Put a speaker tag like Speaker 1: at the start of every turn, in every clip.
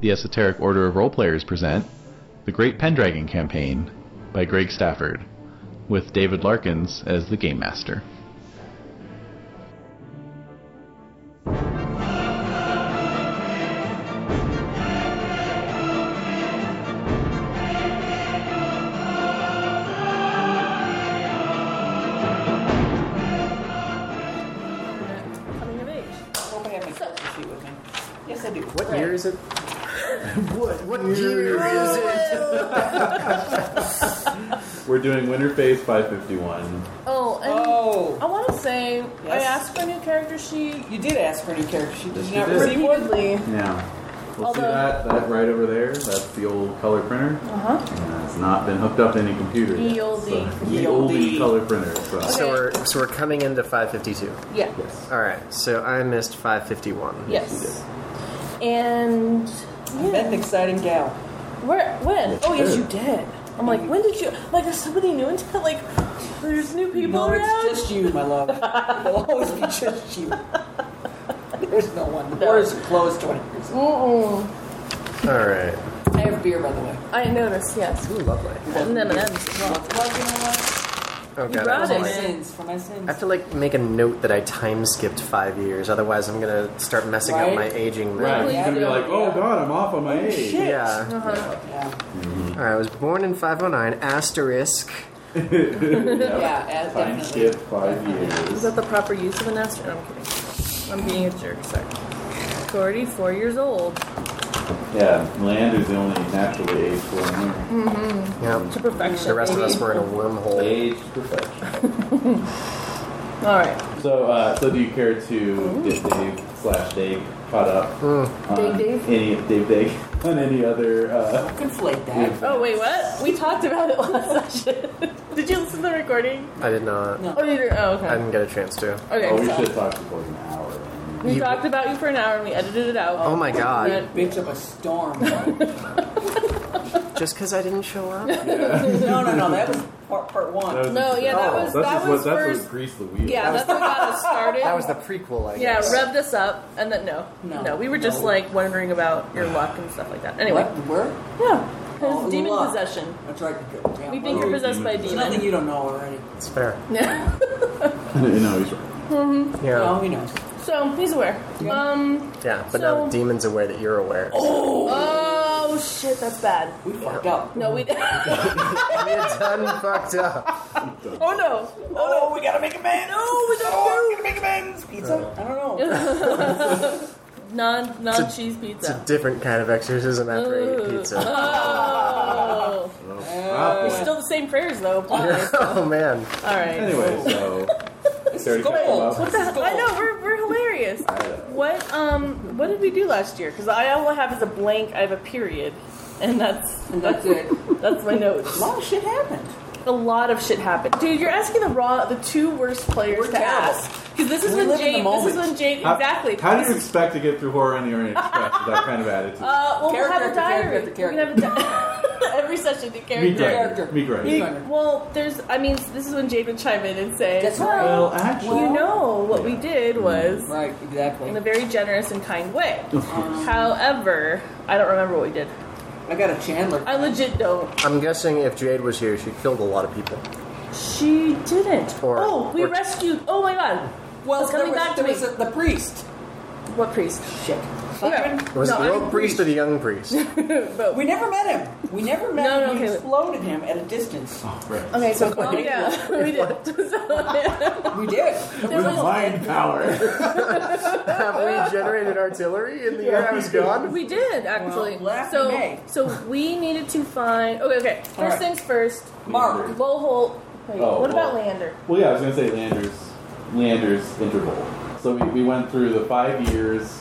Speaker 1: the Esoteric Order of Roleplayers present The Great Pendragon Campaign by Greg Stafford, with David Larkins as the Game Master.
Speaker 2: coming of age.
Speaker 3: hope I have my character sheet with me. Yes, I do.
Speaker 4: What year is it? what what year is it?
Speaker 1: We're doing Winter Phase 551.
Speaker 2: Oh, and
Speaker 3: Oh.
Speaker 2: I want to say I
Speaker 3: Yes.
Speaker 2: asked for a new character sheet
Speaker 3: You did ask for a new character sheet. Did
Speaker 1: Yes,
Speaker 3: you
Speaker 1: you
Speaker 3: not
Speaker 1: did.
Speaker 3: receive one?
Speaker 2: repeatedly.
Speaker 1: Yeah. We'll see
Speaker 2: Although-
Speaker 1: that, that right over there. That's the old color printer. Uh-huh. And it's not been hooked up to any computer
Speaker 2: Ye
Speaker 1: yet.
Speaker 2: olde.
Speaker 1: So,
Speaker 3: Ye
Speaker 1: ye
Speaker 2: E
Speaker 1: olde
Speaker 3: olde.
Speaker 1: color printer. So.
Speaker 4: So we're so we're coming into 552.
Speaker 2: Yeah.
Speaker 1: Yes.
Speaker 4: All right. So I missed 551.
Speaker 2: Yes. And
Speaker 3: That's an
Speaker 2: yeah.
Speaker 3: exciting gal.
Speaker 2: where when? Oh yes,
Speaker 1: did.
Speaker 2: you did. I'm like, when did you? Like, there's somebody new in town. Like, there's new people
Speaker 3: Oh, No,
Speaker 2: around.
Speaker 3: it's just you, my love. It'll always be just you. There's no one. The
Speaker 2: No.
Speaker 3: doors are closed 20 years ago.
Speaker 2: Mm-mm.
Speaker 4: All right.
Speaker 3: I have beer, by the way.
Speaker 2: I noticed. Yes.
Speaker 4: Ooh, lovely.
Speaker 2: And then as well.
Speaker 4: Oh
Speaker 2: You
Speaker 4: god.
Speaker 2: brought
Speaker 4: I, was
Speaker 3: For my
Speaker 2: it.
Speaker 4: like-
Speaker 3: sins. For my
Speaker 4: I have
Speaker 3: sins.
Speaker 4: to like make a note that I time skipped five years. Otherwise, I'm gonna start messing up
Speaker 3: Right.
Speaker 4: my aging.
Speaker 1: Right.
Speaker 4: math.
Speaker 1: You're
Speaker 2: Yeah.
Speaker 1: going to be like, oh, God, I'm off on my age.
Speaker 4: Yeah.
Speaker 2: Uh-huh.
Speaker 3: Yeah.
Speaker 4: All right. I was born in 509 asterisk.
Speaker 3: Yeah, as-
Speaker 1: Time
Speaker 3: definitely.
Speaker 1: skip five
Speaker 2: Is
Speaker 1: years.
Speaker 2: that the proper use of an astronaut? I'm kidding. I'm being a jerk. Sorry. 44 years old.
Speaker 1: Yeah, Land is the only naturally aged one
Speaker 2: Mm.
Speaker 1: here.
Speaker 4: Yep.
Speaker 2: To perfection.
Speaker 4: The rest of us
Speaker 2: baby.
Speaker 4: were in a wormhole.
Speaker 1: Age perfection.
Speaker 2: All right.
Speaker 1: So, uh, so do you care to get Dave slash Dave caught up on
Speaker 2: Dave Dave?
Speaker 1: any Dave Dave on any other? Uh,
Speaker 3: Conflate that.
Speaker 2: Oh wait, what? We talked about it last session. Did you listen to the recording?
Speaker 4: I did not.
Speaker 3: No.
Speaker 2: Oh, you did. Oh,
Speaker 4: I
Speaker 2: okay.
Speaker 4: didn't get a chance to.
Speaker 2: Okay.
Speaker 1: oh, we
Speaker 2: so
Speaker 1: should have talked for an hour.
Speaker 2: we
Speaker 4: You-
Speaker 2: talked about you for an hour and we edited it out.
Speaker 4: Oh my god.
Speaker 3: Bitch of a storm. no,
Speaker 4: Just because I didn't show up.
Speaker 3: no, no. That was part, part one.
Speaker 1: That was
Speaker 2: No, yeah,
Speaker 4: Oh,
Speaker 2: that was-
Speaker 1: that's
Speaker 2: that
Speaker 1: just
Speaker 2: was
Speaker 1: what, that's
Speaker 2: first-
Speaker 1: what greased the wheel.
Speaker 2: Yeah, that's what got us started.
Speaker 4: That was the prequel, I
Speaker 2: yeah,
Speaker 4: guess.
Speaker 2: rev this up, and then no,
Speaker 3: No.
Speaker 2: we were just
Speaker 3: No.
Speaker 2: like wondering about your luck and stuff like that. Anyway,
Speaker 3: What? Where?
Speaker 2: yeah,
Speaker 3: Oh,
Speaker 2: His demon
Speaker 3: luck.
Speaker 2: possession.
Speaker 3: That's right. Yeah,
Speaker 2: We
Speaker 3: well,
Speaker 4: Oh,
Speaker 2: think you're possessed by a
Speaker 3: There's nothing
Speaker 2: demon.
Speaker 3: you don't know already.
Speaker 4: It's fair.
Speaker 2: Yeah.
Speaker 1: you know, he's right.
Speaker 4: Yeah.
Speaker 3: No, he knows.
Speaker 2: so he's aware. Um.
Speaker 4: Yeah, but
Speaker 2: So-
Speaker 4: now the demon's aware that you're aware.
Speaker 2: Oh shit, that's bad.
Speaker 3: We fucked up.
Speaker 2: No, we. oh
Speaker 4: You're done fucked up.
Speaker 2: no.
Speaker 3: Oh, we gotta make amends.
Speaker 2: No, we gotta
Speaker 3: Oh, we gotta make amends. Pizza? I don't know.
Speaker 2: Non non cheese pizza.
Speaker 4: It's a different kind of exorcism after I eat pizza.
Speaker 2: Oh.
Speaker 1: Ah,
Speaker 2: Still the same prayers though. applies.
Speaker 4: oh man.
Speaker 2: All right.
Speaker 1: anyway, so
Speaker 3: This
Speaker 1: Thirty
Speaker 3: is gold.
Speaker 1: seconds.
Speaker 3: What the hell?
Speaker 2: I know we're, we're hilarious. What um what did we do last year? Because I all I have is a blank. I have a period, and that's
Speaker 3: And that's it.
Speaker 2: that's my
Speaker 3: A
Speaker 2: notes.
Speaker 3: lot of shit happened.
Speaker 2: A lot of shit happened, dude. You're asking the raw the two worst players
Speaker 3: We're
Speaker 2: to
Speaker 3: terrible.
Speaker 2: ask because this is
Speaker 3: We
Speaker 2: when
Speaker 3: live in
Speaker 2: Jade.
Speaker 3: the
Speaker 2: This is
Speaker 3: moment.
Speaker 2: when Jade
Speaker 1: how,
Speaker 2: exactly.
Speaker 1: How do
Speaker 2: This
Speaker 1: you
Speaker 2: is-
Speaker 1: expect to get through horror in the Orient Express with that kind of attitude?
Speaker 2: Uh, well, we'll have a
Speaker 3: Character
Speaker 2: diary.
Speaker 3: after
Speaker 2: We
Speaker 3: character
Speaker 2: can
Speaker 3: after
Speaker 2: have a di- every session. The
Speaker 1: me
Speaker 2: character.
Speaker 1: grinder.
Speaker 3: character.
Speaker 1: Me grinder.
Speaker 3: grinder.
Speaker 2: Well, there's. I mean, this is when Jade would chime in and say,
Speaker 3: That's right.
Speaker 2: "Well,
Speaker 1: Well, actually,
Speaker 2: you know what we
Speaker 1: Mm.
Speaker 2: did was."
Speaker 3: Right, exactly.
Speaker 2: in a very generous and kind way. However, I don't remember what we did.
Speaker 3: I got a Chandler.
Speaker 2: I legit don't.
Speaker 4: I'm guessing if Jade was here, she killed a lot of people.
Speaker 2: She didn't.
Speaker 4: Or-
Speaker 2: oh, we
Speaker 4: or-
Speaker 2: rescued. Oh my god.
Speaker 3: well,
Speaker 2: it's coming
Speaker 3: there was,
Speaker 2: back to
Speaker 3: there
Speaker 2: me.
Speaker 3: was a, the priest.
Speaker 2: What priest?
Speaker 3: Shit.
Speaker 2: Okay.
Speaker 4: Was
Speaker 2: no,
Speaker 4: it the
Speaker 2: I'm
Speaker 4: old priest or the young priest?
Speaker 2: But
Speaker 3: We never met him. We never met
Speaker 2: No,
Speaker 3: him.
Speaker 2: no,
Speaker 3: we
Speaker 2: okay.
Speaker 3: exploded him at a distance.
Speaker 1: Oh, right.
Speaker 2: okay, so calm down. we did. So,
Speaker 3: We did.
Speaker 2: there
Speaker 1: With
Speaker 2: was,
Speaker 1: mind power.
Speaker 4: Have we generated artillery in the year I was gone?
Speaker 2: we did actually.
Speaker 3: Well, last
Speaker 2: so
Speaker 3: May.
Speaker 2: so we needed to find. Okay, okay. First
Speaker 3: All right.
Speaker 2: things first.
Speaker 3: Mark.
Speaker 2: Low hole. Wait,
Speaker 1: Oh,
Speaker 2: what about
Speaker 1: well.
Speaker 2: Lander?
Speaker 1: Well, yeah, I was gonna say Landers. Landers interval. So we, we went through the five years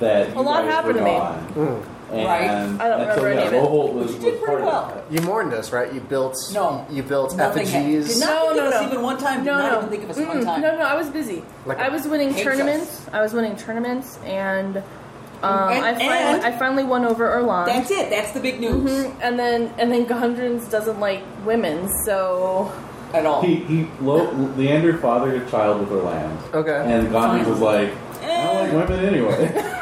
Speaker 1: that you
Speaker 2: A lot
Speaker 1: guys
Speaker 2: happened
Speaker 1: were
Speaker 2: to me.
Speaker 1: gone, and,
Speaker 3: Right.
Speaker 2: I don't
Speaker 1: and so,
Speaker 2: remember any
Speaker 1: yeah,
Speaker 2: of it.
Speaker 1: Boholt was, was
Speaker 3: You did pretty
Speaker 1: part
Speaker 3: well.
Speaker 1: of that.
Speaker 4: You mourned us, right? You built.
Speaker 3: No.
Speaker 4: You built
Speaker 3: Nothing happened.
Speaker 4: effigies.
Speaker 3: Did not
Speaker 2: No,
Speaker 3: think
Speaker 2: no,
Speaker 3: of us
Speaker 2: no.
Speaker 3: even one time. Did
Speaker 2: No,
Speaker 3: not
Speaker 2: no.
Speaker 3: even think of us one
Speaker 2: Mm-mm.
Speaker 3: time.
Speaker 2: No, no, I was busy.
Speaker 4: Like a-
Speaker 2: I was winning
Speaker 3: Hates
Speaker 2: tournaments. I was winning tournaments, and um,
Speaker 3: And-
Speaker 2: I finally
Speaker 3: and-
Speaker 2: I finally won over Erlon.
Speaker 3: That's it. That's the big news
Speaker 2: Mhm, And then and then Gondrins doesn't like women, so
Speaker 3: at all.
Speaker 1: He, he lo- Leander fathered a child with her land.
Speaker 4: Okay.
Speaker 1: And Gandhi was like, I don't like women anyway.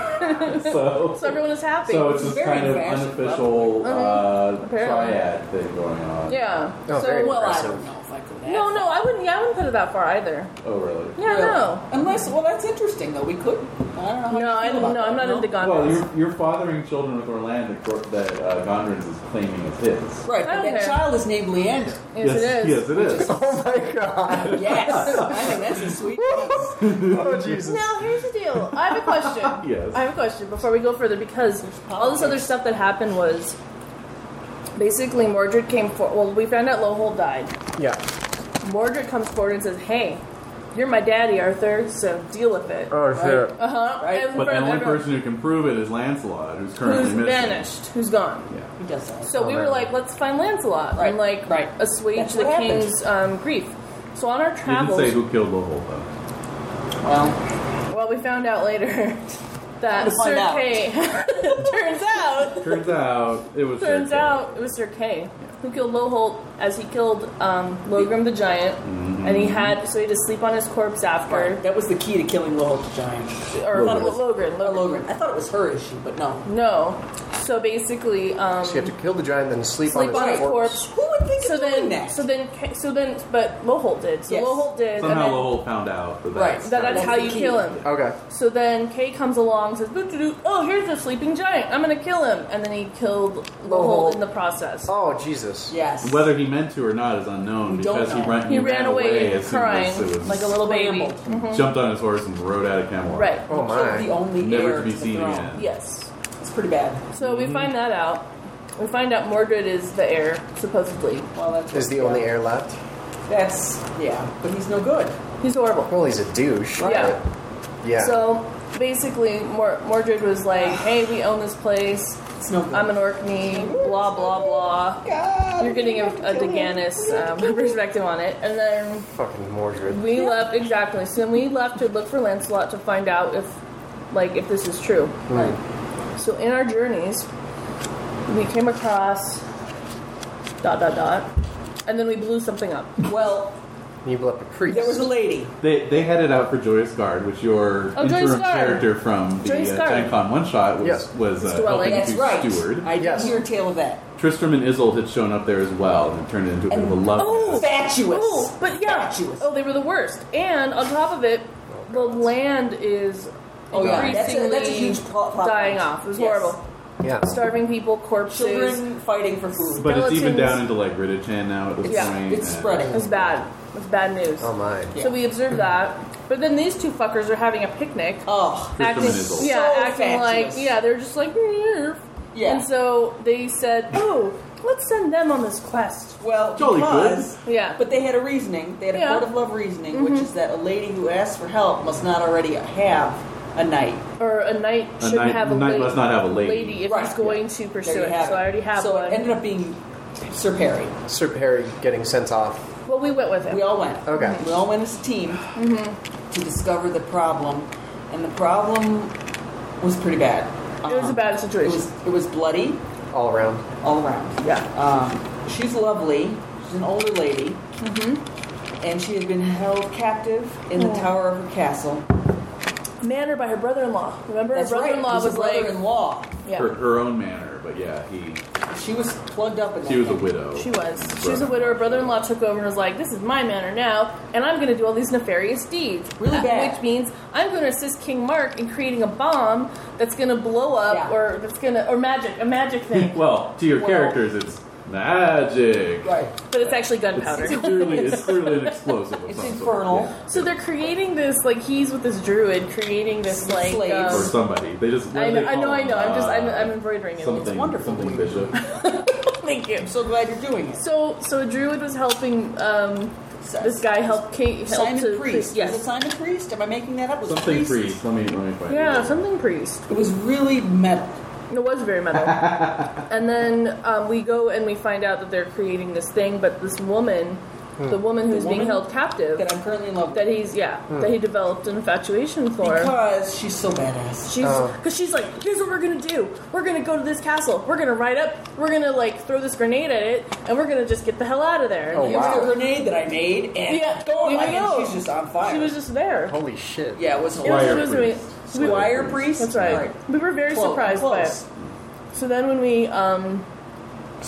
Speaker 1: so,
Speaker 2: Eh. So everyone is happy.
Speaker 1: so it's this
Speaker 3: Very
Speaker 1: kind of
Speaker 3: fast.
Speaker 1: unofficial uh,
Speaker 2: Uh-huh. Apparently.
Speaker 1: triad thing going on.
Speaker 2: yeah.
Speaker 4: Oh,
Speaker 2: so
Speaker 4: very
Speaker 3: Well, I
Speaker 4: Impressive.
Speaker 3: don't know if I could. ask.
Speaker 2: no, no, I wouldn't. Yeah, I wouldn't put it that far either.
Speaker 1: Oh, really?
Speaker 2: Yeah,
Speaker 3: Really.
Speaker 2: no,
Speaker 3: Unless, well, that's interesting though. We could. I don't know.
Speaker 2: no,
Speaker 3: How
Speaker 2: I
Speaker 3: you feel
Speaker 2: don't. No,
Speaker 3: about that,
Speaker 2: I'm not
Speaker 3: no?
Speaker 2: into
Speaker 1: Well,
Speaker 2: Gondrans.
Speaker 1: you're, you're fathering children with a land that, Gor- that uh, Gondrans is claiming is his.
Speaker 2: I
Speaker 3: Right, but
Speaker 2: don't
Speaker 3: that
Speaker 2: care.
Speaker 3: child is named Leander.
Speaker 2: yes, it is.
Speaker 1: Yes, it is.
Speaker 4: Oh my god.
Speaker 3: Yes, I think that's a sweet. piece.
Speaker 4: Oh Jesus.
Speaker 2: Now here's the deal. I have a question.
Speaker 1: Yes.
Speaker 2: I have a question before we go further because all this other stuff that happened was basically Mordred came for. Well, we found out Lohold died.
Speaker 4: Yeah.
Speaker 2: Mordred comes forward and says, "Hey, you're my daddy, Arthur. So deal with it."
Speaker 4: Oh shit.
Speaker 2: Uh huh.
Speaker 3: Right.
Speaker 1: But the only person who can prove it is Lancelot, who's currently
Speaker 2: who's
Speaker 1: missing.
Speaker 2: vanished, who's gone.
Speaker 1: Yeah.
Speaker 3: He does Oh, that.
Speaker 2: So we were like, let's find Lancelot
Speaker 3: Right,
Speaker 2: and like
Speaker 3: right.
Speaker 2: assuage
Speaker 3: That's
Speaker 2: the
Speaker 3: what happened.
Speaker 2: king's um, grief. So on our
Speaker 1: You didn't say
Speaker 2: travels,
Speaker 1: who killed Lohold, though.
Speaker 3: well,
Speaker 2: well, we found out later that
Speaker 3: Time to find
Speaker 2: Sir
Speaker 3: out.
Speaker 2: Kay turns out
Speaker 1: Turns out it was.
Speaker 2: turns
Speaker 1: Sir Kay.
Speaker 2: out it was Sir Kay who killed Loholt as he killed um, Logrim the giant, and he had so he had to sleep on his corpse after
Speaker 3: that was the key to killing the whole giant.
Speaker 2: or uh,
Speaker 1: Logrin.
Speaker 2: Logrin,
Speaker 3: Or
Speaker 2: Logrin.
Speaker 3: Logrin. I thought it was her issue, but no.
Speaker 2: No, so basically, um,
Speaker 4: So you have to kill the giant, then sleep,
Speaker 2: sleep
Speaker 4: on
Speaker 2: on his
Speaker 4: his corpse.
Speaker 2: corpse.
Speaker 3: Who would think
Speaker 2: So
Speaker 3: of doing
Speaker 2: then,
Speaker 3: that?
Speaker 2: so then, K- so then, but Loholt did. So
Speaker 3: Yes.
Speaker 2: Loholt did. and
Speaker 1: Somehow
Speaker 2: then-
Speaker 1: Lohold found out that
Speaker 3: Right.
Speaker 1: that's
Speaker 2: that that's
Speaker 3: That's
Speaker 2: how
Speaker 3: the
Speaker 2: you
Speaker 3: key.
Speaker 2: kill him.
Speaker 4: Okay.
Speaker 2: So then Kay comes along and says, "Boo-doo-doo, Oh, here's a sleeping giant. I'm going to kill him. And then he killed Lohold in the process.
Speaker 4: Oh Jesus.
Speaker 3: yes.
Speaker 1: Whether he meant to or not is unknown
Speaker 3: We don't
Speaker 1: because he
Speaker 3: know.
Speaker 1: ran,
Speaker 2: He ran away
Speaker 1: as soon
Speaker 2: crying
Speaker 1: as it was-
Speaker 2: like a little baby.
Speaker 3: Scrambled.
Speaker 1: jumped on his horse and rode out of Camelot.
Speaker 2: Right.
Speaker 4: Oh
Speaker 3: Killed the
Speaker 4: my.
Speaker 3: only
Speaker 1: Never
Speaker 3: heir
Speaker 1: to be
Speaker 3: the
Speaker 1: seen
Speaker 3: throne.
Speaker 1: again.
Speaker 2: Yes.
Speaker 3: It's pretty bad.
Speaker 2: So we find that out. We find out Mordred is the heir, supposedly.
Speaker 3: Well, that's
Speaker 4: Is the only heir left?
Speaker 3: That's yeah, but he's no good.
Speaker 2: He's horrible.
Speaker 4: Well, he's a douche.
Speaker 2: Yeah.
Speaker 4: but- Yeah.
Speaker 2: So basically, Mor- Mordred was like, hey, we own this place.
Speaker 3: It's no good.
Speaker 2: I'm an Orkney, blah, blah, blah.
Speaker 3: God,
Speaker 2: You're getting a, a Deganis um, perspective on it. And then
Speaker 4: Fucking Mordred.
Speaker 2: We left exactly. So then we left to look for Lancelot to find out if, like, if this is true.
Speaker 4: Right.
Speaker 2: So in our journeys, we came across dot dot dot, and then we blew something up.
Speaker 3: Well,
Speaker 4: You blew up a priest.
Speaker 3: there was a lady.
Speaker 1: They, they headed out for Joyous Guard, which your
Speaker 2: Oh, Joyous
Speaker 1: interim
Speaker 2: Guard.
Speaker 1: character from the
Speaker 2: Joyous
Speaker 1: uh,
Speaker 2: Guard.
Speaker 1: Gen Con one shot was
Speaker 4: Yes.
Speaker 1: was uh, helping
Speaker 2: Dwelling.
Speaker 3: That's
Speaker 1: to
Speaker 3: right.
Speaker 1: steward.
Speaker 3: I
Speaker 4: Yes.
Speaker 3: didn't hear a tale of that.
Speaker 1: Tristram and Isolde had shown up there as well, and it turned into a bit of a love.
Speaker 2: Oh,
Speaker 3: Fatuous.
Speaker 2: Oh, but yeah.
Speaker 3: Fatuous.
Speaker 2: Oh, they were the worst. And on top of it, the land is
Speaker 3: Oh, yeah. That's a-
Speaker 2: increasingly
Speaker 3: that's a huge plot- plot
Speaker 2: dying
Speaker 3: point.
Speaker 2: off. It was
Speaker 3: Yes.
Speaker 2: horrible.
Speaker 4: yeah.
Speaker 2: Starving people, corpses.
Speaker 3: Children fighting for food.
Speaker 1: but it's even
Speaker 2: skeletons.
Speaker 1: down into like Ridichan now at this
Speaker 2: Yeah,
Speaker 1: point.
Speaker 3: it's
Speaker 1: and-
Speaker 2: It
Speaker 3: spreading.
Speaker 2: was bad. It was bad news.
Speaker 4: Oh my.
Speaker 2: So we observed that. But then these two fuckers are having a picnic.
Speaker 3: Oh,
Speaker 1: Tristram
Speaker 2: acting,
Speaker 1: and Isolde.
Speaker 2: yeah,
Speaker 3: So
Speaker 2: acting
Speaker 3: fatuous.
Speaker 2: like, yeah, they're just like, "Meow."
Speaker 3: Yeah.
Speaker 2: And so they said, oh, let's send them on this quest.
Speaker 3: well,
Speaker 1: Jolly good.
Speaker 3: because
Speaker 2: Yeah.
Speaker 3: But they had a reasoning. They had a
Speaker 2: Yeah. Mm-hmm.
Speaker 3: court of love reasoning, which is that a lady who asks for help must not already have a knight.
Speaker 2: Or a knight
Speaker 1: A
Speaker 2: shouldn't
Speaker 1: knight-
Speaker 2: have a
Speaker 1: knight
Speaker 2: lady.
Speaker 1: must not have a lady.
Speaker 2: if
Speaker 3: Right,
Speaker 2: he's going to
Speaker 3: There
Speaker 2: pursue
Speaker 3: you
Speaker 2: it.
Speaker 3: have
Speaker 2: So
Speaker 3: it.
Speaker 2: I already have
Speaker 3: So
Speaker 2: one.
Speaker 3: it ended up being Sir Perry.
Speaker 4: Sir Perry getting sent off.
Speaker 2: well, we went with him.
Speaker 3: We all went.
Speaker 4: Okay.
Speaker 3: We all went as a team
Speaker 2: Mm-hmm.
Speaker 3: to discover the problem, and the problem was pretty bad.
Speaker 2: It was a bad
Speaker 3: Um,
Speaker 2: situation.
Speaker 3: It was, it was bloody
Speaker 4: all around.
Speaker 3: all around.
Speaker 2: yeah.
Speaker 3: Um, she's lovely. She's an older lady,
Speaker 2: Mm-hmm.
Speaker 3: and she had been held captive in the tower of her castle.
Speaker 2: Mannered by her brother-in-law. Remember,
Speaker 3: That's
Speaker 2: her brother-in-law
Speaker 3: right. it
Speaker 2: was,
Speaker 3: a
Speaker 2: like,
Speaker 3: brother-in-law.
Speaker 2: yeah,
Speaker 1: her, her own manner, but yeah, he
Speaker 3: She was plugged up in that.
Speaker 1: she was a
Speaker 3: thing.
Speaker 1: widow.
Speaker 2: she was. She was a widow. Her brother-in-law took over and was like, "This is my manor now, and I'm going to do all these nefarious deeds."
Speaker 3: Really bad.
Speaker 2: Which means I'm going to assist King Mark in creating a bomb that's going to blow up,
Speaker 3: Yeah.
Speaker 2: or that's going to, or magic, a magic thing.
Speaker 1: Well, to your
Speaker 3: Well-
Speaker 1: characters, it's magic.
Speaker 3: Right.
Speaker 2: But it's actually
Speaker 1: It's
Speaker 2: gunpowder.
Speaker 1: clearly, it's clearly an explosive. Of
Speaker 3: It's
Speaker 1: some sort,
Speaker 3: infernal.
Speaker 1: yeah.
Speaker 2: So they're creating this, like he's with this druid, creating this like.
Speaker 3: Slaves.
Speaker 1: or
Speaker 2: Um,
Speaker 1: somebody. They just. what
Speaker 2: I
Speaker 1: do
Speaker 2: know,
Speaker 1: they
Speaker 2: I know,
Speaker 1: call
Speaker 2: I know.
Speaker 1: them?
Speaker 2: I'm just, I'm,
Speaker 1: Uh,
Speaker 2: I'm embroidering it.
Speaker 1: something,
Speaker 3: wonderful.
Speaker 1: something bishop.
Speaker 2: Thank you.
Speaker 3: I'm so glad you're doing it.
Speaker 2: So, so a druid was helping. Um, this guy help Kate help
Speaker 3: Simon
Speaker 2: to
Speaker 3: Priest. Was it
Speaker 2: Yes.
Speaker 3: Simon Priest? Am I making that up? Was it
Speaker 1: Something priest. Let me let me find.
Speaker 2: Yeah,
Speaker 1: it.
Speaker 2: something priest.
Speaker 3: It was really metal.
Speaker 2: It was very metal. and then um, we go and we find out that they're creating this thing, but this woman,
Speaker 4: Hmm.
Speaker 2: the woman who's being
Speaker 3: woman
Speaker 2: held captive,
Speaker 3: That I'm currently in love
Speaker 2: that
Speaker 3: with.
Speaker 2: he's yeah,
Speaker 4: Hmm.
Speaker 2: that he developed an infatuation for.
Speaker 3: Because she's so badass.
Speaker 2: She's
Speaker 4: Oh.
Speaker 2: because she's like, here's what we're gonna do. We're gonna go to this castle. We're gonna ride up. We're gonna like throw this grenade at it, and we're gonna just get the hell out of there.
Speaker 4: Oh,
Speaker 3: It
Speaker 4: wow.
Speaker 3: was the grenade that I made, and
Speaker 2: Yeah,
Speaker 3: going
Speaker 2: we
Speaker 3: like, and
Speaker 2: know.
Speaker 3: she's just on fire.
Speaker 2: She was just there.
Speaker 4: Holy shit.
Speaker 3: yeah, it was
Speaker 2: It was,
Speaker 1: Wire
Speaker 2: it was
Speaker 1: freeze.
Speaker 2: amazing.
Speaker 3: Squire Priest?
Speaker 2: That's right. We were very
Speaker 3: Close.
Speaker 2: surprised by
Speaker 3: Close.
Speaker 2: it. So then when we um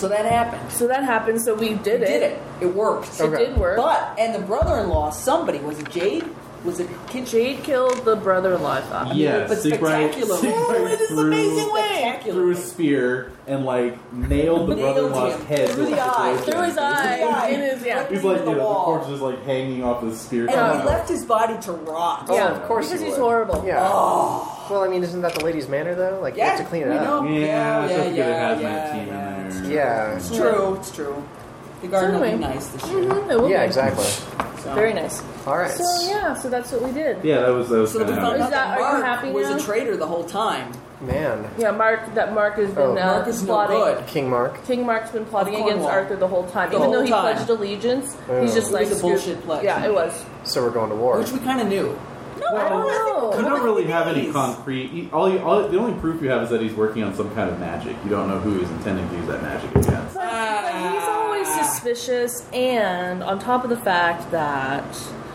Speaker 3: So that happened.
Speaker 2: so that happened, so we did
Speaker 3: It
Speaker 2: it.
Speaker 3: did it. It worked.
Speaker 2: It did work.
Speaker 3: But, and the brother in law, somebody, was it Jade? Was it Kid
Speaker 2: Jade killed the brother-in-law. I thought.
Speaker 1: yeah,
Speaker 3: but
Speaker 1: Siegfried,
Speaker 3: spectacular.
Speaker 1: Siegfried
Speaker 3: Oh, it is
Speaker 1: threw,
Speaker 3: amazing way.
Speaker 1: threw
Speaker 3: Spectacular.
Speaker 1: a spear and like nailed the
Speaker 3: Nailed
Speaker 1: brother-in-law's
Speaker 3: him.
Speaker 1: head
Speaker 3: Through
Speaker 1: with
Speaker 3: the eye.
Speaker 1: blade.
Speaker 2: Through his
Speaker 3: Yeah.
Speaker 2: eye. In his yeah.
Speaker 1: He's like,
Speaker 3: Through
Speaker 1: you
Speaker 3: the
Speaker 1: know, the
Speaker 3: wall.
Speaker 1: corpse is like hanging off his spear.
Speaker 3: And
Speaker 1: somehow.
Speaker 3: he left his body to rot.
Speaker 4: Oh,
Speaker 2: yeah,
Speaker 4: of course
Speaker 2: because
Speaker 4: he
Speaker 2: he's
Speaker 4: would.
Speaker 2: horrible.
Speaker 4: Yeah. Well, I mean, isn't that the ladies' manor though? Like you
Speaker 3: Oh. Yeah,
Speaker 4: have to clean it
Speaker 3: we
Speaker 4: up.
Speaker 3: know.
Speaker 1: Yeah, it's
Speaker 3: Yeah,
Speaker 1: have to get a
Speaker 3: yeah,
Speaker 1: hazmat
Speaker 3: yeah,
Speaker 1: team
Speaker 3: yeah.
Speaker 1: in there.
Speaker 4: Yeah.
Speaker 3: It's true. It's true. The garden will be
Speaker 2: Anyway.
Speaker 3: nice this year.
Speaker 2: Mhm, it will
Speaker 4: Yeah.
Speaker 2: be.
Speaker 4: Exactly.
Speaker 3: So.
Speaker 2: Very nice.
Speaker 4: All right.
Speaker 2: So yeah, so that's what we did.
Speaker 1: Yeah, that was that was
Speaker 3: So that we
Speaker 1: kinda
Speaker 3: found
Speaker 1: how-
Speaker 2: Is
Speaker 3: out
Speaker 2: that-
Speaker 3: that
Speaker 2: are you
Speaker 3: Mark
Speaker 2: happy
Speaker 3: was
Speaker 2: now?
Speaker 3: a traitor the whole time.
Speaker 4: Man.
Speaker 2: Yeah, Mark. That Mark has been
Speaker 4: Oh.
Speaker 2: uh,
Speaker 3: Mark is no
Speaker 2: plotting.
Speaker 3: good.
Speaker 4: King Mark.
Speaker 2: King Mark's been plotting
Speaker 3: Of
Speaker 2: against
Speaker 3: Cornwall.
Speaker 2: Arthur the whole time,
Speaker 3: The
Speaker 2: even
Speaker 3: whole
Speaker 2: though he
Speaker 3: time.
Speaker 2: pledged allegiance.
Speaker 4: Oh.
Speaker 2: He's just
Speaker 3: It
Speaker 2: like
Speaker 3: was a
Speaker 2: screw-
Speaker 3: bullshit pledge.
Speaker 2: Yeah, it was.
Speaker 4: So we're going to war.
Speaker 3: Which we kind of knew. No,
Speaker 1: Well,
Speaker 2: know.
Speaker 1: You don't really have any
Speaker 3: Please.
Speaker 1: concrete. you- All, you, all the only proof you have is that he's working on some kind of magic. You don't know who he's intending to use that magic against.
Speaker 2: But, but he's always suspicious, and on top of the fact that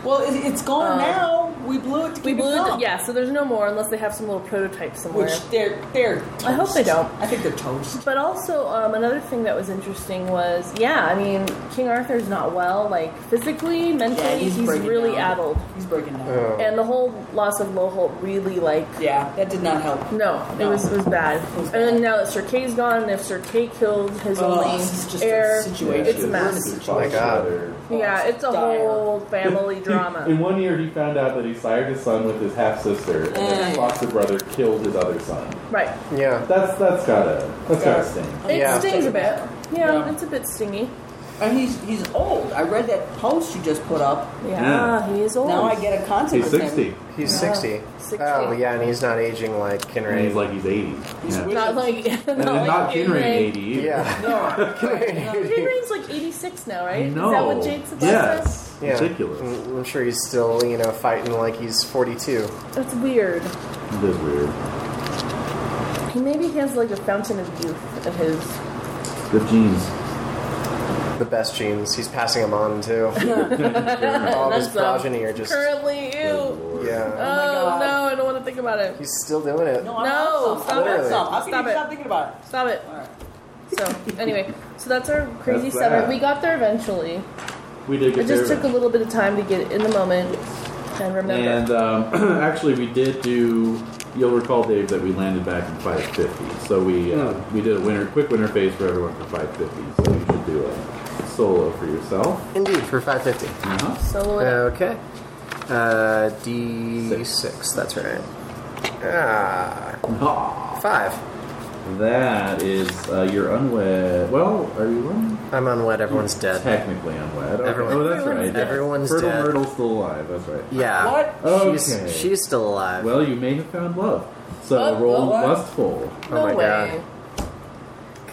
Speaker 3: Well, it, it's gone
Speaker 2: Um,
Speaker 3: now. We blew it to
Speaker 2: we
Speaker 3: keep
Speaker 2: blew,
Speaker 3: it
Speaker 2: the,
Speaker 3: up.
Speaker 2: yeah. So there's no more unless they have some little prototype somewhere.
Speaker 3: Which they're they're.
Speaker 2: I hope they
Speaker 3: toast.
Speaker 2: don't.
Speaker 3: I think they're toast.
Speaker 2: But also, um, another thing that was interesting was, yeah, I mean, King Arthur's not well, like physically, mentally,
Speaker 3: Yeah,
Speaker 2: he's,
Speaker 3: he's breaking
Speaker 2: really
Speaker 3: down.
Speaker 2: addled,
Speaker 3: He's breaking down.
Speaker 4: Oh.
Speaker 2: and the whole loss of Loholt really, like,
Speaker 3: Yeah, that did not help.
Speaker 2: no, it
Speaker 3: No.
Speaker 2: was it was bad.
Speaker 3: was
Speaker 2: And
Speaker 3: bad.
Speaker 2: then now that Sir Kay's gone, and if Sir Kay killed his
Speaker 3: Oh,
Speaker 2: only
Speaker 3: this is just a
Speaker 2: heir,
Speaker 3: situation.
Speaker 2: it's a mess.
Speaker 1: His
Speaker 4: Oh my God.
Speaker 1: father-
Speaker 2: Yeah, it's a
Speaker 3: Dire.
Speaker 2: whole family
Speaker 1: He-
Speaker 2: drama.
Speaker 1: In one year, he found out that he sired his son with his half sister, and then his
Speaker 3: Mm.
Speaker 1: foster brother killed his other son.
Speaker 2: Right.
Speaker 4: Yeah.
Speaker 1: That's that's gotta that's
Speaker 3: Yeah.
Speaker 1: gotta sting.
Speaker 2: It
Speaker 4: Yeah.
Speaker 2: stings a bit. Yeah,
Speaker 3: Yeah.
Speaker 2: it's a bit stingy.
Speaker 3: And he's he's old. I read that post you just put up.
Speaker 2: Yeah, he is old.
Speaker 3: Now I get a contact
Speaker 1: He's
Speaker 3: with him.
Speaker 1: sixty,
Speaker 4: He's
Speaker 2: Yeah.
Speaker 4: 60.
Speaker 2: 60.
Speaker 4: Oh yeah, and he's not aging like
Speaker 1: and
Speaker 4: Kinraid.
Speaker 1: he's like he's eighty.
Speaker 3: He's
Speaker 1: yeah.
Speaker 3: weird.
Speaker 2: Not like
Speaker 1: And then not
Speaker 2: like
Speaker 1: Kinraid
Speaker 2: Kinraid.
Speaker 1: eighty. either.
Speaker 4: yeah.
Speaker 3: No,
Speaker 2: Kinraid's like 86 now, right?
Speaker 1: No.
Speaker 2: Is that what Jade said last
Speaker 1: Yes.
Speaker 4: Yeah. Mm,
Speaker 1: Ridiculous.
Speaker 4: I'm I'm sure he's still, you know, fighting like he's 42.
Speaker 2: time? That's weird.
Speaker 4: Mm-hmm.
Speaker 1: It is weird.
Speaker 2: He maybe has like a fountain of youth at his.
Speaker 1: Good genes.
Speaker 4: The best genes. He's passing them on too. All
Speaker 2: And
Speaker 4: of his
Speaker 2: that's um,
Speaker 4: progeny are just.
Speaker 2: Currently, ew. Oh,
Speaker 4: Yeah.
Speaker 3: God.
Speaker 2: no, I don't want to think about it.
Speaker 4: He's still doing it.
Speaker 3: no,
Speaker 2: Oh. No, stop
Speaker 3: I'm
Speaker 4: it.
Speaker 3: How can
Speaker 2: Stop
Speaker 3: you
Speaker 2: it.
Speaker 3: stop thinking about it?
Speaker 2: Stop it.
Speaker 3: All right.
Speaker 2: So, anyway, so that's our crazy
Speaker 1: That's
Speaker 2: summer.
Speaker 1: that.
Speaker 2: We got there eventually.
Speaker 1: We did get
Speaker 2: It just
Speaker 1: there.
Speaker 2: took a little bit of time to get in the moment and remember.
Speaker 1: And um, actually, we did do. You'll recall, Dave, that we landed back in 550. So we uh,
Speaker 4: Hmm.
Speaker 1: we did a winter quick winter phase for everyone for 550. So you should do a solo for yourself.
Speaker 4: Indeed, for 550.
Speaker 1: Uh-huh.
Speaker 2: Solo it.
Speaker 4: Okay. Uh, D6. That's right. Ah,
Speaker 1: Ah,
Speaker 4: five.
Speaker 1: that is uh, you're unwed. Well, are you unwed?
Speaker 4: I'm unwed. Everyone's dead.
Speaker 1: Technically unwed. Okay.
Speaker 4: Everyone-
Speaker 1: oh, that's right. yeah.
Speaker 4: everyone's
Speaker 1: Fertile
Speaker 4: dead.
Speaker 1: Myrtle's still alive. That's right.
Speaker 4: Yeah.
Speaker 3: What?
Speaker 1: Okay.
Speaker 4: She's she's still alive.
Speaker 1: Well, you may have found love. So
Speaker 2: Oh,
Speaker 1: roll
Speaker 2: well, what?
Speaker 1: lustful.
Speaker 2: No
Speaker 4: oh my
Speaker 2: way.
Speaker 4: god.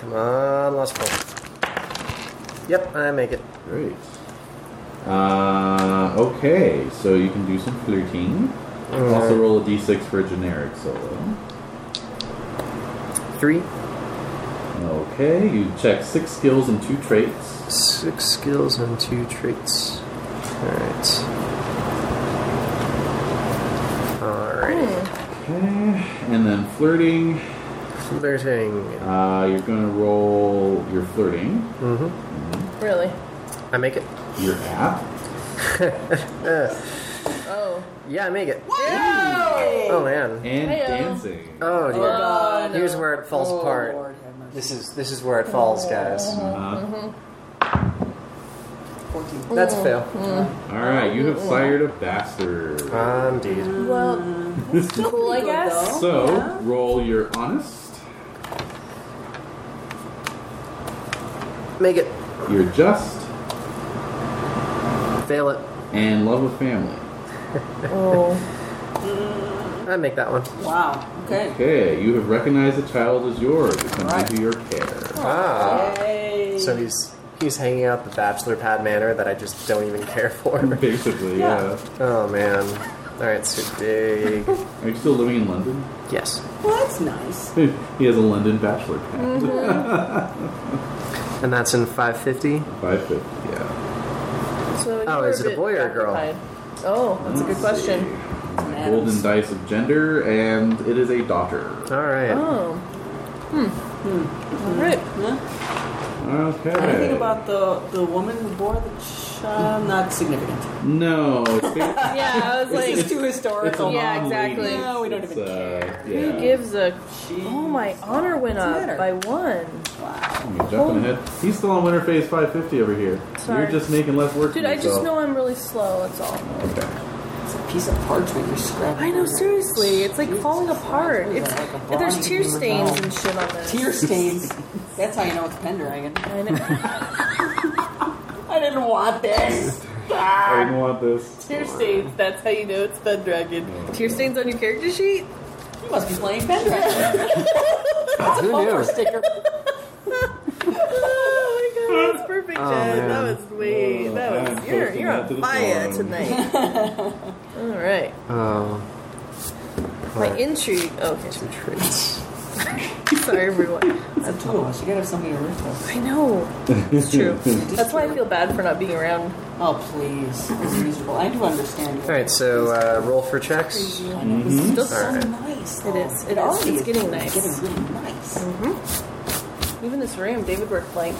Speaker 4: Come on, lustful. Yep, I make it.
Speaker 1: Great. Uh, okay, so you can do some flirting. Also roll a d6 for a generic solo.
Speaker 4: Three,
Speaker 1: Okay, you check six skills and two traits.
Speaker 4: six skills and two traits. All right. All right.
Speaker 1: Okay, and then flirting.
Speaker 3: Oh.
Speaker 4: Flirting.
Speaker 1: Uh, you're gonna roll your flirting,
Speaker 4: Mm-hmm.
Speaker 2: Really?
Speaker 4: I make it.
Speaker 1: your app.
Speaker 2: Oh.
Speaker 4: Yeah, I make it.
Speaker 3: Hey.
Speaker 4: Oh man.
Speaker 1: And
Speaker 2: Heyo.
Speaker 1: dancing.
Speaker 4: Oh
Speaker 3: Oh,
Speaker 4: dear.
Speaker 2: Uh,
Speaker 3: God.
Speaker 4: Here's where it falls
Speaker 3: Oh,
Speaker 4: apart.
Speaker 3: Lord have mercy.
Speaker 4: This is this is where it falls, guys.
Speaker 1: Uh-huh.
Speaker 3: Fourteen.
Speaker 4: That's a
Speaker 3: Oh.
Speaker 4: fail.
Speaker 2: Mm.
Speaker 1: Alright, you have sired a bastard.
Speaker 4: Ah, indeed.
Speaker 2: Well, cool, I
Speaker 3: Good,
Speaker 2: guess.
Speaker 1: So,
Speaker 3: Oh, yeah.
Speaker 1: roll your honest,
Speaker 4: Make it.
Speaker 1: your just,
Speaker 4: Fail it.
Speaker 1: and love of family.
Speaker 2: Oh.
Speaker 4: I make that one.
Speaker 3: Wow. Okay.
Speaker 1: Okay, you have recognized the child as yours. It comes
Speaker 3: Right.
Speaker 1: into your care.
Speaker 4: Ah.
Speaker 3: Oh, Yay.
Speaker 4: So he's he's hanging out the bachelor pad manor that I just don't even care for.
Speaker 1: Basically, yeah.
Speaker 3: Yeah.
Speaker 4: oh man. All right, so big.
Speaker 1: Are you still living in London?
Speaker 4: Yes.
Speaker 3: Well, that's nice.
Speaker 1: he has a London bachelor pad.
Speaker 3: Mm-hmm.
Speaker 4: And that's in 550.
Speaker 1: 550, yeah.
Speaker 2: So you
Speaker 4: Oh,
Speaker 2: were
Speaker 4: is it a
Speaker 2: bit
Speaker 4: boy or a girl?
Speaker 2: preoccupied. Oh, that's a
Speaker 1: Let's
Speaker 2: good question.
Speaker 1: see.
Speaker 3: An
Speaker 1: golden dice of gender, and it is a daughter.
Speaker 4: All right.
Speaker 2: Oh. Hmm. All right.
Speaker 3: Yeah.
Speaker 1: Okay.
Speaker 3: Anything about the the woman who bore the child? Not significant.
Speaker 1: no. It's, ba-
Speaker 2: Yeah, I was
Speaker 3: This
Speaker 2: like,
Speaker 3: is too
Speaker 1: it's a
Speaker 3: historical.
Speaker 2: Yeah,
Speaker 1: long
Speaker 2: exactly.
Speaker 1: lady.
Speaker 3: No, we don't even
Speaker 1: It's, uh,
Speaker 2: who
Speaker 1: yeah.
Speaker 2: gives a? Oh, my honor went
Speaker 3: the
Speaker 2: up
Speaker 3: matter?
Speaker 2: by one.
Speaker 1: I mean, jumping ahead. He's still on winter phase 550 over here.
Speaker 2: Sorry.
Speaker 1: You're just making less work.
Speaker 2: Dude,
Speaker 1: for
Speaker 2: I just
Speaker 1: yourself.
Speaker 2: know I'm really slow. That's all.
Speaker 1: Okay.
Speaker 3: It's a piece of parchment you're scrapping.
Speaker 2: I know, seriously, it's like falling apart. It's
Speaker 3: Like a
Speaker 2: there's
Speaker 3: body
Speaker 2: tear
Speaker 3: being
Speaker 2: stains
Speaker 3: resolved.
Speaker 2: and shit on this.
Speaker 3: Tear stains. That's how you know it's Pendragon.
Speaker 2: I know.
Speaker 3: I didn't want this. Ah,
Speaker 1: I didn't Oh, want this.
Speaker 2: tear stains. That's how you know it's Pendragon. Tear stains on your character sheet.
Speaker 3: You must be playing Pendragon.
Speaker 4: Who
Speaker 3: Bumper
Speaker 4: knew?
Speaker 3: sticker.
Speaker 2: Oh my god, that's perfect,
Speaker 4: Oh,
Speaker 2: Jen.
Speaker 4: man.
Speaker 2: that was way.
Speaker 1: Oh,
Speaker 2: That
Speaker 1: I'm
Speaker 2: was you're
Speaker 1: posting
Speaker 2: you're
Speaker 1: that
Speaker 2: on
Speaker 1: to the
Speaker 2: fire
Speaker 1: forum.
Speaker 2: tonight. All right,
Speaker 4: Oh.
Speaker 2: my intrigue. Oh, okay,
Speaker 4: Treats.
Speaker 2: sorry everyone.
Speaker 3: That's two of us. You gotta have something to root for.
Speaker 2: I know it's true. That's why I feel bad for not being around.
Speaker 3: Oh please, it's miserable. I do understand.
Speaker 4: All right, so uh, roll for checks.
Speaker 3: I know, this is
Speaker 2: Still
Speaker 3: so
Speaker 4: Alright.
Speaker 3: nice.
Speaker 2: It
Speaker 3: though.
Speaker 2: is, it is.
Speaker 3: already
Speaker 2: It's getting
Speaker 3: really-
Speaker 2: nice.
Speaker 3: Getting really nice.
Speaker 2: Even this room, David worked like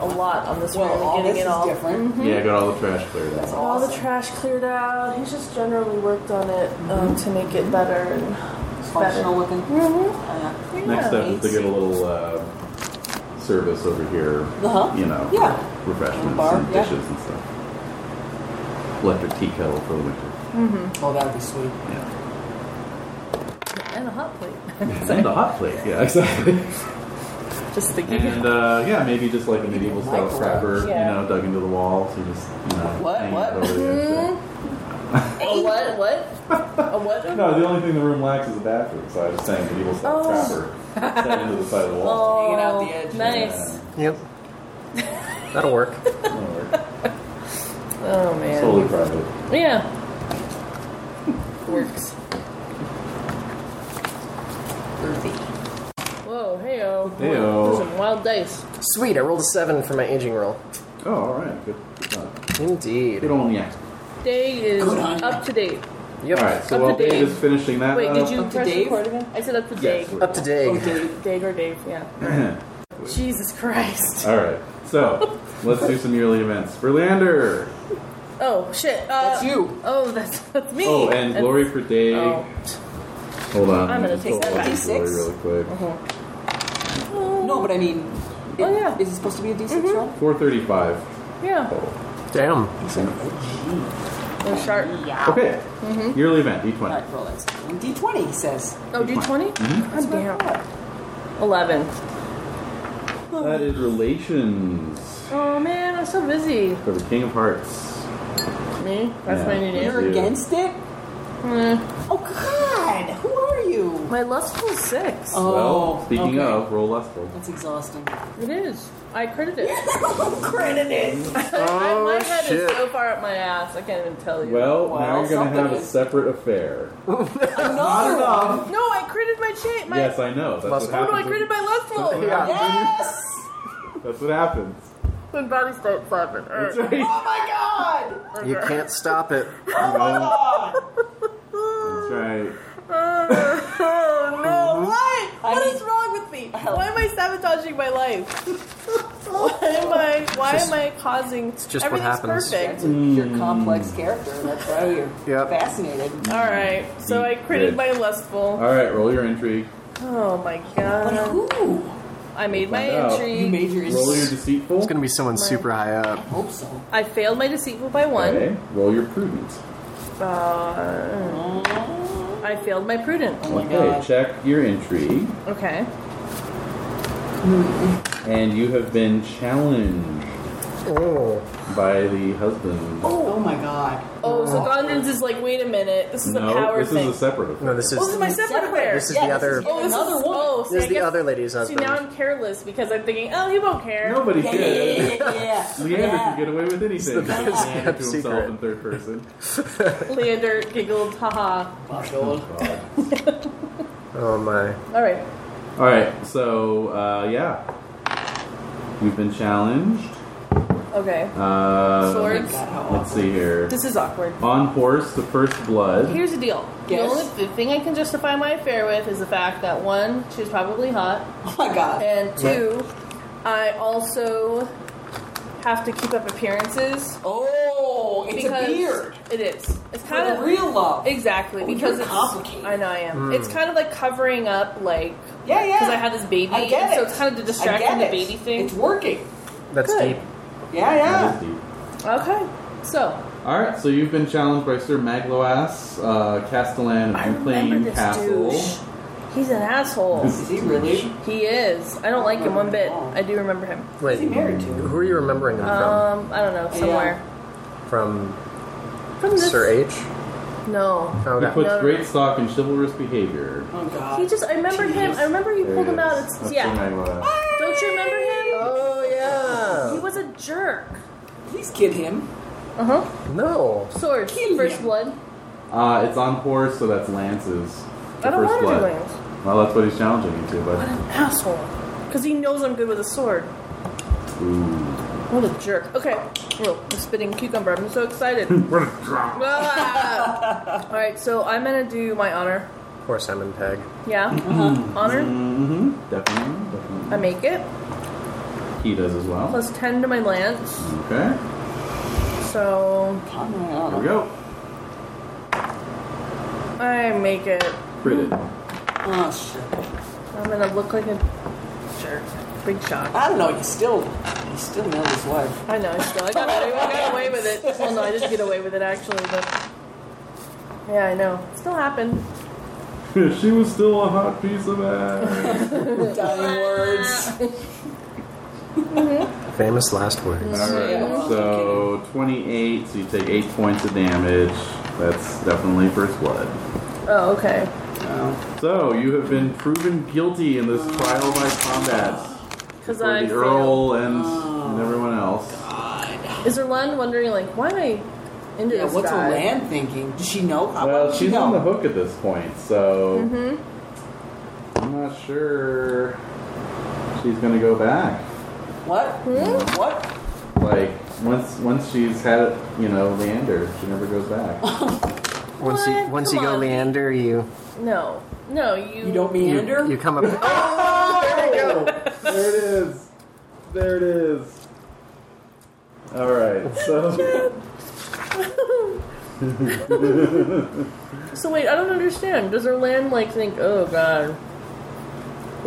Speaker 2: a lot on this
Speaker 3: Well,
Speaker 2: room,
Speaker 3: all
Speaker 2: and getting
Speaker 3: this
Speaker 2: it
Speaker 3: is
Speaker 2: all.
Speaker 3: different.
Speaker 1: Yeah, I got all the trash cleared out.
Speaker 2: All the trash cleared out. He's just generally worked on it um, to make it better. And
Speaker 3: Functional looking.
Speaker 2: Mhm.
Speaker 3: Uh,
Speaker 2: Yeah.
Speaker 1: Next step is to get a little uh, service over here.
Speaker 3: Uh-huh.
Speaker 1: You know,
Speaker 3: Yeah.
Speaker 1: refreshments
Speaker 3: Bar,
Speaker 1: and
Speaker 3: yeah.
Speaker 1: dishes and stuff. Electric tea kettle for the winter.
Speaker 3: Oh, that would be sweet.
Speaker 1: Yeah.
Speaker 2: and a hot plate.
Speaker 1: And a hot plate. Yeah, exactly.
Speaker 2: Just thinking.
Speaker 1: And uh, yeah, maybe just like a medieval style
Speaker 3: Microwave.
Speaker 1: scrapper,
Speaker 2: Yeah.
Speaker 1: you know, dug into the wall, so just you know,
Speaker 3: What?
Speaker 1: hanging
Speaker 3: What?
Speaker 1: it Over the edge. uh,
Speaker 2: a what? What? A what?
Speaker 1: No, the only thing the room lacks is a bathroom, so I was saying medieval style
Speaker 2: Oh.
Speaker 1: scrapper set into the side of the wall.
Speaker 3: Hanging out the edge.
Speaker 2: Nice.
Speaker 4: Yep. That'll work.
Speaker 1: Yeah,
Speaker 2: Oh man.
Speaker 1: totally private.
Speaker 2: Yeah. Works.
Speaker 3: Earthy.
Speaker 2: Whoa, heyo.
Speaker 1: Heyo.
Speaker 2: Those are wild dice.
Speaker 4: Sweet, I rolled a seven for my aging roll.
Speaker 1: Oh, all right, good. Uh,
Speaker 4: Indeed.
Speaker 1: good on the act.
Speaker 2: Day is
Speaker 3: Good on ya.
Speaker 2: up to date.
Speaker 4: Yep.
Speaker 1: All right, so
Speaker 2: Up
Speaker 1: while
Speaker 2: to date.
Speaker 1: Dave is finishing that
Speaker 2: Wait,
Speaker 1: up,
Speaker 2: did you
Speaker 3: Up to
Speaker 2: press
Speaker 3: Dave?
Speaker 2: record again? I said up to
Speaker 1: Yes,
Speaker 2: Dave.
Speaker 1: we're-
Speaker 4: Up to Dave.
Speaker 2: Dave or Dave, yeah. Jesus Christ.
Speaker 1: All right, so let's do some yearly events. Verlander.
Speaker 2: Oh shit. Uh,
Speaker 3: That's you.
Speaker 2: Oh, that's that's me.
Speaker 1: Oh, and
Speaker 2: That's-
Speaker 1: glory for Dave.
Speaker 2: Oh.
Speaker 1: Hold on.
Speaker 2: I'm gonna
Speaker 1: let me
Speaker 2: take
Speaker 1: pull
Speaker 2: that
Speaker 1: up
Speaker 2: back. Uh-huh.
Speaker 1: the glory
Speaker 3: Six.
Speaker 1: really quick.
Speaker 3: No, but I mean, it,
Speaker 2: Oh, yeah. Mm-hmm.
Speaker 3: is it supposed to be a D6 roll?
Speaker 1: 435
Speaker 2: Yeah,
Speaker 1: total.
Speaker 4: Damn.
Speaker 2: they're sharp.
Speaker 1: Okay.
Speaker 2: Mm-hmm.
Speaker 1: Yearly event, D20.
Speaker 3: Alright, roll that. And D20 he says.
Speaker 2: Oh, D20?
Speaker 1: Mm-hmm.
Speaker 3: That's what I
Speaker 2: damn.
Speaker 3: thought.
Speaker 2: 11.
Speaker 1: That is relations
Speaker 2: Oh man, I'm so busy.
Speaker 1: for the King of Hearts.
Speaker 2: Me? That's
Speaker 1: Yeah.
Speaker 2: my new name.
Speaker 3: You're
Speaker 1: Yeah.
Speaker 3: against it? Oh, God. Who are you?
Speaker 2: My lustful is six.
Speaker 3: Oh,
Speaker 1: well, speaking
Speaker 3: okay.
Speaker 1: of, roll lustful.
Speaker 3: That's exhausting.
Speaker 2: It is. I credit it.
Speaker 3: Credited.
Speaker 2: I- my head
Speaker 4: Oh, shit.
Speaker 2: is so far up my ass, I can't even tell you.
Speaker 1: Oh, Well,
Speaker 3: Well,
Speaker 1: now you're going to have a
Speaker 3: something.
Speaker 1: separate affair.
Speaker 3: Another one.
Speaker 2: no, I credit my cha- my.
Speaker 1: yes, I know. That's
Speaker 4: Lustful.
Speaker 1: what
Speaker 2: oh no, I
Speaker 1: happens.
Speaker 2: credit my lustful.
Speaker 4: Yeah.
Speaker 3: Yes!
Speaker 1: That's what happens.
Speaker 2: When body starts slapping.
Speaker 1: That's right.
Speaker 3: Oh, my God.
Speaker 4: You can't stop it.
Speaker 2: Ah.
Speaker 1: That's right.
Speaker 2: Oh no! What? What
Speaker 3: I-
Speaker 2: is wrong with me? Why am I sabotaging my life? Why am I? Why am I causing? It's
Speaker 4: just what
Speaker 2: everything's
Speaker 4: happens.
Speaker 2: perfect.
Speaker 3: That's a, you're
Speaker 1: Hmm.
Speaker 3: a complex character. That's why you're
Speaker 4: Yep.
Speaker 3: fascinated.
Speaker 2: All right. So I critted my lustful.
Speaker 1: All right, roll your intrigue.
Speaker 2: Oh my
Speaker 3: But
Speaker 2: god!
Speaker 3: who?
Speaker 2: I made my
Speaker 1: Find out.
Speaker 3: You
Speaker 2: entry.
Speaker 3: made your
Speaker 1: Roll your
Speaker 3: I
Speaker 1: deceitful.
Speaker 4: It's gonna be someone super high up.
Speaker 3: hope so.
Speaker 2: I failed my deceitful by one.
Speaker 1: Okay. Roll your prudent.
Speaker 2: Uh,
Speaker 3: Oh,
Speaker 2: I failed my prudent.
Speaker 3: my
Speaker 1: Okay,
Speaker 3: God.
Speaker 1: check your intrigue.
Speaker 2: Okay.
Speaker 1: And you have been challenged
Speaker 4: Oh.
Speaker 1: by the husband.
Speaker 3: Oh, my God.
Speaker 2: Oh, so Gondrans is like, wait a minute, this is a
Speaker 1: no,
Speaker 2: power
Speaker 1: this
Speaker 2: thing.
Speaker 1: is a separate affair.
Speaker 4: No, this
Speaker 2: oh, this is
Speaker 4: is
Speaker 2: my separate affair.
Speaker 4: this is
Speaker 3: Yeah,
Speaker 4: the other.
Speaker 3: yet
Speaker 2: oh, this
Speaker 3: another
Speaker 2: is,
Speaker 3: one.
Speaker 2: Oh, see,
Speaker 4: This
Speaker 2: I
Speaker 4: is the
Speaker 2: guess-
Speaker 4: other lady's
Speaker 2: See,
Speaker 4: husband.
Speaker 2: now I'm careless because I'm thinking, oh, he won't care.
Speaker 1: Nobody
Speaker 3: Yeah, yeah,
Speaker 1: did.
Speaker 3: yeah, yeah, yeah.
Speaker 1: Leander
Speaker 3: yeah.
Speaker 1: can get away with anything.
Speaker 4: the best
Speaker 1: Leander
Speaker 4: kept
Speaker 1: to himself
Speaker 4: secret.
Speaker 1: in third person.
Speaker 2: Leander giggled, haha.
Speaker 3: Buckled.
Speaker 4: Oh my.
Speaker 2: All right.
Speaker 1: All right, so uh, yeah, you've been challenged.
Speaker 2: Okay.
Speaker 1: Uh,
Speaker 2: Swords.
Speaker 1: Let's see here.
Speaker 2: This is awkward.
Speaker 1: On horse, the first blood.
Speaker 2: Here's the deal.
Speaker 3: Yes.
Speaker 2: The only the thing I can justify my affair with is the fact that one, she was probably hot,
Speaker 3: Oh my god.
Speaker 2: and two, I also have to keep up appearances
Speaker 3: Oh, it's
Speaker 2: because
Speaker 3: a beard.
Speaker 2: it is. It's
Speaker 3: For
Speaker 2: kind
Speaker 3: the
Speaker 2: of
Speaker 3: real love.
Speaker 2: exactly
Speaker 3: Oh,
Speaker 2: because
Speaker 3: you're
Speaker 2: it's
Speaker 3: complicated.
Speaker 2: I know I am. It's kind of like covering up like
Speaker 3: yeah, yeah.
Speaker 2: because I had this baby,
Speaker 3: I get
Speaker 2: and so
Speaker 3: it.
Speaker 2: it's kind of to
Speaker 3: I
Speaker 2: distract
Speaker 3: get
Speaker 2: from the
Speaker 3: it.
Speaker 2: baby thing.
Speaker 3: It's working.
Speaker 4: That's
Speaker 2: Good.
Speaker 4: deep.
Speaker 3: Yeah,
Speaker 1: That
Speaker 3: yeah.
Speaker 1: is deep.
Speaker 2: okay, so
Speaker 1: All right, so you've been challenged by Sir Magloas, uh, Castellan
Speaker 2: I
Speaker 1: of
Speaker 2: remember
Speaker 1: Duplain
Speaker 2: this
Speaker 1: Castle.
Speaker 2: douche. He's an asshole.
Speaker 3: Is he really?
Speaker 2: he is. I don't like him one bit. I do remember him.
Speaker 4: Wait,
Speaker 3: Is he married to?
Speaker 4: who are you remembering him
Speaker 2: Um, I don't know, somewhere.
Speaker 4: from?
Speaker 2: From
Speaker 4: From
Speaker 2: this,
Speaker 4: Sir H.
Speaker 2: No.
Speaker 4: Oh,
Speaker 1: He
Speaker 4: okay.
Speaker 1: puts
Speaker 2: No, no,
Speaker 1: great stock in chivalrous behavior.
Speaker 3: Oh god.
Speaker 2: He just, I remember him. I remember you pulled him out. It's, yeah. Don't you remember him? He
Speaker 4: Oh
Speaker 2: was a jerk.
Speaker 3: Please kid him.
Speaker 2: Uh huh.
Speaker 4: yeah. No.
Speaker 2: Swords.
Speaker 3: Kill
Speaker 2: First
Speaker 3: him.
Speaker 2: blood.
Speaker 1: Uh, it's on horse, so that's lances. The
Speaker 2: I don't
Speaker 1: first
Speaker 2: want to do
Speaker 1: blood.
Speaker 2: wings.
Speaker 1: Well, that's what he's challenging you to,
Speaker 2: What
Speaker 1: but
Speaker 2: an asshole. Because he knows I'm good with a sword.
Speaker 1: ooh,
Speaker 2: What a jerk. Okay. Whoa, I'm spitting cucumber. I'm so excited. Ah. All right, so I'm going to do my honor.
Speaker 4: Poor Simon Pegg.
Speaker 2: Yeah. Honor.
Speaker 1: hmm definitely, definitely.
Speaker 2: I make it.
Speaker 1: He does as well.
Speaker 2: Plus 10 to my lance.
Speaker 1: Okay,
Speaker 2: So
Speaker 1: here we go.
Speaker 2: I make it.
Speaker 1: Critted.
Speaker 3: Oh shit.
Speaker 2: I'm gonna look like a jerk. Big shock.
Speaker 3: I don't know. You still, you still nailed his wife.
Speaker 2: I know. Still, I got away, I got away with it. Well, no, I didn't get away with it actually, but yeah, I know. It still happened.
Speaker 1: she was still a hot piece of ass.
Speaker 3: Dying words.
Speaker 4: Famous last words.
Speaker 1: All right, so 28, so you take 8 points of damage. That's definitely first blood.
Speaker 2: Oh, okay.
Speaker 1: So, you have been proven guilty in this trial by combat.
Speaker 2: Because
Speaker 1: for
Speaker 2: I
Speaker 1: the
Speaker 2: failed. Oh.
Speaker 1: Earl and, and everyone else.
Speaker 2: is Erlund wondering like why am I into
Speaker 3: Yeah,
Speaker 2: this
Speaker 3: what's
Speaker 2: guy?
Speaker 3: Olan thinking? Does she know? How
Speaker 1: Well,
Speaker 3: about
Speaker 1: she's
Speaker 3: know?
Speaker 1: on the hook at this point, so
Speaker 2: Mm-hmm.
Speaker 1: I'm not sure she's gonna go back.
Speaker 3: What? What?
Speaker 1: Like once once she's had you know Leander, she never goes back.
Speaker 4: Once you
Speaker 2: What?
Speaker 4: once
Speaker 2: Come
Speaker 4: you go
Speaker 2: on.
Speaker 4: Leander, you
Speaker 2: No, no, you.
Speaker 3: You don't meander?
Speaker 4: you, you come up.
Speaker 2: Oh,
Speaker 1: there we go. There it is. There it is. All right. So
Speaker 2: So wait, I don't understand. Does Erland like think? Oh God,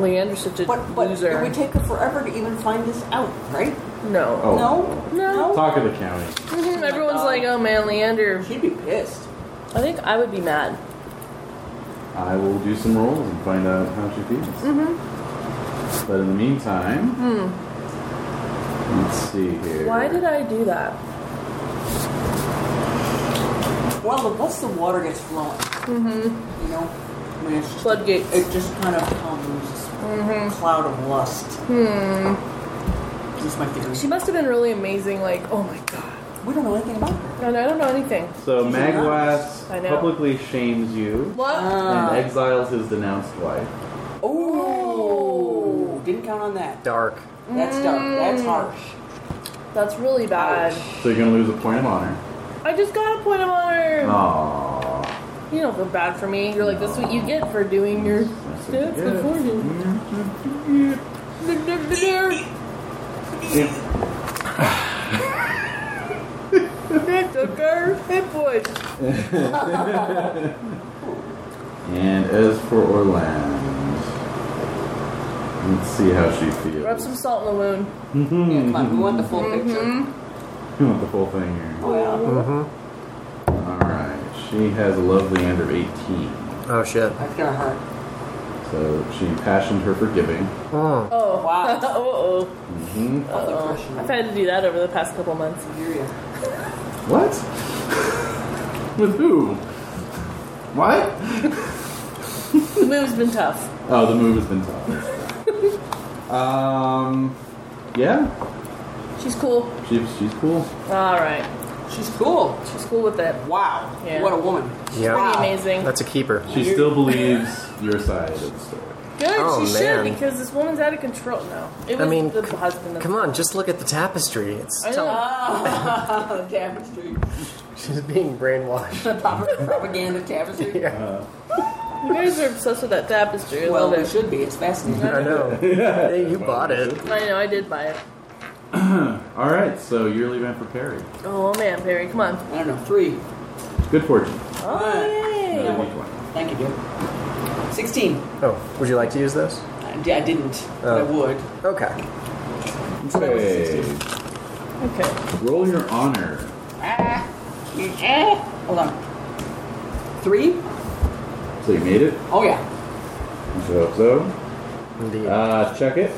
Speaker 2: Leander's such a
Speaker 3: but but
Speaker 2: loser.
Speaker 3: it would take her forever to even find this out, right?
Speaker 2: no.
Speaker 1: Oh.
Speaker 3: No?
Speaker 2: No.
Speaker 1: talk of the county.
Speaker 2: Mhm, Everyone's
Speaker 3: God.
Speaker 2: like, oh man, Leander.
Speaker 3: She'd be pissed.
Speaker 2: I think I would be mad.
Speaker 1: I will do some rolls and find out how she feels.
Speaker 2: Mm-hmm.
Speaker 1: But in the meantime, let's see here.
Speaker 2: Hmm. Why did I do that?
Speaker 3: Well, look, once the water gets flowing, mm-hmm. you know, when it's just,
Speaker 2: Floodgates.
Speaker 3: it just kind of comes a cloud of lust. Hmm. Just my theory.
Speaker 2: She must have been really amazing. Like, oh my god.
Speaker 3: we don't know anything about her.
Speaker 2: And I don't know anything.
Speaker 1: So
Speaker 3: She's
Speaker 1: Magwas
Speaker 2: I know.
Speaker 1: publicly shames you
Speaker 2: What?
Speaker 1: and
Speaker 3: Ah.
Speaker 1: exiles his denounced wife.
Speaker 3: oh, didn't count on that.
Speaker 4: Dark.
Speaker 3: That's dark. That's harsh.
Speaker 2: That's really bad.
Speaker 1: So you're gonna lose a point of honor.
Speaker 2: I just got a point of honor.
Speaker 1: Oh. Aww.
Speaker 2: You don't feel bad for me. You're like, that's what you get for doing your stats before you. That's a girl. Hit boy.
Speaker 1: And as for Orland, let's see how she feels.
Speaker 2: Rub some salt in the wound.
Speaker 3: Yeah, come on, we want the full picture.
Speaker 1: You want the full thing here.
Speaker 3: Oh,
Speaker 4: Mm-hmm.
Speaker 1: Alright, she has a lovely end of 18.
Speaker 4: Oh shit.
Speaker 3: yeah. That's gonna hurt.
Speaker 1: So she passioned her forgiving.
Speaker 4: Mm.
Speaker 2: Oh.
Speaker 3: Wow.
Speaker 2: oh,
Speaker 1: Mm-hmm.
Speaker 2: oh, oh. I've had to do that over the past couple months.
Speaker 3: Fury.
Speaker 1: What? With who? What?
Speaker 2: The move's been tough.
Speaker 1: Oh, the move has been tough. um, yeah,
Speaker 2: She's cool.
Speaker 1: she's she's cool.
Speaker 2: All right.
Speaker 3: She's cool.
Speaker 2: She's cool with it.
Speaker 3: Wow.
Speaker 2: Yeah.
Speaker 3: What a woman.
Speaker 2: Pretty
Speaker 4: Yeah.
Speaker 3: Wow.
Speaker 2: amazing.
Speaker 4: That's a keeper.
Speaker 1: She still believes your side of the story.
Speaker 2: Good,
Speaker 4: Oh,
Speaker 2: she should
Speaker 4: man.
Speaker 2: because this woman's out of control. No, it was
Speaker 4: I mean,
Speaker 2: the
Speaker 4: c-
Speaker 2: husband. Of
Speaker 4: come on, just look at the tapestry. It's
Speaker 2: I know.
Speaker 4: tell-
Speaker 3: Ah, tapestry.
Speaker 4: she's being brainwashed.
Speaker 3: Propaganda tapestry.
Speaker 4: yeah,
Speaker 2: You guys are obsessed with that tapestry. I
Speaker 3: Well,
Speaker 2: love
Speaker 3: we
Speaker 2: it.
Speaker 3: should be. It's fascinating.
Speaker 4: I know. Hey, you bought it.
Speaker 2: I know. I did buy it.
Speaker 1: All right, so yearly event for Perry.
Speaker 2: Oh man, Perry, come on.
Speaker 3: I don't know. Three.
Speaker 1: Good fortune. Another
Speaker 2: Oh
Speaker 1: one twenty.
Speaker 3: Thank you, dear. Sixteen.
Speaker 4: Oh, would you like to use this?
Speaker 3: I, di- I didn't, but I
Speaker 4: Oh.
Speaker 3: would.
Speaker 4: Okay.
Speaker 1: Okay.
Speaker 2: yay! Okay.
Speaker 1: Roll your honor.
Speaker 3: Ah. Eh. Hold on. Three?
Speaker 1: So you made it.
Speaker 3: Oh yeah.
Speaker 1: So hope so.
Speaker 4: Indeed.
Speaker 1: Uh, check it,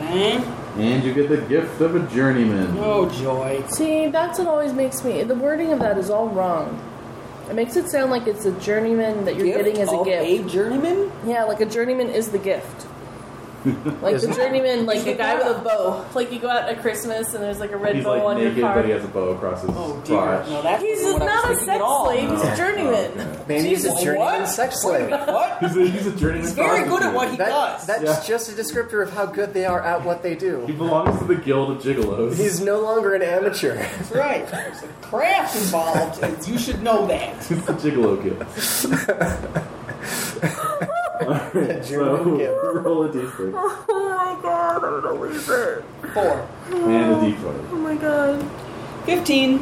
Speaker 3: Okay.
Speaker 1: and you get the gift of a journeyman.
Speaker 3: Oh joy.
Speaker 2: See, that's what always makes me. The wording of that is all wrong. It makes it sound like it's a journeyman that you're
Speaker 3: Gift
Speaker 2: getting as a
Speaker 3: of
Speaker 2: gift.
Speaker 3: A journeyman?
Speaker 2: Yeah, like a journeyman is the gift. Like
Speaker 4: Isn't
Speaker 2: the
Speaker 4: it?
Speaker 2: journeyman, like
Speaker 3: He's
Speaker 2: the
Speaker 3: the
Speaker 2: guy with a
Speaker 3: guy.
Speaker 2: bow. Like you go out at Christmas and there's like a red
Speaker 1: He's
Speaker 2: bow
Speaker 1: like
Speaker 2: on
Speaker 1: naked,
Speaker 2: your car.
Speaker 1: but he has a bow across his
Speaker 3: Oh dear.
Speaker 1: crotch.
Speaker 3: No, that's
Speaker 2: he's
Speaker 3: what I
Speaker 2: not a
Speaker 3: was thinking at
Speaker 2: sex
Speaker 3: all.
Speaker 2: slave. He's
Speaker 1: Oh,
Speaker 2: a journeyman.
Speaker 1: okay.
Speaker 4: Man, he's a
Speaker 2: Jesus.
Speaker 4: journeyman sex slave.
Speaker 3: What?
Speaker 1: He's a, he's a journeyman.
Speaker 3: He's very good at
Speaker 1: prostitute.
Speaker 3: what he
Speaker 4: That,
Speaker 3: does.
Speaker 4: that's
Speaker 1: Yeah.
Speaker 4: just a descriptor of how good they are at what they
Speaker 1: He
Speaker 4: do.
Speaker 1: belongs to the guild of gigolos.
Speaker 4: He's no longer an amateur.
Speaker 3: That's right. There's a craft involved, and you should know that.
Speaker 1: It's the gigolo guild. Alright,
Speaker 4: German
Speaker 1: so
Speaker 4: guild.
Speaker 1: roll a d6
Speaker 2: Oh my god, I'm gonna lose it.
Speaker 3: Four.
Speaker 1: and a
Speaker 2: Oh
Speaker 1: d20.
Speaker 2: my god.
Speaker 3: Fifteen.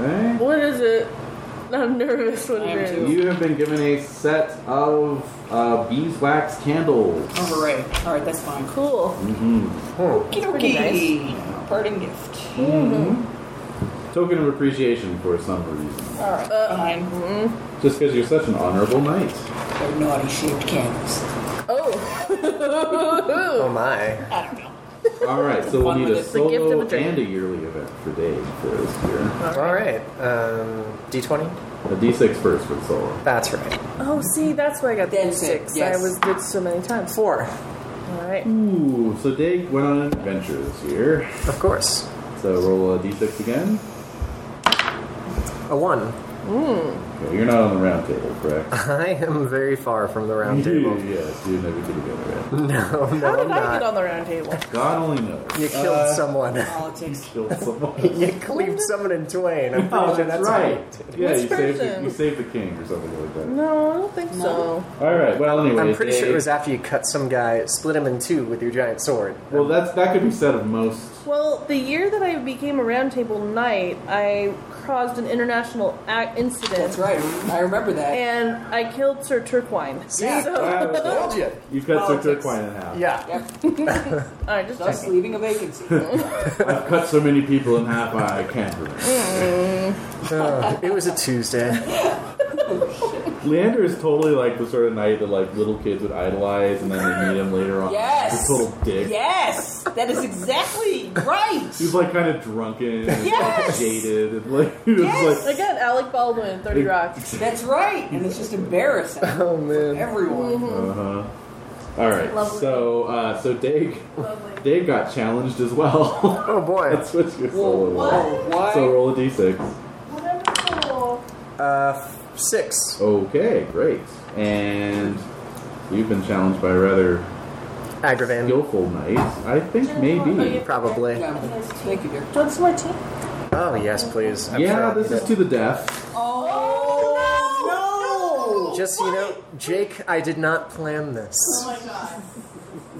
Speaker 1: Okay.
Speaker 2: What is it? I'm nervous what
Speaker 3: I
Speaker 2: it
Speaker 3: am
Speaker 2: is.
Speaker 3: too.
Speaker 1: You have been given a set of uh, beeswax candles.
Speaker 3: Hooray. All right, that's fine.
Speaker 2: Cool.
Speaker 1: Mm-hmm.
Speaker 4: Hmm.
Speaker 3: Okie
Speaker 2: Pretty
Speaker 3: dokie. Parting gift.
Speaker 1: Mm-hmm. Token of appreciation for some reason.
Speaker 3: All right.
Speaker 2: Uh,
Speaker 3: fine.
Speaker 1: Just because you're such an honorable knight.
Speaker 3: They're naughty shaped candles.
Speaker 4: Oh
Speaker 2: Oh.
Speaker 4: my.
Speaker 3: I don't know.
Speaker 1: Alright, so we'll
Speaker 3: Fun
Speaker 1: need
Speaker 3: with
Speaker 1: a
Speaker 3: it.
Speaker 2: The gift of
Speaker 1: solo
Speaker 2: a drink.
Speaker 1: and a yearly event for Dave for this year.
Speaker 4: All right. Um, D20?
Speaker 1: A d6 first for the solo.
Speaker 4: That's right.
Speaker 2: oh, see, that's why I got the
Speaker 3: That's it,
Speaker 2: six.
Speaker 3: yes.
Speaker 2: I was good so many times.
Speaker 4: Four.
Speaker 2: All right.
Speaker 1: Ooh, so Dave went on an adventure this year.
Speaker 4: Of course.
Speaker 1: So roll a d6 again.
Speaker 4: A one.
Speaker 1: Okay, you're not on the round table, correct?
Speaker 4: I am very far from the round table.
Speaker 1: yes, you never could have been around.
Speaker 4: No,
Speaker 2: How
Speaker 4: no,
Speaker 2: did
Speaker 4: I'm
Speaker 2: I get
Speaker 4: not.
Speaker 2: on the round table?
Speaker 1: God only knows.
Speaker 4: You killed
Speaker 1: Uh,
Speaker 4: someone.
Speaker 3: Politics.
Speaker 1: Killed someone.
Speaker 4: you cleaved someone in twain. I'm pretty
Speaker 1: Oh,
Speaker 4: sure
Speaker 1: that's,
Speaker 4: that's
Speaker 1: right. Yeah,
Speaker 2: Which
Speaker 1: you saved, the,
Speaker 2: person?
Speaker 1: you saved the king or something like that.
Speaker 2: No, I don't think so.
Speaker 1: All right. Well, anyway,
Speaker 4: I'm pretty sure
Speaker 1: they-
Speaker 4: it was after you cut some guy, split him in two with your giant sword.
Speaker 1: Well, that's that could be said of most.
Speaker 2: Well, the year that I became a roundtable knight, I caused an international ac incident.
Speaker 3: That's right. I remember that.
Speaker 2: And I killed Sir Turquine.
Speaker 4: See?
Speaker 2: So,
Speaker 1: Wow,
Speaker 4: Told you.
Speaker 1: you cut Sir
Speaker 3: Politics.
Speaker 1: Turquine in half.
Speaker 4: Yeah.
Speaker 3: Yep.
Speaker 2: all right, just
Speaker 3: Thus
Speaker 2: checking.
Speaker 3: leaving a vacancy.
Speaker 1: I've cut so many people in half. I can't remember.
Speaker 3: Mm.
Speaker 4: Oh, it was a Tuesday.
Speaker 1: Leander is totally like the sort of knight that like little kids would idolize, and then they meet him later on.
Speaker 3: Yes.
Speaker 1: He's a total dick.
Speaker 3: Yes. That is exactly right.
Speaker 1: He's like kind of drunken, and
Speaker 3: Yes.
Speaker 1: jaded, and like he was
Speaker 3: Yes.
Speaker 1: like
Speaker 2: Again, Alec Baldwin, 30 Rocks.
Speaker 3: That's right. And it's just embarrassing.
Speaker 4: Oh man.
Speaker 3: Everyone.
Speaker 1: Uh-huh. All right.
Speaker 2: Lovely.
Speaker 1: So uh, so Dave
Speaker 2: Lovely.
Speaker 1: Dave got challenged as well.
Speaker 4: Oh boy.
Speaker 1: That's what your
Speaker 3: Whoa,
Speaker 1: solo was.
Speaker 3: whoa, why?
Speaker 1: So roll a d6.
Speaker 4: Uh, f- six.
Speaker 1: Okay, great. And you've been challenged by a rather
Speaker 4: Aggravating.
Speaker 1: skillful knight. I think maybe.
Speaker 4: Probably.
Speaker 3: Yeah. Thank you, dear.
Speaker 2: What's more tea?
Speaker 4: Oh yes, please. I'm sure
Speaker 1: Yeah,
Speaker 4: I'll
Speaker 1: this
Speaker 4: need
Speaker 1: is
Speaker 4: it.
Speaker 1: to the death.
Speaker 3: Oh, no!
Speaker 4: Just so you know, Jake, I did not plan this.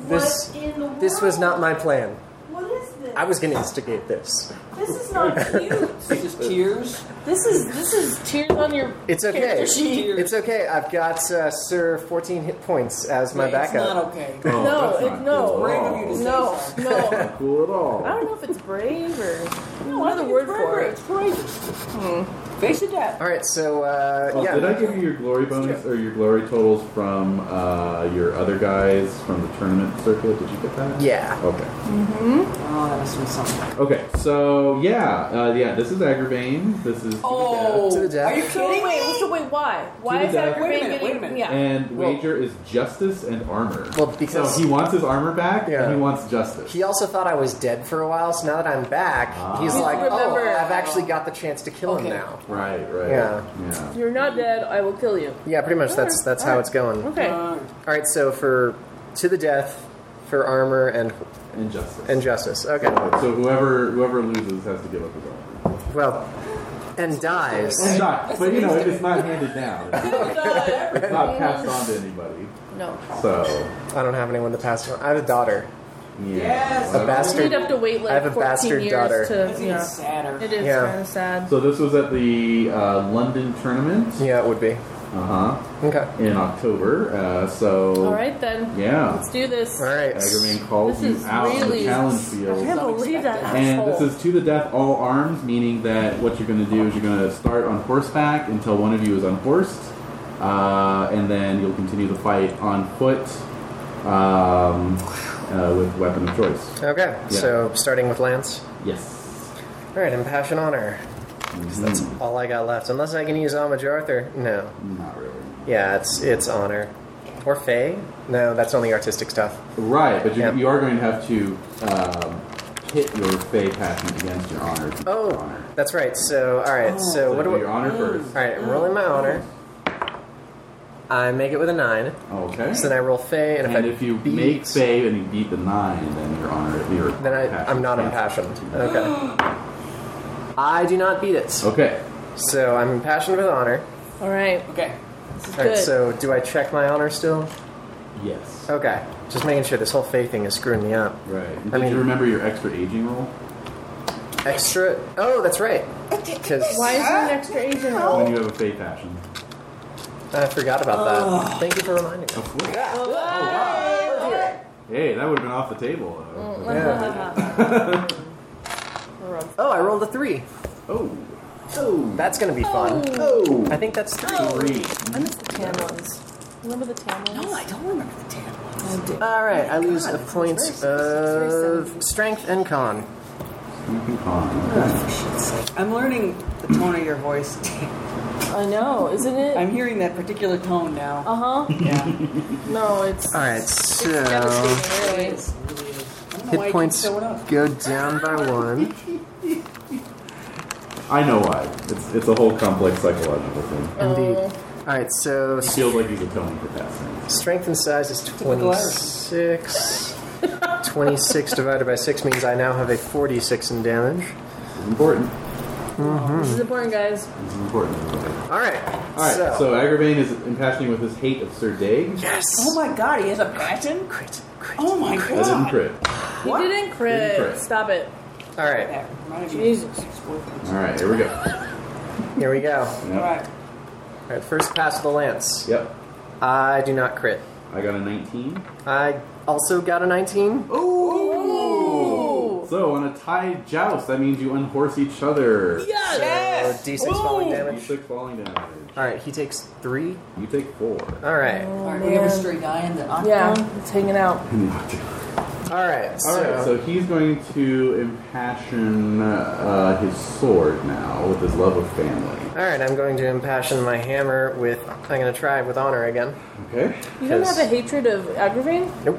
Speaker 4: This
Speaker 2: Oh, What in the
Speaker 4: this was
Speaker 2: world?
Speaker 4: not my plan.
Speaker 2: What is this?
Speaker 4: I was gonna instigate this.
Speaker 2: This is not cute.
Speaker 3: Just tears.
Speaker 2: this is this is tears on your.
Speaker 4: It's okay.
Speaker 2: character sheet.
Speaker 4: It's okay. I've got uh, Sir 14 hit points as my
Speaker 3: Yeah, It's not
Speaker 4: backup.
Speaker 3: okay.
Speaker 1: Oh,
Speaker 2: No,
Speaker 1: that's
Speaker 2: it-
Speaker 1: not
Speaker 2: no.
Speaker 1: cool
Speaker 3: Brave
Speaker 1: at
Speaker 3: of you to
Speaker 1: all.
Speaker 3: say
Speaker 2: No,
Speaker 3: so.
Speaker 2: no.
Speaker 1: Not cool at all.
Speaker 2: I don't know if it's brave or
Speaker 3: No,
Speaker 2: another word for it.
Speaker 3: It's courageous. Face the death.
Speaker 4: All right. So uh,
Speaker 1: Oh,
Speaker 4: yeah.
Speaker 1: Did I give you your glory bonus or your glory totals from uh, your other guys from the tournament circuit? Did you get that?
Speaker 4: Yeah.
Speaker 1: Okay.
Speaker 3: Oh, that must be something.
Speaker 1: Okay, so yeah, uh, yeah, this is Agravain. This is
Speaker 3: Oh,
Speaker 4: To the death.
Speaker 3: are you
Speaker 2: So
Speaker 3: kidding
Speaker 2: wait, so
Speaker 3: me?
Speaker 2: wait, why? Why
Speaker 1: the
Speaker 2: is
Speaker 1: death.
Speaker 2: Agravain
Speaker 3: Wait a minute,
Speaker 2: getting?
Speaker 3: wait a minute.
Speaker 2: Yeah.
Speaker 1: and
Speaker 4: Well-
Speaker 1: wager is justice and armor.
Speaker 4: Well, because-
Speaker 1: so he wants his armor back
Speaker 4: Yeah.
Speaker 1: and he wants justice.
Speaker 4: He also thought I was dead for a while, so now that I'm back, he's
Speaker 1: Ah.
Speaker 4: like, "Oh,
Speaker 2: Remember.
Speaker 4: I've actually got the chance to kill
Speaker 3: Okay.
Speaker 4: him now."
Speaker 1: right, right.
Speaker 4: Yeah.
Speaker 1: yeah.
Speaker 2: You're not dead. I will kill you.
Speaker 4: Yeah, pretty much. That's that's how it's going.
Speaker 2: Okay.
Speaker 3: Uh,
Speaker 4: All right, so for to the death for armor and
Speaker 1: Injustice.
Speaker 4: and justice. Okay.
Speaker 1: so whoever whoever loses has to give up his arm.
Speaker 4: Well, and dies.
Speaker 1: It's not, but you know, it's not handed down.
Speaker 2: No.
Speaker 1: It's not passed on to anybody.
Speaker 2: uh, no.
Speaker 1: So,
Speaker 4: I don't have anyone to pass on. I have a daughter.
Speaker 1: yeah.
Speaker 3: Yes.
Speaker 1: Well,
Speaker 4: A bastard.
Speaker 2: You'd have to wait like
Speaker 4: I have a
Speaker 2: 14
Speaker 4: bastard
Speaker 2: years
Speaker 4: daughter.
Speaker 2: to.
Speaker 3: That's even
Speaker 2: Yeah.
Speaker 3: sadder.
Speaker 2: It is
Speaker 4: Yeah.
Speaker 2: kind of sad.
Speaker 1: So this was at the uh, London tournament.
Speaker 4: Yeah, it would be.
Speaker 1: Uh huh.
Speaker 4: Okay.
Speaker 1: In October. Uh, so.
Speaker 2: All right then.
Speaker 1: Yeah.
Speaker 2: Let's do this.
Speaker 4: All right.
Speaker 1: Agarman calls
Speaker 2: This
Speaker 1: you
Speaker 2: is
Speaker 1: out on the
Speaker 2: really-
Speaker 1: challenge
Speaker 2: I
Speaker 1: field.
Speaker 2: can't believe that
Speaker 1: And
Speaker 2: asshole.
Speaker 1: this is to the death all arms, meaning that what you're going to do is you're going to start on horseback until one of you is unhorsed, uh, and then you'll continue the fight on foot um, uh, with weapon of choice.
Speaker 4: Okay. So starting with Lance.
Speaker 1: Yes.
Speaker 4: All right, impassioned honor. That's
Speaker 1: Mhm.
Speaker 4: all I got left, unless I can use Amage Arthur. No.
Speaker 1: Not really.
Speaker 4: Yeah, it's it's honor. Or Fae? No, that's only artistic stuff.
Speaker 1: Right, but you,
Speaker 4: Yeah.
Speaker 1: you are going to have to um, hit your fey pattern against your honor. to
Speaker 4: Oh,
Speaker 1: your honor.
Speaker 4: that's right. So, all right. so,
Speaker 1: So
Speaker 4: what do Hmm. we?
Speaker 1: your
Speaker 4: All
Speaker 1: honor first.
Speaker 4: right, I'm rolling my honor. I make it with a nine.
Speaker 1: Okay.
Speaker 4: So then I roll Fae, and if
Speaker 1: and
Speaker 4: I
Speaker 1: if you
Speaker 4: beat,
Speaker 1: make save and you beat the nine, then your honor, your
Speaker 4: then I, I'm not impassioned. Okay. I do not beat it.
Speaker 1: Okay.
Speaker 4: So I'm impassioned with honor.
Speaker 2: All right.
Speaker 3: Okay.
Speaker 4: All right.
Speaker 2: Good.
Speaker 4: So do I check my honor still?
Speaker 1: Yes.
Speaker 4: Okay. Just making sure this whole Fae thing is screwing me up.
Speaker 1: Right. Did
Speaker 4: I mean-
Speaker 1: you remember your extra aging roll?
Speaker 4: Extra. Oh, that's right. Because
Speaker 2: Why is there an extra agent roll?
Speaker 1: When you have a fey passion.
Speaker 4: I forgot about that.
Speaker 2: Oh.
Speaker 4: Thank you for reminding me.
Speaker 1: Of course.
Speaker 4: Oh,
Speaker 1: Hey, that would have been off the table. Though.
Speaker 4: oh, I rolled a three.
Speaker 1: Oh. Oh.
Speaker 4: That's gonna be fun.
Speaker 1: Oh.
Speaker 4: I think that's three.
Speaker 1: Three.
Speaker 2: I miss the tan ones. Remember the tan ones?
Speaker 3: No, I don't remember the tan ones.
Speaker 4: All right,
Speaker 2: Oh
Speaker 4: I lose a point of strength and con.
Speaker 1: You can con.
Speaker 3: I'm learning the tone of your voice.
Speaker 2: I know, isn't it?
Speaker 3: I'm hearing that particular tone now.
Speaker 2: uh huh.
Speaker 3: Yeah.
Speaker 2: No, it's.
Speaker 4: All right,
Speaker 2: It's
Speaker 4: so
Speaker 2: devastating, really.
Speaker 3: I don't know why
Speaker 4: hit
Speaker 3: you
Speaker 4: points
Speaker 3: keep showing up.
Speaker 4: go down by one.
Speaker 1: I know why. It's it's a whole complex psychological thing.
Speaker 4: Indeed. All right, so
Speaker 1: He feels like he's atoning for past sins.
Speaker 4: strength and size is
Speaker 3: Typical Irish.
Speaker 4: 26. 26 divided by 6 means I now have a 46 in damage.
Speaker 1: It's important.
Speaker 2: This is important, guys.
Speaker 1: It's important. All
Speaker 4: All right.
Speaker 1: right. So, Agravain is impassioning with his hate of Sir Dag.
Speaker 3: Oh my god, he has a passion?
Speaker 4: Crit, crit.
Speaker 3: Oh my
Speaker 1: That didn't
Speaker 3: god.
Speaker 1: crit.
Speaker 2: You
Speaker 3: What?
Speaker 2: didn't crit.
Speaker 1: Didn't crit.
Speaker 2: Stop it.
Speaker 4: All right,
Speaker 3: That reminded me of
Speaker 2: Jesus.
Speaker 3: his boyfriend.
Speaker 1: All right. Here we go.
Speaker 4: here we go.
Speaker 1: Yep.
Speaker 3: Alright.
Speaker 4: All right, first pass of the lance.
Speaker 1: Yep.
Speaker 4: I do not crit.
Speaker 1: I got a 19.
Speaker 4: I also got a 19.
Speaker 1: Ooh! So on a tied joust, that means you unhorse each other.
Speaker 2: Yes!
Speaker 4: So D6 falling
Speaker 1: You
Speaker 4: damage.
Speaker 1: took falling damage.
Speaker 4: All right, he takes three.
Speaker 1: You take four.
Speaker 4: All right.
Speaker 3: Alright, we have a stray guy in the
Speaker 2: Yeah,
Speaker 3: octagon.
Speaker 2: it's hanging out.
Speaker 4: All right. So,
Speaker 1: All right, so he's going to impassion uh, his sword now with his love of family.
Speaker 4: all right, I'm going to impassion my hammer with. I'm going to try with honor again.
Speaker 1: Okay.
Speaker 2: You don't
Speaker 4: Yes.
Speaker 2: have a hatred of Agravain?
Speaker 4: Nope.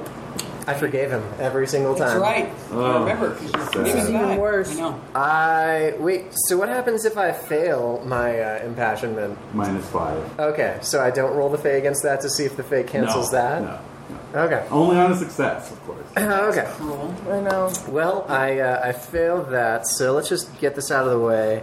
Speaker 4: I forgave him every single time.
Speaker 3: That's right. I
Speaker 1: Oh.
Speaker 3: remember because
Speaker 1: Sad.
Speaker 3: you're
Speaker 1: It's
Speaker 2: even
Speaker 3: back.
Speaker 2: worse.
Speaker 3: I know.
Speaker 4: I wait. So what happens if I fail my uh, impassionment?
Speaker 1: Minus five.
Speaker 4: Okay, so I don't roll the fey against that to see if the fey cancels
Speaker 1: no,
Speaker 4: that.
Speaker 1: No, no.
Speaker 4: Okay.
Speaker 1: Only on a success, of course.
Speaker 4: Okay.
Speaker 3: Cruel.
Speaker 2: I know.
Speaker 4: Well, I uh, I failed that, so let's just get this out of the way,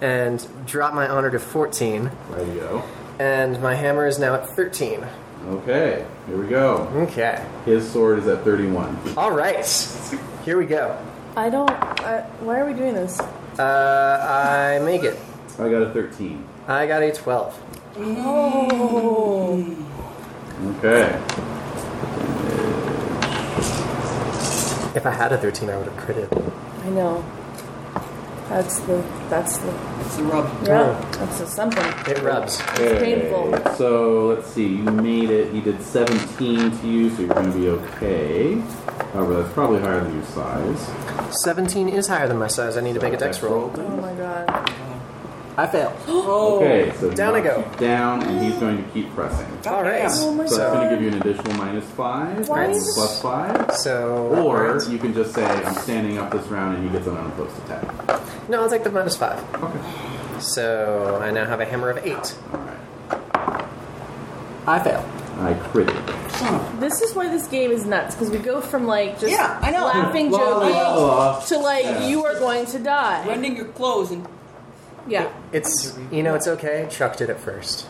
Speaker 4: and drop my honor to fourteen,
Speaker 1: There you go.
Speaker 4: and my hammer is now at thirteen.
Speaker 1: Okay, here we go.
Speaker 4: Okay.
Speaker 1: His sword is at 31.
Speaker 4: All right. Here we go.
Speaker 2: I don't. I, why are we doing this?
Speaker 4: Uh, I make it.
Speaker 1: I got a 13.
Speaker 4: I got a twelve.
Speaker 1: Okay.
Speaker 4: If I had a thirteen, I would have critted.
Speaker 2: I know. That's the. That's the.
Speaker 3: It's a rub.
Speaker 2: Yeah, that's the something.
Speaker 4: It rubs.
Speaker 1: Okay,
Speaker 2: painful.
Speaker 1: So let's see. You made it. You did 17 to you, so you're going to be okay. However, that's probably higher than your size.
Speaker 4: Seventeen is higher than my size. I need to make a dex roll.
Speaker 2: Oh my god.
Speaker 4: I failed.
Speaker 1: Okay. So
Speaker 4: Oh, Down I
Speaker 1: knocks
Speaker 4: go.
Speaker 1: you Down, and he's going to keep pressing.
Speaker 4: All right.
Speaker 2: Oh my
Speaker 1: so that's going
Speaker 2: god.
Speaker 1: to give you an additional minus five,
Speaker 2: Why
Speaker 1: and
Speaker 2: is-
Speaker 1: plus five.
Speaker 4: So
Speaker 1: Or you can just say, "I'm standing up this round," and he gets an unopposed attack.
Speaker 4: no, I'll take the minus five.
Speaker 1: Okay.
Speaker 4: So I now have a hammer of eight.
Speaker 1: All right.
Speaker 4: I fail.
Speaker 1: I critted.
Speaker 2: This is why this game is nuts because we go from like just
Speaker 3: Yeah, I know.
Speaker 2: laughing,
Speaker 1: La,
Speaker 2: joking
Speaker 1: la, la.
Speaker 2: to like
Speaker 1: Yeah.
Speaker 2: you are going to die.
Speaker 3: Rending your clothes and
Speaker 2: Yeah.
Speaker 4: It's you know it's okay. Chuck did it first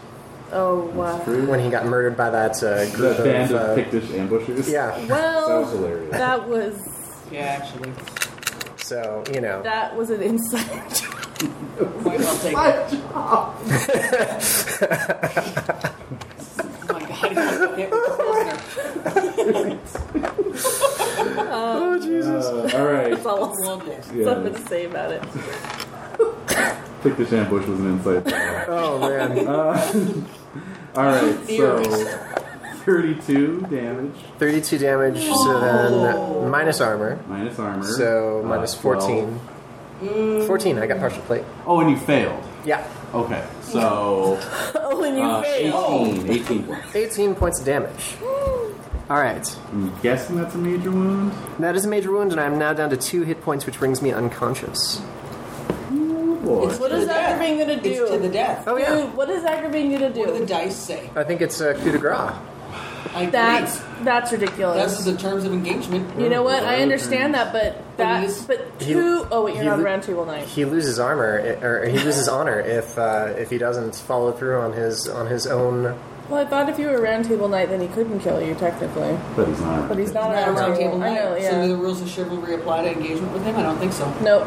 Speaker 2: Oh wow.
Speaker 1: True.
Speaker 4: when he got murdered by that uh,
Speaker 1: That
Speaker 4: group
Speaker 1: band
Speaker 4: of
Speaker 1: of
Speaker 4: uh,
Speaker 1: Pictish ambushers.
Speaker 4: yeah.
Speaker 1: That
Speaker 2: Well,
Speaker 1: was hilarious.
Speaker 2: that was
Speaker 3: yeah, actually,
Speaker 4: So you know
Speaker 2: that was an inside joke.
Speaker 3: might well take it.
Speaker 1: My job.
Speaker 3: Oh my god, he got hit with a prisoner.
Speaker 4: oh Jesus.
Speaker 1: Uh, all right.
Speaker 2: That's all
Speaker 3: Love this.
Speaker 1: Yeah.
Speaker 2: something to say about it.
Speaker 1: Pictish ambush was an insight.
Speaker 4: Oh man,
Speaker 1: All
Speaker 2: Oh,
Speaker 1: right. So thirty-two damage
Speaker 4: thirty-two damage. So then minus armor.
Speaker 1: minus armor.
Speaker 4: So
Speaker 1: uh,
Speaker 4: minus
Speaker 1: 12.
Speaker 4: 14. 14, I got partial plate.
Speaker 1: Oh, and you failed.
Speaker 4: Yeah.
Speaker 1: Okay. So
Speaker 2: Oh, and you
Speaker 1: uh,
Speaker 2: failed.
Speaker 1: 18, 18 points.
Speaker 4: 18 points of damage. Alright.
Speaker 1: I'm guessing that's a major wound.
Speaker 4: That is a major wound, and I'm now down to two hit points, which brings me unconscious.
Speaker 1: Oh boy.
Speaker 2: What is
Speaker 3: Yeah.
Speaker 2: Aggravating gonna do?
Speaker 3: It's to the death.
Speaker 4: Oh, yeah.
Speaker 2: Dude, what is Aggravating gonna
Speaker 3: What do the
Speaker 2: do?
Speaker 3: dice say?
Speaker 4: I think it's a coup de grace.
Speaker 3: I agree.
Speaker 2: That's that's ridiculous.
Speaker 3: That's the terms of engagement.
Speaker 2: you know what? I understand that, but that,
Speaker 3: he's-
Speaker 2: but
Speaker 4: he-
Speaker 2: two oh wait, you're
Speaker 4: he
Speaker 2: on
Speaker 4: lo-
Speaker 2: round two all night.
Speaker 4: He loses armor, i- or he loses honor if uh, if he doesn't follow through on his on his own.
Speaker 2: Well, I thought if you were round table night, then he couldn't kill you technically,
Speaker 1: But he's not.
Speaker 2: but he's not
Speaker 3: Not a
Speaker 2: on round
Speaker 3: round
Speaker 2: table.
Speaker 3: table
Speaker 2: I
Speaker 3: night.
Speaker 2: know,
Speaker 3: So do the
Speaker 2: yeah.
Speaker 3: rules of chivalry apply to engagement with him? I don't think so.
Speaker 2: Nope.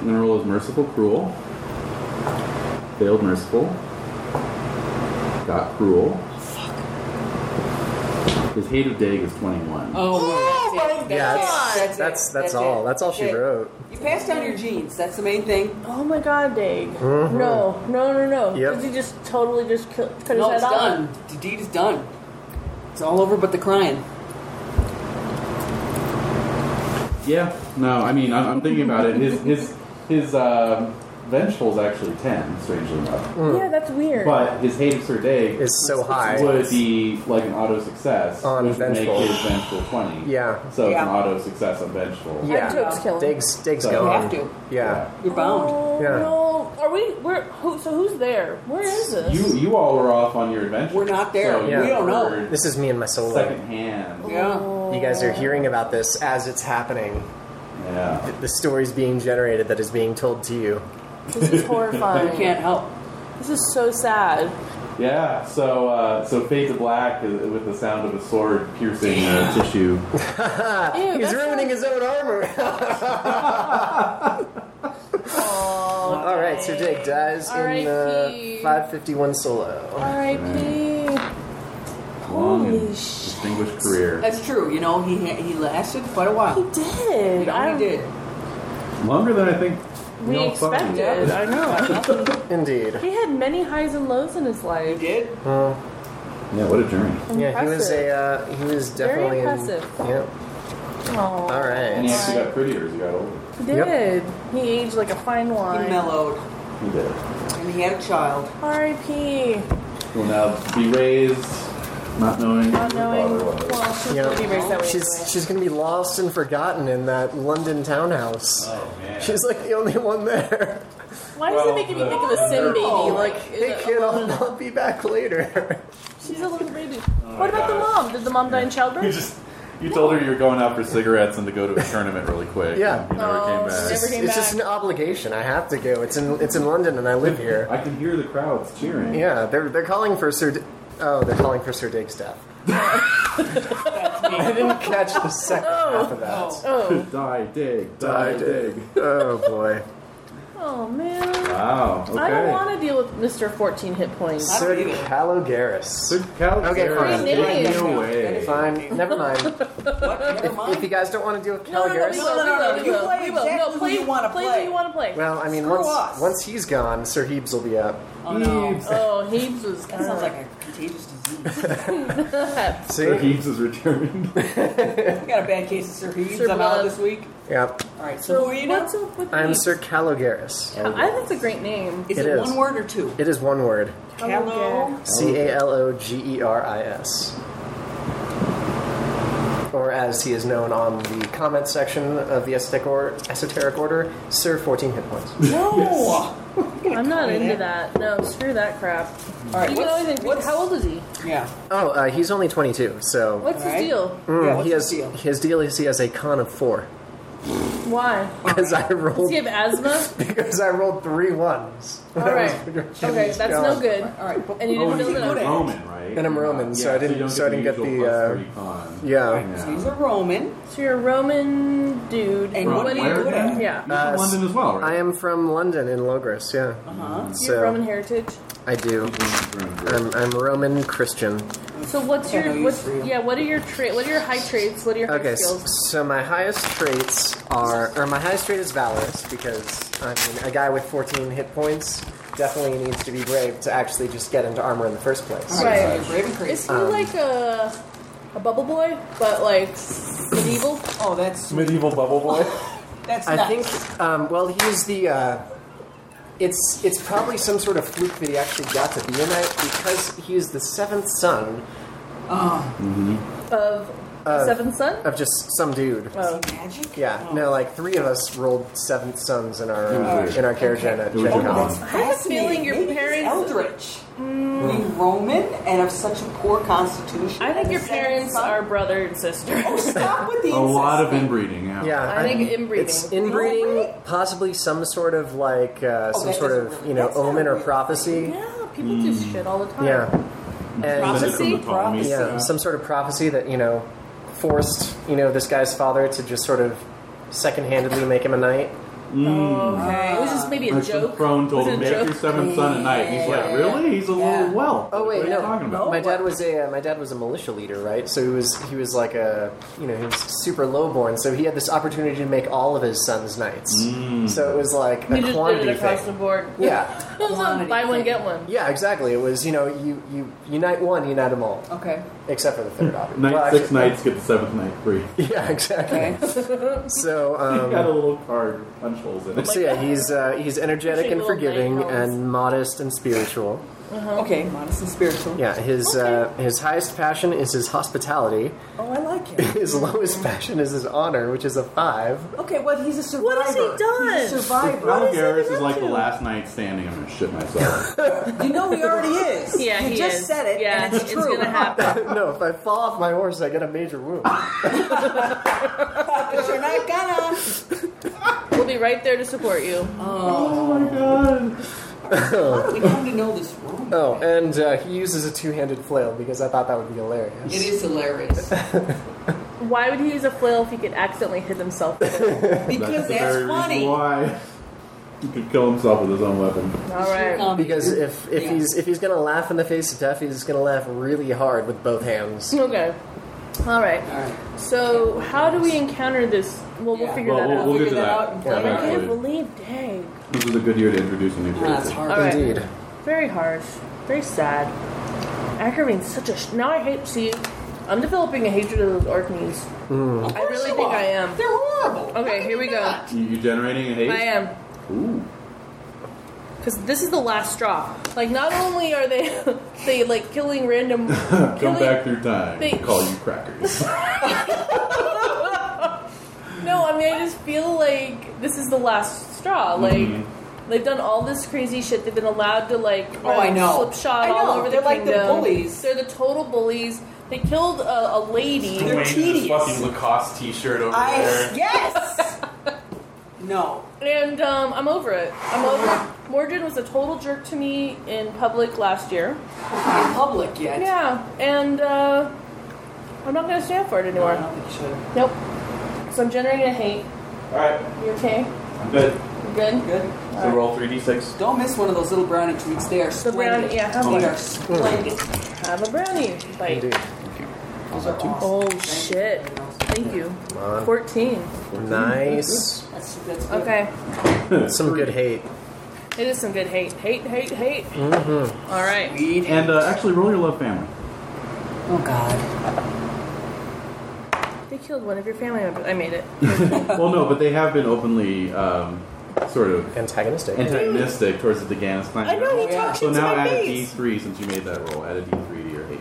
Speaker 1: And the roll is merciful, cruel. Failed merciful. Got cruel. Fuck. His hate of Dag is 21.
Speaker 3: Oh, well, that's it.
Speaker 4: Yeah,
Speaker 3: That's it.
Speaker 4: that's that's, that's all.
Speaker 3: it.
Speaker 4: That's all she
Speaker 3: it.
Speaker 4: wrote.
Speaker 3: You passed down your genes. That's the main thing.
Speaker 2: Oh my god, Dag. No, no, no, no.
Speaker 4: Mm-hmm. Yep.
Speaker 2: Because he just totally just kill, cut
Speaker 3: no,
Speaker 2: his
Speaker 3: it's
Speaker 2: head off.
Speaker 3: done. The deed is done. It's all over but the crying.
Speaker 1: Yeah. No, I mean, I'm, I'm thinking about it. His his his um, vengeful is actually 10, strangely enough.
Speaker 4: Hmm.
Speaker 2: Yeah, that's weird.
Speaker 1: But his hate of Sir Dag
Speaker 4: Mm. Is so high.
Speaker 1: would be like an auto success,
Speaker 4: On
Speaker 1: which would
Speaker 4: vengeful.
Speaker 1: make his vengeful 20.
Speaker 4: Yeah.
Speaker 1: So it's an
Speaker 3: Yeah.
Speaker 1: auto success on vengeful.
Speaker 2: yeah.
Speaker 4: Yeah.
Speaker 2: Jokes kill him.
Speaker 4: Diggs, Diggs
Speaker 1: So-
Speaker 4: going.
Speaker 1: You
Speaker 3: have to.
Speaker 4: Yeah.
Speaker 3: You're bound.
Speaker 2: Oh,
Speaker 4: Yeah.
Speaker 2: No, are we? Where? Who? So who's there? Where is this?
Speaker 1: You you all were off on your adventure.
Speaker 3: We're not there.
Speaker 1: So
Speaker 4: Yeah.
Speaker 1: you
Speaker 4: We
Speaker 3: don't know.
Speaker 1: heard
Speaker 4: This is me and my solo.
Speaker 2: Oh.
Speaker 1: Secondhand.
Speaker 3: Yeah.
Speaker 4: You guys are hearing about this as it's happening.
Speaker 1: Yeah.
Speaker 4: The story's being generated that is being told to you.
Speaker 2: This is
Speaker 3: You
Speaker 2: horrifying.
Speaker 3: can't help.
Speaker 2: This is so sad.
Speaker 1: Yeah. So uh, so fade to black is- with the sound of a sword piercing uh, tissue.
Speaker 2: Ew,
Speaker 4: He's
Speaker 2: that's like-
Speaker 4: ruining his own armor.
Speaker 2: Aw,
Speaker 4: All right, so Jake dies in uh,
Speaker 2: R.I.P..
Speaker 4: 551 solo.
Speaker 2: R.I.P.
Speaker 1: Long
Speaker 2: Holy
Speaker 1: and
Speaker 2: sh!
Speaker 1: distinguished career.
Speaker 3: That's true. You know, he he lasted quite a
Speaker 2: He
Speaker 3: while.
Speaker 2: did.
Speaker 3: You know,
Speaker 2: I
Speaker 3: he did.
Speaker 1: Longer than I think
Speaker 2: We
Speaker 1: all thought.
Speaker 2: expected.
Speaker 3: Yeah.
Speaker 2: I know.
Speaker 4: Indeed.
Speaker 2: he had many highs and lows in his
Speaker 3: He
Speaker 2: life.
Speaker 3: did.
Speaker 4: Uh,
Speaker 1: Yeah. What a journey.
Speaker 4: yeah, he was
Speaker 2: Impressive.
Speaker 4: a uh, he was
Speaker 2: Very
Speaker 4: definitely
Speaker 2: impressive.
Speaker 4: In, yeah.
Speaker 2: All
Speaker 4: All
Speaker 1: And he
Speaker 4: right.
Speaker 1: actually got prettier as he got older.
Speaker 2: He
Speaker 4: Yep.
Speaker 2: did. He aged like a fine
Speaker 3: He
Speaker 2: wine.
Speaker 3: mellowed,
Speaker 1: He did.
Speaker 3: and he had a child.
Speaker 2: R.I.P.
Speaker 1: Will now be raised, not knowing.
Speaker 2: Not
Speaker 1: who her
Speaker 2: knowing.
Speaker 1: father was.
Speaker 2: Well, she's
Speaker 4: Yeah.
Speaker 2: gonna be raised that way.
Speaker 4: She's she's gonna be lost and forgotten in that London townhouse.
Speaker 1: Oh man.
Speaker 4: She's like the only one there.
Speaker 2: anyway. Why is
Speaker 1: well, uh,
Speaker 2: it making me
Speaker 1: the-
Speaker 2: think of a Sin baby?
Speaker 3: Oh.
Speaker 2: Like,
Speaker 4: Hey kid, I'll not be back later.
Speaker 2: she's a little baby.
Speaker 1: Oh my
Speaker 2: what about the
Speaker 1: God.
Speaker 2: mom? Did the mom die in
Speaker 1: You
Speaker 2: childbirth?
Speaker 1: just you told her you were going out for cigarettes and to go to a tournament really quick.
Speaker 4: Yeah.
Speaker 1: and You never
Speaker 2: Oh,
Speaker 1: came
Speaker 2: she
Speaker 1: back.
Speaker 2: never came
Speaker 4: it's just
Speaker 2: back.
Speaker 4: an obligation. I have to go. It's in it's in London and I live here.
Speaker 1: I can hear the crowds cheering.
Speaker 4: Yeah, they're they're calling for Sir. D- oh, they're calling for Sir Diggs' death. I didn't catch the second half of that.
Speaker 3: Oh,
Speaker 2: Oh,
Speaker 1: Die, dig, die, dig.
Speaker 4: Oh boy.
Speaker 2: oh man.
Speaker 1: Wow. Okay.
Speaker 2: I don't want to deal with Mr. 14 hit points.
Speaker 4: Sir
Speaker 3: either.
Speaker 1: Sir
Speaker 4: Calogaris.
Speaker 1: Calix
Speaker 4: Okay,
Speaker 1: Aaron,
Speaker 4: fine.
Speaker 1: Take
Speaker 2: Great
Speaker 1: me
Speaker 3: name.
Speaker 1: away.
Speaker 4: Fine. Never mind.
Speaker 3: what? Never
Speaker 4: If you
Speaker 3: mind.
Speaker 4: guys don't want to deal with
Speaker 2: No, no, no, we
Speaker 4: Calogaris,
Speaker 2: will,
Speaker 3: No, no, no,
Speaker 2: we will, Oh, we will,
Speaker 3: you play
Speaker 2: we will.
Speaker 3: exactly
Speaker 2: no,
Speaker 3: who
Speaker 2: play,
Speaker 3: you wanna
Speaker 2: play
Speaker 3: play.
Speaker 2: who you want to play.
Speaker 4: well, I mean,
Speaker 3: Screw
Speaker 4: once
Speaker 3: us.
Speaker 4: once he's gone, Sir Hebes will be up.
Speaker 3: Oh, no.
Speaker 1: Heaves.
Speaker 2: oh, Heaves was
Speaker 3: That sounds like a contagious disease.
Speaker 1: Sir
Speaker 4: See?
Speaker 1: Heaves is returned.
Speaker 3: I got a bad case of Sir Heaves.
Speaker 2: Sir
Speaker 3: I'm out
Speaker 2: Blood.
Speaker 3: this week.
Speaker 4: Yep.
Speaker 3: All right, so,
Speaker 2: So
Speaker 3: who are you
Speaker 2: what's
Speaker 3: now?
Speaker 2: up with
Speaker 4: I'm
Speaker 2: Heaves?
Speaker 4: Sir Calogaris.
Speaker 2: I think it's a great name.
Speaker 3: Is
Speaker 4: It
Speaker 3: it,
Speaker 4: is.
Speaker 3: one word or two?
Speaker 4: It is one word.
Speaker 3: Hello.
Speaker 1: Oh,
Speaker 4: C A L O G E R I S. Or or as he is known on the comment section of the Esoteric, or- esoteric Order, Sir 14 hit points.
Speaker 5: No.
Speaker 2: I'm not
Speaker 5: call
Speaker 2: into
Speaker 5: it.
Speaker 2: that. No, screw that crap.
Speaker 5: All right.
Speaker 2: He's
Speaker 5: what's-
Speaker 2: always in-
Speaker 5: what's-
Speaker 2: how old is he?
Speaker 5: Yeah.
Speaker 4: Oh, uh, he's only 22, so.
Speaker 2: What's his
Speaker 5: Alright.
Speaker 2: deal?
Speaker 4: Mm,
Speaker 5: Yeah, what's
Speaker 4: he has,
Speaker 5: his deal?
Speaker 4: His deal is he has a con of four.
Speaker 2: Why?
Speaker 4: Because I
Speaker 2: Does
Speaker 4: rolled
Speaker 2: he have asthma?
Speaker 4: because I rolled three ones.
Speaker 2: All right. Okay, that's no good.
Speaker 5: All right. but-
Speaker 2: And you
Speaker 1: oh,
Speaker 2: didn't
Speaker 1: and
Speaker 2: build it
Speaker 1: you're
Speaker 2: up.
Speaker 1: Roman, right?
Speaker 4: And I'm Roman, so I
Speaker 1: you
Speaker 4: didn't-
Speaker 1: don't
Speaker 4: so I
Speaker 1: get
Speaker 4: didn't get
Speaker 1: usual
Speaker 4: the,
Speaker 1: plus
Speaker 4: uh,
Speaker 1: 30 con.
Speaker 4: Yeah.
Speaker 5: So he's a Roman.
Speaker 2: So you're a Roman dude.
Speaker 5: And
Speaker 1: what
Speaker 2: what do
Speaker 1: where
Speaker 2: you
Speaker 1: again?
Speaker 2: Yeah.
Speaker 1: You're from
Speaker 4: Uh,
Speaker 1: London as well,
Speaker 4: I
Speaker 1: right?
Speaker 4: am from London in Logris, yeah.
Speaker 5: Uh huh.
Speaker 2: Uh-huh. You're
Speaker 4: So
Speaker 2: Roman heritage.
Speaker 4: I do.
Speaker 1: am.
Speaker 4: I'm, I'm Roman Christian.
Speaker 2: So what's
Speaker 5: Yeah,
Speaker 2: your
Speaker 5: no
Speaker 2: what's
Speaker 5: use for you.
Speaker 2: yeah? What are your trait? What are your high traits? What are your high
Speaker 4: Okay, s-
Speaker 2: skills?
Speaker 4: so my highest traits are, or my highest trait is valorous because I mean, a guy with 14 hit points definitely needs to be brave to actually just get into armor in the first place.
Speaker 5: All right.
Speaker 2: Right.
Speaker 5: So you're brave and crazy.
Speaker 2: Is he like a a bubble boy, but like medieval?
Speaker 5: Oh, that's
Speaker 1: Medieval bubble boy.
Speaker 5: that's
Speaker 4: I
Speaker 5: nuts.
Speaker 4: think, um, well, he's the. Uh, it's it's probably some sort of fluke that he actually got to be a knight because he is the seventh son
Speaker 5: Oh,
Speaker 2: of
Speaker 4: Uh,
Speaker 2: Seventh Son?
Speaker 4: of just some dude.
Speaker 2: Oh.
Speaker 5: magic.
Speaker 4: Yeah,
Speaker 5: Oh.
Speaker 4: no, like three of us rolled seventh sons in our uh,
Speaker 1: Ooh.
Speaker 4: in our carriage
Speaker 5: Okay.
Speaker 4: gen at
Speaker 1: Ooh,
Speaker 4: Gen
Speaker 1: Gen
Speaker 4: Con.
Speaker 1: Con.
Speaker 2: I have a feeling your
Speaker 5: Maybe he's
Speaker 2: parents-
Speaker 5: Eldritch. Being Roman and of such a poor constitution.
Speaker 2: I think
Speaker 5: and
Speaker 2: your
Speaker 5: the seventh
Speaker 2: parents
Speaker 5: son-
Speaker 2: are brother and sister.
Speaker 5: Oh, stop with the
Speaker 1: A lot
Speaker 5: incest
Speaker 1: of
Speaker 5: thing.
Speaker 1: inbreeding. Yeah.
Speaker 4: Yeah,
Speaker 2: I think inbreeding.
Speaker 4: It's inbreeding, possibly some sort of like uh, some
Speaker 5: that
Speaker 4: sort
Speaker 5: doesn't
Speaker 4: of
Speaker 5: really-
Speaker 4: you know
Speaker 5: that's not
Speaker 4: omen or
Speaker 5: really-
Speaker 4: prophecy.
Speaker 2: Yeah, people do shit all the time.
Speaker 4: Yeah,
Speaker 1: Is it
Speaker 4: and
Speaker 2: Prophecy?
Speaker 1: from the Ptolemies?
Speaker 4: yeah, some sort of prophecy that you know forced you know this guy's father to just sort of second-handedly make him a knight.
Speaker 2: Okay. It was just maybe Oh, a
Speaker 1: Mm. Like some
Speaker 2: joke.
Speaker 1: crone told
Speaker 2: Was
Speaker 1: him,
Speaker 2: it a
Speaker 1: make your
Speaker 2: joke?
Speaker 1: seventh son a knight. And he's like,
Speaker 5: Yeah.
Speaker 1: really? He's a
Speaker 5: Yeah.
Speaker 1: little well.
Speaker 4: Oh wait,
Speaker 1: what are
Speaker 4: no.
Speaker 1: you talking about?
Speaker 4: My dad was a uh, my dad was a militia leader, right? So he was he was like a you know he was super lowborn, so he had this opportunity to make all of his sons knights. So it was like
Speaker 2: You
Speaker 4: a
Speaker 2: just did
Speaker 4: quantity
Speaker 2: it across
Speaker 4: thing.
Speaker 2: the board.
Speaker 4: Yeah,
Speaker 2: No, no, buy one get one.
Speaker 4: yeah, exactly. It was you know you you unite one, unite them all,
Speaker 5: Okay.
Speaker 4: except for the third obviously.
Speaker 1: Knight,
Speaker 4: Well,
Speaker 1: six
Speaker 4: actually-
Speaker 1: knights get the seventh knight free.
Speaker 4: Yeah, exactly.
Speaker 5: Okay.
Speaker 4: So um,
Speaker 1: got a little card with punch holes in it.
Speaker 4: so yeah, he's uh, he's energetic
Speaker 2: Appreciate
Speaker 4: and
Speaker 2: little knight
Speaker 4: forgiving
Speaker 2: helps.
Speaker 4: and modest and spiritual.
Speaker 5: okay. Modest and spiritual.
Speaker 4: Yeah, his uh, his highest passion is his hospitality.
Speaker 5: Oh, I like him.
Speaker 4: His lowest passion is his honor, which is a five.
Speaker 5: Okay, well, he's a survivor.
Speaker 2: What has he
Speaker 5: He's a
Speaker 2: done?
Speaker 1: Ron
Speaker 5: survivor.
Speaker 1: Garris is like the last knight standing. I'm gonna shit myself.
Speaker 5: you know he already is.
Speaker 2: Yeah,
Speaker 5: you
Speaker 2: he
Speaker 5: just
Speaker 2: is.
Speaker 5: said it,
Speaker 2: Yeah,
Speaker 5: and it's
Speaker 2: it's
Speaker 5: true.
Speaker 2: gonna happen.
Speaker 4: no, if I fall off my horse, I get a major wound.
Speaker 5: But you're not gonna.
Speaker 2: We'll be right there to support you.
Speaker 1: oh my god.
Speaker 5: How do we come to know this room?
Speaker 4: Oh, and uh, he uses a two-handed flail because I thought that would be hilarious.
Speaker 5: It is hilarious
Speaker 2: Why would he use a flail if he could accidentally hit himself? with it?
Speaker 5: because
Speaker 1: the
Speaker 5: that's
Speaker 1: very
Speaker 5: funny.
Speaker 1: reason why he could kill himself with his own weapon.
Speaker 2: All right.
Speaker 5: Um,
Speaker 4: Because if, if
Speaker 5: Yeah.
Speaker 4: he's if he's gonna laugh in the face of death, he's gonna laugh really hard with both hands.
Speaker 2: Okay. All right.
Speaker 5: all right.
Speaker 2: So how do we encounter this? Well, we'll
Speaker 5: Yeah.
Speaker 2: figure
Speaker 1: Well,
Speaker 2: that
Speaker 1: we'll,
Speaker 2: out.
Speaker 1: we'll get to
Speaker 5: Figure that out
Speaker 1: that.
Speaker 5: and play
Speaker 2: I
Speaker 1: eventually.
Speaker 2: can't believe, dang.
Speaker 1: This is a good year to introduce a new
Speaker 5: Oh, that's
Speaker 1: character.
Speaker 5: hard.
Speaker 2: All right.
Speaker 4: Indeed.
Speaker 2: Very harsh. Very sad. Ackerman's such a. Sh- now I hate. See, I'm developing a hatred of those Orkneys. I really think I am.
Speaker 5: They're horrible.
Speaker 2: Okay, here we go.
Speaker 1: You, you generating a hate?
Speaker 2: I am.
Speaker 1: Ooh.
Speaker 2: Because this is the last straw. Like, not only are they they like killing random,
Speaker 1: Come
Speaker 2: killing,
Speaker 1: back through time.
Speaker 2: They-
Speaker 1: Call you crackers.
Speaker 2: No, I mean I just feel like this is the last straw. Like
Speaker 1: Mhm.
Speaker 2: they've done all this crazy shit. They've been allowed to like
Speaker 5: Oh, I know.
Speaker 2: slipshod
Speaker 5: I know.
Speaker 2: all over
Speaker 5: They're
Speaker 2: the
Speaker 5: like the
Speaker 2: kingdom.
Speaker 5: bullies.
Speaker 2: They're the total bullies. They killed a, a lady.
Speaker 5: They're tedious.
Speaker 1: Lacoste t-shirt over
Speaker 5: I yes. no.
Speaker 2: And um, I'm over it. I'm over it. Morgan was a total jerk to me in public last year.
Speaker 5: In public yet.
Speaker 2: Yeah, and uh, I'm not gonna stand for it
Speaker 5: No, I
Speaker 2: anymore.
Speaker 5: don't think you should.
Speaker 2: Nope. So I'm generating a hate.
Speaker 1: All right,
Speaker 2: You okay?
Speaker 1: I'm good.
Speaker 2: You good?
Speaker 5: Good.
Speaker 1: So roll three d six.
Speaker 5: Don't miss one of those little brownie treats. They are
Speaker 2: The brownie,
Speaker 5: splendid.
Speaker 2: yeah,
Speaker 1: Oh,
Speaker 2: have
Speaker 5: They
Speaker 2: one.
Speaker 5: are splendid.
Speaker 2: Have a brownie bite.
Speaker 4: Indeed.
Speaker 5: Those are awesome.
Speaker 2: Oh
Speaker 5: Thank you.
Speaker 2: shit. Thank you.
Speaker 4: Come on.
Speaker 2: 14.
Speaker 4: Nice.
Speaker 5: That's that's good.
Speaker 2: Okay. Mm-hmm.
Speaker 4: Some good hate.
Speaker 2: It is some good hate. Hate, hate, hate. All right.
Speaker 5: Weed.
Speaker 1: And uh, actually, roll your love family.
Speaker 5: oh God.
Speaker 2: They killed one of your family members. I made it.
Speaker 1: well, no, but they have been openly um, sort of
Speaker 4: Antagonistic.
Speaker 1: antagonistic towards the Dagan's clan.
Speaker 2: I know,
Speaker 5: Oh,
Speaker 2: he
Speaker 5: yeah.
Speaker 2: talked
Speaker 1: So
Speaker 2: into
Speaker 1: now
Speaker 2: my
Speaker 1: add a
Speaker 2: face.
Speaker 1: d3 since you made that roll. Add a d3 to your hate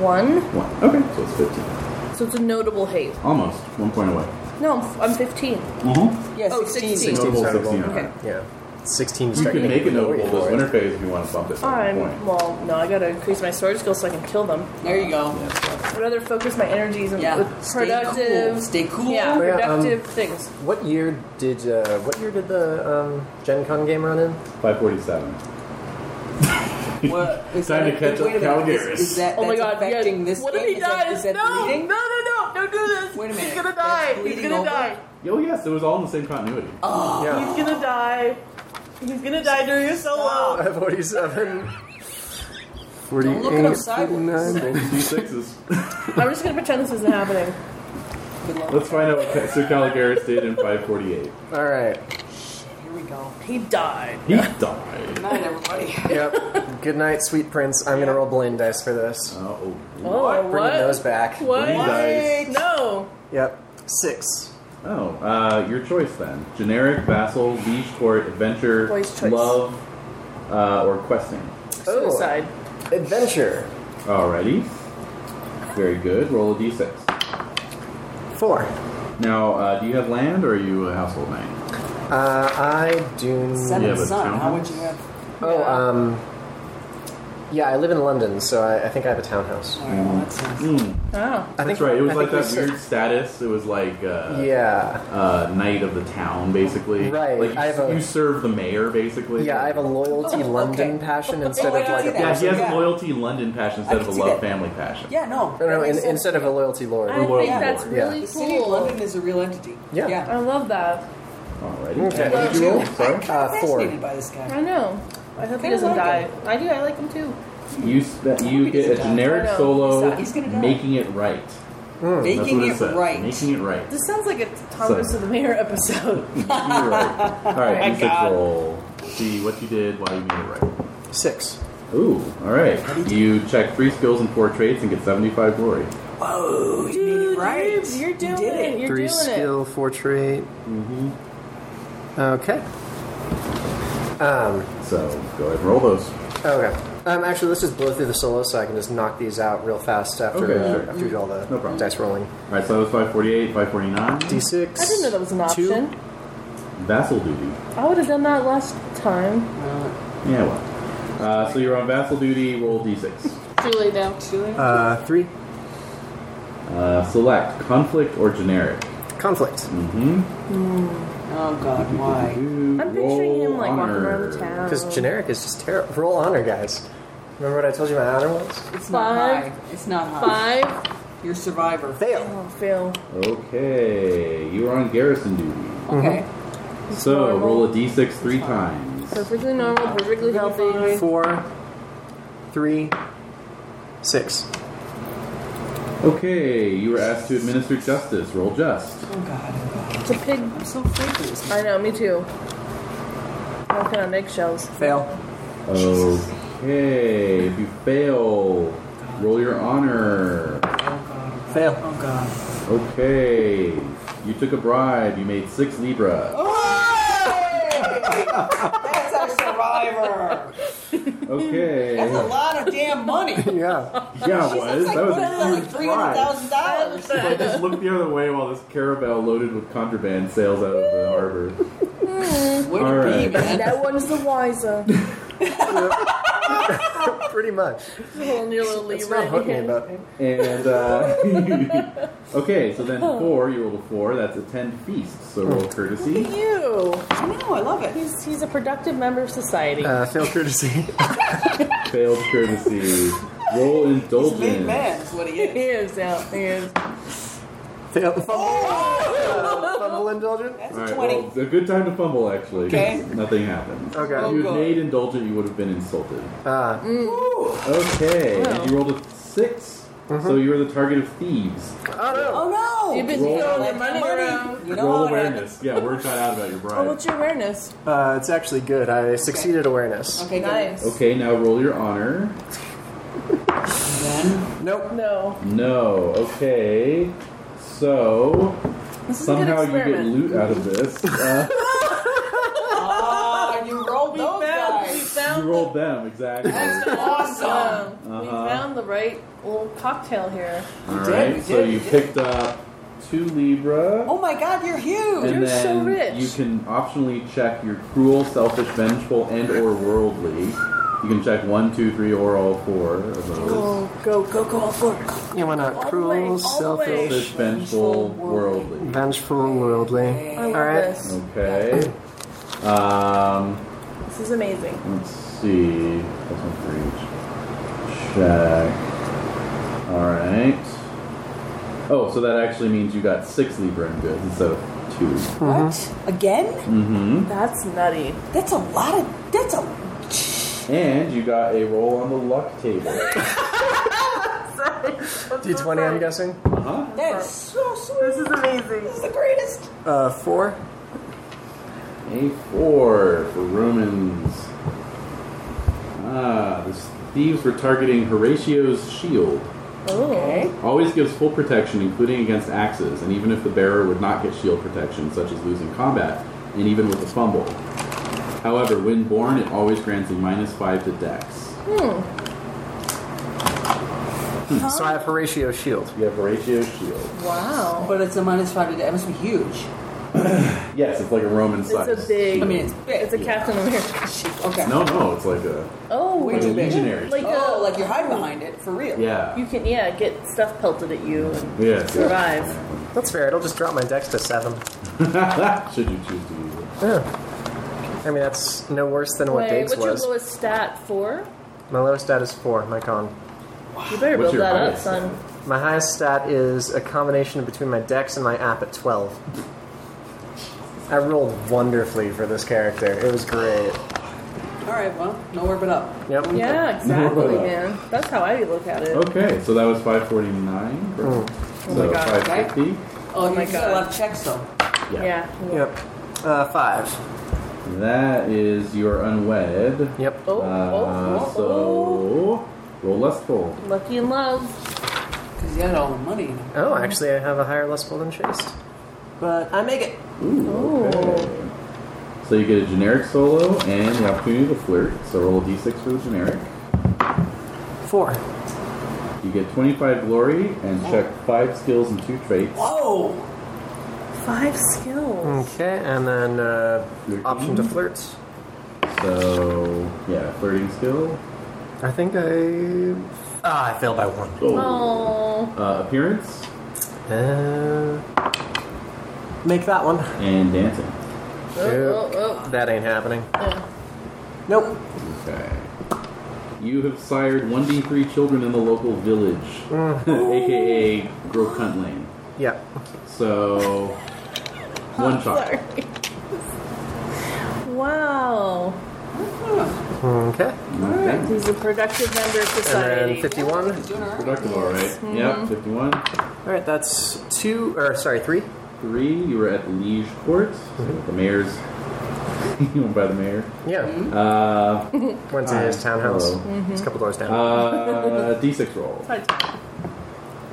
Speaker 2: One.
Speaker 1: One. Okay, so it's 15.
Speaker 2: So it's a notable hate.
Speaker 1: Almost. One point away.
Speaker 2: No, I'm, I'm 15.
Speaker 1: Mm-hmm.
Speaker 5: Yeah,
Speaker 2: Oh,
Speaker 5: 16.
Speaker 2: 16.
Speaker 1: Notable
Speaker 4: Notable.
Speaker 1: 16.
Speaker 2: Okay.
Speaker 4: Yeah. 16
Speaker 1: You
Speaker 4: strike.
Speaker 1: can make it notable
Speaker 4: for
Speaker 1: this
Speaker 4: it.
Speaker 1: winter phase if you want to bump it to
Speaker 2: I'm,
Speaker 1: one point.
Speaker 2: well, no, I gotta increase my sword skill so I can kill them.
Speaker 5: There you go.
Speaker 2: I'd rather focus my energies on
Speaker 5: Yeah.
Speaker 2: with
Speaker 5: Stay
Speaker 2: productive.
Speaker 5: cool. Stay cool.
Speaker 2: Yeah,
Speaker 4: Oh, yeah, um,
Speaker 2: productive things.
Speaker 4: What year did uh, what year did the um, Gen Con game run in?
Speaker 1: 547.
Speaker 5: What, is
Speaker 1: Time to
Speaker 5: that-
Speaker 1: catch up
Speaker 5: wait a minute, is-
Speaker 1: Calgaris.
Speaker 5: Is that
Speaker 2: Oh my
Speaker 5: that's
Speaker 2: god, yeah.
Speaker 5: affecting this
Speaker 2: What
Speaker 5: game?
Speaker 2: if he
Speaker 5: Is that-
Speaker 2: dies?
Speaker 5: is that
Speaker 2: no,
Speaker 5: bleeding?
Speaker 2: no, no, no, don't do this.
Speaker 5: Wait a
Speaker 2: He's
Speaker 5: minute,
Speaker 2: gonna
Speaker 5: that's
Speaker 2: die. He's
Speaker 5: bleeding
Speaker 2: gonna
Speaker 5: over?
Speaker 2: die.
Speaker 1: Oh, yes, it was all in the same continuity.
Speaker 4: Yeah.
Speaker 2: He's gonna die. He's gonna die during a solo.
Speaker 4: Uh, 47. 48,
Speaker 5: Don't look at him sideways.
Speaker 4: 49.
Speaker 1: D6s.
Speaker 2: I'm just gonna pretend this isn't happening.
Speaker 5: Good luck.
Speaker 1: Let's find out what Ca- Sir Caligaris did in 548.
Speaker 4: All right.
Speaker 5: Here we go.
Speaker 2: He died.
Speaker 1: He died.
Speaker 5: Good night, everybody.
Speaker 4: Yep. Good night, sweet prince. I'm gonna roll blind dice for this.
Speaker 1: Oh,
Speaker 2: Oh, what?
Speaker 4: Bringing those back.
Speaker 2: What?
Speaker 1: He dies.
Speaker 4: Oh.
Speaker 2: No.
Speaker 4: Yep. Six.
Speaker 1: Oh, uh, your choice then. Generic, vassal, liege, court, adventure,
Speaker 2: Boy's choice.
Speaker 1: love, uh, or questing.
Speaker 4: Oh.
Speaker 2: Suicide.
Speaker 4: Adventure.
Speaker 1: Alrighty. Very good. Roll a d6.
Speaker 4: Four.
Speaker 1: Now, uh, do you have land or are you a household knight?
Speaker 4: Uh, I do.
Speaker 1: Yeah,
Speaker 5: Seven
Speaker 1: but
Speaker 5: son. How
Speaker 1: townhouse?
Speaker 5: would you have?
Speaker 4: Oh,
Speaker 2: Yeah.
Speaker 4: um. Yeah, I live in London, so I, I think I have a townhouse.
Speaker 5: All right, well, that's nice.
Speaker 1: Mm.
Speaker 2: Oh.
Speaker 4: I think
Speaker 1: That's right. It was
Speaker 4: I
Speaker 1: like
Speaker 4: think
Speaker 1: that
Speaker 4: we
Speaker 1: weird status. It was like
Speaker 4: ser-
Speaker 1: uh,
Speaker 4: Yeah.
Speaker 1: uh, knight of the town, basically.
Speaker 4: Right,
Speaker 1: Like you,
Speaker 4: I have a-
Speaker 1: you serve the mayor, basically.
Speaker 4: Yeah, I have a loyalty London passion instead
Speaker 5: Oh, I
Speaker 4: of like
Speaker 5: see
Speaker 4: a
Speaker 5: that.
Speaker 1: Yeah, he has
Speaker 5: Yeah.
Speaker 1: loyalty in London passion instead of a
Speaker 5: can see that.
Speaker 1: love family passion.
Speaker 5: Yeah, no.
Speaker 4: No,
Speaker 5: that
Speaker 4: no,
Speaker 5: makes
Speaker 4: in,
Speaker 5: sense.
Speaker 4: instead of a loyalty lord.
Speaker 2: I think
Speaker 1: Royal
Speaker 2: that's
Speaker 1: Lord.
Speaker 4: Yeah.
Speaker 2: really
Speaker 5: The city of
Speaker 2: cool.
Speaker 5: London is a real entity.
Speaker 4: Yeah.
Speaker 2: I love that.
Speaker 1: Alrighty.
Speaker 4: Okay.
Speaker 1: What did you roll? Sorry.
Speaker 4: Uh, four.
Speaker 5: Fascinated by this guy.
Speaker 2: I know. I hope he
Speaker 5: Kinda like
Speaker 2: doesn't die.
Speaker 5: him.
Speaker 2: I do. I like him too.
Speaker 1: You s- that you
Speaker 5: He
Speaker 1: get a
Speaker 5: doesn't die.
Speaker 1: generic
Speaker 2: I know.
Speaker 1: solo,
Speaker 5: He's gonna die.
Speaker 1: making it right. Hmm, That's
Speaker 5: Making
Speaker 1: what
Speaker 5: it
Speaker 1: said.
Speaker 5: right.
Speaker 1: Making it right.
Speaker 2: This sounds like a Thomas
Speaker 1: So-
Speaker 2: of the Mayor episode.
Speaker 1: Making it right. All
Speaker 2: Oh my
Speaker 1: right, d6
Speaker 2: God.
Speaker 1: roll. See what you did, why you made it right.
Speaker 4: Six.
Speaker 1: Ooh, all right. You check three skills and four traits and get seventy-five glory.
Speaker 5: Whoa, you made
Speaker 2: Dude,
Speaker 5: it right.
Speaker 2: Reeves, you're doing
Speaker 5: did
Speaker 2: it.
Speaker 5: it.
Speaker 2: You're
Speaker 4: Three
Speaker 2: doing
Speaker 4: skill, four trait. Mm-hmm. Okay. Um,
Speaker 1: So go ahead and roll those.
Speaker 4: okay. Um, actually, let's just blow through the solo so I can just knock these out real fast after,
Speaker 1: Okay,
Speaker 4: uh,
Speaker 1: sure.
Speaker 4: after we do all the
Speaker 1: No problem.
Speaker 4: dice rolling.
Speaker 1: All right, so that was five forty-eight, five forty-nine.
Speaker 4: D6.
Speaker 2: it. I didn't know that was an option.
Speaker 4: Two.
Speaker 1: Vassal duty.
Speaker 2: I would have done that last time.
Speaker 5: Uh,
Speaker 1: Yeah, well. Uh, so you're on vassal duty. Roll d6.
Speaker 2: Julie, now. Julie.
Speaker 4: Uh, three.
Speaker 1: Uh, select conflict or generic.
Speaker 4: Conflict.
Speaker 1: Mm-hmm.
Speaker 5: Oh God, why?
Speaker 2: I'm picturing him like walking around the town.
Speaker 4: Because generic is just terrible. Roll honor, guys. Remember what I told you my honor was?
Speaker 5: It's not
Speaker 2: Five.
Speaker 5: high. It's not high.
Speaker 2: Five.
Speaker 5: You're a survivor.
Speaker 4: Fail.
Speaker 2: Oh, fail.
Speaker 1: Okay, you are on garrison duty.
Speaker 4: Mm-hmm.
Speaker 5: Okay.
Speaker 1: So
Speaker 2: normal.
Speaker 1: roll a d6 three times.
Speaker 2: Perfectly normal, perfectly healthy.
Speaker 4: Four. Three. Six.
Speaker 1: Okay, you were asked to administer justice. Roll just.
Speaker 5: Oh God, oh God.
Speaker 2: It's a pig.
Speaker 5: I'm so afraid of this.
Speaker 2: I know, me too. Walking on eggshells.
Speaker 4: Fail.
Speaker 1: Okay, if you fail, roll your honor.
Speaker 5: Oh God.
Speaker 4: Fail.
Speaker 5: Oh God.
Speaker 1: Okay, you took a bribe. You made six libra.
Speaker 5: That's our survivor.
Speaker 1: Okay,
Speaker 5: That's a lot of damn money.
Speaker 4: Yeah.
Speaker 1: yeah, it was that was a
Speaker 5: like
Speaker 1: huge
Speaker 5: three hundred
Speaker 1: bribe.
Speaker 5: thousand dollars.
Speaker 1: I just looked the other way while this caravel loaded with contraband sails out of the harbor. All
Speaker 5: Where
Speaker 1: right.
Speaker 5: did be, man?
Speaker 2: No one's the wiser.
Speaker 4: Pretty much.
Speaker 2: Holding your little
Speaker 4: It's
Speaker 2: lever
Speaker 4: not
Speaker 2: in your
Speaker 4: hooking
Speaker 2: hand.
Speaker 4: about
Speaker 1: And uh, okay, so then four, you rolled a four. That's attend feast. So roll courtesy.
Speaker 2: Look at you.
Speaker 5: I know. I love it.
Speaker 2: He's, he's a productive member of society.
Speaker 4: Uh, fail courtesy.
Speaker 1: Failed courtesy. Roll
Speaker 5: He's a big man.
Speaker 1: indulgence.
Speaker 5: Is what he
Speaker 2: he
Speaker 5: is.
Speaker 2: is out. He is.
Speaker 4: fail fumble. Uh, fumble indulgent.
Speaker 5: That's
Speaker 1: Alright,
Speaker 5: a twenty.
Speaker 1: well, it's a good time to fumble actually. 'cause
Speaker 5: Okay.
Speaker 1: Nothing happened.
Speaker 4: Okay.
Speaker 1: If
Speaker 4: Oh,
Speaker 1: you had
Speaker 5: God.
Speaker 1: made indulgent, you would have been insulted.
Speaker 4: Ah,
Speaker 1: Okay.
Speaker 2: Wow.
Speaker 1: And you rolled a 6
Speaker 5: Mm-hmm.
Speaker 1: so you were the target of thieves.
Speaker 4: oh
Speaker 5: oh no!
Speaker 2: You've been
Speaker 1: Roll.
Speaker 2: throwing your money
Speaker 5: Money.
Speaker 2: around.
Speaker 5: You know
Speaker 1: roll
Speaker 5: what
Speaker 1: awareness. Yeah, word got out about your bribe.
Speaker 2: Oh, what's your awareness?
Speaker 4: no! Uh, it's actually good. I succeeded awareness.
Speaker 5: Okay, good.
Speaker 2: Nice.
Speaker 1: Okay, now roll your honor.
Speaker 5: Then
Speaker 4: Nope.
Speaker 2: No.
Speaker 1: No. Okay. So
Speaker 2: This is
Speaker 1: somehow
Speaker 2: a
Speaker 1: you
Speaker 2: good
Speaker 1: get
Speaker 2: experiment.
Speaker 1: loot out of this. Uh,
Speaker 5: ah, you rolled
Speaker 2: we
Speaker 5: those
Speaker 2: found, we
Speaker 5: guys.
Speaker 2: found found
Speaker 1: rolled them exactly.
Speaker 2: awesome. We
Speaker 1: Uh-huh.
Speaker 2: found the right little cocktail here.
Speaker 1: All
Speaker 5: did,
Speaker 1: right,
Speaker 5: we
Speaker 1: so
Speaker 5: did,
Speaker 1: you
Speaker 5: we did.
Speaker 1: picked up two libra.
Speaker 5: Oh my god, you're huge!
Speaker 1: and
Speaker 2: you're
Speaker 1: then
Speaker 2: so rich.
Speaker 1: you can optionally check your cruel, selfish, vengeful, and or worldly. You can check one, two, three, or all four of those.
Speaker 2: go, go, go, all four.
Speaker 4: You want
Speaker 2: All
Speaker 4: to
Speaker 2: the way, all the
Speaker 4: cruel, selfish,
Speaker 2: way.
Speaker 1: Selfish, vengeful, worldly.
Speaker 4: vengeful, worldly.
Speaker 2: I love
Speaker 4: Alright.
Speaker 2: this.
Speaker 1: Okay. Um,
Speaker 2: This is amazing.
Speaker 1: Let's see. That's one for each. Check. Alright. Oh, so that actually means you got six Libra in goods instead of two.
Speaker 5: What? Again?
Speaker 1: Mm-hmm.
Speaker 2: That's nutty.
Speaker 5: That's a lot of. That's a.
Speaker 1: And you got a roll on the luck table.
Speaker 4: D20, I'm guessing.
Speaker 1: Uh-huh.
Speaker 5: That's so sweet.
Speaker 3: This is amazing.
Speaker 5: This is the greatest.
Speaker 4: Uh, four.
Speaker 1: A four for Romans. Ah, the thieves were targeting Horatio's shield.
Speaker 2: Oh.
Speaker 1: Always gives full protection, including against axes, and even if the bearer would not get shield protection, such as losing combat, and even with a fumble. However, when born, it always grants a minus five to dex.
Speaker 4: So I have Horatio Shield.
Speaker 1: You have Horatio's shield.
Speaker 2: Wow.
Speaker 5: But it's a minus five to. That must be huge.
Speaker 1: Yes, it's like a Roman size.
Speaker 2: It's a big.
Speaker 5: I mean, it's big.
Speaker 2: It's a Captain America. shield.
Speaker 5: Okay.
Speaker 1: No, no, it's like a.
Speaker 2: Oh,
Speaker 5: Way
Speaker 1: Like a
Speaker 5: too big.
Speaker 1: legionary.
Speaker 2: Like
Speaker 5: oh,
Speaker 2: a-
Speaker 5: like you're hiding behind it for real.
Speaker 1: yeah.
Speaker 2: you can yeah get stuff pelted at you and
Speaker 1: yeah.
Speaker 2: survive.
Speaker 4: That's fair. It'll just drop my dex to seven.
Speaker 1: yeah. Should you choose to use it.
Speaker 4: Yeah. I mean, that's no worse than what
Speaker 2: Wait,
Speaker 4: Dave's
Speaker 2: what's
Speaker 4: was.
Speaker 2: your lowest stat for?
Speaker 4: my lowest stat is four, my con.
Speaker 2: You better
Speaker 1: What's
Speaker 2: build
Speaker 1: your
Speaker 2: that up,
Speaker 1: highest?
Speaker 2: son.
Speaker 4: My highest stat is a combination between my dex and my app at 12. I rolled wonderfully for this character. It was great.
Speaker 5: All right. Well, nowhere but up.
Speaker 4: Yep.
Speaker 2: Yeah, exactly,
Speaker 1: Nora.
Speaker 2: man. That's how I look at it.
Speaker 1: Okay, so that was 549. for-
Speaker 2: Oh
Speaker 1: so
Speaker 2: my God, okay.
Speaker 1: 550.
Speaker 5: Oh,
Speaker 2: my
Speaker 5: you still
Speaker 2: God.
Speaker 5: have checks though.
Speaker 2: Yeah.
Speaker 4: Yep. Uh, five.
Speaker 1: That is your unwed.
Speaker 4: Yep.
Speaker 2: Oh,
Speaker 1: Uh,
Speaker 2: oh, oh, oh.
Speaker 1: so roll lustful.
Speaker 2: Lucky in love.
Speaker 5: Because you had all the money. in it.
Speaker 4: Oh, actually, I have a higher lust pool than Chase. But I make it.
Speaker 1: Ooh, okay. So you get a generic solo and the opportunity to flirt. So roll a d6 for the generic.
Speaker 4: Four.
Speaker 1: You get 25 glory and check five skills and two traits.
Speaker 5: Whoa.
Speaker 2: Five skills.
Speaker 4: Okay, and then uh,
Speaker 1: Thirteen.
Speaker 4: option to flirt.
Speaker 1: So yeah, flirting skill.
Speaker 4: I think I. Ah, I failed by one.
Speaker 2: Oh.
Speaker 1: Uh, appearance
Speaker 4: Uh, make that one.
Speaker 1: and dancing.
Speaker 2: Oh, oh,
Speaker 4: That ain't happening.
Speaker 2: oh. Yeah.
Speaker 4: Nope.
Speaker 1: Okay. You have sired 1d3 children in the local village, aka Grove Cunt Lane.
Speaker 4: Yeah.
Speaker 1: So one shot.
Speaker 2: Oh, Sorry. wow.
Speaker 4: Okay.
Speaker 1: Okay.
Speaker 2: He's a productive member of
Speaker 4: And
Speaker 2: society.
Speaker 4: then 51.
Speaker 5: Doing all right.
Speaker 1: Productive, all right.
Speaker 5: Mm-hmm.
Speaker 1: Yep, 51.
Speaker 4: All right, that's two, or sorry, three.
Speaker 1: Three, you were at the Liege Court, so the mayor's. you went by the mayor.
Speaker 4: Yeah.
Speaker 1: Uh,
Speaker 4: Went to his townhouse.
Speaker 1: Hello.
Speaker 4: It's a couple doors down.
Speaker 1: uh, D6 roll. Yes,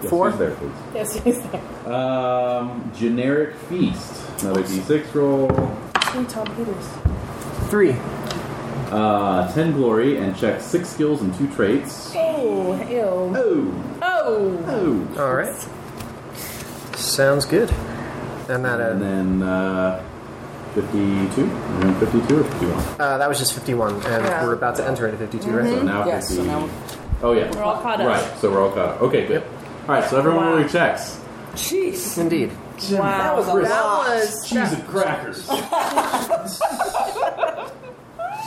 Speaker 4: Four.
Speaker 1: who's there, please.
Speaker 2: Yes, he's there.
Speaker 1: Um, generic feast. Another D6 roll.
Speaker 2: Hey, Tom Peters.
Speaker 4: Three.
Speaker 1: Uh, 10 glory and check six skills and two traits.
Speaker 2: Oh, ew.
Speaker 1: Oh!
Speaker 2: Oh.
Speaker 1: Oh!
Speaker 4: All right. Sounds good. And that
Speaker 1: And then
Speaker 4: uh,
Speaker 1: uh, 52? Around 52 or 51?
Speaker 4: uh, that was just 51, and
Speaker 2: Yeah.
Speaker 4: we're about to enter into 52,
Speaker 1: So
Speaker 4: right?
Speaker 1: now
Speaker 5: Yes,
Speaker 1: 50.
Speaker 5: so now-
Speaker 1: oh, yeah.
Speaker 2: We're all caught up.
Speaker 1: Right, so we're all caught up. Okay, good. All right, so everyone
Speaker 2: Wow.
Speaker 1: really checks.
Speaker 5: Jeez.
Speaker 4: Indeed.
Speaker 2: Wow. That
Speaker 5: was a
Speaker 2: that
Speaker 5: lot.
Speaker 2: was
Speaker 1: Cheese and crackers.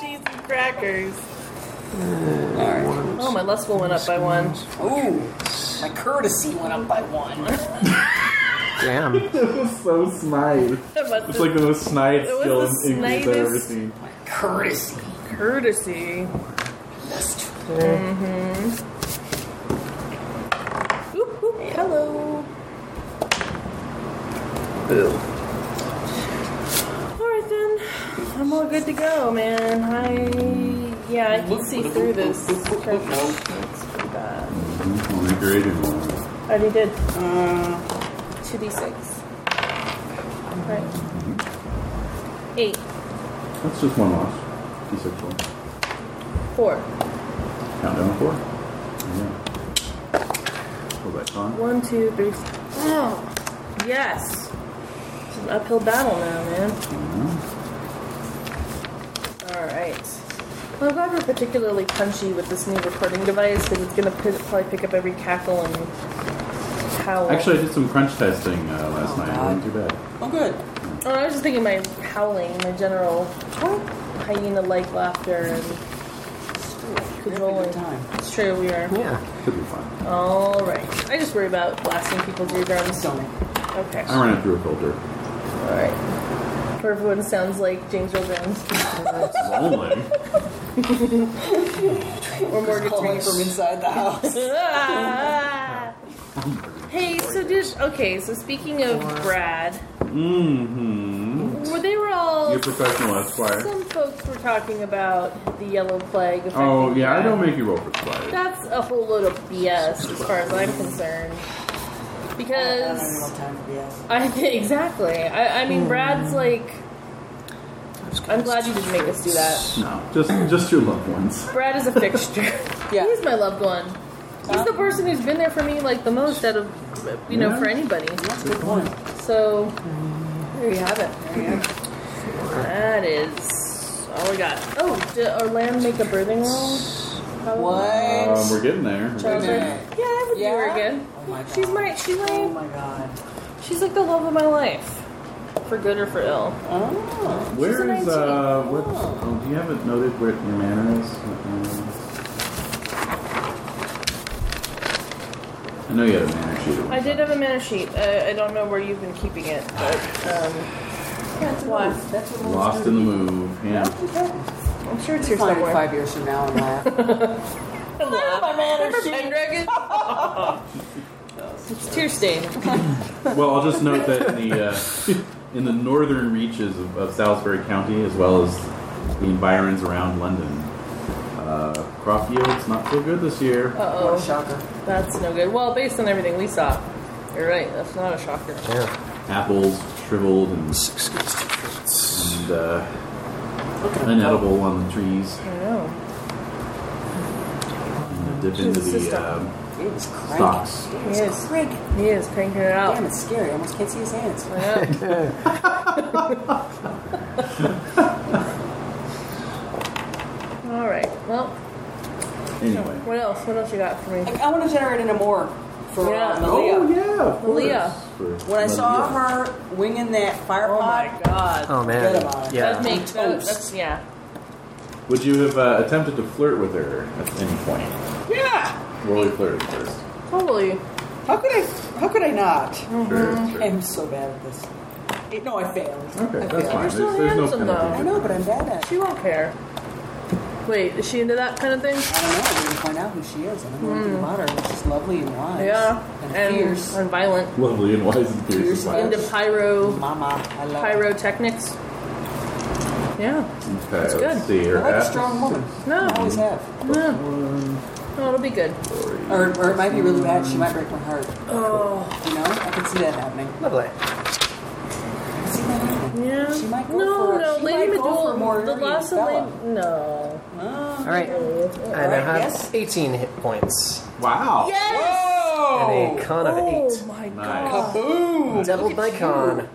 Speaker 2: cheese and crackers.
Speaker 5: All right.
Speaker 2: Oh, my lustful went up by one.
Speaker 5: Ooh. My courtesy went up by one.
Speaker 4: Damn.
Speaker 1: it was so snide.
Speaker 2: That must
Speaker 1: It's like the most snide
Speaker 2: It was
Speaker 1: skill
Speaker 2: the
Speaker 1: in English I've ever
Speaker 2: snidest-
Speaker 1: seen.
Speaker 5: Courtesy.
Speaker 2: courtesy.
Speaker 5: Lust.
Speaker 2: Oop, oop, hello. All right then, I'm all good to go, man. I yeah, I can see through this. It's pretty bad.
Speaker 1: Only graded one.
Speaker 2: I already did
Speaker 5: Uh,
Speaker 2: two d six. Right. Eight.
Speaker 1: That's just one loss. D6 roll.
Speaker 2: Four.
Speaker 1: Countdown four. Yeah. Was that fun?
Speaker 2: One, two, three. f- Oh, yes. It's an uphill battle now, man. All right. Well, I'm glad we're particularly punchy with this new recording device because it's gonna p- probably pick up every cackle and howl.
Speaker 1: Actually, I did some crunch testing uh, last night. It wasn't too bad.
Speaker 6: Oh, good.
Speaker 2: oh, I was just thinking my howling, my general hyena-like laughter and
Speaker 3: Having a
Speaker 2: controlling.
Speaker 3: good time.
Speaker 2: It's true, we are.
Speaker 4: Yeah.
Speaker 1: Should be fun.
Speaker 2: All right. I just worry about blasting people's eardrums.
Speaker 3: Stunning.
Speaker 2: Okay.
Speaker 1: I ran it through a filter.
Speaker 2: All right. For everyone, sounds like James Earl Jones
Speaker 1: Lonely.
Speaker 2: or Morgan
Speaker 3: Calling
Speaker 2: Freeman.
Speaker 3: from inside the house.
Speaker 2: Ah. hey, so did okay. So speaking of Brad,
Speaker 1: Mm-hmm.
Speaker 2: well, they were all
Speaker 1: You're professional esquire.
Speaker 2: some folks were talking about the yellow plague. affecting
Speaker 1: Oh yeah, I
Speaker 2: Brad.
Speaker 1: don't make you roll for esquire.
Speaker 2: That's a whole load of BS as far as I'm concerned,
Speaker 3: I don't have
Speaker 2: because
Speaker 3: enough time for BS.
Speaker 2: I think exactly. I, I mean, Brad's like. I'm glad you didn't make us do that.
Speaker 1: No, just just your loved ones.
Speaker 2: Brad is a fixture.
Speaker 3: Yeah.
Speaker 2: He's my loved one. He's the person who's been there for me like the most out of you know for anybody.
Speaker 3: That's a good point.
Speaker 2: So there you have it. That is all we got. Oh, did Orlando make a birthing roll? Probably.
Speaker 1: Um,
Speaker 3: What?
Speaker 1: we're getting there. We're
Speaker 2: Charles
Speaker 1: getting there.
Speaker 2: Bird? Yeah, I would do her
Speaker 3: Yeah?
Speaker 2: again.
Speaker 3: Oh my god.
Speaker 2: She's my she's
Speaker 3: Oh
Speaker 2: my
Speaker 3: my god.
Speaker 2: she's like the love of my life. For good or for ill.
Speaker 3: Oh.
Speaker 1: Where
Speaker 2: She's
Speaker 1: is
Speaker 2: an
Speaker 1: uh?
Speaker 2: IT.
Speaker 1: What? Oh, do you have it noted where your manor is? What manor is? I know you had a manor sheet.
Speaker 2: I did have a mana sheet. Uh, I don't know where you've been keeping it, but um,
Speaker 3: That's
Speaker 2: Why?
Speaker 3: what. That's what. we'll
Speaker 1: Lost
Speaker 3: do.
Speaker 1: in the move. Yeah.
Speaker 2: I'm sure it's here
Speaker 3: Find it
Speaker 2: somewhere.
Speaker 3: five years from now and laugh.
Speaker 2: Remember Pendragon? it's tear stained.
Speaker 1: Well, I'll just note that in the uh, in the northern reaches of, of Salisbury County, as well as the environs around London, uh, crop yields not so good this year.
Speaker 2: Uh
Speaker 3: What a
Speaker 2: oh,
Speaker 3: shocker.
Speaker 2: that's no good. Well, based on everything we saw, you're right. That's not a shocker.
Speaker 4: Yeah.
Speaker 1: Apples shriveled and,
Speaker 4: Six goes to fruits.
Speaker 1: and uh, unedible on the trees.
Speaker 2: I know.
Speaker 1: And dip into
Speaker 2: Jesus,
Speaker 1: the
Speaker 2: sister.
Speaker 1: um,
Speaker 3: It Oh, was cranky.
Speaker 1: stocks.
Speaker 3: It was
Speaker 2: He is. Oh.
Speaker 3: cranky.
Speaker 2: He is cranking it
Speaker 3: Damn,
Speaker 2: out.
Speaker 3: it's scary. I almost can't see his hands.
Speaker 2: I know. All right. Well,
Speaker 1: Anyway.
Speaker 2: what else? What else you got for
Speaker 3: I,
Speaker 2: me?
Speaker 3: I want to generate into more for
Speaker 2: Yeah.
Speaker 3: uh, Malia.
Speaker 1: Oh yeah, of course.
Speaker 2: Malia.
Speaker 1: For-
Speaker 3: When I saw
Speaker 1: Malia.
Speaker 3: her winging that fire
Speaker 2: Oh
Speaker 3: pod,
Speaker 2: my God.
Speaker 4: Oh
Speaker 3: Forget about
Speaker 4: man.
Speaker 3: it.
Speaker 4: Yeah.
Speaker 2: That makes that, that's yeah.
Speaker 1: would you have uh, attempted to flirt with her at any point?
Speaker 3: yeah.
Speaker 1: Roll your flirt first.
Speaker 2: Totally.
Speaker 3: How could I? How could I not?
Speaker 1: Sure, sure.
Speaker 3: I'm so bad at this. It- no, Mm-hmm. I failed.
Speaker 1: Okay,
Speaker 3: You're
Speaker 1: that's fine. There's,
Speaker 2: so
Speaker 1: there's no
Speaker 2: handsome,
Speaker 1: penalty.
Speaker 2: though.
Speaker 3: I know, but I'm bad at. it.
Speaker 2: She won't care. Wait, is she into that kind of thing?
Speaker 3: I don't know. I'm going to find out who she is, and I'm going to think about her. She's lovely and wise.
Speaker 2: Hmm. Yeah.
Speaker 3: And,
Speaker 2: And
Speaker 3: fierce.
Speaker 2: and violent.
Speaker 1: Lovely and wise and fierce.
Speaker 3: Fierce
Speaker 1: and
Speaker 3: and
Speaker 1: wise.
Speaker 2: Into pyro
Speaker 3: Mama, I love. her.
Speaker 2: pyrotechnics. Yeah.
Speaker 1: Okay, let's
Speaker 2: That's good.
Speaker 1: see
Speaker 3: I
Speaker 1: here.
Speaker 3: like a strong woman.
Speaker 2: No.
Speaker 3: I always have.
Speaker 2: No. No, it'll be good.
Speaker 3: Or, or it might be really bad. She might break my heart.
Speaker 2: Oh.
Speaker 3: You know, I could see that happening.
Speaker 4: Lovely.
Speaker 3: I could see that happening.
Speaker 2: Yeah.
Speaker 3: She might go
Speaker 2: no,
Speaker 3: for-
Speaker 2: no,
Speaker 3: she
Speaker 2: Lady
Speaker 3: might go
Speaker 2: Medulla.
Speaker 3: for more
Speaker 2: the
Speaker 3: nerdy
Speaker 2: loss of
Speaker 3: fella.
Speaker 2: Lady. No.
Speaker 4: All right. And I
Speaker 3: Alright,
Speaker 4: have
Speaker 3: yes.
Speaker 4: 18 hit points
Speaker 1: Wow.
Speaker 2: Yes.
Speaker 3: Whoa!
Speaker 4: and a con of
Speaker 2: Oh
Speaker 4: eight.
Speaker 2: my
Speaker 1: Nice.
Speaker 2: god.
Speaker 3: Boom!
Speaker 4: Doubled my con.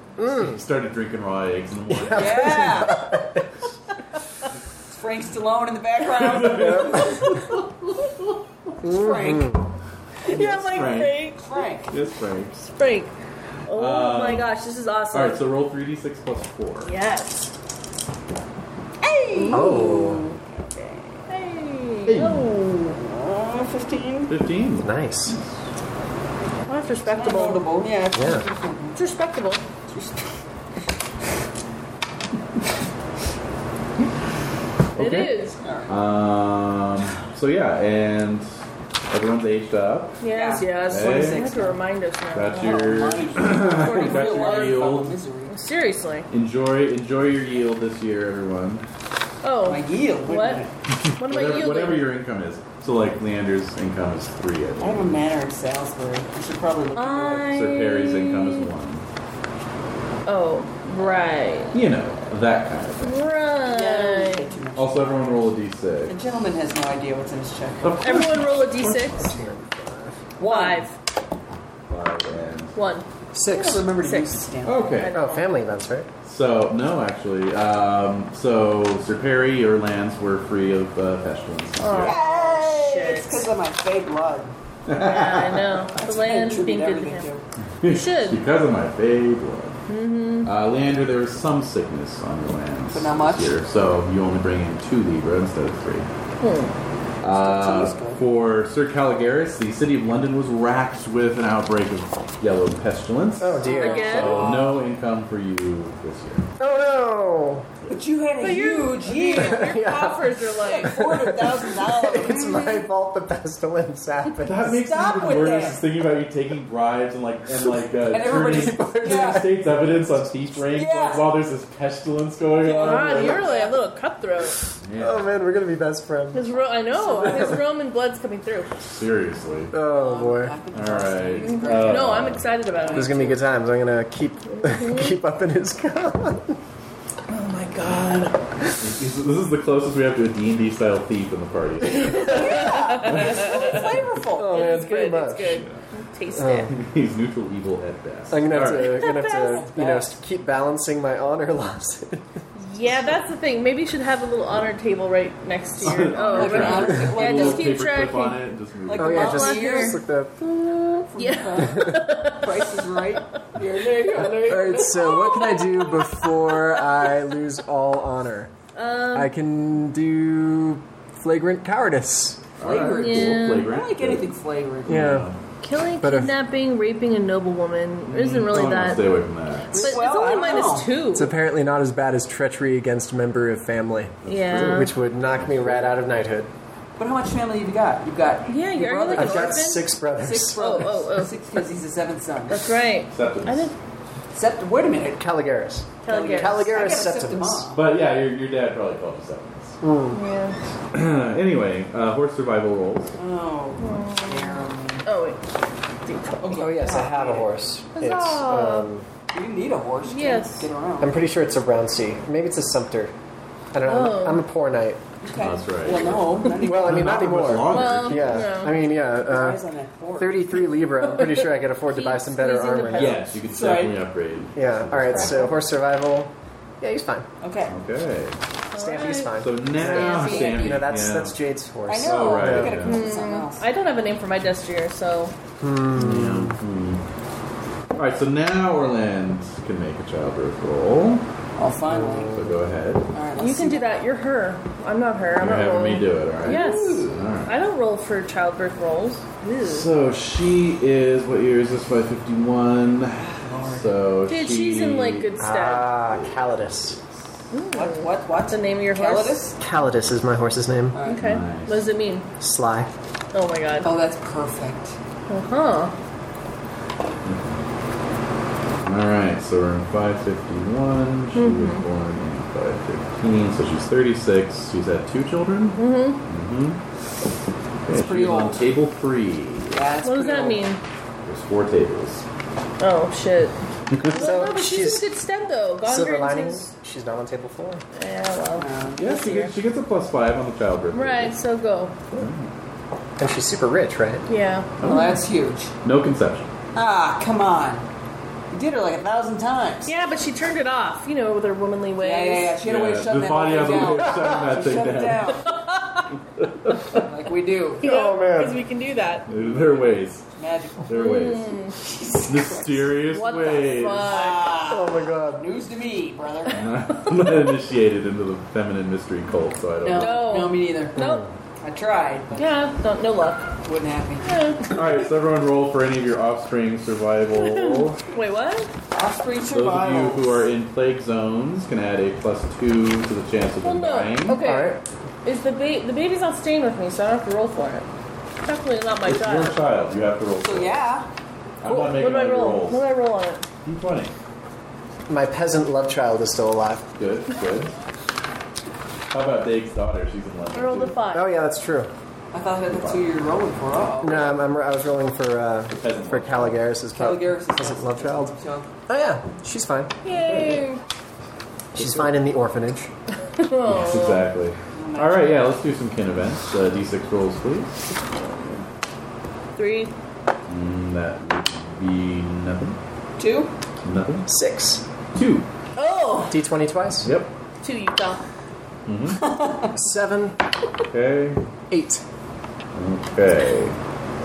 Speaker 1: Started drinking raw eggs in the morning.
Speaker 3: Yeah! it's Frank Stallone in the background. It's Frank.
Speaker 2: Yeah, like
Speaker 1: Frank.
Speaker 2: Frank.
Speaker 3: Frank.
Speaker 1: Yes, Franks.
Speaker 2: Frank. Oh
Speaker 1: Um,
Speaker 2: my gosh, this is awesome.
Speaker 1: All right, so roll 3d6 plus 4.
Speaker 2: yes.
Speaker 3: Hey!
Speaker 4: Oh,
Speaker 2: Hey.
Speaker 1: Hey.
Speaker 2: Oh.
Speaker 3: Uh, 15.
Speaker 1: 15.
Speaker 4: nice.
Speaker 2: Well, That's respectable.
Speaker 3: Notable. Yeah. it's-
Speaker 4: Yeah.
Speaker 2: It's respectable. It
Speaker 1: Okay.
Speaker 2: is.
Speaker 1: Um, so yeah, and everyone's aged up.
Speaker 2: Yes,
Speaker 3: Yeah.
Speaker 2: yes.
Speaker 1: Hey.
Speaker 2: You have to remind us now.
Speaker 1: That's
Speaker 3: Oh,
Speaker 1: your
Speaker 3: my.
Speaker 1: That's your
Speaker 3: Real life
Speaker 1: yield.
Speaker 3: fucking misery.
Speaker 2: Seriously.
Speaker 1: enjoy enjoy your yield this year, everyone.
Speaker 2: Oh.
Speaker 3: My yield. wait a
Speaker 2: What?
Speaker 3: minute.
Speaker 2: What about
Speaker 1: Whatever,
Speaker 2: you?
Speaker 1: whatever
Speaker 2: Lou?
Speaker 1: your income is. So like Leander's income is three, I
Speaker 3: I have
Speaker 1: think.
Speaker 3: a
Speaker 2: Oh,
Speaker 3: manor in Salisbury. I should probably look into it.
Speaker 2: I...
Speaker 1: Sir Perry's income is one.
Speaker 2: Oh, right.
Speaker 1: You know that kind of thing.
Speaker 2: Right.
Speaker 3: Yeah, I don't really pay too much
Speaker 1: Also, everyone roll a d6.
Speaker 5: The gentleman has no idea what's in his check.
Speaker 1: Of course.
Speaker 2: Everyone roll a d6.
Speaker 4: Oh,
Speaker 5: One.
Speaker 2: Five.
Speaker 1: Five and-
Speaker 2: One.
Speaker 4: Six.
Speaker 5: Remember to use
Speaker 2: Six.
Speaker 5: the stamp.
Speaker 1: Okay.
Speaker 4: Oh, family events, right?
Speaker 1: So no, actually. Um, so Sir Perry, your lands were free of uh, pestilence.
Speaker 2: Oh,
Speaker 3: It's because
Speaker 2: shit.
Speaker 3: of my fake blood.
Speaker 2: Yeah, I know. The land's being good to him. You should.
Speaker 1: because of my fade blood.
Speaker 5: Mm-hmm.
Speaker 1: Uh, Leander, there was some sickness on your lands.
Speaker 5: But not much?
Speaker 1: this year, so you only bring in two Libra instead of three.
Speaker 2: Hmm.
Speaker 1: Uh,
Speaker 5: sounds good.
Speaker 1: for Sir Caligaris, the city of London was racked with an outbreak of yellow pestilence.
Speaker 4: Oh dear.
Speaker 2: Again?
Speaker 1: So no income for you this year.
Speaker 4: Oh
Speaker 5: But you had a
Speaker 2: But you're-
Speaker 5: huge year.
Speaker 2: Your coffers are like.
Speaker 3: Four hundred thousand
Speaker 4: no!
Speaker 3: dollars.
Speaker 4: It's my fault the pestilence happened.
Speaker 1: That makes
Speaker 5: Stop
Speaker 1: it even
Speaker 5: with
Speaker 1: worse.
Speaker 5: that.
Speaker 1: Just thinking about you taking bribes and like and like uh,
Speaker 5: everybody's-
Speaker 1: turning, turning
Speaker 5: yeah.
Speaker 1: state's evidence on thief rings
Speaker 5: Yeah.
Speaker 1: like, while there's this pestilence going on.
Speaker 2: God,
Speaker 1: Like,
Speaker 2: you're like a little cutthroat.
Speaker 1: yeah,
Speaker 4: Oh man, we're gonna be best friends.
Speaker 2: His Ro- I know. His Roman blood's coming through.
Speaker 1: seriously.
Speaker 4: Oh boy.
Speaker 1: All right.
Speaker 2: No,
Speaker 5: Oh
Speaker 1: Uh,
Speaker 2: I'm excited about
Speaker 4: There's
Speaker 2: it.
Speaker 4: gonna be good times. I'm gonna keep keep up in his count.
Speaker 3: Oh my
Speaker 4: Uh,
Speaker 3: god.
Speaker 1: This is this is the closest we have to a D&D style thief in the party.
Speaker 5: Flavorful.
Speaker 4: Oh man,
Speaker 2: It's
Speaker 4: pretty
Speaker 2: good. It's
Speaker 4: much.
Speaker 2: good. Taste
Speaker 4: Oh.
Speaker 2: it.
Speaker 1: He's neutral evil at best.
Speaker 4: I'm gonna have
Speaker 1: All right.
Speaker 4: to, gonna have to, you know, keep balancing my honor losses.
Speaker 2: Yeah, that's the thing. Maybe you should have a little honor table right next to your. Oh,
Speaker 1: Honor
Speaker 2: right.
Speaker 1: track.
Speaker 5: Yeah,
Speaker 1: Put a
Speaker 2: just
Speaker 1: little
Speaker 2: keep
Speaker 1: paper clip
Speaker 2: tracking.
Speaker 1: on it and just move
Speaker 5: Like
Speaker 1: it.
Speaker 4: Oh yeah,
Speaker 5: Well,
Speaker 4: just,
Speaker 5: like your-
Speaker 4: just look the.
Speaker 2: Yeah.
Speaker 5: Price is right. You're there, you're
Speaker 4: All
Speaker 5: there.
Speaker 4: right, so what can I do before I lose all honor?
Speaker 2: Um,
Speaker 4: I can do flagrant cowardice.
Speaker 5: Flagrant.
Speaker 1: All Cool.
Speaker 2: Yeah.
Speaker 5: I
Speaker 1: Flagrant.
Speaker 5: don't like anything flagrant.
Speaker 4: Yeah.
Speaker 2: Killing,
Speaker 4: But if-
Speaker 2: kidnapping, raping a noble woman isn't
Speaker 1: Don't
Speaker 2: really
Speaker 1: wanna
Speaker 2: that.
Speaker 1: Stay
Speaker 2: But
Speaker 1: away from that.
Speaker 2: it's
Speaker 5: Well, I
Speaker 2: only
Speaker 5: don't
Speaker 2: minus
Speaker 5: know.
Speaker 2: two.
Speaker 4: It's apparently not as bad as treachery against member of family,
Speaker 2: yeah.
Speaker 4: which would knock me right out of knighthood.
Speaker 5: But how much family have you got? You've got
Speaker 2: Yeah,
Speaker 5: your
Speaker 2: you're
Speaker 5: brother,
Speaker 2: like
Speaker 4: I've got
Speaker 2: orphan?
Speaker 4: six brothers.
Speaker 5: six
Speaker 2: Oh,
Speaker 5: brothers.
Speaker 2: oh, oh.
Speaker 5: Six kids. He's the seventh son.
Speaker 2: That's right.
Speaker 1: Acceptance.
Speaker 2: I did
Speaker 5: Except, wait a minute.
Speaker 4: Caligaris.
Speaker 2: Caligaris.
Speaker 5: I
Speaker 4: Caligaris
Speaker 5: gotta set them
Speaker 4: septimus.
Speaker 5: up.
Speaker 1: But yeah, your, your dad probably called us acceptance.
Speaker 2: Yeah.
Speaker 1: anyway, uh, horse survival rolls.
Speaker 5: Oh, Jeremy.
Speaker 2: Oh wait. D12.
Speaker 5: Okay. Ah,
Speaker 4: Oh yes, I have a horse. It's
Speaker 2: Huzzah.
Speaker 4: um,
Speaker 5: You need a horse. to
Speaker 2: Yes.
Speaker 5: Get around.
Speaker 4: I'm pretty sure it's a brown sea. Maybe it's a sumpter. I don't know.
Speaker 2: Oh.
Speaker 4: I'm, I'm a poor knight.
Speaker 5: Okay.
Speaker 1: That's right.
Speaker 5: Well, no. not even-
Speaker 4: Well, I mean, not
Speaker 1: for much
Speaker 4: anymore.
Speaker 1: longer.
Speaker 2: Well,
Speaker 4: Yeah.
Speaker 2: no.
Speaker 4: I mean, yeah.
Speaker 5: Eyes
Speaker 4: Uh,
Speaker 5: on that board.
Speaker 4: 33 Libra. I'm pretty sure I could afford to buy some better
Speaker 2: Keep squeezing
Speaker 4: armor.
Speaker 2: the pedal.
Speaker 1: yes, you can
Speaker 5: Sorry.
Speaker 1: definitely upgrade.
Speaker 4: Yeah. All right. So horse survival. Yeah, he's fine.
Speaker 5: Okay.
Speaker 1: Okay.
Speaker 4: Stampy's
Speaker 2: Alright.
Speaker 4: fine.
Speaker 1: So now,
Speaker 2: Stampy.
Speaker 1: Stampy.
Speaker 4: You know, that's
Speaker 1: yeah.
Speaker 4: that's Jade's
Speaker 5: I
Speaker 4: horse.
Speaker 5: know.
Speaker 1: Oh,
Speaker 5: I
Speaker 1: right,
Speaker 5: gotta
Speaker 1: yeah.
Speaker 5: come up with something else.
Speaker 2: I don't have a name for my dustier, so
Speaker 1: Yeah, hmm. All right, so now Orland can make a childbirth roll.
Speaker 5: Oh, finally.
Speaker 1: So go ahead.
Speaker 5: All right.
Speaker 2: you
Speaker 5: let's
Speaker 2: can
Speaker 5: see.
Speaker 2: do that. You're her. I'm not her. I'm
Speaker 1: You're
Speaker 2: not
Speaker 1: having
Speaker 2: rolling.
Speaker 1: me do it, all right?
Speaker 2: Yes.
Speaker 1: All right.
Speaker 2: I don't roll for childbirth rolls. Ew.
Speaker 1: So she is what year is this? Five fifty one. So
Speaker 2: Dude,
Speaker 1: she-
Speaker 2: she's in like good stead.
Speaker 4: Ah, Calidus.
Speaker 5: What? What?
Speaker 2: What's
Speaker 5: What?
Speaker 2: the name of your horse?
Speaker 5: Calidus?
Speaker 4: Calidus is my horse's name.
Speaker 2: Okay.
Speaker 1: Nice.
Speaker 2: What does it mean?
Speaker 4: Sly.
Speaker 2: Oh my god.
Speaker 5: Oh, that's perfect.
Speaker 4: Oh.
Speaker 2: Uh huh.
Speaker 1: All right, so we're in five fifty one. She was
Speaker 2: Mm-hmm.
Speaker 1: born in five fifteen, so she's thirty six. She's had two children. Mm-hmm. Mm-hmm.
Speaker 5: That's pretty
Speaker 1: she's on
Speaker 5: old.
Speaker 1: table three.
Speaker 5: Yeah, it's
Speaker 2: What does
Speaker 5: pretty
Speaker 2: that
Speaker 5: old.
Speaker 2: mean?
Speaker 1: There's four tables.
Speaker 2: Oh shit. well, no,
Speaker 4: So
Speaker 2: but she's,
Speaker 4: she's
Speaker 2: in good stead though. Gone
Speaker 4: silver
Speaker 2: Green's
Speaker 4: linings. She's not on table four.
Speaker 2: is- Yeah, well.
Speaker 5: Um,
Speaker 1: Yeah, she gets, she gets a plus five on the childbirth. table.
Speaker 2: Right. So go.
Speaker 4: And she's super rich, right?
Speaker 2: Yeah.
Speaker 5: well, that's huge.
Speaker 1: No conception.
Speaker 5: Ah, come on. You did her like a thousand times.
Speaker 2: Yeah, but she turned it off. You know, with her womanly ways.
Speaker 5: Yeah, yeah, yeah. She had a way of
Speaker 1: Yeah,
Speaker 5: shutting
Speaker 1: the
Speaker 5: that
Speaker 1: body
Speaker 5: thing
Speaker 1: has a way
Speaker 5: down.
Speaker 1: of shutting that
Speaker 5: She
Speaker 1: thing
Speaker 5: shut it
Speaker 1: down.
Speaker 5: down. like we do.
Speaker 2: Oh
Speaker 4: man.
Speaker 2: Because we can do that.
Speaker 1: There are ways.
Speaker 5: Magical.
Speaker 1: There are ways. Mysterious
Speaker 2: What
Speaker 1: ways.
Speaker 2: the fuck?
Speaker 5: Ah,
Speaker 4: Oh my god.
Speaker 5: news to me, brother.
Speaker 1: I'm not initiated into the feminine mystery cult, so I don't know.
Speaker 2: No.
Speaker 5: no, me neither.
Speaker 2: Nope.
Speaker 5: I tried, but
Speaker 2: Yeah. No, no luck.
Speaker 5: it wouldn't happen.
Speaker 1: All
Speaker 2: Yeah.
Speaker 1: right, so everyone roll for any of your offspring survival.
Speaker 2: Wait, what?
Speaker 5: Offspring
Speaker 1: Those of you
Speaker 5: survival.
Speaker 1: who are in plague zones can add a plus two to the chance of
Speaker 2: Well,
Speaker 1: them
Speaker 2: no.
Speaker 1: dying.
Speaker 2: Okay.
Speaker 4: All right.
Speaker 2: Is the ba- the baby's not staying with me, so I don't have to roll for it. Definitely not my
Speaker 1: It's your
Speaker 2: child.
Speaker 1: child. You have to roll.
Speaker 5: So yeah,
Speaker 1: I'm not
Speaker 2: uh, What
Speaker 1: making
Speaker 2: do I
Speaker 1: any
Speaker 2: roll?
Speaker 1: rolls.
Speaker 2: What do I roll on it?
Speaker 1: D20.
Speaker 4: My peasant love child is still alive.
Speaker 1: Good, good. How about Dake's daughter? She's in London.
Speaker 2: I rolled a
Speaker 1: too.
Speaker 2: five.
Speaker 4: Oh yeah, that's true.
Speaker 5: I thought that's who you're rolling for.
Speaker 3: Oh,
Speaker 5: Uh-oh.
Speaker 4: No, I'm, I'm, I was rolling for uh,
Speaker 1: peasant
Speaker 4: for
Speaker 1: love
Speaker 4: Caligaris'
Speaker 5: Caligaris is
Speaker 4: peasant love child.
Speaker 5: So,
Speaker 4: Oh yeah, she's fine.
Speaker 2: Yay!
Speaker 4: She's fine in the orphanage.
Speaker 1: Yes, exactly.
Speaker 2: Oh
Speaker 1: All right, yeah, let's do some kin events. Uh, D6 rolls, please.
Speaker 2: Three.
Speaker 1: Mm, that would be nothing.
Speaker 3: Two?
Speaker 1: Nothing.
Speaker 4: Six.
Speaker 1: Two.
Speaker 2: Oh,
Speaker 4: D20 twice.
Speaker 1: Yep.
Speaker 2: two Utah.
Speaker 4: Seven.
Speaker 1: Okay.
Speaker 4: Eight.
Speaker 1: Okay.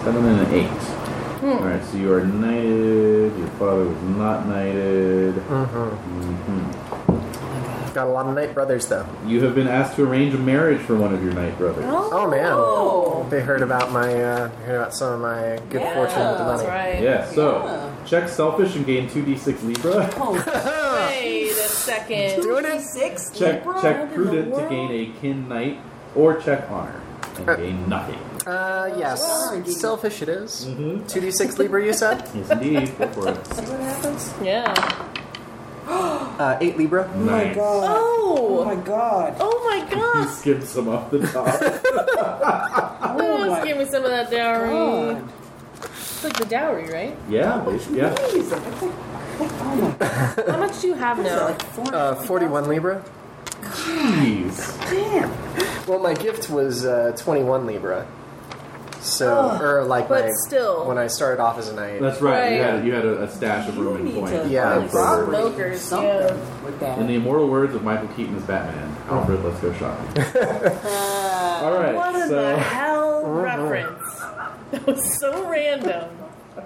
Speaker 1: Seven and an eight.
Speaker 3: Hmm.
Speaker 1: All right, so you are knighted. Your father was not knighted.
Speaker 4: Got a lot of Knight Brothers, though.
Speaker 1: You have been asked to arrange a marriage for one of your knight brothers.
Speaker 4: Oh, man.
Speaker 3: Oh.
Speaker 4: They heard about my, uh, heard about some of my good
Speaker 3: Yeah,
Speaker 4: fortune with the
Speaker 3: that's
Speaker 4: money.
Speaker 2: right.
Speaker 1: Yeah, so
Speaker 3: Yeah.
Speaker 1: check selfish and gain 2d6 Libra.
Speaker 2: Wait a second.
Speaker 4: Doing it.
Speaker 3: Oh, Six?
Speaker 1: Check,
Speaker 3: Libra? What in
Speaker 1: check
Speaker 3: the
Speaker 1: prudent to
Speaker 3: world?
Speaker 1: gain a kin knight, or check honor and
Speaker 4: Uh.
Speaker 1: gain nothing.
Speaker 4: Uh, yes.
Speaker 3: Sorry.
Speaker 4: Selfish it is.
Speaker 1: Mhm.
Speaker 4: 2d6 Libra, you said?
Speaker 1: Yes, indeed. Go for it.
Speaker 3: See what happens?
Speaker 2: Yeah.
Speaker 4: Uh, eight Libra.
Speaker 3: Oh my
Speaker 1: Nice.
Speaker 3: god. Oh
Speaker 2: Oh.
Speaker 3: my god.
Speaker 2: Oh my
Speaker 1: You
Speaker 2: gosh.
Speaker 1: skipped some off the top.
Speaker 2: Oh,
Speaker 3: my
Speaker 2: give me some of that dowry.
Speaker 3: God.
Speaker 2: It's like the dowry, right?
Speaker 1: yeah, basically, yeah.
Speaker 3: Jeez, that's like- oh my god.
Speaker 2: How much do you have
Speaker 3: Is it
Speaker 2: now?
Speaker 3: like four?
Speaker 4: Uh, 41 Libra.
Speaker 1: Jeez.
Speaker 3: Damn.
Speaker 4: Well, my gift was uh, 21 Libra. So, or like
Speaker 2: but
Speaker 4: my,
Speaker 2: still.
Speaker 4: when I started off as a knight.
Speaker 1: That's right. You
Speaker 2: Right.
Speaker 1: had, you had a, a stash of
Speaker 3: You
Speaker 1: room and
Speaker 3: need
Speaker 1: coin.
Speaker 3: to
Speaker 4: Yeah.
Speaker 3: like robbery or
Speaker 2: Smokers,
Speaker 3: something
Speaker 2: yeah.
Speaker 3: with that.
Speaker 1: In the immortal words of Michael Keaton's Batman, Alfred, let's go shopping. All
Speaker 2: What
Speaker 1: right,
Speaker 2: in
Speaker 1: so
Speaker 2: the hell reference? That was so random.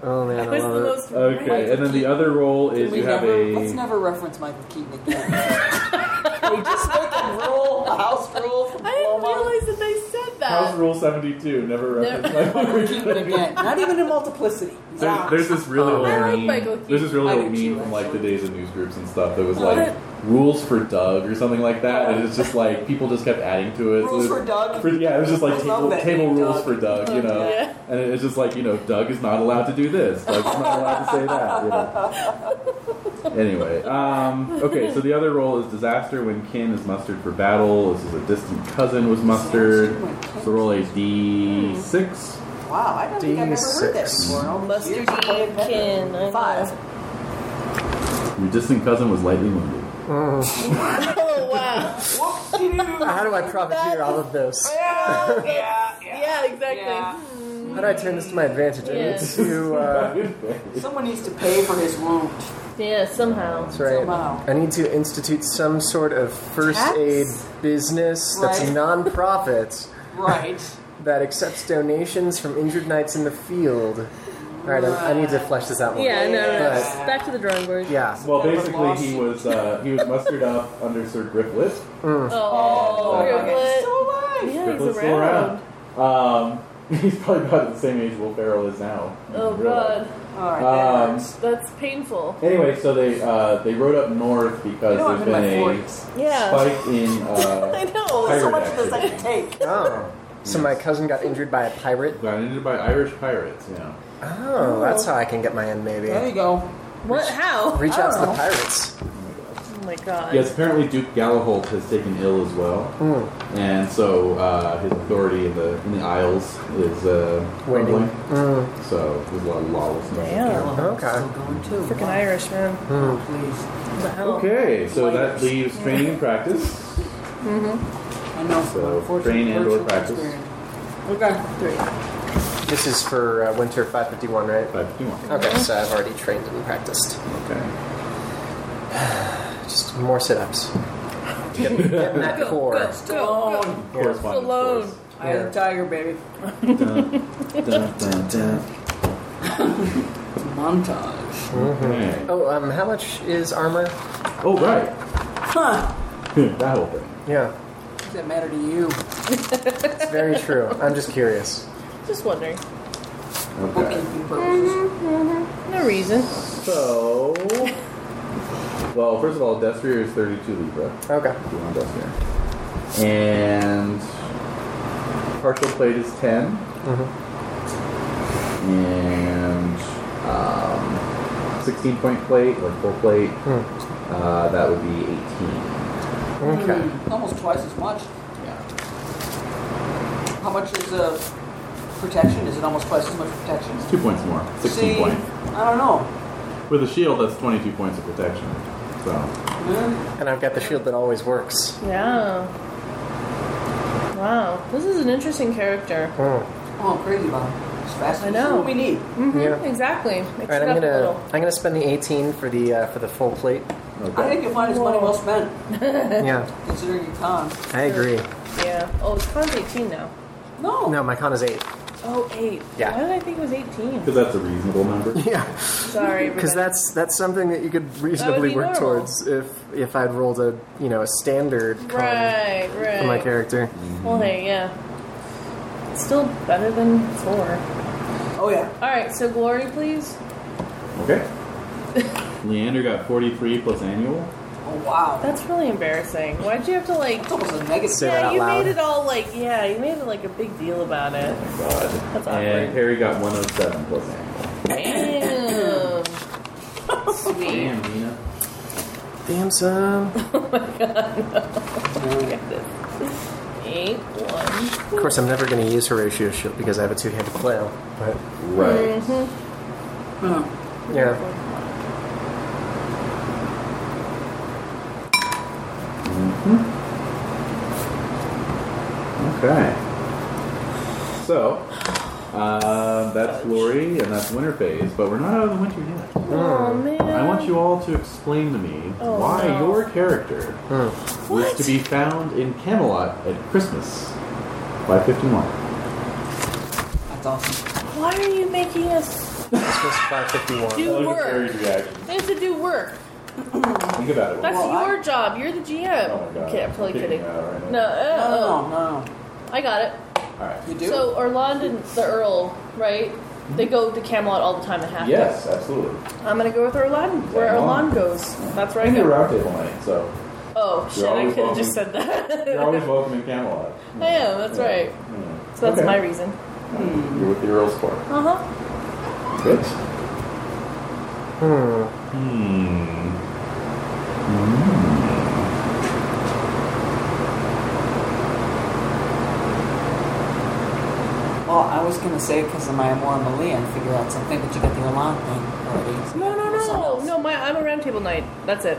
Speaker 4: oh, man,
Speaker 2: That
Speaker 4: I
Speaker 2: was the
Speaker 4: love it.
Speaker 2: most
Speaker 1: okay, and then the other role is
Speaker 3: We
Speaker 1: you have
Speaker 3: never, let's
Speaker 1: a
Speaker 3: never reference Michael Keaton again. we just make a rule, a house rule from
Speaker 2: I didn't
Speaker 3: Loma.
Speaker 2: realize that they said
Speaker 1: House
Speaker 2: that.
Speaker 1: Rule seventy two. Never
Speaker 2: Never-
Speaker 1: reference Michael Keaton.
Speaker 3: Keaton again. Not even in multiplicity.
Speaker 1: There, there's this really old
Speaker 2: I like
Speaker 1: meme.
Speaker 2: Michael
Speaker 1: There's this really
Speaker 3: I
Speaker 1: old
Speaker 3: do too,
Speaker 1: meme from like the
Speaker 3: actually.
Speaker 1: days of newsgroups and stuff that was
Speaker 2: What?
Speaker 1: like rules for Doug or something like that, and it's just like people just kept adding to it.
Speaker 3: Rules
Speaker 1: It was-
Speaker 3: for Doug?
Speaker 1: yeah, it was just
Speaker 3: I
Speaker 1: like
Speaker 3: love
Speaker 1: table,
Speaker 3: that
Speaker 1: table
Speaker 3: name,
Speaker 1: rules
Speaker 3: Doug.
Speaker 1: for Doug, you know,
Speaker 2: Yeah.
Speaker 1: and it's just like you know Doug is not allowed to do this. Doug is not allowed to say that. You know. Anyway, um, okay, so the other role is disaster when kin is mustered for battle. This is a distant cousin was mustered. So roll a d six.
Speaker 3: Wow, I don't think I've ever heard that
Speaker 4: D6.
Speaker 3: before. All these
Speaker 2: Mustard
Speaker 3: years of playing
Speaker 2: Dean Kin, I know.
Speaker 3: veterans. Five.
Speaker 1: Your distant cousin was lightly wounded.
Speaker 2: Oh wow.
Speaker 3: Whoop-de-doo.
Speaker 4: How do I profiteer all of this?
Speaker 3: yeah, yeah, yeah.
Speaker 2: Yeah, exactly.
Speaker 3: Yeah.
Speaker 4: How do I turn this to my advantage? I need
Speaker 2: Yes.
Speaker 4: to. Uh,
Speaker 3: Someone needs to pay for his wound.
Speaker 2: Yeah, somehow.
Speaker 4: that's right.
Speaker 3: Somehow.
Speaker 4: I need to institute some sort of first
Speaker 3: Tax?
Speaker 4: aid business that's
Speaker 3: Right.
Speaker 4: non-profit
Speaker 3: Right.
Speaker 4: that accepts donations from injured knights in the field. All right, I, I need to flesh this out more.
Speaker 2: Yeah, no, no, no.
Speaker 4: Yes.
Speaker 2: Back to the drawing board.
Speaker 4: Yeah.
Speaker 1: Well,
Speaker 3: Never
Speaker 1: basically, he was
Speaker 3: lost.
Speaker 1: uh, he was mustered up under Sir Griflet.
Speaker 2: Oh,
Speaker 3: He's
Speaker 2: Griblet.
Speaker 3: still alive.
Speaker 2: Yeah, he's
Speaker 1: Griflet's still
Speaker 2: around.
Speaker 1: around. Um, he's probably about the same age Will Ferrell is now.
Speaker 2: Oh
Speaker 1: Really.
Speaker 2: god,
Speaker 3: All right, that
Speaker 1: Um,
Speaker 3: hurts.
Speaker 2: that's painful.
Speaker 1: Anyway, so they uh, they rode up north because
Speaker 3: You know, I'm
Speaker 1: there's
Speaker 3: in my
Speaker 1: been a
Speaker 3: 40s.
Speaker 2: Yeah.
Speaker 1: spike in
Speaker 3: I
Speaker 1: uh,
Speaker 3: know. There's so
Speaker 1: Pirate
Speaker 3: much of this I
Speaker 1: action.
Speaker 3: can take.
Speaker 4: Oh. So my cousin got injured by a pirate.
Speaker 1: got injured by Irish pirates. Yeah.
Speaker 4: Oh, that's how I can get my end, maybe.
Speaker 3: There you go.
Speaker 2: What? How?
Speaker 4: Reach out to the
Speaker 3: Oh.
Speaker 4: pirates.
Speaker 2: Oh my god.
Speaker 1: Yes, apparently Duke Galaholt has taken ill as well,
Speaker 3: Hmm.
Speaker 1: and so uh, his authority in the in the Isles is uh,
Speaker 4: Waning.
Speaker 1: crumbling.
Speaker 3: Hmm.
Speaker 1: So there's a lot of lawlessness.
Speaker 2: Damn.
Speaker 4: Okay.
Speaker 3: Still going too.
Speaker 2: Freaking Irish man.
Speaker 3: Oh,
Speaker 4: Hmm.
Speaker 3: please.
Speaker 2: What the hell?
Speaker 1: Okay, so that leaves training and practice.
Speaker 3: I know.
Speaker 1: So,
Speaker 3: unfortunate
Speaker 1: train and/or
Speaker 3: virtual
Speaker 1: practice.
Speaker 3: experience. Okay. Three.
Speaker 4: This is for uh, winter 551, right?
Speaker 1: Five fifty-one.
Speaker 4: Okay,
Speaker 3: Mm-hmm.
Speaker 4: so I've already trained and practiced.
Speaker 1: Okay.
Speaker 4: Just more sit-ups. Get, get that core.
Speaker 2: Go, go.
Speaker 3: Alone.
Speaker 1: Correspondence
Speaker 2: Alone.
Speaker 1: course.
Speaker 3: I am tiger, baby.
Speaker 1: Dun, dun, dun.
Speaker 3: Montage.
Speaker 1: Okay.
Speaker 4: Oh, um, how much is armor?
Speaker 1: Oh right,
Speaker 3: Huh.
Speaker 1: that whole thing.
Speaker 4: Yeah,
Speaker 3: Does that matter to you?
Speaker 4: it's very true. I'm just curious.
Speaker 2: Just wondering.
Speaker 1: Okay.
Speaker 3: Bookkeeping purposes.
Speaker 2: Mm-hmm. No reason.
Speaker 1: So, well, first of all, Destrier is thirty-two libra.
Speaker 4: Okay.
Speaker 1: If you want Destrier, and partial plate is 10
Speaker 4: Mm-hmm.
Speaker 1: and um, sixteen-point plate or full plate. Uh, that would be eighteen.
Speaker 4: Mm-hmm.
Speaker 2: Mm-hmm.
Speaker 4: Okay.
Speaker 3: Hmm, Almost twice as much.
Speaker 1: Yeah.
Speaker 3: How much is uh, protection? Is it almost twice as much protection?
Speaker 1: It's two points more. Sixteen
Speaker 3: See,
Speaker 1: point.
Speaker 3: I don't know.
Speaker 1: With a shield, that's 22 points of protection. So So
Speaker 4: And I've got the shield that always works.
Speaker 2: Yeah. Wow. This is an interesting character.
Speaker 4: Mm.
Speaker 3: Oh, I'm crazy about it. It's fast.
Speaker 2: I
Speaker 3: This is
Speaker 2: know.
Speaker 3: what we need.
Speaker 2: Mm-hmm,
Speaker 4: Yeah.
Speaker 2: Exactly. Mix
Speaker 4: All right,
Speaker 2: it
Speaker 4: I'm
Speaker 2: up a
Speaker 4: gonna
Speaker 2: little.
Speaker 4: I'm gonna spend the 18 for the uh, for the full plate.
Speaker 3: I
Speaker 1: okay.
Speaker 3: think you'll find it's money
Speaker 2: Whoa.
Speaker 3: well spent,
Speaker 4: yeah,
Speaker 3: considering your con.
Speaker 4: I agree.
Speaker 2: Yeah. Oh, it's con's 18 now.
Speaker 3: No.
Speaker 4: No, my con is eight.
Speaker 2: Oh, 8.
Speaker 4: Yeah.
Speaker 2: Why did I think it was 18?
Speaker 1: Because that's a reasonable number.
Speaker 4: Yeah,
Speaker 2: Sorry,
Speaker 4: because
Speaker 2: everybody.
Speaker 4: that's that's something that you could reasonably
Speaker 2: be
Speaker 4: work
Speaker 2: normal.
Speaker 4: towards if if I'd rolled a you know a standard con
Speaker 2: Right,
Speaker 4: for my
Speaker 2: right.
Speaker 4: character.
Speaker 2: Well, hey, yeah. It's still better than 4.
Speaker 3: Oh, yeah.
Speaker 2: Alright, so glory, please.
Speaker 1: Okay. Leander got 43 plus annual.
Speaker 3: Oh, wow.
Speaker 2: That's really embarrassing. Why'd you have to, like.
Speaker 3: It's almost a negative.
Speaker 4: Say that
Speaker 2: Yeah,
Speaker 4: out
Speaker 2: you
Speaker 4: loud.
Speaker 2: made it all like. Yeah, you made it like a big deal about it.
Speaker 1: God.
Speaker 2: That's
Speaker 1: And
Speaker 2: awkward.
Speaker 1: Harry got 107 plus annual.
Speaker 2: Damn. Sweet.
Speaker 1: Damn, Nina.
Speaker 4: Damn son.
Speaker 2: Look at this. Eight, one.
Speaker 4: Of course, I'm never going to use Horatio's shield because I have a two-handed flail. But
Speaker 1: Right.
Speaker 2: Mhm.
Speaker 3: Hmm.
Speaker 4: yeah,
Speaker 1: Okay. So, uh, that's Lori and that's winter phase, but we're not out of the winter yet.
Speaker 2: Oh, man.
Speaker 1: I want you all to explain to me
Speaker 2: Oh,
Speaker 1: why
Speaker 2: no.
Speaker 1: your character
Speaker 4: Hmm.
Speaker 1: was
Speaker 2: What?
Speaker 1: to be found in Camelot at Christmas by 51.
Speaker 3: That's awesome.
Speaker 2: Why are you making us
Speaker 4: it's just 551.
Speaker 2: do work?
Speaker 1: reaction.
Speaker 2: We have to do work.
Speaker 1: Think about it. Oh
Speaker 2: That's
Speaker 3: Well, I-
Speaker 2: your job. You're the GM. Okay, I'm totally kidding. No,
Speaker 3: No,
Speaker 2: uh,
Speaker 3: no, no, no, no.
Speaker 2: oh, I got it.
Speaker 1: All right.
Speaker 3: You do?
Speaker 2: So Orlando and the Earl, right? They go to Camelot all the time and have to.
Speaker 1: Yes, absolutely.
Speaker 2: I'm gonna go with Orlando, where
Speaker 1: Mom?
Speaker 2: Orlando goes. That's where I
Speaker 1: I'm the
Speaker 2: go.
Speaker 1: roundtable night, so
Speaker 2: Oh shit! I
Speaker 1: always
Speaker 2: could have just said
Speaker 1: you're
Speaker 2: that.
Speaker 1: always welcome in Camelot.
Speaker 2: I am. That's right.
Speaker 1: Yeah.
Speaker 2: So that's
Speaker 1: Okay.
Speaker 2: my reason.
Speaker 1: You're with the Earl's Court.
Speaker 2: Uh huh.
Speaker 1: Good.
Speaker 4: Hmm.
Speaker 1: Hmm.
Speaker 3: Well, I was going to say because of my Amora Malia and figure out something, but you got the Alon thing already. So
Speaker 2: No, no,
Speaker 3: that's something
Speaker 2: no,
Speaker 3: else.
Speaker 2: no. My I'm a roundtable knight. That's it.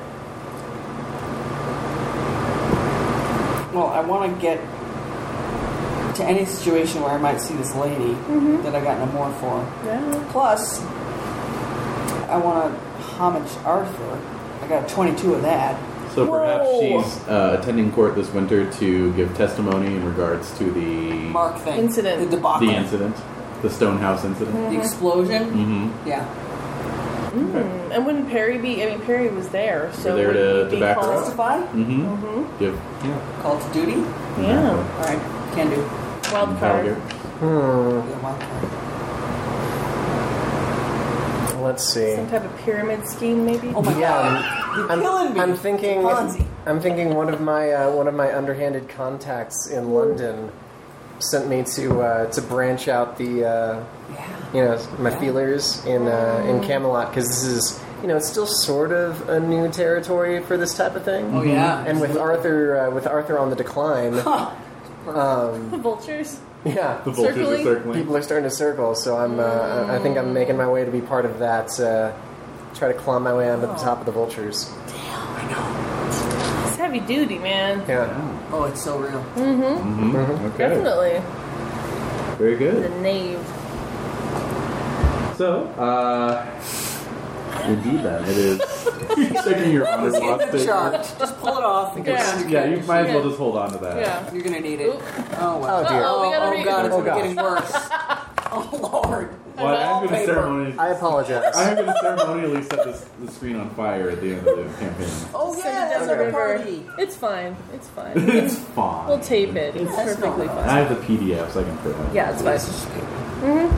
Speaker 3: Well, I want to get to any situation where I might see this lady
Speaker 2: Mm-hmm.
Speaker 3: that I got an Amor for.
Speaker 2: Yeah.
Speaker 3: Plus, I want to homage Arthur. I got 22 of that.
Speaker 1: So perhaps
Speaker 2: Whoa.
Speaker 1: she's uh, attending court this winter to give testimony in regards to the
Speaker 3: Mark thing.
Speaker 2: Incident.
Speaker 3: The debacle.
Speaker 1: the incident, the Stonehouse incident.
Speaker 3: The explosion.
Speaker 1: Mm-hmm.
Speaker 3: Yeah.
Speaker 2: Mm. And wouldn't Perry be? I mean, Perry was there, so
Speaker 1: You're there to-
Speaker 2: wouldn't he
Speaker 1: to
Speaker 2: be
Speaker 1: back her
Speaker 2: called?
Speaker 1: up?
Speaker 3: Testify.
Speaker 1: Mm-hmm.
Speaker 2: Mhm.
Speaker 1: Give yeah.
Speaker 3: Call to duty.
Speaker 2: Yeah.
Speaker 3: All right. Can do. Oh
Speaker 2: Wild
Speaker 1: Gallagher.
Speaker 2: card.
Speaker 4: Hmm.
Speaker 3: Yeah, wild card.
Speaker 4: Let's see.
Speaker 2: Some type of pyramid scheme, maybe.
Speaker 3: Oh my
Speaker 4: Yeah,
Speaker 3: god. You're
Speaker 4: I'm,
Speaker 3: killing me.
Speaker 4: I'm thinking.
Speaker 3: Ponzi.
Speaker 4: I'm thinking one of my uh, one of my underhanded contacts in London sent me to uh, to branch out the uh,
Speaker 3: Yeah. Oh.
Speaker 4: you know my feelers in uh, in Camelot because this is you know it's still sort of a new territory for this type of thing.
Speaker 3: Oh yeah.
Speaker 4: And with Arthur uh, with Arthur on the decline,
Speaker 3: Huh.
Speaker 4: um,
Speaker 2: The vultures.
Speaker 4: yeah,
Speaker 1: The vultures
Speaker 2: Circling.
Speaker 1: are circling.
Speaker 4: people are starting to circle. So I'm uh, I- I think I'm making my way to be part of that. Uh, try to climb my way onto
Speaker 3: Oh.
Speaker 4: the top of the vultures.
Speaker 2: It's heavy duty, man.
Speaker 4: Yeah.
Speaker 3: Oh, it's so real.
Speaker 1: Mm-hmm. Okay.
Speaker 2: Definitely.
Speaker 1: Very
Speaker 2: The
Speaker 1: good.
Speaker 2: knave.
Speaker 1: So, uh, indeed, then it is checking your honor
Speaker 3: It's
Speaker 1: log
Speaker 3: in the
Speaker 1: statement.
Speaker 3: chart. Just pull it off. and
Speaker 2: Yeah.
Speaker 3: go-
Speaker 1: Yeah, you might as well
Speaker 2: Yeah.
Speaker 1: just hold on to that.
Speaker 2: Yeah.
Speaker 3: You're gonna need it.
Speaker 2: Oop.
Speaker 3: Oh wow.
Speaker 4: Oh, dear.
Speaker 2: Uh-oh, we gotta
Speaker 3: oh
Speaker 2: read.
Speaker 3: god, it's
Speaker 4: Oh, God.
Speaker 3: getting worse. oh lord.
Speaker 1: Well, I'm going to
Speaker 3: Wallpaper.
Speaker 1: ceremonially,
Speaker 4: I
Speaker 1: I
Speaker 4: apologize.
Speaker 1: am going to ceremonially set this, the screen on fire at the end of the campaign.
Speaker 3: Oh
Speaker 2: Send
Speaker 3: yeah,
Speaker 2: it down
Speaker 3: that's
Speaker 2: the
Speaker 3: our
Speaker 2: river.
Speaker 3: party.
Speaker 2: It's fine. It's fine.
Speaker 1: it's fine.
Speaker 2: We'll tape it. It's
Speaker 3: That's not
Speaker 2: perfectly
Speaker 3: right.
Speaker 2: fine.
Speaker 1: I have the PDFs. I can print them.
Speaker 2: Yeah, it's fine.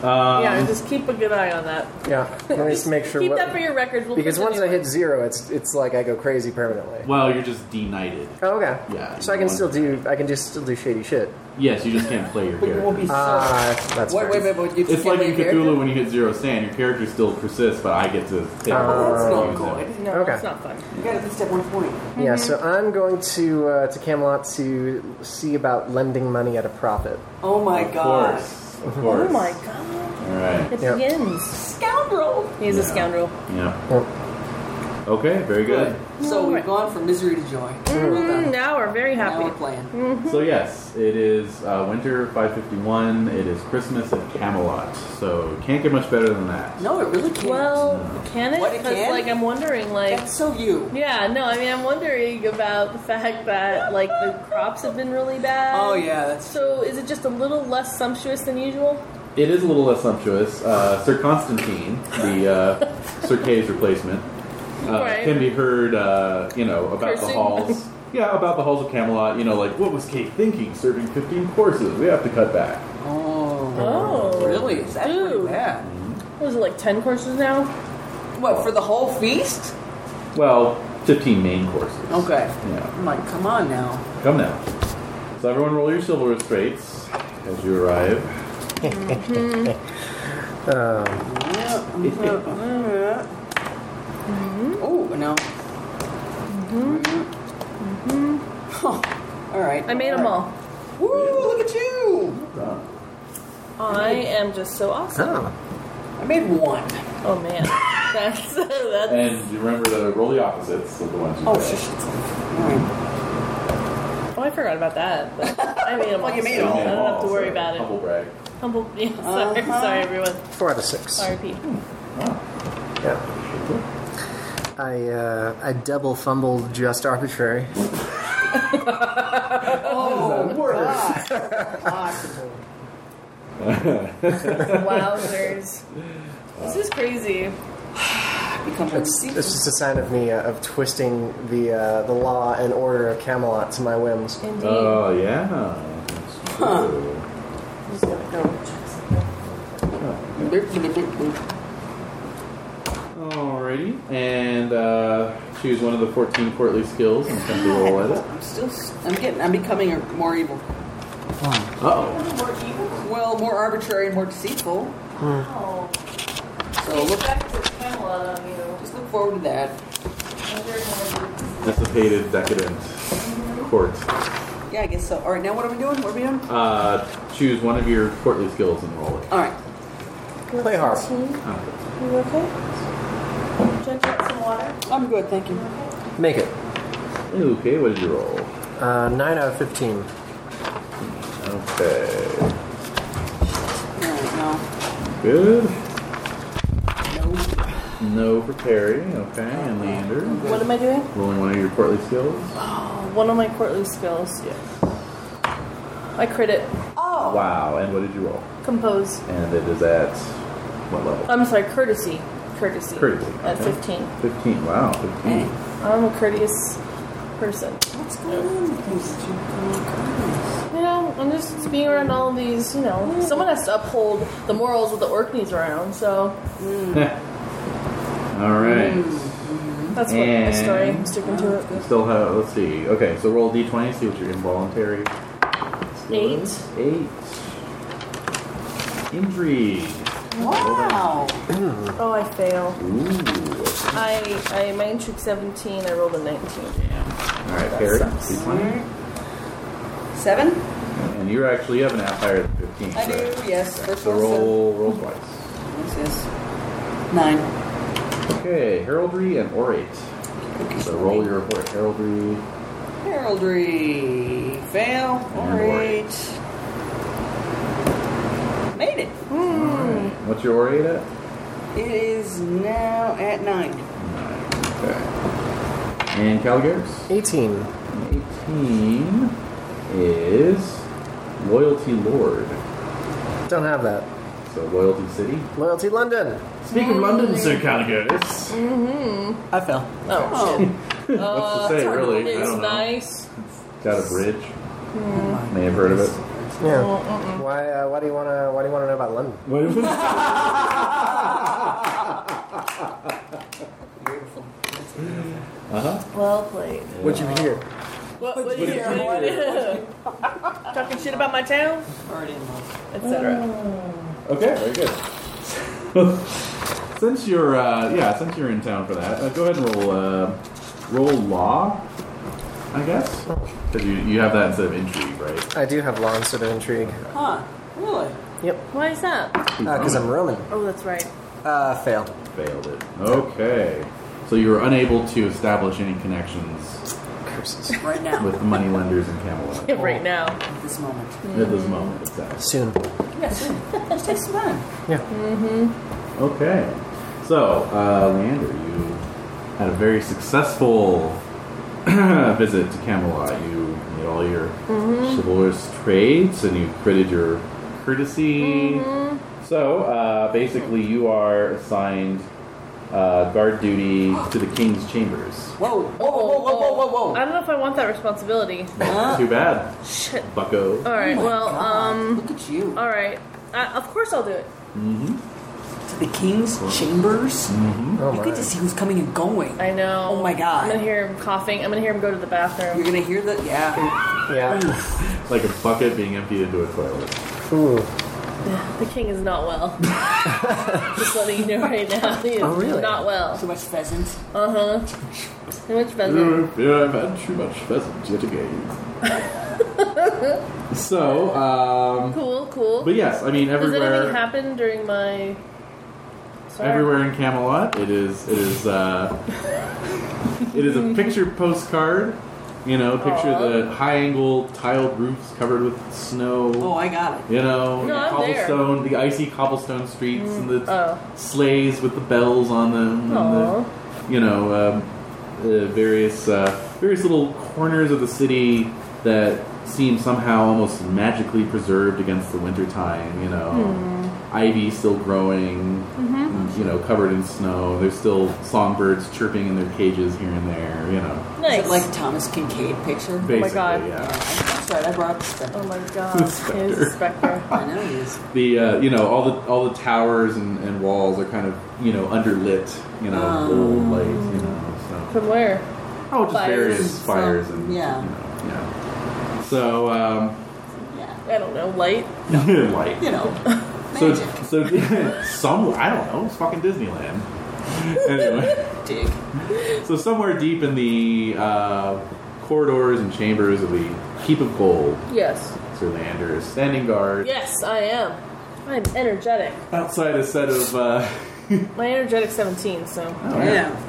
Speaker 1: Um,
Speaker 2: yeah, just keep a good eye on that.
Speaker 4: Yeah, let me just make sure.
Speaker 2: keep
Speaker 4: what-
Speaker 2: that for your records. We'll
Speaker 4: because
Speaker 2: put it
Speaker 4: once I
Speaker 2: anywhere.
Speaker 4: hit zero, it's it's like I go crazy permanently.
Speaker 1: Well, you're just denighted.
Speaker 4: Oh, okay.
Speaker 1: Yeah,
Speaker 4: So I
Speaker 1: you
Speaker 4: can
Speaker 1: want-
Speaker 4: still do. I can just still do shady shit.
Speaker 1: Yes, you just can't play your
Speaker 3: But you won't
Speaker 1: character.
Speaker 3: be so.
Speaker 4: Ah, that's
Speaker 3: wait,
Speaker 4: fair.
Speaker 3: wait, wait, wait. You
Speaker 1: It's
Speaker 3: can't
Speaker 1: like in
Speaker 3: leave here?
Speaker 1: Cthulhu when you hit zero sand, your character still persists, but I get to take
Speaker 4: Oh,
Speaker 3: That's
Speaker 1: over.
Speaker 3: not good.
Speaker 2: No,
Speaker 4: Okay.
Speaker 2: it's not fun.
Speaker 3: You gotta be step one point.
Speaker 4: Yeah. So
Speaker 3: Mm-hmm.
Speaker 4: I'm going to uh, to Camelot to see about lending money at a profit.
Speaker 3: Oh my
Speaker 1: Of
Speaker 3: god.
Speaker 1: course, of course.
Speaker 2: Oh my god.
Speaker 1: All right.
Speaker 2: It
Speaker 4: Yeah.
Speaker 2: begins.
Speaker 3: Scoundrel.
Speaker 2: He's
Speaker 1: Yeah.
Speaker 2: a scoundrel.
Speaker 1: Yeah.
Speaker 4: Oh,
Speaker 1: Okay, very good.
Speaker 3: So
Speaker 2: Alright.
Speaker 3: we've gone from misery to joy. Well
Speaker 2: Mm,
Speaker 3: done.
Speaker 2: now we're very
Speaker 3: Now we're
Speaker 2: happy.
Speaker 3: playing.
Speaker 1: So yes, it is uh, winter 551. It is Christmas at Camelot. So it can't get much better than that.
Speaker 3: No, it really can't.
Speaker 2: Well, can it?
Speaker 3: What, it
Speaker 2: Because
Speaker 3: can?
Speaker 2: like I'm wondering, like
Speaker 3: that's so you.
Speaker 2: yeah, no, I mean I'm wondering about the fact that like the crops have been really bad.
Speaker 3: Oh yeah, that's
Speaker 2: So is it just a little less sumptuous than usual?
Speaker 1: It is a little less sumptuous. Uh, Sir Constantine, the uh, Sir Kay's replacement, uh,
Speaker 2: Right.
Speaker 1: can be heard, uh, you know, about the
Speaker 2: Cursing.
Speaker 1: halls. Yeah, about the halls of Camelot. You know, like what was Kay thinking? Serving 15 courses. We have to cut back.
Speaker 3: oh,
Speaker 2: Oh,
Speaker 3: really? Is that pretty
Speaker 2: Dude,
Speaker 3: bad?
Speaker 2: was it like ten courses now?
Speaker 3: What for the whole feast?
Speaker 1: Well, 15 main courses.
Speaker 3: Okay.
Speaker 1: Yeah.
Speaker 3: I'm like, come on now.
Speaker 1: Come now. So everyone, roll your silver restraints as you arrive.
Speaker 4: Um,
Speaker 3: oh no. Mm-hmm. Huh. All right.
Speaker 2: I made them all.
Speaker 3: Woo! Look at you.
Speaker 2: I am just so awesome.
Speaker 4: oh,
Speaker 3: I made one.
Speaker 2: Oh man, that's that's
Speaker 1: And you remember to roll the opposites of the ones you
Speaker 3: Oh
Speaker 1: failed.
Speaker 3: shit! shit. All right.
Speaker 2: oh I forgot about that. But I made them.
Speaker 3: Well, you
Speaker 2: all,
Speaker 3: made
Speaker 2: so
Speaker 3: 'em
Speaker 2: I don't have to worry about it.
Speaker 1: Humble brag.
Speaker 2: Humble. Yeah, sorry,
Speaker 3: Uh-huh.
Speaker 2: sorry everyone.
Speaker 4: four out of six.
Speaker 2: Sorry, Pete.
Speaker 1: Ah,
Speaker 4: Yeah.
Speaker 1: okay.
Speaker 4: I uh, I double fumbled just arbitrary.
Speaker 3: Oh,
Speaker 1: worse.
Speaker 3: God. Possible.
Speaker 2: Wowzers. This is crazy.
Speaker 3: Become
Speaker 4: It's,
Speaker 3: obscene.
Speaker 4: it's just a sign of me uh, of twisting the uh, the law and order of Camelot to my whims.
Speaker 2: Indeed.
Speaker 1: Oh, yeah. That's true. Alrighty. And uh, choose one of the 14 courtly skills and attempt to roll at it.
Speaker 3: I'm still. s- I'm getting. I'm becoming a- more evil.
Speaker 1: Uh-oh.
Speaker 7: More evil?
Speaker 3: Well, more arbitrary and more deceitful.
Speaker 7: Wow.
Speaker 3: So look.
Speaker 7: Effective Camelot on you.
Speaker 3: Just look forward to that.
Speaker 7: And there's one of these.
Speaker 1: Dissipated, decadent court.
Speaker 3: Yeah, I guess so. All right. Now, what are we doing? What are we doing?
Speaker 1: Uh, choose one of your courtly skills and roll it.
Speaker 3: All right.
Speaker 4: Play harp.
Speaker 1: Oh.
Speaker 7: You okay? Do you want to drink some water?
Speaker 3: I'm good. Thank you.
Speaker 4: Make it
Speaker 1: Okay, what did you roll?
Speaker 4: uh, nine out of fifteen.
Speaker 1: Okay.
Speaker 3: All right.
Speaker 1: Good.
Speaker 3: No. No.
Speaker 1: No for Terry. Okay, and Leander.
Speaker 2: What am I doing?
Speaker 1: Rolling one of your courtly skills.
Speaker 2: Oh, one of my courtly skills. Yeah. I crit it.
Speaker 3: Oh,
Speaker 1: Wow, and what did you roll?
Speaker 2: Compose.
Speaker 1: And it is at what level?
Speaker 2: I'm sorry, courtesy. Courtesy.
Speaker 1: Courtesy,
Speaker 2: At
Speaker 1: okay.
Speaker 2: 15.
Speaker 1: 15. Wow, 15.
Speaker 3: Hey,
Speaker 2: I'm a courteous person.
Speaker 3: what's going on? with these two girls?
Speaker 2: You know, I'm just being around all of these, you know. Someone has to uphold the morals of the Orkneys around, so
Speaker 1: All right.
Speaker 2: that's what the story. I'm
Speaker 1: And-
Speaker 2: sticking to it.
Speaker 1: Still have. Let's see. Okay, so roll d20. See what your involuntary. skill
Speaker 2: Eight.
Speaker 1: is. Eight. Injury.
Speaker 3: Wow.
Speaker 2: Oh, I fail.
Speaker 1: Ooh.
Speaker 2: I, I my intrigue 17. I rolled a 19.
Speaker 1: All right, Terry.
Speaker 2: sucks.
Speaker 1: D20.
Speaker 3: Seven.
Speaker 1: And you're actually you have an app higher than 15.
Speaker 3: I do.
Speaker 1: correct?
Speaker 3: Yes. First
Speaker 1: So
Speaker 3: one, seven.
Speaker 1: roll roll twice.
Speaker 3: What's this? Nine.
Speaker 1: Okay, heraldry and orate. So roll your or- heraldry.
Speaker 3: Heraldry. Fail. All
Speaker 1: Orate.
Speaker 3: right. Made it.
Speaker 1: Alright, What's your orate at?
Speaker 3: It is now at nine.
Speaker 1: Nine. Okay. And Caligaris.
Speaker 4: Eighteen.
Speaker 1: 18 is loyalty lord.
Speaker 4: Don't have that.
Speaker 1: So loyalty city.
Speaker 4: Loyalty London.
Speaker 1: Speak of London, Sir Caligaris.
Speaker 3: I fell.
Speaker 2: Oh, shit.
Speaker 1: What's to say, really? I
Speaker 2: It's
Speaker 1: don't know.
Speaker 2: nice.
Speaker 1: Got a bridge. May have heard of it.
Speaker 4: Yeah. Why? Uh, why do you wanna? Why do you wanna know about London?
Speaker 3: Beautiful.
Speaker 1: Uh huh.
Speaker 2: Well played.
Speaker 4: What'd you hear?
Speaker 2: What, what
Speaker 3: you
Speaker 2: do you
Speaker 3: hear?
Speaker 2: hear? Talking shit about my town,
Speaker 3: Already in love.
Speaker 2: etc.
Speaker 1: Okay, very good. since you're, uh, yeah, since you're in town for that, uh, go ahead and roll, uh, roll law, I guess, because you, you have that instead of intrigue, right?
Speaker 4: I do have law instead of intrigue.
Speaker 3: Huh. Really?
Speaker 4: Yep. Mm-hmm.
Speaker 2: Why is that?
Speaker 4: Because Uh, I'm Roman.
Speaker 2: Oh, that's right.
Speaker 4: Uh, fail.
Speaker 1: failed it. Okay, So you were unable to establish any connections
Speaker 4: Curses.
Speaker 3: right now,
Speaker 1: with the money lenders in Camelot
Speaker 2: right now.
Speaker 3: at this moment.
Speaker 1: at this moment. Exactly.
Speaker 4: Soon.
Speaker 3: Yes, just take some time.
Speaker 1: Okay. So, uh, Leander, you had a very successful visit to Camelot. You made all your chivalrous trades and you created your courtesy. So, uh, basically, you are assigned uh, guard duty to the king's chambers.
Speaker 3: Whoa, whoa, whoa, whoa, whoa, whoa, whoa.
Speaker 2: I don't know if I want that responsibility.
Speaker 1: Too bad,
Speaker 2: Ah. Shit.
Speaker 1: bucko.
Speaker 2: All right.
Speaker 3: Oh my
Speaker 2: well,
Speaker 3: God,
Speaker 2: um.
Speaker 3: Look at you.
Speaker 2: All right. I, of course I'll do it.
Speaker 3: To the king's chambers?
Speaker 4: Oh
Speaker 3: You
Speaker 4: my.
Speaker 3: get to see who's coming and going.
Speaker 2: I know.
Speaker 3: Oh my God.
Speaker 2: I'm gonna hear him coughing. I'm gonna hear him go to the
Speaker 3: You're
Speaker 2: bathroom.
Speaker 3: gonna hear the yeah.
Speaker 4: Yeah.
Speaker 1: Like a bucket being emptied into a toilet.
Speaker 4: Ooh.
Speaker 2: The king is not well. Just letting you know right now. He is
Speaker 4: Oh, really?
Speaker 2: Not well.
Speaker 3: Too much pheasant.
Speaker 2: Uh huh. Too much pheasant.
Speaker 1: Yeah, yeah, I've had too much pheasant yet again. so, um,
Speaker 2: Cool. Cool.
Speaker 1: but yes, I mean
Speaker 2: Does anything
Speaker 1: everywhere,
Speaker 2: happen during my? Sorry.
Speaker 1: everywhere in Camelot, it is it is uh, it is a picture postcard. You know, picture
Speaker 2: Aw.
Speaker 1: the high angle tiled roofs covered with snow.
Speaker 3: Oh, I got it.
Speaker 1: You know,
Speaker 2: No, I'm there.
Speaker 1: cobblestone, the icy cobblestone streets and the
Speaker 2: Oh.
Speaker 1: sleighs with the bells on them,
Speaker 2: Aw.
Speaker 1: and the, you know, um, uh, various uh, various little corners of the city that seem somehow almost magically preserved against the winter time. You know,
Speaker 2: Hmm.
Speaker 1: ivy still growing,
Speaker 2: Mm-hmm.
Speaker 1: and, you know, covered in snow. There's still songbirds chirping in their cages here and there. You know,
Speaker 2: Nice.
Speaker 3: Is it like Thomas Kincaid picture?
Speaker 1: basically,
Speaker 2: Oh God.
Speaker 1: yeah.
Speaker 3: That's right. I brought the
Speaker 2: oh my god. His specter.
Speaker 3: I know he is.
Speaker 1: the uh, you know all the all the towers and, and walls are kind of you know underlit you know
Speaker 3: Oh.
Speaker 1: old light you know so
Speaker 2: From where?
Speaker 1: oh just
Speaker 2: Fires
Speaker 1: various
Speaker 3: and
Speaker 1: fires
Speaker 3: stuff,
Speaker 1: and
Speaker 3: yeah.
Speaker 1: you know, yeah so um,
Speaker 3: Yeah.
Speaker 2: I don't know. Light.
Speaker 1: light
Speaker 3: You know.
Speaker 1: so
Speaker 3: Magic.
Speaker 1: so some I don't know it's fucking Disneyland anyway.
Speaker 3: Dig.
Speaker 1: So somewhere deep in the uh, corridors and chambers of the Keep of Gold,
Speaker 2: Yes.
Speaker 1: Sir Lander is standing guard
Speaker 2: Yes, I am. I'm energetic.
Speaker 1: outside a set of uh,
Speaker 2: My energetic 17, so
Speaker 1: oh, yeah.
Speaker 3: Yeah.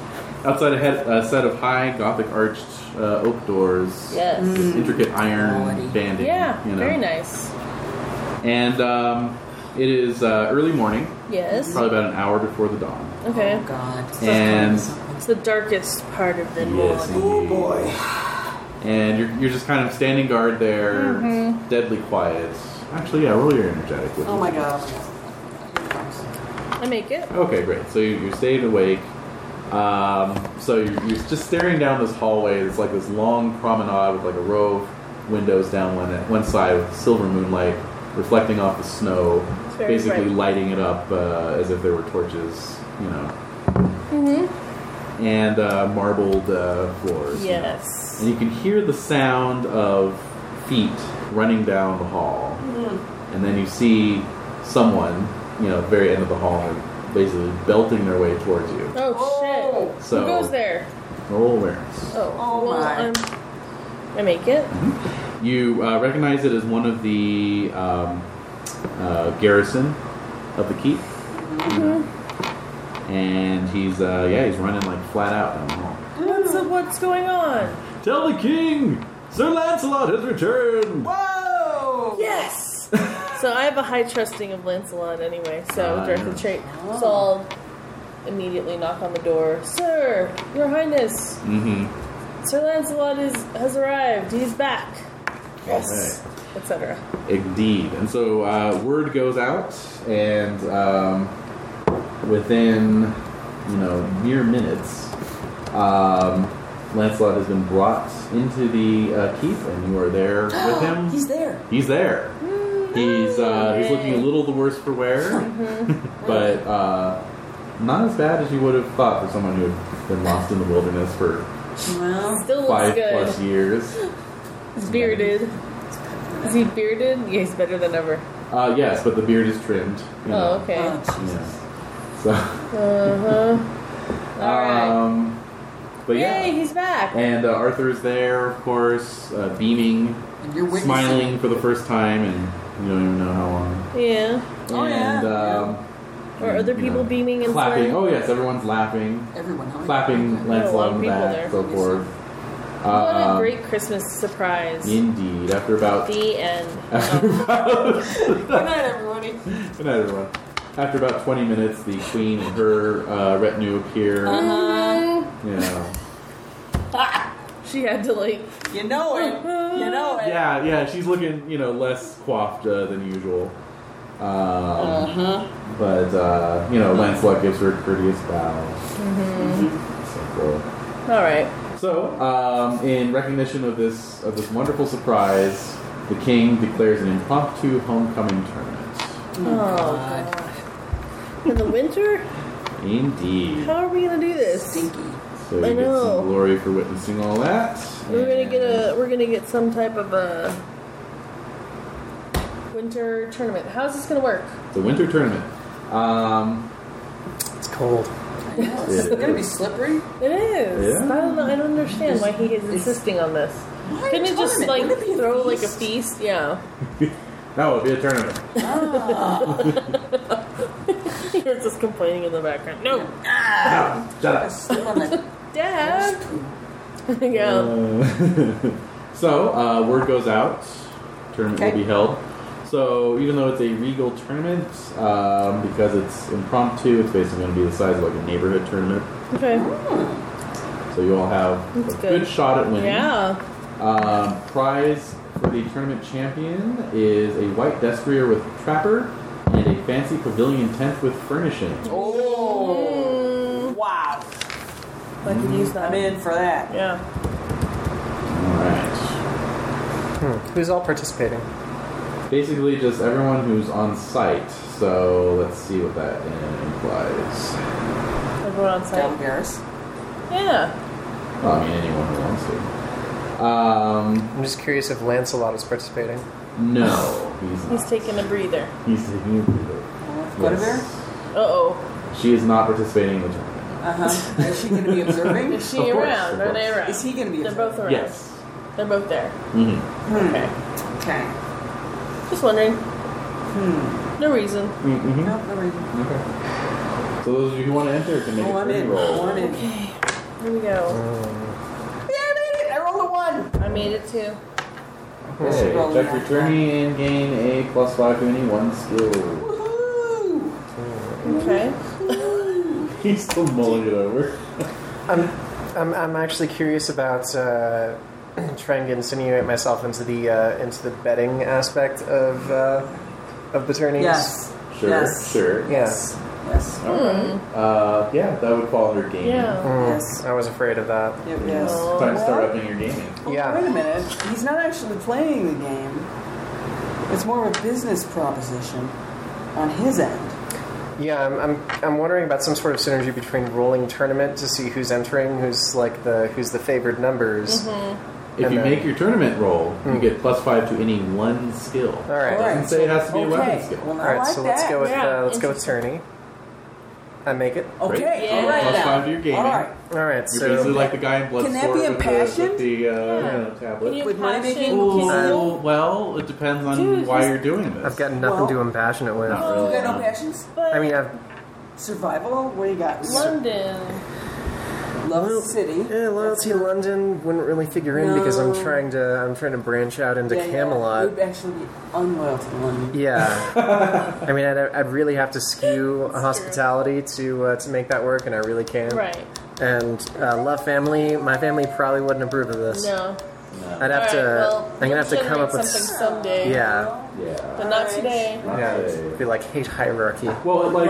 Speaker 1: Outside a, head, a set of high gothic arched uh, oak doors.
Speaker 2: Yes.
Speaker 1: With intricate iron
Speaker 3: Quality.
Speaker 1: banding.
Speaker 2: yeah,
Speaker 1: Mm. you know.
Speaker 2: very nice.
Speaker 1: And um, it is uh, early morning,
Speaker 2: Yes.
Speaker 1: probably about an hour before the dawn.
Speaker 2: Okay.
Speaker 3: Oh God.
Speaker 1: And-
Speaker 2: It's the darkest part of the
Speaker 1: Yes,
Speaker 2: morning.
Speaker 1: indeed. And you're, you're just kind of standing guard there,
Speaker 2: Mm-hmm.
Speaker 1: It's deadly quiet. Actually, yeah, roll your energetic. With
Speaker 3: Oh my gosh.
Speaker 2: I make it.
Speaker 1: Okay, great. So you, you stayed awake. Um, so you're, you're just staring down this hallway. It's like this long promenade with like a row of windows down one one side with silver moonlight reflecting off the snow,
Speaker 2: It's very
Speaker 1: basically
Speaker 2: bright.
Speaker 1: lighting it up uh, as if there were torches, you know. Mm-hmm. And uh, marbled uh, floors. you know.
Speaker 2: Yes.
Speaker 1: And you can hear the sound of feet running down the hall. And then you see someone, you know, at the very end of the hall, basically belting their way towards you.
Speaker 2: Oh, shit.
Speaker 1: So-
Speaker 2: Who goes there?
Speaker 1: Roll awareness.
Speaker 2: Oh,
Speaker 3: Oh,
Speaker 2: well,
Speaker 3: my.
Speaker 2: I'm, I make it.
Speaker 1: Mm-hmm. You uh, recognize it as one of the um, uh, garrison of the keep. And he's, uh, yeah, he's running like flat out down the hall.
Speaker 2: What's, what's going on?
Speaker 1: Tell the king! Sir Lancelot has returned!
Speaker 3: Whoa.
Speaker 2: Yes! so I have a high trusting of Lancelot anyway, so
Speaker 1: Ah,
Speaker 2: directly
Speaker 1: yes.
Speaker 2: trait. So I'll immediately knock on the door. Sir, Your Highness,
Speaker 1: Mm-hmm.
Speaker 2: Sir Lancelot is, has arrived. He's back.
Speaker 1: Yes.
Speaker 2: Etc.
Speaker 1: Indeed. And so uh, word goes out, and um, within, you know, mere minutes, um, Lancelot has been brought into the uh, keep, and you are there with him.
Speaker 3: He's there.
Speaker 1: He's there. He's uh, he's looking a little the worse for wear,
Speaker 2: Mm-hmm.
Speaker 1: but uh, not as bad as you would have thought for someone who had been lost in the wilderness for
Speaker 3: Well.
Speaker 2: Still looks
Speaker 1: five
Speaker 2: good.
Speaker 1: plus years.
Speaker 2: He's bearded. Is he bearded? Yeah, he's better than ever.
Speaker 1: Uh, yes, but the beard is trimmed. you know.
Speaker 2: Oh, okay.
Speaker 3: Oh,
Speaker 1: Yeah.
Speaker 3: Jesus.
Speaker 1: So.
Speaker 2: Uh huh. All right.
Speaker 1: Um, but yeah,
Speaker 2: Yay, he's back.
Speaker 1: and uh, Arthur is there, of course, uh, beaming,
Speaker 3: And you're witnessing.
Speaker 1: smiling for the first time, and you don't even know how long.
Speaker 2: Yeah.
Speaker 3: Oh, yeah,
Speaker 1: and um,
Speaker 2: Or
Speaker 1: and,
Speaker 2: other
Speaker 1: you know,
Speaker 2: people beaming and
Speaker 1: clapping.
Speaker 2: Flynn?
Speaker 1: Oh yes, everyone's laughing,
Speaker 3: Everyone, how many-
Speaker 1: clapping.
Speaker 2: Oh, There were a lot
Speaker 1: Lancelot
Speaker 2: of
Speaker 1: in the
Speaker 2: people
Speaker 1: back,
Speaker 2: there.
Speaker 1: so forth.
Speaker 2: What a
Speaker 1: Um,
Speaker 2: great Christmas surprise.
Speaker 1: Indeed. After about
Speaker 2: The end.
Speaker 1: after
Speaker 2: Oh.
Speaker 1: about
Speaker 7: Good night, everybody.
Speaker 1: Good night, everyone. After about 20 minutes, the queen and her uh, retinue appear.
Speaker 2: Uh-huh.
Speaker 1: You know.
Speaker 2: She had to like.
Speaker 3: You know it. You know it.
Speaker 1: Yeah, yeah, she's looking, you know, less coiffed uh, than usual. Um,
Speaker 3: Uh-huh.
Speaker 1: But, uh, you know, Lancelot gives her a courteous bow.
Speaker 2: Mm-hmm.
Speaker 1: So forth.
Speaker 2: All right.
Speaker 1: So, um, in recognition of this of this wonderful surprise, the king declares an impromptu homecoming tournament.
Speaker 2: Oh, gosh. In the winter?
Speaker 1: Indeed.
Speaker 2: How are we gonna do this?
Speaker 3: Stinky.
Speaker 1: So you
Speaker 2: I
Speaker 1: get
Speaker 2: know.
Speaker 1: some glory for witnessing all that.
Speaker 2: We're gonna
Speaker 1: and-
Speaker 2: get a. We're gonna get some type of a winter tournament. How's this gonna work?
Speaker 1: the winter tournament. Um,
Speaker 4: It's cold.
Speaker 3: I know.
Speaker 1: Yeah.
Speaker 3: It's gonna be slippery.
Speaker 2: It is.
Speaker 1: Yeah.
Speaker 2: I don't know. I don't understand why he is insisting on this.
Speaker 3: Why
Speaker 2: Couldn't it just
Speaker 3: tournament?
Speaker 2: like
Speaker 3: Wouldn't it be a
Speaker 2: throw like a
Speaker 3: feast?
Speaker 2: feast? Yeah.
Speaker 1: that would be a tournament.
Speaker 3: Ah,
Speaker 2: You're just complaining in the background. No,
Speaker 1: Shut
Speaker 3: A
Speaker 1: up.
Speaker 3: slip on the
Speaker 2: Dad. yeah.
Speaker 1: Uh, so uh, word goes out, tournament
Speaker 3: Okay.
Speaker 1: will be held. So even though it's a regal tournament, um, because it's impromptu, it's basically going to be the size of like a neighborhood tournament.
Speaker 2: Okay.
Speaker 1: So you all have
Speaker 2: That's
Speaker 1: a
Speaker 2: good.
Speaker 1: good shot at winning.
Speaker 2: Yeah.
Speaker 1: Um, prize for the tournament champion is a white destrier with trapper and a fancy pavilion tent with furnishings.
Speaker 3: Oh.
Speaker 2: Mm,
Speaker 3: Wow.
Speaker 2: I could use
Speaker 3: I'm
Speaker 2: that.
Speaker 3: in for that.
Speaker 2: Yeah.
Speaker 1: All right.
Speaker 4: Hmm. Who's all participating?
Speaker 1: Basically, just everyone who's on site. So let's see what that implies.
Speaker 2: Everyone on
Speaker 3: Double
Speaker 2: site.
Speaker 3: Garris.
Speaker 2: Yeah.
Speaker 1: Well, I mean, anyone who wants to. Um,
Speaker 4: I'm just curious if Lancelot is participating.
Speaker 1: no, he's not.
Speaker 2: He's taking a breather.
Speaker 1: He's taking a breather.
Speaker 3: Guinevere?
Speaker 2: Uh oh.
Speaker 1: She is not participating in the tournament.
Speaker 3: Uh huh. Is she gonna be observing?
Speaker 2: Is she
Speaker 1: Of course,
Speaker 2: around?
Speaker 1: of
Speaker 2: Are they
Speaker 1: course.
Speaker 2: around?
Speaker 3: Is he gonna be
Speaker 2: They're
Speaker 3: observing? Hmm.
Speaker 2: both around.
Speaker 1: Yes.
Speaker 2: They're both there.
Speaker 1: Mm-hmm.
Speaker 2: Okay.
Speaker 3: Okay.
Speaker 2: Just wondering.
Speaker 3: Hmm.
Speaker 2: No reason.
Speaker 1: Mm-hmm.
Speaker 3: Nope, no reason.
Speaker 1: Okay. So those of you who want to enter can make
Speaker 3: Oh,
Speaker 1: a
Speaker 3: I'm
Speaker 1: pretty
Speaker 3: in.
Speaker 1: roll.
Speaker 3: Oh, I'm in. Yeah,
Speaker 2: Okay. Here we go.
Speaker 3: I made it. I rolled a one.
Speaker 2: I made it too.
Speaker 3: should roll
Speaker 1: Okay, check your
Speaker 3: now.
Speaker 1: tourney and gain a plus five to any one skill.
Speaker 3: Woohoo!
Speaker 2: Okay.
Speaker 1: He's still mulling it over.
Speaker 4: I'm, I'm, I'm actually curious about uh, trying to insinuate myself into the uh, into the betting aspect of uh, of the tourneys.
Speaker 3: Yes.
Speaker 1: Sure,
Speaker 3: Yes.
Speaker 2: Hmm.
Speaker 1: sure.
Speaker 4: Yes.
Speaker 3: Yes.
Speaker 1: All right. Uh, yeah, that would fall under gaming.
Speaker 2: Yeah.
Speaker 4: Mm,
Speaker 3: Yes.
Speaker 4: I was afraid of that.
Speaker 3: Yep, yes.
Speaker 2: Oh,
Speaker 1: Time to start
Speaker 3: Well-
Speaker 1: upping your gaming.
Speaker 3: Well,
Speaker 4: Yeah.
Speaker 3: Oh, Wait a minute. He's not actually playing the game. It's more of a business proposition on his end.
Speaker 4: Yeah, I'm, I'm, I'm wondering about some sort of synergy between rolling tournament to see who's entering, who's like the who's the favored numbers.
Speaker 3: Mm-hmm.
Speaker 1: If
Speaker 4: And
Speaker 1: you
Speaker 4: then-
Speaker 1: make your tournament roll,
Speaker 4: Hmm.
Speaker 1: you get plus five to any one skill.
Speaker 4: All right.
Speaker 1: It doesn't say it has to be a weapon
Speaker 3: okay.
Speaker 1: skill.
Speaker 3: Well,
Speaker 4: All
Speaker 3: I
Speaker 4: right,
Speaker 3: like
Speaker 4: so
Speaker 3: that.
Speaker 4: let's go with
Speaker 2: Yeah,
Speaker 4: uh, let's go with tourney. I make it.
Speaker 1: Great.
Speaker 3: Okay.
Speaker 2: Yeah.
Speaker 3: All right
Speaker 1: Plus
Speaker 3: now.
Speaker 1: five to your gaming.
Speaker 3: All right.
Speaker 4: All right,
Speaker 1: You're
Speaker 4: so
Speaker 1: basically like the guy in Bloodsport
Speaker 3: Can that be a
Speaker 1: with the,
Speaker 3: passion?
Speaker 1: with the uh,
Speaker 2: Yeah.
Speaker 1: you know,
Speaker 2: Can you
Speaker 1: tablet.
Speaker 3: With money
Speaker 2: passion?
Speaker 3: making?
Speaker 2: Can
Speaker 1: Ooh,
Speaker 2: you-
Speaker 1: well, it depends on
Speaker 2: Dude,
Speaker 1: why
Speaker 2: he's-
Speaker 1: you're doing this.
Speaker 4: I've got nothing
Speaker 3: Well-
Speaker 4: to am passionate with.
Speaker 1: No.
Speaker 3: You
Speaker 1: Really?
Speaker 3: got no passions?
Speaker 2: But
Speaker 4: I mean, uh, I've
Speaker 3: Survival? What do you got?
Speaker 2: London.
Speaker 3: Love City.
Speaker 4: Yeah, loyalty London wouldn't really figure in because I'm
Speaker 3: No.
Speaker 4: trying to I'm trying to branch out into
Speaker 3: Yeah, yeah.
Speaker 4: Camelot.
Speaker 3: We'd actually be unloyal to London.
Speaker 4: Yeah, I mean, I'd, I'd really have to skew
Speaker 2: true.
Speaker 4: hospitality to uh, to make that work, and I really can't.
Speaker 2: Right.
Speaker 4: And uh, love family, my family probably wouldn't approve of this.
Speaker 2: No.
Speaker 4: I'd have
Speaker 2: All right,
Speaker 4: to.
Speaker 2: well,
Speaker 4: I'm gonna have to
Speaker 2: we'll
Speaker 4: come up with.
Speaker 2: generate something someday.
Speaker 4: Yeah,
Speaker 1: Yeah.
Speaker 2: But not today.
Speaker 1: Not
Speaker 4: yeah.
Speaker 1: today.
Speaker 4: Be like hate hierarchy.
Speaker 1: Well, it, like,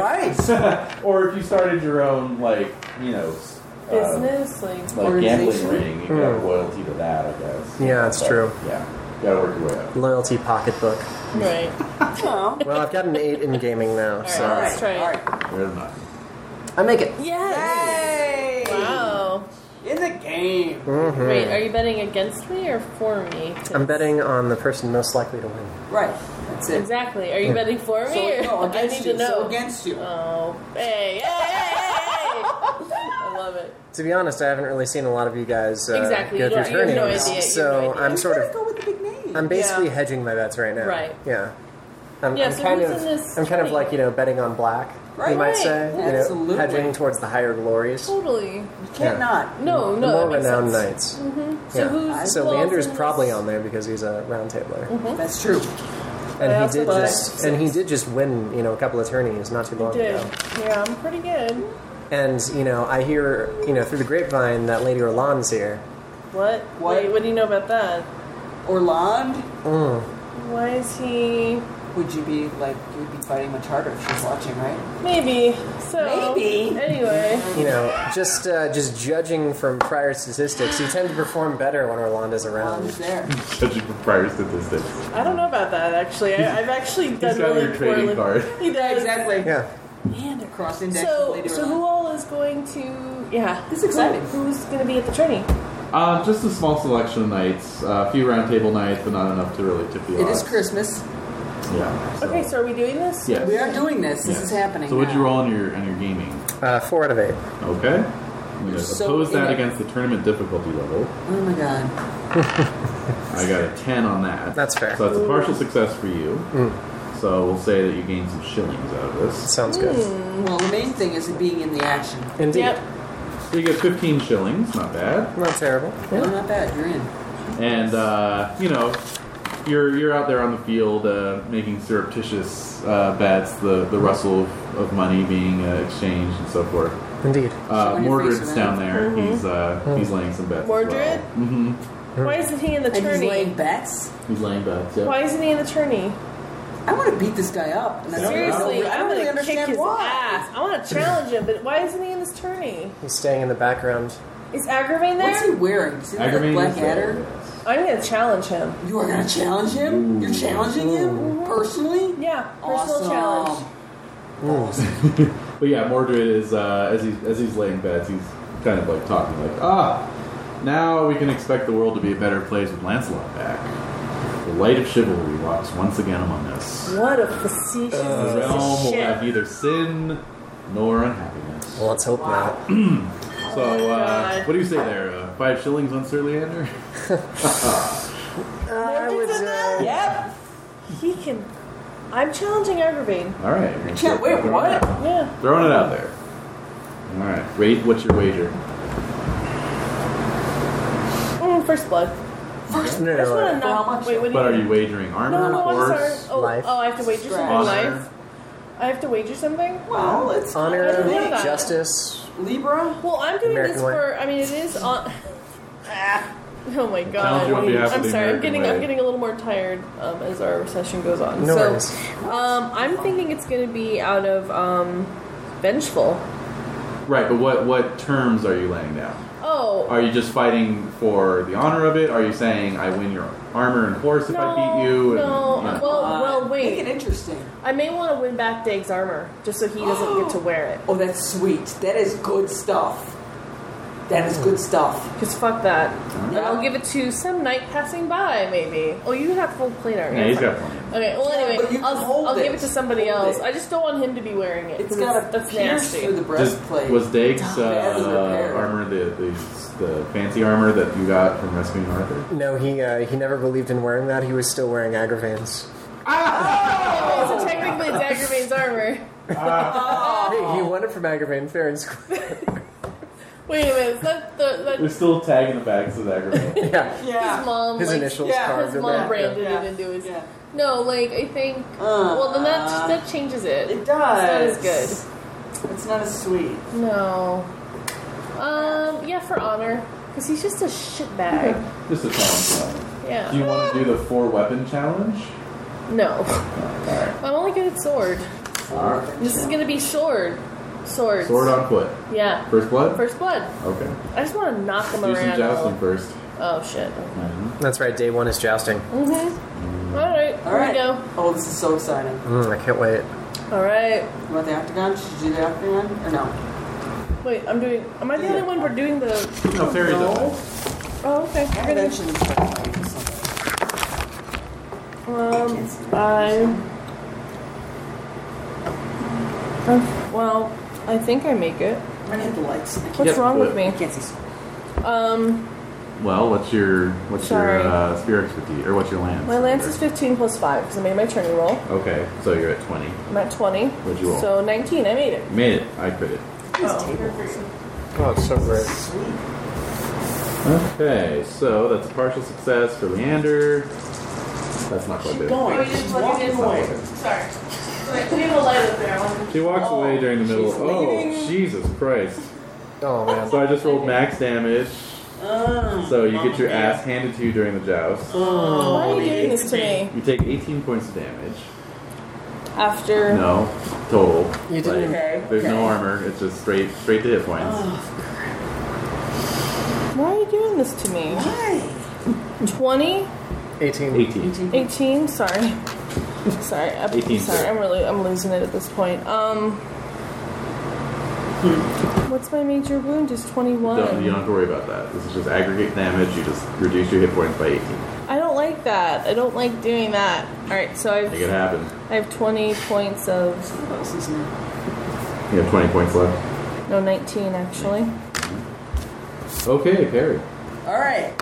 Speaker 3: Right.
Speaker 1: or if you started your own, like, you know, s- uh,
Speaker 2: Business, like.
Speaker 1: like gambling
Speaker 3: Organization?
Speaker 1: ring, you got loyalty to that, I guess.
Speaker 4: Hmm. Yeah, that's
Speaker 1: But,
Speaker 4: true.
Speaker 1: Yeah, gotta work your way up.
Speaker 4: Loyalty pocketbook.
Speaker 2: Right.
Speaker 3: Oh.
Speaker 4: Well, I've got an eight in gaming now,
Speaker 2: right.
Speaker 4: so
Speaker 3: All
Speaker 2: Let's
Speaker 3: right.
Speaker 2: try it.
Speaker 3: All right.
Speaker 1: There's nothing.
Speaker 4: I make it.
Speaker 2: Yes.
Speaker 3: Hey!
Speaker 2: Wow.
Speaker 3: In the game.
Speaker 4: Mhm.
Speaker 2: Wait, are you betting against me or for me?
Speaker 4: I'm betting on the person most likely to win.
Speaker 3: Right. That's it.
Speaker 2: Exactly.
Speaker 4: Mm.
Speaker 2: Are you betting for me?
Speaker 3: So,
Speaker 2: or-
Speaker 3: no,
Speaker 2: I
Speaker 3: against
Speaker 2: need
Speaker 3: you.
Speaker 2: to know.
Speaker 3: So against you.
Speaker 2: Oh, hey, hey, hey, hey! hey. I love it.
Speaker 4: To be honest, I haven't really seen a lot of you guys uh,
Speaker 2: Exactly.
Speaker 4: go
Speaker 2: You
Speaker 4: through
Speaker 2: don't- you have no
Speaker 4: tournaments,
Speaker 2: idea. You have
Speaker 4: so
Speaker 2: no idea.
Speaker 4: I'm sort
Speaker 3: gotta
Speaker 4: of
Speaker 3: go with the big name.
Speaker 4: I'm basically
Speaker 2: Yeah.
Speaker 4: hedging my bets right now.
Speaker 2: Right.
Speaker 4: Yeah. I'm,
Speaker 2: Yeah,
Speaker 4: I'm
Speaker 2: so
Speaker 4: kind
Speaker 2: who's
Speaker 4: of
Speaker 2: in this
Speaker 4: I'm kind of
Speaker 2: tourney?
Speaker 4: like you know betting on black. you
Speaker 3: Right.
Speaker 4: might say. You know,
Speaker 3: Absolutely.
Speaker 4: hedging towards the higher glories.
Speaker 2: Totally.
Speaker 3: You cannot.
Speaker 2: No,
Speaker 4: the
Speaker 2: no.
Speaker 4: more
Speaker 2: that makes
Speaker 4: renowned
Speaker 2: sense. Mm-hmm.
Speaker 4: knights.
Speaker 2: So
Speaker 4: Yeah.
Speaker 2: who's
Speaker 4: So
Speaker 2: who else
Speaker 4: Leander's
Speaker 2: in this? Mm-hmm.
Speaker 4: probably on there because he's a round tabler.
Speaker 3: That's true.
Speaker 4: And
Speaker 2: I
Speaker 4: he
Speaker 2: also
Speaker 4: did
Speaker 2: like
Speaker 4: just and he did just win, you know, a couple of tourneys not too long
Speaker 2: Did.
Speaker 4: ago.
Speaker 2: Yeah, I'm pretty good.
Speaker 4: And, you know, I hear, you know, through the grapevine that Lady Orlan's here.
Speaker 2: What?
Speaker 3: What?
Speaker 2: Wait, what do you know about that?
Speaker 3: Orland,
Speaker 2: Why is he?
Speaker 3: would you be like, you would be fighting much harder if she's watching, right?
Speaker 2: Maybe. So.
Speaker 3: Maybe.
Speaker 2: Anyway.
Speaker 4: You know, just uh, just judging from prior statistics, you tend to perform better when Orlando is around.
Speaker 3: Orland's there.
Speaker 1: Judging from prior statistics.
Speaker 2: I don't know about that actually. I, I've actually done
Speaker 1: He's got
Speaker 2: really
Speaker 1: your trading
Speaker 2: poorly.
Speaker 1: card.
Speaker 2: He does.
Speaker 3: exactly.
Speaker 4: Yeah.
Speaker 3: And across index.
Speaker 2: So, so who all is going to? Yeah,
Speaker 3: This is exciting.
Speaker 2: Who- who's going to be at the training?
Speaker 1: Uh, just a small selection of nights, uh, a few roundtable nights, but not enough to really tip the
Speaker 3: It
Speaker 1: odds.
Speaker 3: is Christmas.
Speaker 1: Yeah.
Speaker 2: Okay, so are we doing this?
Speaker 1: Yes.
Speaker 3: We are doing this. This
Speaker 1: Yeah.
Speaker 3: is happening.
Speaker 1: So what'd you
Speaker 3: now.
Speaker 1: roll on your on your gaming?
Speaker 4: Uh, four out of eight.
Speaker 1: Okay. I'm gonna
Speaker 3: So
Speaker 1: oppose that
Speaker 3: in-
Speaker 1: against the tournament difficulty level.
Speaker 3: Oh my god.
Speaker 1: I got a ten on that.
Speaker 4: That's fair.
Speaker 1: So that's a partial success for you. So we'll say that you gained some shillings out of this.
Speaker 4: Sounds good.
Speaker 3: Well, the main thing is being in the action.
Speaker 4: Indeed.
Speaker 2: Hmm. Yep.
Speaker 1: So you get fifteen shillings, not bad.
Speaker 4: Not terrible.
Speaker 3: No, not bad. You're in.
Speaker 1: And uh, you know, you're you're out there on the field uh, making surreptitious uh, bets, the the rustle of, of money being uh, exchanged and so forth.
Speaker 4: Indeed.
Speaker 1: Uh,
Speaker 3: Showing your
Speaker 1: Mordred's
Speaker 3: face Mm-hmm.
Speaker 1: down there. He's uh, he's laying some bets. as well.
Speaker 2: Mordred?
Speaker 1: hmm
Speaker 2: Why isn't he in the
Speaker 3: And he's laying
Speaker 2: tourney?
Speaker 3: bets.
Speaker 1: He's laying bets. Yeah.
Speaker 2: Why isn't he in the tourney?
Speaker 3: I want to beat this guy up. And I don't really know-
Speaker 2: Seriously,
Speaker 3: I
Speaker 2: I'm
Speaker 3: don't really
Speaker 2: gonna kick
Speaker 3: understand
Speaker 2: his
Speaker 3: why.
Speaker 2: ass. I want to challenge him, but why isn't he in this tourney?
Speaker 4: He's staying in the background.
Speaker 2: Is Agravain
Speaker 3: What's he
Speaker 2: there?
Speaker 3: wearing? Is he like a
Speaker 1: Aggravating
Speaker 3: black
Speaker 1: assault,
Speaker 3: adder?
Speaker 1: yes.
Speaker 2: I'm going to challenge him.
Speaker 3: You are gonna challenge him? You're
Speaker 1: Mm.
Speaker 3: challenging him personally?
Speaker 2: Yeah, personal
Speaker 3: Awesome.
Speaker 2: challenge. Hmm.
Speaker 1: But yeah, Mordred is uh, as he's as he's laying bets, he's kind of like talking like, ah, now we can expect the world to be a better place with Lancelot back. The light of chivalry walks once again among us.
Speaker 2: What a
Speaker 1: The
Speaker 2: facetious
Speaker 1: realm
Speaker 2: piece of
Speaker 1: Uh, will
Speaker 2: shit. Oh
Speaker 1: have neither sin nor unhappiness.
Speaker 4: Well, let's hope not.
Speaker 1: So, uh,
Speaker 2: God.
Speaker 1: what do you say there? Uh, five shillings on Sir Leander?
Speaker 4: I would. Uh,
Speaker 2: Yep. He can. I'm challenging Agravain.
Speaker 1: All right. we're gonna start
Speaker 3: wait,
Speaker 1: throwing
Speaker 3: what?
Speaker 1: it out.
Speaker 2: Yeah.
Speaker 1: Throwing it out there. All right. Rate. What's your wager?
Speaker 2: Mm, first blood.
Speaker 4: no,
Speaker 2: I
Speaker 4: no,
Speaker 2: just want to
Speaker 4: no.
Speaker 3: Well, how
Speaker 2: knock.
Speaker 3: much-
Speaker 2: Wait, what do
Speaker 1: But
Speaker 2: you
Speaker 1: are you wagering armor,
Speaker 2: No, no, I'm sorry.
Speaker 1: horse?
Speaker 2: Oh,
Speaker 4: life,
Speaker 2: oh, I have to wager something.
Speaker 3: scratch.
Speaker 1: Honor.
Speaker 2: Life. I have to wager something.
Speaker 3: Well, it's
Speaker 2: I don't
Speaker 4: Honor,
Speaker 2: know that.
Speaker 4: justice.
Speaker 3: Libra.
Speaker 2: Well, I'm doing
Speaker 4: American
Speaker 2: this
Speaker 4: way.
Speaker 2: for. I mean, it is on. Ah. oh my god!
Speaker 1: you on behalf of
Speaker 2: I'm
Speaker 1: the
Speaker 2: sorry. I'm
Speaker 1: American
Speaker 2: getting.
Speaker 1: way.
Speaker 2: I'm getting a little more tired um, as our session goes on.
Speaker 4: No
Speaker 2: so,
Speaker 4: worries.
Speaker 2: um, I'm thinking it's going to be out of um, vengeful.
Speaker 1: Right. But what what terms are you laying down?
Speaker 2: Oh,
Speaker 1: Are you just fighting for the honor of it? Are you saying I win your armor and horse if
Speaker 2: no,
Speaker 1: I beat you? And,
Speaker 2: no.
Speaker 1: yeah.
Speaker 2: Well,
Speaker 3: Uh,
Speaker 2: Oh, well,
Speaker 3: Make it
Speaker 2: wait.
Speaker 3: interesting.
Speaker 2: I may want to win back Dave's armor just so he doesn't get to wear it.
Speaker 3: Oh, that's sweet. That is good stuff. That is good stuff.
Speaker 2: Cause fuck that.
Speaker 3: Yeah.
Speaker 2: I'll give it to some knight passing by, maybe. Oh, you have full plate armor.
Speaker 1: yeah, he's got plenty.
Speaker 2: Okay. Well,
Speaker 3: Yeah,
Speaker 2: anyway,
Speaker 3: but you can
Speaker 2: I'll,
Speaker 3: hold
Speaker 2: I'll give
Speaker 3: it.
Speaker 2: it to somebody
Speaker 3: Hold
Speaker 2: else.
Speaker 3: it.
Speaker 2: I just don't want him to be wearing it.
Speaker 3: It's
Speaker 2: 'cause
Speaker 3: got a
Speaker 2: that's
Speaker 3: pierce
Speaker 2: nasty.
Speaker 3: through the
Speaker 1: Does-
Speaker 3: breastplate.
Speaker 1: was Dake's
Speaker 3: That is
Speaker 1: uh,
Speaker 3: repair.
Speaker 1: armor the, the the fancy armor that you got from rescuing Arthur?
Speaker 4: No, he uh, he never believed in wearing that. He was still wearing Agravain's.
Speaker 2: Okay, so technically, it's Agravain's armor.
Speaker 3: Uh,
Speaker 4: Hey, he won it from Agravain fair and square.
Speaker 2: Wait a minute. Is that the that
Speaker 1: There's still a tag in the back that says Agravain.
Speaker 4: yeah,
Speaker 2: his mom?
Speaker 4: his
Speaker 2: like,
Speaker 4: initials
Speaker 3: yeah,
Speaker 4: carved
Speaker 2: Oh His
Speaker 4: in
Speaker 2: mom
Speaker 4: that.
Speaker 2: branded
Speaker 3: Yeah.
Speaker 2: it into his.
Speaker 3: Yeah. Uh,
Speaker 2: No, like I think. well, then that that changes it.
Speaker 3: It
Speaker 2: It's
Speaker 3: does.
Speaker 2: not as
Speaker 3: good. It's not as sweet.
Speaker 2: good. No. Um. Yeah, for honor, because he's just a shitbag.
Speaker 1: Just a challenge. round.
Speaker 2: Yeah.
Speaker 1: Do you want to do the four weapon challenge?
Speaker 2: No. I'm only good at sword. This is gonna be sword. Swords.
Speaker 1: Sword on foot.
Speaker 2: Yeah.
Speaker 1: First blood.
Speaker 2: First blood.
Speaker 1: Okay.
Speaker 2: I just want to knock them
Speaker 1: Do some
Speaker 2: around.
Speaker 1: jousting first.
Speaker 2: Oh shit.
Speaker 4: That's right. Day one is jousting.
Speaker 2: Mm-hmm. All right.
Speaker 3: All
Speaker 2: here
Speaker 3: right.
Speaker 2: we go.
Speaker 3: Oh, this is so exciting.
Speaker 4: Mm, I can't wait.
Speaker 2: All right.
Speaker 3: You want the octagon? Should you do the octagon or no?
Speaker 2: Wait, I'm doing. Am I the only one? We're doing the.
Speaker 1: No, fairies
Speaker 3: No.
Speaker 1: up.
Speaker 2: Oh, okay.
Speaker 3: I
Speaker 2: We're gonna.
Speaker 3: eventually start fighting somebody.
Speaker 2: Um. I. Uh, Well, I think I make it.
Speaker 3: I'm gonna hit the lights. I can't-
Speaker 2: What's
Speaker 1: Yep,
Speaker 2: wrong
Speaker 1: but-
Speaker 2: with me?
Speaker 3: I can't see.
Speaker 2: Um.
Speaker 1: Well, what's your what's
Speaker 2: Sorry.
Speaker 1: your uh, spear expertise or what's your lance?
Speaker 2: My lance is 15 plus 5 because I made my turning roll.
Speaker 1: Okay, so you're at twenty.
Speaker 2: I'm at 20.
Speaker 1: What'd you roll?
Speaker 2: So 19. I made it.
Speaker 1: You made it. I quit it.
Speaker 7: Oh, you're free.
Speaker 4: Oh, it's so great.
Speaker 1: Okay, so that's a partial success for Leander. That's not quite good.
Speaker 7: Oh, you didn't plug it in? Sorry. Wait, we have a light up there. I wanted to-
Speaker 1: She walks away during the middle.
Speaker 3: she's
Speaker 1: Oh,
Speaker 3: leaving.
Speaker 1: Jesus Christ!
Speaker 4: Oh man.
Speaker 1: So I just rolled max damage.
Speaker 3: Um,
Speaker 1: So you get your ass handed to you during the joust.
Speaker 3: Oh.
Speaker 2: Why are you doing this to me?
Speaker 1: You take 18 points of damage.
Speaker 2: After.
Speaker 1: No, total.
Speaker 4: You didn't-
Speaker 3: Okay,
Speaker 1: There's no
Speaker 3: okay. Oh.
Speaker 1: armor. It's just straight, straight to hit points.
Speaker 2: Why are you doing this to me?
Speaker 3: Why?
Speaker 2: 20?
Speaker 4: 18.
Speaker 1: 18.
Speaker 2: 18? Sorry. Sorry. I'm
Speaker 1: 18,
Speaker 2: sorry.
Speaker 1: sir.
Speaker 2: I'm really I'm losing it at this point. Um. What's my major wound? Is
Speaker 1: You
Speaker 2: 21.
Speaker 1: don't, you don't have to worry about that. This is just aggregate damage. You just reduce your hit points by 18.
Speaker 2: I don't like that. I don't like doing that. All right, so
Speaker 1: Make it
Speaker 2: I've
Speaker 1: happen.
Speaker 2: I have 20 points of
Speaker 3: What else is new?
Speaker 1: You have 20 points left.
Speaker 2: no 19 actually.
Speaker 1: Okay, Carrie.
Speaker 3: All right.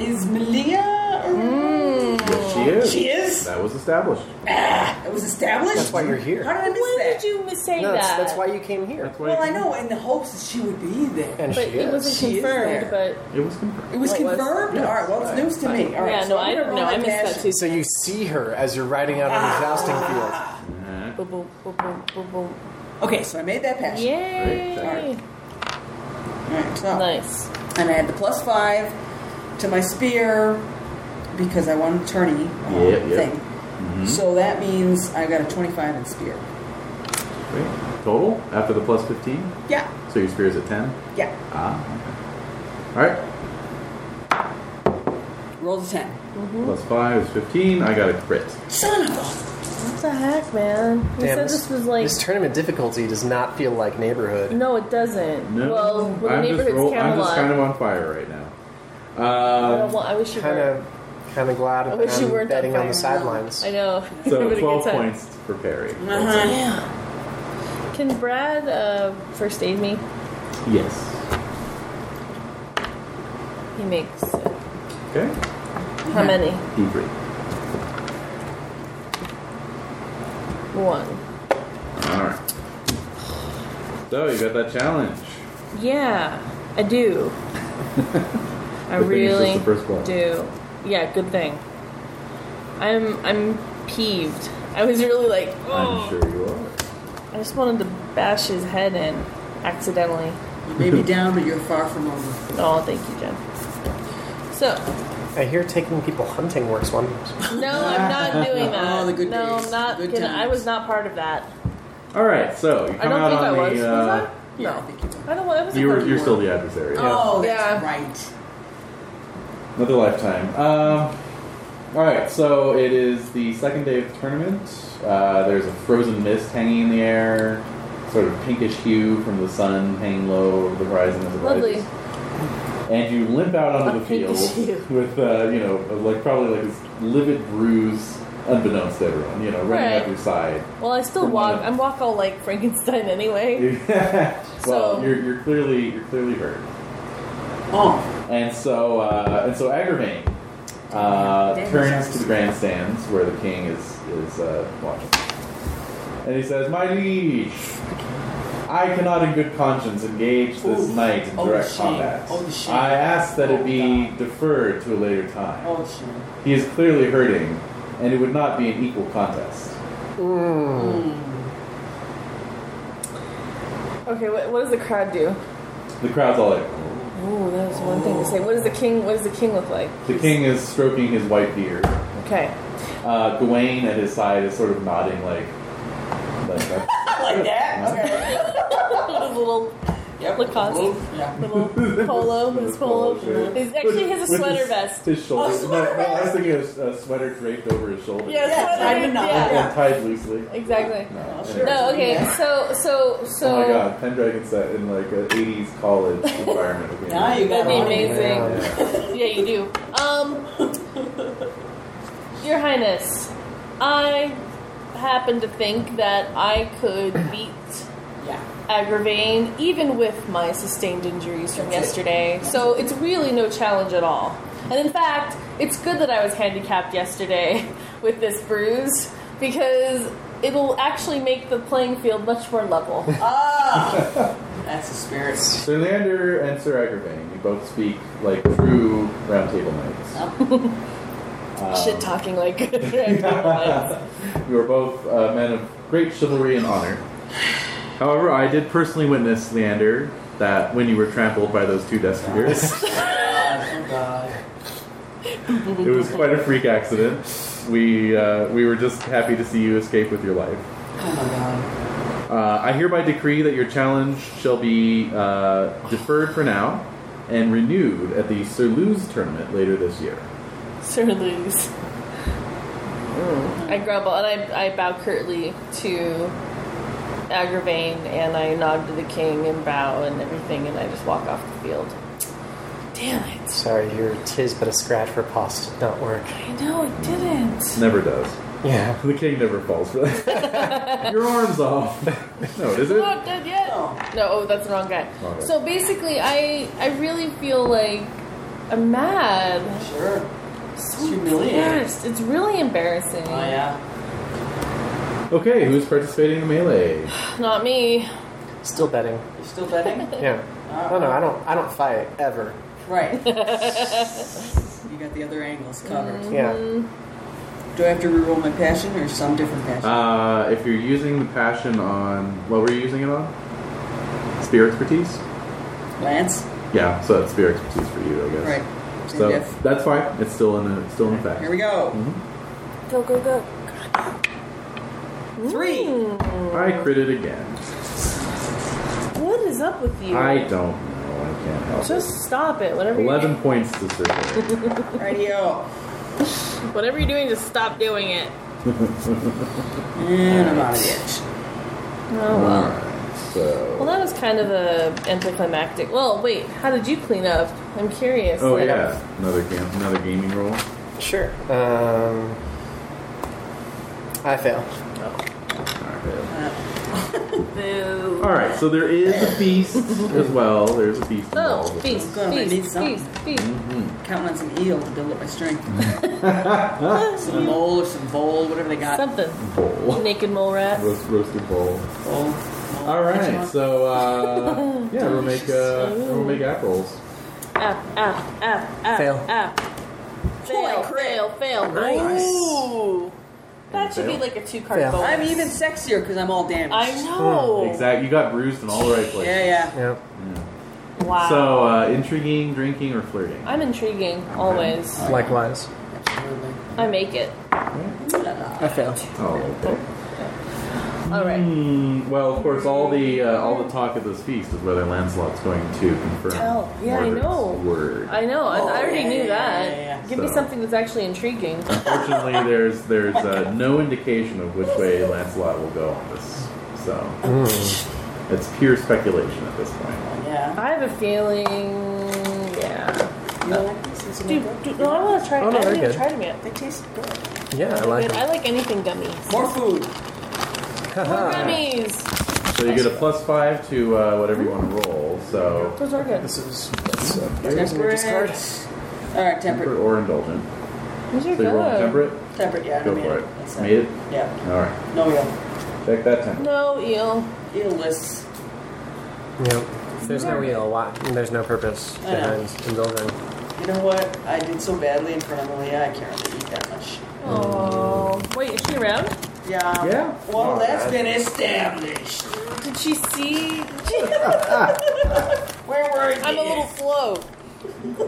Speaker 3: Is Malia
Speaker 2: Mm.
Speaker 3: around?
Speaker 1: Yes, she is.
Speaker 3: Oh. She is.
Speaker 1: That was established.
Speaker 3: It was established.
Speaker 4: That's why you're
Speaker 3: How
Speaker 4: here.
Speaker 3: did I miss
Speaker 2: When
Speaker 3: that?
Speaker 2: did you say
Speaker 4: No, that's,
Speaker 2: that?
Speaker 4: that's why you came here.
Speaker 1: That's why
Speaker 3: Well, I know in the hopes that she would be there.
Speaker 4: And
Speaker 2: But
Speaker 4: she
Speaker 2: it
Speaker 4: is.
Speaker 2: wasn't
Speaker 3: She is
Speaker 2: confirmed. But
Speaker 1: It was confirmed.
Speaker 3: It was
Speaker 2: Well, it was-
Speaker 3: confirmed.
Speaker 1: yeah.
Speaker 3: All right. Well, it's news to me. All right.
Speaker 2: yeah,
Speaker 3: so
Speaker 2: no,
Speaker 3: I'm
Speaker 2: I
Speaker 3: gonna
Speaker 2: don't
Speaker 3: roll
Speaker 2: know.
Speaker 3: my
Speaker 2: I missed that
Speaker 3: dash.
Speaker 2: too.
Speaker 4: So you see her as you're riding out on
Speaker 2: Ah.
Speaker 4: the jousting field.
Speaker 1: Uh-huh.
Speaker 2: Boom, boom, boom, boom, boom, boom.
Speaker 3: Okay, so I made that pass.
Speaker 2: Yay!
Speaker 3: All right, so,
Speaker 2: Nice.
Speaker 3: And I had the plus five to my spear because I won tourney uh,
Speaker 1: Yep, yep.
Speaker 3: thing. So that means I got a twenty-five in spear.
Speaker 1: Great. Total after the plus 15.
Speaker 3: Yeah.
Speaker 1: So your spear's at 10.
Speaker 3: Yeah.
Speaker 1: Ah. Okay. All right.
Speaker 3: Roll a ten.
Speaker 1: Plus five is 15. I got a crit.
Speaker 3: Son of a.
Speaker 2: What the heck, man? You
Speaker 4: Damn,
Speaker 2: said this was like.
Speaker 4: this tournament difficulty does not feel like neighborhood.
Speaker 2: no, it doesn't.
Speaker 1: No.
Speaker 2: Well, with the
Speaker 1: I'm just
Speaker 2: neighborhood's
Speaker 1: roll- I'm
Speaker 2: Camelot.
Speaker 1: just kind of on fire right now.
Speaker 2: I, don't
Speaker 1: Um,
Speaker 2: want, I wish you
Speaker 4: Kind
Speaker 2: were.
Speaker 4: of, kind of glad
Speaker 2: I
Speaker 4: that
Speaker 2: wish you
Speaker 4: I'm
Speaker 2: weren't
Speaker 4: betting
Speaker 2: on
Speaker 4: on the
Speaker 3: fire.
Speaker 4: sidelines.
Speaker 2: I know. Having a
Speaker 1: so
Speaker 2: good
Speaker 1: 12
Speaker 2: time.
Speaker 1: points for Perry.
Speaker 3: Uh-huh.
Speaker 2: Yeah. Can Brad uh, first aid me?
Speaker 1: Yes.
Speaker 2: He makes uh,
Speaker 1: Okay.
Speaker 2: how many?
Speaker 1: D3.
Speaker 2: One.
Speaker 1: All right. So you got that challenge.
Speaker 2: Yeah, I do. I
Speaker 1: Good thing it's just
Speaker 2: really
Speaker 1: the first one.
Speaker 2: do. Yeah, good thing. I'm I'm peeved. I was really like,
Speaker 1: I'm
Speaker 2: oh.
Speaker 1: sure you are.
Speaker 2: I just wanted to bash his head in accidentally.
Speaker 3: Maybe down, but you're far from over.
Speaker 2: Oh, thank you, Jen. So,
Speaker 4: I hear taking people hunting works wonders.
Speaker 2: no, I'm not doing that.
Speaker 3: Oh, the good
Speaker 2: no,
Speaker 3: days.
Speaker 2: I'm not.
Speaker 3: Good
Speaker 2: gonna, I
Speaker 3: times.
Speaker 2: was not part of that.
Speaker 1: All right. So you come
Speaker 2: I don't
Speaker 1: out
Speaker 2: think I
Speaker 1: on
Speaker 2: was.
Speaker 1: the.
Speaker 2: was
Speaker 1: Uh,
Speaker 2: I?
Speaker 3: Yeah, I
Speaker 2: No,
Speaker 3: think you did.
Speaker 2: I don't. I was.
Speaker 1: you were, you're still the adversary.
Speaker 3: Oh, that's
Speaker 2: Yeah.
Speaker 3: right.
Speaker 1: Another lifetime. Um, all right, so it is the second day of the tournament. Uh, there's a frozen mist hanging in the air, sort of pinkish hue from the sun hanging low over the horizon as it
Speaker 2: Lovely.
Speaker 1: rises. And you limp out onto
Speaker 2: A
Speaker 1: the field
Speaker 2: pinkish hue.
Speaker 1: with, uh, you know, like probably like this livid bruise, unbeknownst to everyone, you know, running
Speaker 2: Right.
Speaker 1: up your side.
Speaker 2: Well, I still
Speaker 1: From one
Speaker 2: walk.
Speaker 1: of-
Speaker 2: I'm walk all like Frankenstein anyway.
Speaker 1: well,
Speaker 2: So-
Speaker 1: you're, you're clearly you're clearly hurt.
Speaker 3: Oh,
Speaker 1: And so, uh, and so Agravain uh,
Speaker 3: Damn.
Speaker 1: turns to the grandstands where the king is is uh, watching, and he says, "My liege, I cannot, in good conscience, engage this
Speaker 3: Ooh.
Speaker 1: knight in
Speaker 3: Oh,
Speaker 1: direct
Speaker 3: shame.
Speaker 1: combat.
Speaker 3: Oh, shame.
Speaker 1: I ask that
Speaker 3: Oh,
Speaker 1: it be
Speaker 3: God.
Speaker 1: deferred to a later time.
Speaker 3: oh, shit.
Speaker 1: He is clearly hurting, and it would not be an equal contest."
Speaker 4: Mm.
Speaker 2: Okay, what, what does the crowd do?
Speaker 1: The crowd's all like,
Speaker 2: Ooh, that was one thing to say. What does the king? What does the king look like?
Speaker 1: "The king is stroking his white beard."
Speaker 2: Okay.
Speaker 1: Uh, Gawain at his side is sort of nodding, like, like that.
Speaker 3: Like that? Okay.
Speaker 2: his little
Speaker 3: Yep.
Speaker 2: Lacoste,
Speaker 3: Yeah.
Speaker 2: little polo, his polo. He's actually has a
Speaker 1: With
Speaker 2: sweater
Speaker 1: his,
Speaker 2: vest.
Speaker 1: His shoulders.
Speaker 3: Oh, sweater
Speaker 1: no, no, I was
Speaker 3: vest.
Speaker 1: thinking of a sweater draped over his shoulders.
Speaker 2: Yeah,
Speaker 3: Yeah,
Speaker 2: sweater,
Speaker 3: tied in a knot.
Speaker 1: And,
Speaker 2: yeah.
Speaker 1: and tied loosely.
Speaker 2: Exactly.
Speaker 1: No,
Speaker 3: Sure.
Speaker 1: anyway.
Speaker 2: No, okay.
Speaker 3: Yeah.
Speaker 2: So, so, so.
Speaker 1: oh my god, Pendragon's set in like an 80s college environment. would be
Speaker 3: Now you got
Speaker 2: That'd be
Speaker 3: it. Oh,
Speaker 2: amazing.
Speaker 1: Yeah.
Speaker 2: Yeah, you do. Um, Your Highness, I happen to think that I could beat
Speaker 3: Yeah.
Speaker 2: aggravating, even with my sustained injuries from yesterday. So it's really no challenge at all. And in fact, it's good that I was handicapped yesterday with this bruise because it'll actually make the playing field much more level.
Speaker 3: Ah. That's the spirit.
Speaker 1: Sir Leander and Sir Agravain, you both speak like true roundtable knights. Um,
Speaker 2: Oh. Shit talking like good.
Speaker 1: You are both uh, men of great chivalry and honor. However, I did personally witness, Leander, that when you were trampled by those two desk fingers,
Speaker 3: Oh
Speaker 1: it was quite a freak accident. We, uh, we were just happy to see you escape with your life.
Speaker 3: Oh my god.
Speaker 1: Uh, I hereby decree that your challenge shall be uh, deferred for now and renewed at the Sir Luz tournament later this year.
Speaker 2: Sir Luz. I grumble and I, I bow curtly to Agravain and I nod to the king and bow and everything and I just walk off the field. Damn it.
Speaker 4: Sorry, your tis but a scratch for pus did not work.
Speaker 2: I know it didn't.
Speaker 1: Never does.
Speaker 4: Yeah.
Speaker 1: The king never falls for that. your arm's off. No, is it?
Speaker 2: Not dead yet. No, oh, that's the wrong guy.
Speaker 1: Wrong guy.
Speaker 2: So basically, I I really feel like I'm mad.
Speaker 3: Sure.
Speaker 2: So
Speaker 3: humiliating.
Speaker 2: embarrassed. It's really embarrassing.
Speaker 3: Oh yeah.
Speaker 1: Okay, who's participating in the melee?
Speaker 2: Not me.
Speaker 4: Still betting.
Speaker 3: You still betting?
Speaker 4: Yeah. No, no, I don't. I don't fight ever.
Speaker 3: Right. you got the other angles covered.
Speaker 4: Yeah.
Speaker 3: Do I have to reroll my passion or some different passion?
Speaker 1: Uh, if you're using the passion on, what were you using it on? Spear expertise.
Speaker 3: Lance?
Speaker 1: Yeah, so that's spear expertise for you, I guess.
Speaker 3: Right. Same
Speaker 1: So
Speaker 3: diff.
Speaker 1: that's fine. It's still in the still in effect. Mm-hmm.
Speaker 3: Here we go.
Speaker 2: Go go go.
Speaker 3: Three.
Speaker 2: Mm.
Speaker 1: I critted again.
Speaker 2: What is up with you?
Speaker 1: I don't know. I can't help it.
Speaker 2: Just stop it. Whatever.
Speaker 1: Eleven points to Sir. Harry.
Speaker 3: Radio.
Speaker 2: You're, whatever you're doing, just stop doing it.
Speaker 3: And I'm out of the itch.
Speaker 2: Oh
Speaker 1: All
Speaker 2: well.
Speaker 1: right. So.
Speaker 2: Well, that was kind of a anticlimactic. Well, wait. How did you clean up? I'm curious.
Speaker 1: Oh
Speaker 2: Like,
Speaker 1: yeah, another game, another gaming roll.
Speaker 4: Sure. Um, I fail.
Speaker 3: Uh,
Speaker 2: Boo.
Speaker 1: All right, so there is a feast as well. There's a feast.
Speaker 2: Oh,
Speaker 1: involved.
Speaker 2: feast,
Speaker 3: Good, I need
Speaker 2: feast,
Speaker 3: something.
Speaker 2: feast, feast.
Speaker 3: Counting on some eel to build up my strength. some mole or some bowl, whatever they got.
Speaker 2: Something.
Speaker 1: Bowl.
Speaker 2: Naked mole rat.
Speaker 1: Roast, roasted bowl.
Speaker 3: Bowl.
Speaker 1: All right, so uh, yeah, we'll make uh, we'll make app rolls.
Speaker 2: Up, up, up, up,
Speaker 4: Fail.
Speaker 2: up. ah, Fail, fail, fail.
Speaker 4: Nice.
Speaker 2: Ooh. That should be
Speaker 1: Fail.
Speaker 2: like a two card
Speaker 4: Fail.
Speaker 2: bonus.
Speaker 3: I'm even sexier because I'm all damaged.
Speaker 2: I know.
Speaker 1: Exactly, you got bruised in all the right places.
Speaker 3: Yeah, yeah.
Speaker 4: Yep.
Speaker 2: Wow.
Speaker 1: So uh, intriguing, drinking, or flirting.
Speaker 2: I'm intriguing, always.
Speaker 4: Likewise.
Speaker 3: Absolutely.
Speaker 2: I make it.
Speaker 4: I fail.
Speaker 1: Oh, okay.
Speaker 2: Alright.
Speaker 1: Hmm, well, of course, all the uh, all the talk at this feast is whether Lancelot's going to confirm.
Speaker 2: Tell. Yeah, I
Speaker 1: Mordred's
Speaker 2: know.
Speaker 1: Word.
Speaker 2: I know, I, I already
Speaker 3: yeah,
Speaker 2: knew
Speaker 3: yeah,
Speaker 2: that.
Speaker 3: yeah, yeah.
Speaker 2: Give me
Speaker 1: So-
Speaker 2: something that's actually intriguing.
Speaker 1: Unfortunately, there's there's
Speaker 2: Oh
Speaker 1: uh, no indication of which way Lancelot will go on this, so
Speaker 2: Mm.
Speaker 1: it's pure speculation at this point.
Speaker 3: Yeah.
Speaker 2: I have a feeling. Yeah.
Speaker 3: You know, like this? This is
Speaker 2: Dude,
Speaker 3: good.
Speaker 2: dude no, I want to try. I
Speaker 4: Oh, no, they're
Speaker 2: haven't even
Speaker 4: good.
Speaker 2: tried them yet.
Speaker 3: They taste good.
Speaker 4: Yeah, I like
Speaker 2: I like anything gummies.
Speaker 3: More food.
Speaker 2: More
Speaker 4: it.
Speaker 2: gummies.
Speaker 1: So you get a plus five to uh, whatever you want
Speaker 2: Mm.
Speaker 1: to roll. So
Speaker 2: Those are good.
Speaker 4: This is that's, uh, there's a new discard.
Speaker 3: Temperate. All right,
Speaker 1: temperate
Speaker 3: temperate.
Speaker 1: or indulgent.
Speaker 2: These are
Speaker 1: So you roll
Speaker 2: good.
Speaker 1: temperate.
Speaker 3: Temperate, yeah. I
Speaker 1: Go
Speaker 3: made
Speaker 1: for
Speaker 3: That's
Speaker 1: it. Made it.
Speaker 3: Yeah.
Speaker 1: All right.
Speaker 3: No eel.
Speaker 1: Check that temperate.
Speaker 2: No eel.
Speaker 3: Eelless.
Speaker 4: Yep. There's no real lot. and There's no purpose
Speaker 3: I know.
Speaker 4: behind indulging.
Speaker 3: You know what? I did so badly in front of Malia, I can't really eat that much.
Speaker 2: Oh. Wait, is she around?
Speaker 3: Yeah.
Speaker 1: Yeah. Oh,
Speaker 3: Well,
Speaker 1: All
Speaker 3: that's
Speaker 1: right.
Speaker 3: been established.
Speaker 2: Did she see?
Speaker 3: Where were you?
Speaker 2: I'm a little slow.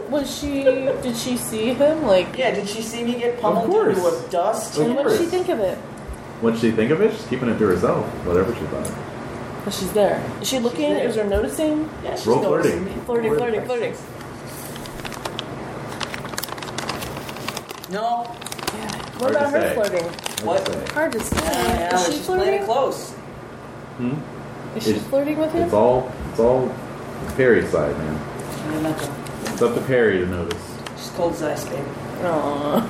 Speaker 2: Was she? Did she see him? Like,
Speaker 3: Yeah, did she see me get pummeled
Speaker 1: Of course.
Speaker 3: into a dust?
Speaker 1: Of
Speaker 2: and what did she
Speaker 1: course.
Speaker 2: think of it?
Speaker 1: What'd she think of it? She's keeping it to herself. Whatever she thought.
Speaker 2: Well, she's there. Is she looking?
Speaker 3: there.
Speaker 2: Is there noticing?
Speaker 3: Yeah, she's
Speaker 1: Roll
Speaker 3: noticing
Speaker 1: Oh, flirting.
Speaker 2: Flirting,
Speaker 3: me.
Speaker 2: flirting, flirting.
Speaker 3: No.
Speaker 1: Hard
Speaker 2: What
Speaker 1: to
Speaker 2: about her
Speaker 1: say.
Speaker 2: flirting?
Speaker 3: What?
Speaker 1: Say.
Speaker 2: Hard to say.
Speaker 3: Yeah,
Speaker 2: is
Speaker 3: she's
Speaker 2: she
Speaker 3: playing it
Speaker 2: flirting?
Speaker 3: close.
Speaker 1: Hmm?
Speaker 2: Is she
Speaker 1: It's-
Speaker 2: flirting with him?
Speaker 1: It's all it's all Perry's side, man.
Speaker 3: I'm not gonna-
Speaker 1: It's up to Perry to notice.
Speaker 3: She's cold as ice, baby.
Speaker 2: Aww.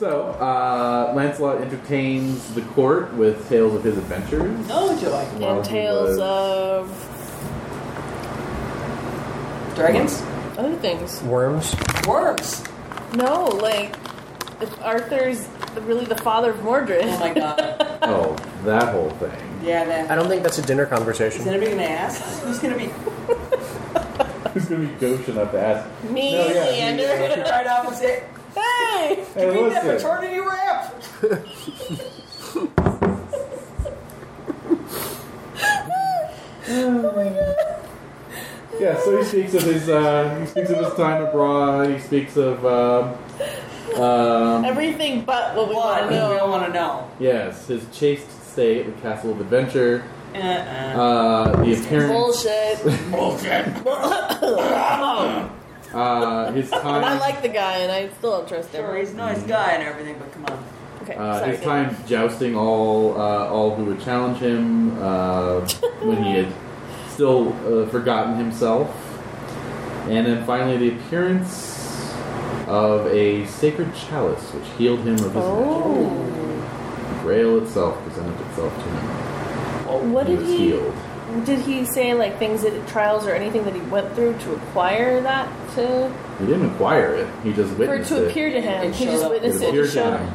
Speaker 1: So, uh, Lancelot entertains the court with tales of his adventures.
Speaker 3: Oh, joy.
Speaker 1: while
Speaker 2: And
Speaker 1: he
Speaker 2: tales
Speaker 1: was-
Speaker 2: of
Speaker 3: Dragons?
Speaker 2: other things.
Speaker 4: Worms.
Speaker 3: Worms.
Speaker 2: No, like if Arthur's really the father of Mordred.
Speaker 3: Oh my god.
Speaker 1: Oh, that whole thing.
Speaker 3: yeah, that.
Speaker 4: I don't think that's a dinner
Speaker 3: Is
Speaker 4: conversation.
Speaker 3: anybody gonna ask? Who's gonna be
Speaker 1: Who's gonna be gauche enough to ask?
Speaker 2: Me,
Speaker 1: No, yeah,
Speaker 2: Leander.
Speaker 3: right off and say,
Speaker 2: hey!
Speaker 1: Hey,
Speaker 3: "Read that
Speaker 1: listen.
Speaker 3: fraternity rap"?
Speaker 1: Yeah, so he speaks of his uh, he speaks of his time abroad. He speaks of um, um,
Speaker 2: Everything but what we want
Speaker 3: What?
Speaker 2: to know.
Speaker 3: We all want to know.
Speaker 1: yes, his chaste state, the castle of adventure,
Speaker 3: Uh-uh.
Speaker 1: uh, the appearance,
Speaker 2: Bullshit. Oh,
Speaker 1: uh, his time,
Speaker 2: I like the guy and I still don't trust
Speaker 3: Sure,
Speaker 2: him.
Speaker 3: he's a nice guy and everything, but come on.
Speaker 2: Okay,
Speaker 1: uh,
Speaker 2: sorry.
Speaker 1: his time jousting all uh, all who would challenge him uh, when he had still uh, forgotten himself, and then finally the appearance of a sacred chalice which healed him of his
Speaker 2: Oh.
Speaker 1: magic. Grail itself presented itself to him.
Speaker 3: Oh.
Speaker 2: What
Speaker 1: he
Speaker 2: did
Speaker 1: was
Speaker 2: he-
Speaker 1: healed.
Speaker 2: Did he say like things that trials or anything that he went through to acquire that to
Speaker 1: He didn't acquire it. He just
Speaker 2: for it
Speaker 1: witnessed
Speaker 2: to
Speaker 1: it.
Speaker 2: appear to him?
Speaker 3: It
Speaker 2: He
Speaker 3: showed
Speaker 2: just
Speaker 3: up.
Speaker 1: It
Speaker 2: witnessed it.
Speaker 1: appeared
Speaker 2: and
Speaker 1: to
Speaker 2: showed
Speaker 1: him.
Speaker 2: him.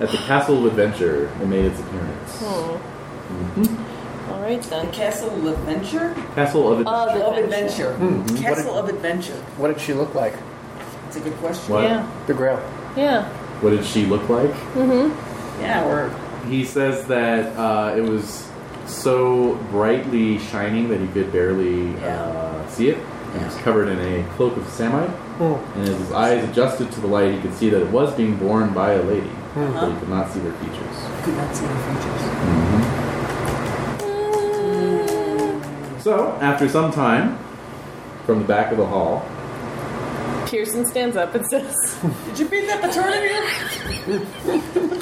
Speaker 1: At the Castle of Adventure, it made its appearance.
Speaker 2: Hmm.
Speaker 1: Mhm.
Speaker 2: All right
Speaker 3: The
Speaker 2: then.
Speaker 3: Castle of Adventure?
Speaker 1: Castle of Adventure.
Speaker 2: Of
Speaker 3: Of
Speaker 2: adventure.
Speaker 3: Adventure.
Speaker 1: Mhm.
Speaker 3: Castle of Adventure.
Speaker 4: What did she look like?
Speaker 3: It's a good question.
Speaker 1: What?
Speaker 2: Yeah.
Speaker 4: The Grail.
Speaker 2: Yeah.
Speaker 1: Mm-hmm. What did she look like?
Speaker 2: Mm-hmm.
Speaker 3: Yeah, we're
Speaker 1: He says that uh, it was so brightly shining that he could barely uh, see it. He was covered in a cloak of samite,
Speaker 4: Hmm.
Speaker 1: and as his eyes adjusted to the light, he could see that it was being borne by a lady, but he could not see their features.
Speaker 3: could not see the features.
Speaker 1: So, after some time, from the back of the hall,
Speaker 2: Pearson stands up and says,
Speaker 3: Did you beat that paternity rap?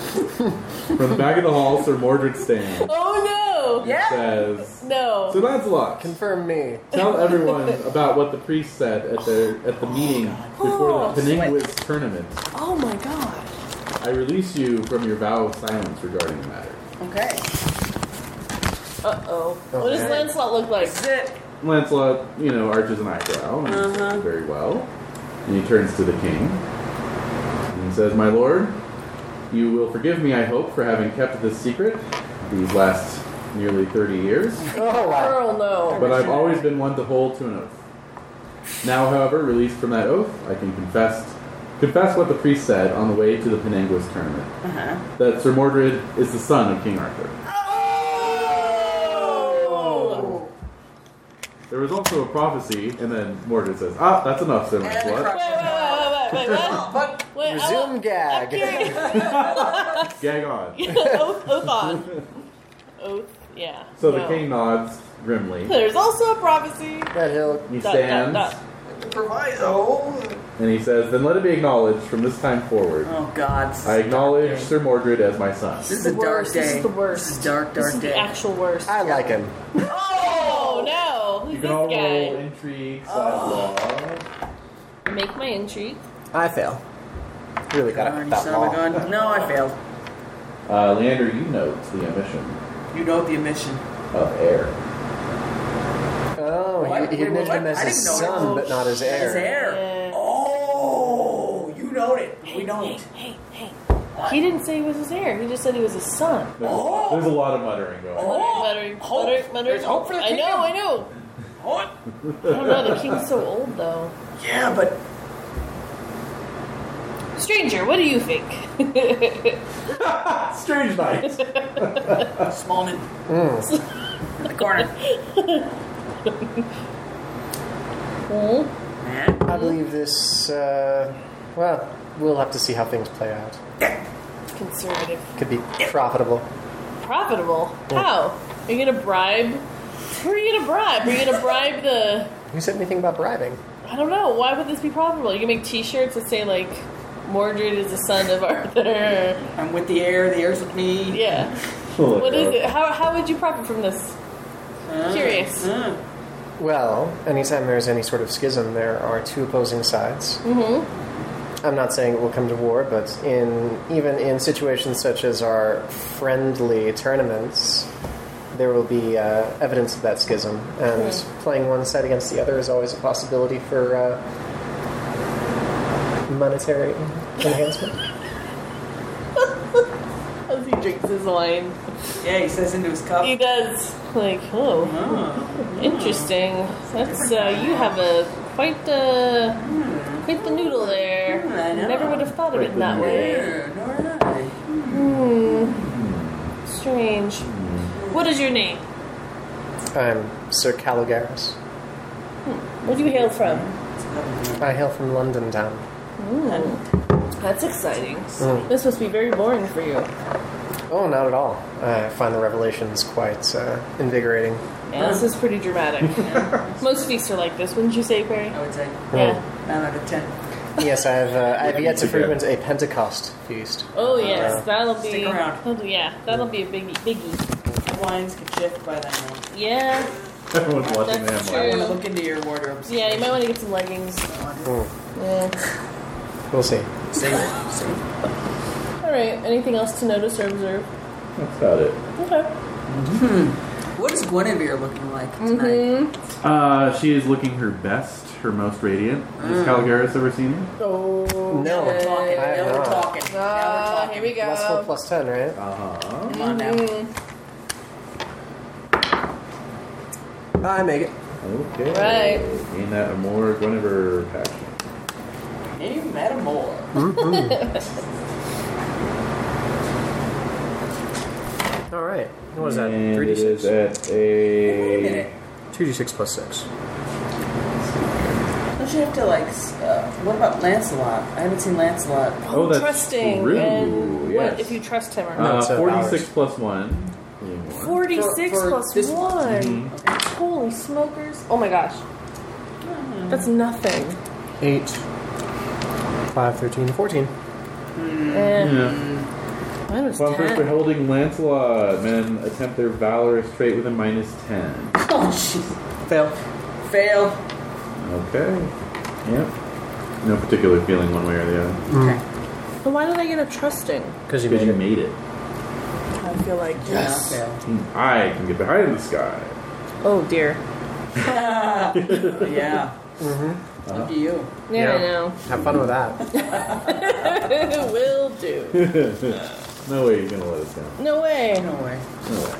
Speaker 1: From the back of the hall, Sir Mordred stands.
Speaker 2: "Oh no,
Speaker 3: Yeah.
Speaker 1: Says,
Speaker 2: no."
Speaker 1: Sir Lancelot,
Speaker 4: Confirm me.
Speaker 1: tell everyone about what the priest said at the at the meeting before the Peningwiz tournament.
Speaker 2: oh my god.
Speaker 1: I release you from your vow of silence regarding the matter.
Speaker 3: Okay.
Speaker 2: Uh oh. What does
Speaker 4: Okay.
Speaker 2: Lancelot look like?
Speaker 3: That's it.
Speaker 1: Lancelot, you know, arches an eyebrow and he says,
Speaker 3: Uh-huh.
Speaker 1: very well, and he turns to the king and he says, "My lord, you will forgive me, I hope, for having kept this secret these last nearly thirty years."
Speaker 4: Oh wow.
Speaker 2: Girl, no.
Speaker 1: But I've always been one to hold to an oath. Now, however, released from that oath, I can confess confess what the priest said on the way to the Penanguis tournament.
Speaker 3: Uh-huh.
Speaker 1: That Sir Mordred is the son of King Arthur.
Speaker 3: Oh!
Speaker 1: There was also a prophecy, and then Mordred says, Ah, that's enough, Sir Lancelot.
Speaker 2: Wait, wait, wait, wait, wait, wait. what?
Speaker 3: But
Speaker 2: Wait, I
Speaker 4: Resume
Speaker 3: Oh,
Speaker 2: want- I'm
Speaker 4: gag.
Speaker 2: curious.
Speaker 1: Gag on.
Speaker 2: oath, oath on. Oath, yeah.
Speaker 1: So the
Speaker 2: No.
Speaker 1: king nods grimly.
Speaker 2: There's also a prophecy.
Speaker 4: That hill.
Speaker 1: He
Speaker 2: Dot, dot,
Speaker 1: stands,
Speaker 2: dot.
Speaker 3: proviso.
Speaker 1: and he says, Then let it be acknowledged from this time forward.
Speaker 3: Oh God. this is
Speaker 1: I
Speaker 3: a dark
Speaker 1: acknowledge
Speaker 3: day.
Speaker 1: Sir Mordred as my son.
Speaker 3: This is a dark
Speaker 2: worst.
Speaker 3: day.
Speaker 2: This is the worst.
Speaker 3: This is dark,
Speaker 2: This
Speaker 3: dark
Speaker 2: is the
Speaker 3: day.
Speaker 2: actual worst.
Speaker 4: I like him.
Speaker 2: Oh no!
Speaker 1: You
Speaker 2: Who's
Speaker 1: can all
Speaker 2: this
Speaker 1: roll
Speaker 2: guy?
Speaker 1: intrigue slash law.
Speaker 2: Make my intrigue.
Speaker 4: I fail. Really got
Speaker 3: Darn,
Speaker 4: it.
Speaker 3: you
Speaker 4: That
Speaker 3: son of a
Speaker 4: long.
Speaker 3: gun. No, I failed.
Speaker 1: Uh, Leander, you note the emission
Speaker 3: You know the omission.
Speaker 1: of air.
Speaker 4: Oh,
Speaker 3: What?
Speaker 4: he, he
Speaker 3: Wait,
Speaker 4: admitted
Speaker 3: what?
Speaker 4: him as
Speaker 3: I
Speaker 4: his
Speaker 3: didn't know
Speaker 4: son,
Speaker 3: it.
Speaker 4: but not his
Speaker 3: His
Speaker 4: heir.
Speaker 3: hair.
Speaker 2: Yeah.
Speaker 3: Oh, you know it. but We
Speaker 2: Hey,
Speaker 3: don't.
Speaker 2: hey, hey. He didn't say he was his heir. He just said he was his son.
Speaker 1: There's,
Speaker 3: Oh!
Speaker 1: there's a lot of muttering going on.
Speaker 3: Oh,
Speaker 2: muttering,
Speaker 3: hope.
Speaker 2: muttering, muttering.
Speaker 3: There's hope for the
Speaker 2: I know,
Speaker 3: kingdom.
Speaker 2: I know.
Speaker 3: What?
Speaker 2: I don't know. The king's so old though.
Speaker 3: Yeah, but
Speaker 2: Stranger, what do you think?
Speaker 1: Oh. Strange night.
Speaker 3: Smallman
Speaker 4: Mm.
Speaker 3: in the corner.
Speaker 2: Hmm?
Speaker 3: Man,
Speaker 4: I believe this. Uh, well, we'll have to see how things play out.
Speaker 2: Conservative.
Speaker 4: Could be profitable.
Speaker 2: Profitable? How? Are you gonna bribe? Who are you gonna bribe? Are you gonna bribe the?
Speaker 4: Who said anything about bribing?
Speaker 2: I don't know. Why would this be profitable? You can make T-shirts that say like, "Mordred is the son of Arthur."
Speaker 3: I'm with the air. The air's with me.
Speaker 2: Yeah. What
Speaker 1: uh,
Speaker 2: is it? How how would you profit from this?
Speaker 3: Uh,
Speaker 2: Curious.
Speaker 3: uh.
Speaker 4: Well, anytime there's any sort of schism, there are two opposing sides.
Speaker 2: Mm-hmm.
Speaker 4: I'm not saying it will come to war, but in even in situations such as our friendly tournaments, there will be uh, evidence of that schism. And playing one side against the other is always a possibility for uh, monetary enhancement.
Speaker 2: As he drinks his wine.
Speaker 3: Yeah, he says into his cup.
Speaker 2: He does. Like, oh, interesting. That's uh, you have a quite the quite the noodle there.
Speaker 3: I know.
Speaker 2: Never would have thought of
Speaker 1: Quite
Speaker 2: it
Speaker 1: the
Speaker 2: that
Speaker 1: noodle.
Speaker 2: way. Hmm. Strange. What is your name?
Speaker 4: I'm Sir Caligaris.
Speaker 2: Where do you hail from?
Speaker 4: I hail from London Town.
Speaker 2: That's exciting.
Speaker 3: Mm.
Speaker 2: This must be very boring for you.
Speaker 4: Oh, not at all. I find the revelations quite uh, invigorating.
Speaker 3: Mm.
Speaker 2: Yeah, this is pretty dramatic. Most feasts are like this, wouldn't you say, Perry?
Speaker 3: I would say
Speaker 2: Yeah.
Speaker 3: nine out of ten.
Speaker 4: Yes, I've uh, I've yet to
Speaker 1: Together.
Speaker 4: frequent a Pentecost feast.
Speaker 2: Oh yes,
Speaker 4: Uh,
Speaker 2: that'll be.
Speaker 3: stick around.
Speaker 2: that'll- yeah, that'll be a biggie. Biggie.
Speaker 3: Wines can shift by then. I
Speaker 2: Yeah.
Speaker 1: Everyone's watching
Speaker 2: That's
Speaker 1: them.
Speaker 2: true.
Speaker 3: want to look into your wardrobes.
Speaker 2: Yeah, you might want to get some leggings. Yeah.
Speaker 4: Uh, hmm, We'll see.
Speaker 3: Save, save.
Speaker 2: All right. Anything else to notice or observe?
Speaker 1: That's about it.
Speaker 2: Okay.
Speaker 3: What is Guinevere looking like tonight?
Speaker 2: Mm-hmm.
Speaker 1: Uh, she is looking her best, her most radiant. Has Caligaris ever seen her?
Speaker 2: Oh.
Speaker 4: No.
Speaker 3: Now we're talking.
Speaker 4: I
Speaker 3: Now we're
Speaker 4: know.
Speaker 3: talking. Now we're
Speaker 2: Ah,
Speaker 3: talking.
Speaker 2: here we go. Mm-hmm.
Speaker 4: Plus four, plus ten, right?
Speaker 1: Uh-huh.
Speaker 3: Come on now.
Speaker 4: I make it.
Speaker 1: Okay.
Speaker 2: Right.
Speaker 1: Gain that Amor Guinevere passion.
Speaker 3: Any metamore.
Speaker 4: All right. What was that?
Speaker 1: And
Speaker 4: Three d
Speaker 1: it is
Speaker 4: six.
Speaker 1: at a...
Speaker 3: minute.
Speaker 4: Two d six plus six.
Speaker 3: Don't you have to like? s- Uh, what about Lancelot? I haven't seen Lancelot.
Speaker 1: Oh, that's
Speaker 2: trusting
Speaker 1: true,
Speaker 2: and
Speaker 1: yes.
Speaker 2: what if you trust him or not?
Speaker 1: Uh,
Speaker 4: That's, uh,
Speaker 1: 46
Speaker 4: ours.
Speaker 1: plus 1. Any more?
Speaker 2: Forty-six
Speaker 3: For- for
Speaker 2: plus
Speaker 3: this
Speaker 2: one.
Speaker 1: Mm-hmm.
Speaker 2: Holy smokers! Oh my gosh. That's nothing.
Speaker 4: Eight. Five, thirteen, fourteen.
Speaker 2: Eh,
Speaker 1: Yeah.
Speaker 2: Mine was
Speaker 1: Upon first
Speaker 2: ten.
Speaker 1: beholding Lancelot, men attempt their valorous trait with a minus 10.
Speaker 3: Oh, jeez.
Speaker 4: Fail.
Speaker 3: Failed.
Speaker 1: Okay. Yep. No particular feeling one way or the
Speaker 4: Mm.
Speaker 1: other.
Speaker 2: But why did I get a trusting?
Speaker 4: Because you
Speaker 1: Because
Speaker 4: made
Speaker 1: you made
Speaker 4: it.
Speaker 1: it.
Speaker 2: I feel like
Speaker 3: Yes. Yeah,
Speaker 1: I can get behind the sky.
Speaker 2: Oh dear.
Speaker 3: failed. yeah. Mm-hmm. Lucky you.
Speaker 2: Yeah,
Speaker 4: Yeah. Have fun with that.
Speaker 2: I know. Will do.
Speaker 1: No way you're gonna let us down.
Speaker 2: No way.
Speaker 3: No way.
Speaker 1: No way.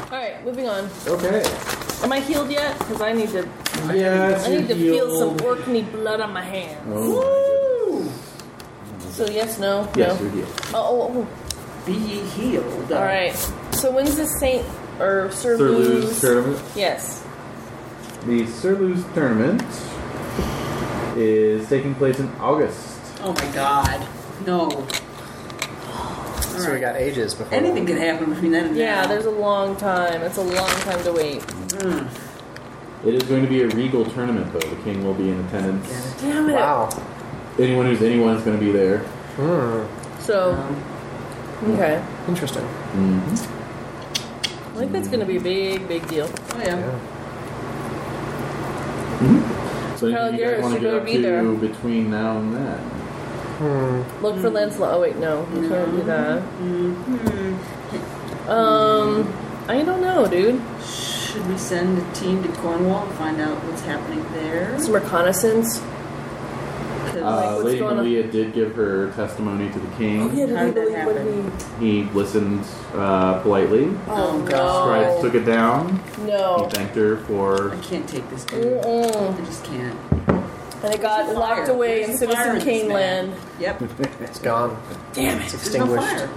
Speaker 2: All right, moving on.
Speaker 1: Okay.
Speaker 2: Am I healed yet? Because I need to.
Speaker 1: Yes,
Speaker 2: I need to
Speaker 1: you're
Speaker 2: feel some
Speaker 1: healed.
Speaker 2: workeny blood on my hands.
Speaker 1: Oh,
Speaker 2: So yes, no,
Speaker 1: yes,
Speaker 2: no.
Speaker 1: you're healed.
Speaker 2: Oh, oh,
Speaker 3: Be ye healed.
Speaker 2: oh. all right. So when's the Saint or
Speaker 1: Sir
Speaker 2: Sir, Boo's-
Speaker 1: Lou's tournament.
Speaker 2: Yes.
Speaker 1: The Sir Lou's tournament is taking place in August.
Speaker 3: Oh my God. No.
Speaker 4: So we got ages before.
Speaker 3: Anything can happen between then and
Speaker 2: Yeah,
Speaker 3: now.
Speaker 2: there's a long time. It's a long time to wait.
Speaker 1: It is going to be a regal tournament, though. The king will be in attendance.
Speaker 2: Damn it.
Speaker 4: Wow.
Speaker 1: Anyone who's anyone is going to be there.
Speaker 4: Hmm.
Speaker 2: So,
Speaker 3: Um,
Speaker 2: okay.
Speaker 4: Interesting.
Speaker 1: Mm-hmm.
Speaker 2: Mm-hmm. I think that's gonna be a big, big deal.
Speaker 3: Oh yeah.
Speaker 4: Yeah.
Speaker 1: So
Speaker 2: Hell,
Speaker 1: anything you guys
Speaker 2: yours
Speaker 1: want to
Speaker 2: should
Speaker 1: get
Speaker 2: go
Speaker 1: up
Speaker 2: be there.
Speaker 1: to between now and then?
Speaker 4: Hmm.
Speaker 2: Look
Speaker 3: Mm.
Speaker 2: for Lancelot. Oh wait, no, you
Speaker 3: Mm-hmm.
Speaker 2: can't do that. Um, I don't know, dude.
Speaker 3: Should we send a team to Cornwall and find out what's happening there?
Speaker 2: Some reconnaissance.
Speaker 3: 'Cause,
Speaker 1: Uh,
Speaker 2: what's
Speaker 1: Lady
Speaker 2: going on? Oh,
Speaker 1: Malia did give her testimony to the king.
Speaker 3: How did that happen?
Speaker 1: He listened uh, politely.
Speaker 2: Oh,
Speaker 1: Scribes
Speaker 2: no.
Speaker 1: took it down. He
Speaker 2: No.
Speaker 1: thanked her
Speaker 3: I
Speaker 1: for.
Speaker 3: can't take this dude.
Speaker 2: Mm-mm.
Speaker 3: I just can't.
Speaker 2: And it got
Speaker 3: There's a
Speaker 2: locked
Speaker 3: fire.
Speaker 2: away in
Speaker 3: There's a fire
Speaker 2: Citizen
Speaker 3: in this
Speaker 2: Kane
Speaker 3: man.
Speaker 2: land.
Speaker 3: Yep.
Speaker 4: It's gone.
Speaker 3: Damn it.
Speaker 4: It's
Speaker 3: There's no
Speaker 4: extinguished.
Speaker 3: fire.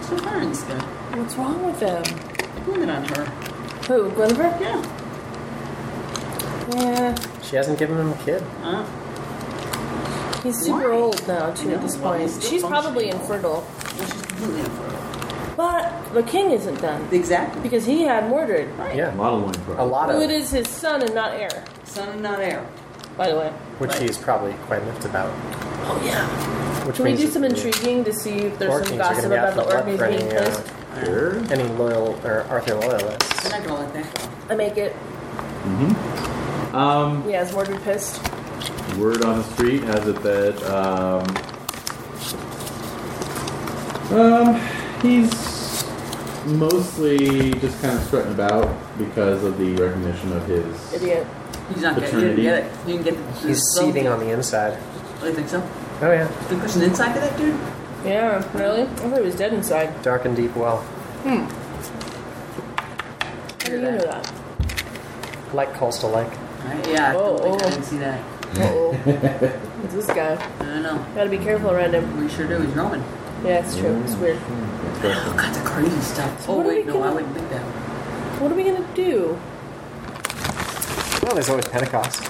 Speaker 3: There's no fire in this guy.
Speaker 2: What's wrong with him?
Speaker 3: Blame it on her.
Speaker 2: Who, Guinevere?
Speaker 3: Yeah.
Speaker 2: Yeah.
Speaker 4: She hasn't given him a kid.
Speaker 3: Uh,
Speaker 2: He's super
Speaker 3: Why?
Speaker 2: old now,
Speaker 3: I
Speaker 2: too,
Speaker 3: know,
Speaker 2: at this
Speaker 3: well,
Speaker 2: point.
Speaker 3: he's still
Speaker 2: She's probably
Speaker 3: functioning.
Speaker 2: infertile.
Speaker 3: well, she's completely infertile.
Speaker 2: But the king isn't done.
Speaker 3: Exactly.
Speaker 2: Because he had Mordred,
Speaker 1: A
Speaker 4: Yeah.
Speaker 1: lot of loin
Speaker 4: A lot
Speaker 2: who
Speaker 4: of,
Speaker 2: is his son and not heir,
Speaker 3: Sun, not air.
Speaker 2: by the way.
Speaker 4: which he's probably quite miffed about.
Speaker 2: Oh, yeah.
Speaker 4: Which
Speaker 2: Can we
Speaker 4: means
Speaker 2: do some
Speaker 4: the
Speaker 2: intriguing to see if there's some
Speaker 4: Orkneys are
Speaker 2: gossip
Speaker 4: going to be
Speaker 2: about
Speaker 4: out
Speaker 2: the
Speaker 4: for blood
Speaker 2: Orkneys
Speaker 4: for
Speaker 2: being
Speaker 4: any, uh,
Speaker 2: pissed?
Speaker 1: Sure.
Speaker 4: any loyal or Arthur loyalists.
Speaker 3: We're not gonna let that go.
Speaker 2: I make it.
Speaker 1: Um,
Speaker 2: Hmm. Yeah, is Mordred pissed?
Speaker 1: word on the street has it that um, um, he's mostly just kind of strutting about because of the recognition of his.
Speaker 2: Idiot.
Speaker 3: He's not getting. You didn't
Speaker 1: Paternity.
Speaker 3: get it. You didn't get the.
Speaker 4: He's seething on the inside.
Speaker 3: Oh, you think so?
Speaker 4: Oh yeah,
Speaker 3: Think there's an inside to that dude?
Speaker 2: Yeah, really? I thought he was dead inside.
Speaker 4: dark and deep well,
Speaker 2: How do you know that?
Speaker 4: like calls to like.
Speaker 3: Right? Yeah. I
Speaker 2: Oh,
Speaker 3: don't think
Speaker 2: oh.
Speaker 3: I didn't see that.
Speaker 2: Uh-oh. Who's this guy?
Speaker 3: I don't know.
Speaker 2: Gotta be careful around him.
Speaker 3: We sure do. He's Roman.
Speaker 2: Yeah, it's true. It's weird.
Speaker 3: All kinds of crazy stuff.
Speaker 2: So
Speaker 3: oh
Speaker 2: what are
Speaker 3: wait,
Speaker 2: we
Speaker 3: no, I
Speaker 2: gonna-
Speaker 3: wouldn't think that.
Speaker 2: What are we gonna do?
Speaker 4: Well, there's always Pentecost.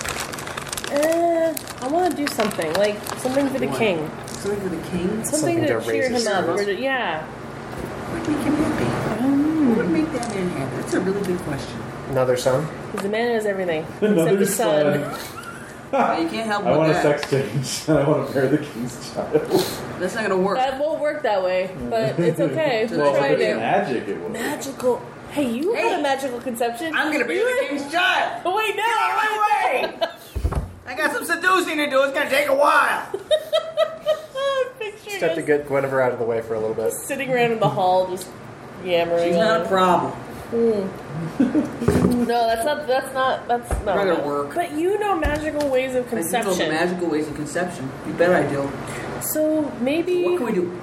Speaker 2: Uh, I want to do something like something for the
Speaker 3: What?
Speaker 2: king,
Speaker 3: Something for the kings.
Speaker 2: something,
Speaker 4: Something
Speaker 2: to,
Speaker 4: to
Speaker 2: cheer
Speaker 4: raise
Speaker 2: him up.
Speaker 3: spirits.
Speaker 2: Or to, yeah,
Speaker 3: What would make him happy?
Speaker 2: Oh.
Speaker 3: What would make that man happy? That's a really good question.
Speaker 4: Another son.
Speaker 2: because the man knows everything except
Speaker 1: Another
Speaker 2: the son.
Speaker 3: you can't help
Speaker 1: I
Speaker 3: with
Speaker 1: want a
Speaker 3: that.
Speaker 1: sex change. and I want to marry the king's child.
Speaker 3: That's not gonna work.
Speaker 2: That won't work that way, but it's okay. we
Speaker 1: well,
Speaker 2: tried
Speaker 1: if it's
Speaker 2: it.
Speaker 1: magic, it would.
Speaker 2: Magical. Hey, you
Speaker 3: Hey.
Speaker 2: had a magical conception.
Speaker 3: I'm gonna be
Speaker 2: You
Speaker 3: the
Speaker 2: had-
Speaker 3: king's child.
Speaker 2: Oh, Wait, no.
Speaker 3: Get out of my way! I got some seducing to do. It's gonna take a while.
Speaker 2: I'm picturing
Speaker 4: Just have to
Speaker 2: us
Speaker 4: get Guinevere out of the way for a little bit.
Speaker 2: sitting around in the hall just yammering.
Speaker 3: She's not a problem.
Speaker 2: No, that's not. That's not. That's not.
Speaker 3: Not gonna work.
Speaker 2: But you know magical ways of
Speaker 3: I think of
Speaker 2: conception.
Speaker 3: magical ways of conception. You bet I do.
Speaker 2: so maybe.
Speaker 3: What can we do?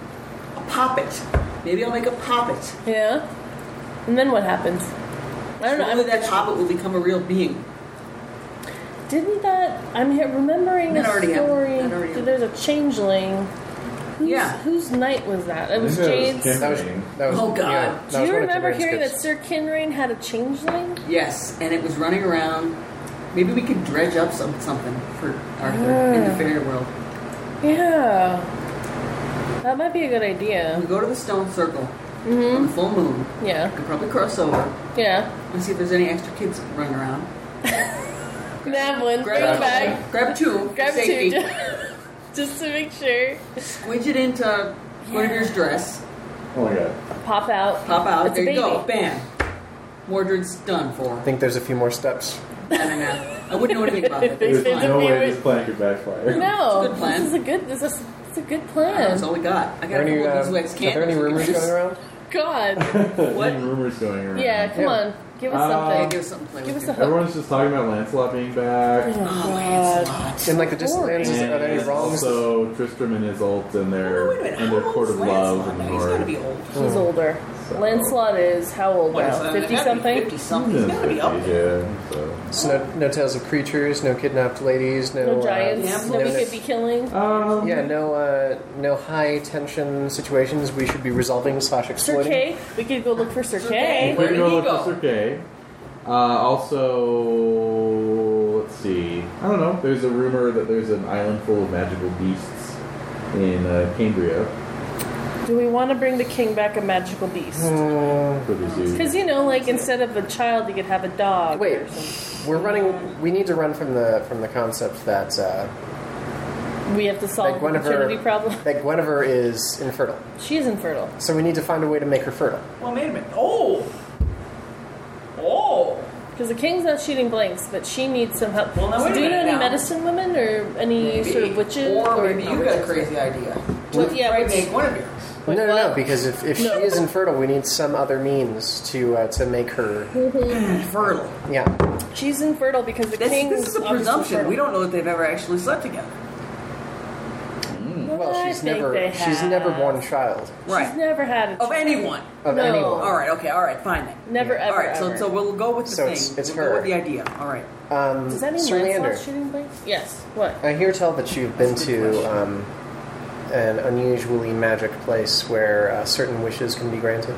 Speaker 3: A poppet. Maybe I'll make a poppet.
Speaker 2: Yeah. And then what happens? I don't know.
Speaker 3: Hopefully
Speaker 2: I'm,
Speaker 3: that poppet will become a real being.
Speaker 2: didn't that? I'm he- remembering
Speaker 3: That
Speaker 2: a
Speaker 3: already happened.
Speaker 2: story.
Speaker 3: That already
Speaker 2: There's a changeling. Whose,
Speaker 3: Yeah.
Speaker 2: Whose night was that? It
Speaker 1: I
Speaker 2: was
Speaker 1: think that
Speaker 2: Jade's.
Speaker 1: Kim
Speaker 4: That was,
Speaker 1: Raine.
Speaker 4: that was
Speaker 3: Oh, God.
Speaker 4: yeah, that
Speaker 2: Do
Speaker 4: was
Speaker 2: you
Speaker 4: one of
Speaker 2: remember
Speaker 4: Kinrain's
Speaker 2: hearing
Speaker 4: kids.
Speaker 2: that Sir Kinrain had a changeling?
Speaker 3: Yes, and it was running around. Maybe we could dredge up some something for Arthur in the
Speaker 2: Yeah.
Speaker 3: fairy world.
Speaker 2: Yeah. That might be a good
Speaker 3: We
Speaker 2: idea.
Speaker 3: go to the stone circle
Speaker 2: Mm-hmm.
Speaker 3: on the full moon. We
Speaker 2: Yeah.
Speaker 3: could probably cross over
Speaker 2: Yeah.
Speaker 3: and see if there's any extra kids running around.
Speaker 2: Navlin, bring
Speaker 3: Grab
Speaker 2: it
Speaker 3: a
Speaker 2: back.
Speaker 3: Grab a tube. for
Speaker 2: Grab two,
Speaker 3: safety.
Speaker 2: just, just to make sure.
Speaker 3: Squidge it into Guinevere's dress.
Speaker 1: Oh my god.
Speaker 2: Pop out.
Speaker 3: Pop out.
Speaker 2: It's
Speaker 3: there
Speaker 2: a
Speaker 3: you go.
Speaker 2: baby.
Speaker 3: Bam. Mordred's done for.
Speaker 4: I think there's a few more steps.
Speaker 3: I don't know. I wouldn't know anything about it.
Speaker 2: They
Speaker 1: There's
Speaker 3: It's
Speaker 2: said
Speaker 3: fine.
Speaker 2: that-
Speaker 1: no way
Speaker 2: favorite-
Speaker 1: this plan could backfire.
Speaker 2: No,
Speaker 3: It's a good plan.
Speaker 2: this is a good. This is it's a good
Speaker 3: That's
Speaker 2: plan.
Speaker 3: all we got. I
Speaker 4: Are
Speaker 3: got a
Speaker 4: any,
Speaker 3: couple
Speaker 4: uh,
Speaker 3: of these wax
Speaker 4: are there any rumors going around?
Speaker 2: God,
Speaker 3: What?
Speaker 1: Any rumors going around.
Speaker 2: yeah, come
Speaker 4: Yeah.
Speaker 2: on, give us
Speaker 1: Uh,
Speaker 3: Yeah,
Speaker 2: something.
Speaker 3: give us something to play
Speaker 2: Give
Speaker 3: with.
Speaker 2: us a
Speaker 3: here.
Speaker 2: hook.
Speaker 1: Everyone's just talking about Lancelot being back.
Speaker 2: Oh,
Speaker 3: Oh,
Speaker 2: God.
Speaker 3: Lancelot.
Speaker 4: In like the distant
Speaker 2: Boring.
Speaker 4: lands, is- are there any
Speaker 1: And
Speaker 4: wrongs?
Speaker 1: also Tristram and Isolt and
Speaker 3: Oh,
Speaker 1: their
Speaker 3: wait a minute.
Speaker 1: and their
Speaker 3: How
Speaker 1: court of
Speaker 3: old is
Speaker 1: love
Speaker 3: Lancelot?
Speaker 1: and
Speaker 3: He's got to
Speaker 1: lord.
Speaker 3: be old.
Speaker 2: He's older.
Speaker 1: So-
Speaker 2: Lancelot is how old
Speaker 3: What is
Speaker 2: now?
Speaker 3: that?
Speaker 2: Fifty
Speaker 3: He's gotta be
Speaker 2: something.
Speaker 3: 50 something. He's got to be up there.
Speaker 1: Yeah, so.
Speaker 4: So no, no tales of creatures, no kidnapped ladies, no,
Speaker 2: No
Speaker 4: uh,
Speaker 2: giants
Speaker 4: no,
Speaker 2: that we
Speaker 4: no-
Speaker 2: could be killing.
Speaker 1: Um,
Speaker 4: yeah, no, uh, no high tension situations we should be resolving slash
Speaker 2: Sir
Speaker 4: exploiting.
Speaker 2: Kay, we could go look for Sir
Speaker 3: Sir
Speaker 1: we
Speaker 2: Kay.
Speaker 3: Kay. Where
Speaker 1: could
Speaker 3: did
Speaker 1: go
Speaker 3: he
Speaker 1: look
Speaker 3: go?
Speaker 1: for Sir Kay. Uh, also, let's see. I don't know. There's a rumor that there's an island full of magical beasts in uh, Cambria.
Speaker 2: Do we want to bring the king back a magical beast?
Speaker 4: Hmm,
Speaker 1: For the zoo.
Speaker 2: Because you know, like instead of a child, you could have a dog.
Speaker 4: Wait.
Speaker 2: or something.
Speaker 4: we're running. We need to run from the from the concept that uh,
Speaker 2: we have to solve
Speaker 4: Like
Speaker 2: the
Speaker 4: one of her-
Speaker 2: fertility problem.
Speaker 4: that Guinevere is infertile.
Speaker 2: She is infertile.
Speaker 4: So we need to find a way to make her fertile.
Speaker 3: Well, wait a minute. Oh! Oh!
Speaker 2: Because the king's not shooting blanks, but she needs some help.
Speaker 3: Well, now,
Speaker 2: so
Speaker 3: wait
Speaker 2: do
Speaker 3: a
Speaker 2: you know
Speaker 3: minute
Speaker 2: any
Speaker 3: now.
Speaker 2: medicine women or any sort of witches?
Speaker 3: Or maybe
Speaker 2: not
Speaker 3: you got a
Speaker 2: witches.
Speaker 3: crazy idea.
Speaker 2: Well, yeah,
Speaker 3: Right,
Speaker 2: but-
Speaker 3: make one of yours.
Speaker 4: No, no,
Speaker 2: what?
Speaker 4: no. Because if, if
Speaker 2: No.
Speaker 4: she is infertile, we need some other means to uh, to make her.
Speaker 3: Fertile.
Speaker 4: Yeah.
Speaker 2: She's infertile because the
Speaker 3: This,
Speaker 2: king.
Speaker 3: this is a presumption. We don't know that they've ever actually slept together.
Speaker 1: Hmm.
Speaker 4: Well,
Speaker 2: I
Speaker 4: she's
Speaker 2: think
Speaker 4: never
Speaker 2: they
Speaker 4: she's
Speaker 2: have.
Speaker 4: never born a child
Speaker 3: Right.
Speaker 2: She's never had a
Speaker 3: of anyone.
Speaker 4: of
Speaker 2: No.
Speaker 4: anyone.
Speaker 3: All right. Okay. All right. Fine then.
Speaker 2: Never
Speaker 3: All
Speaker 2: ever.
Speaker 3: right. So,
Speaker 2: ever.
Speaker 3: so we'll go with the
Speaker 4: So
Speaker 3: thing.
Speaker 4: it's- it's
Speaker 3: we'll
Speaker 4: her.
Speaker 3: Go with the idea. All right.
Speaker 4: Um,
Speaker 2: Does that mean
Speaker 4: Sir
Speaker 2: Lancelot's
Speaker 4: Leander,
Speaker 2: shooting blanks? Yes. What?
Speaker 4: I hear tell that you've been
Speaker 3: That's a good
Speaker 4: to
Speaker 3: question.
Speaker 4: um, an unusually magic place where uh, certain wishes can be granted.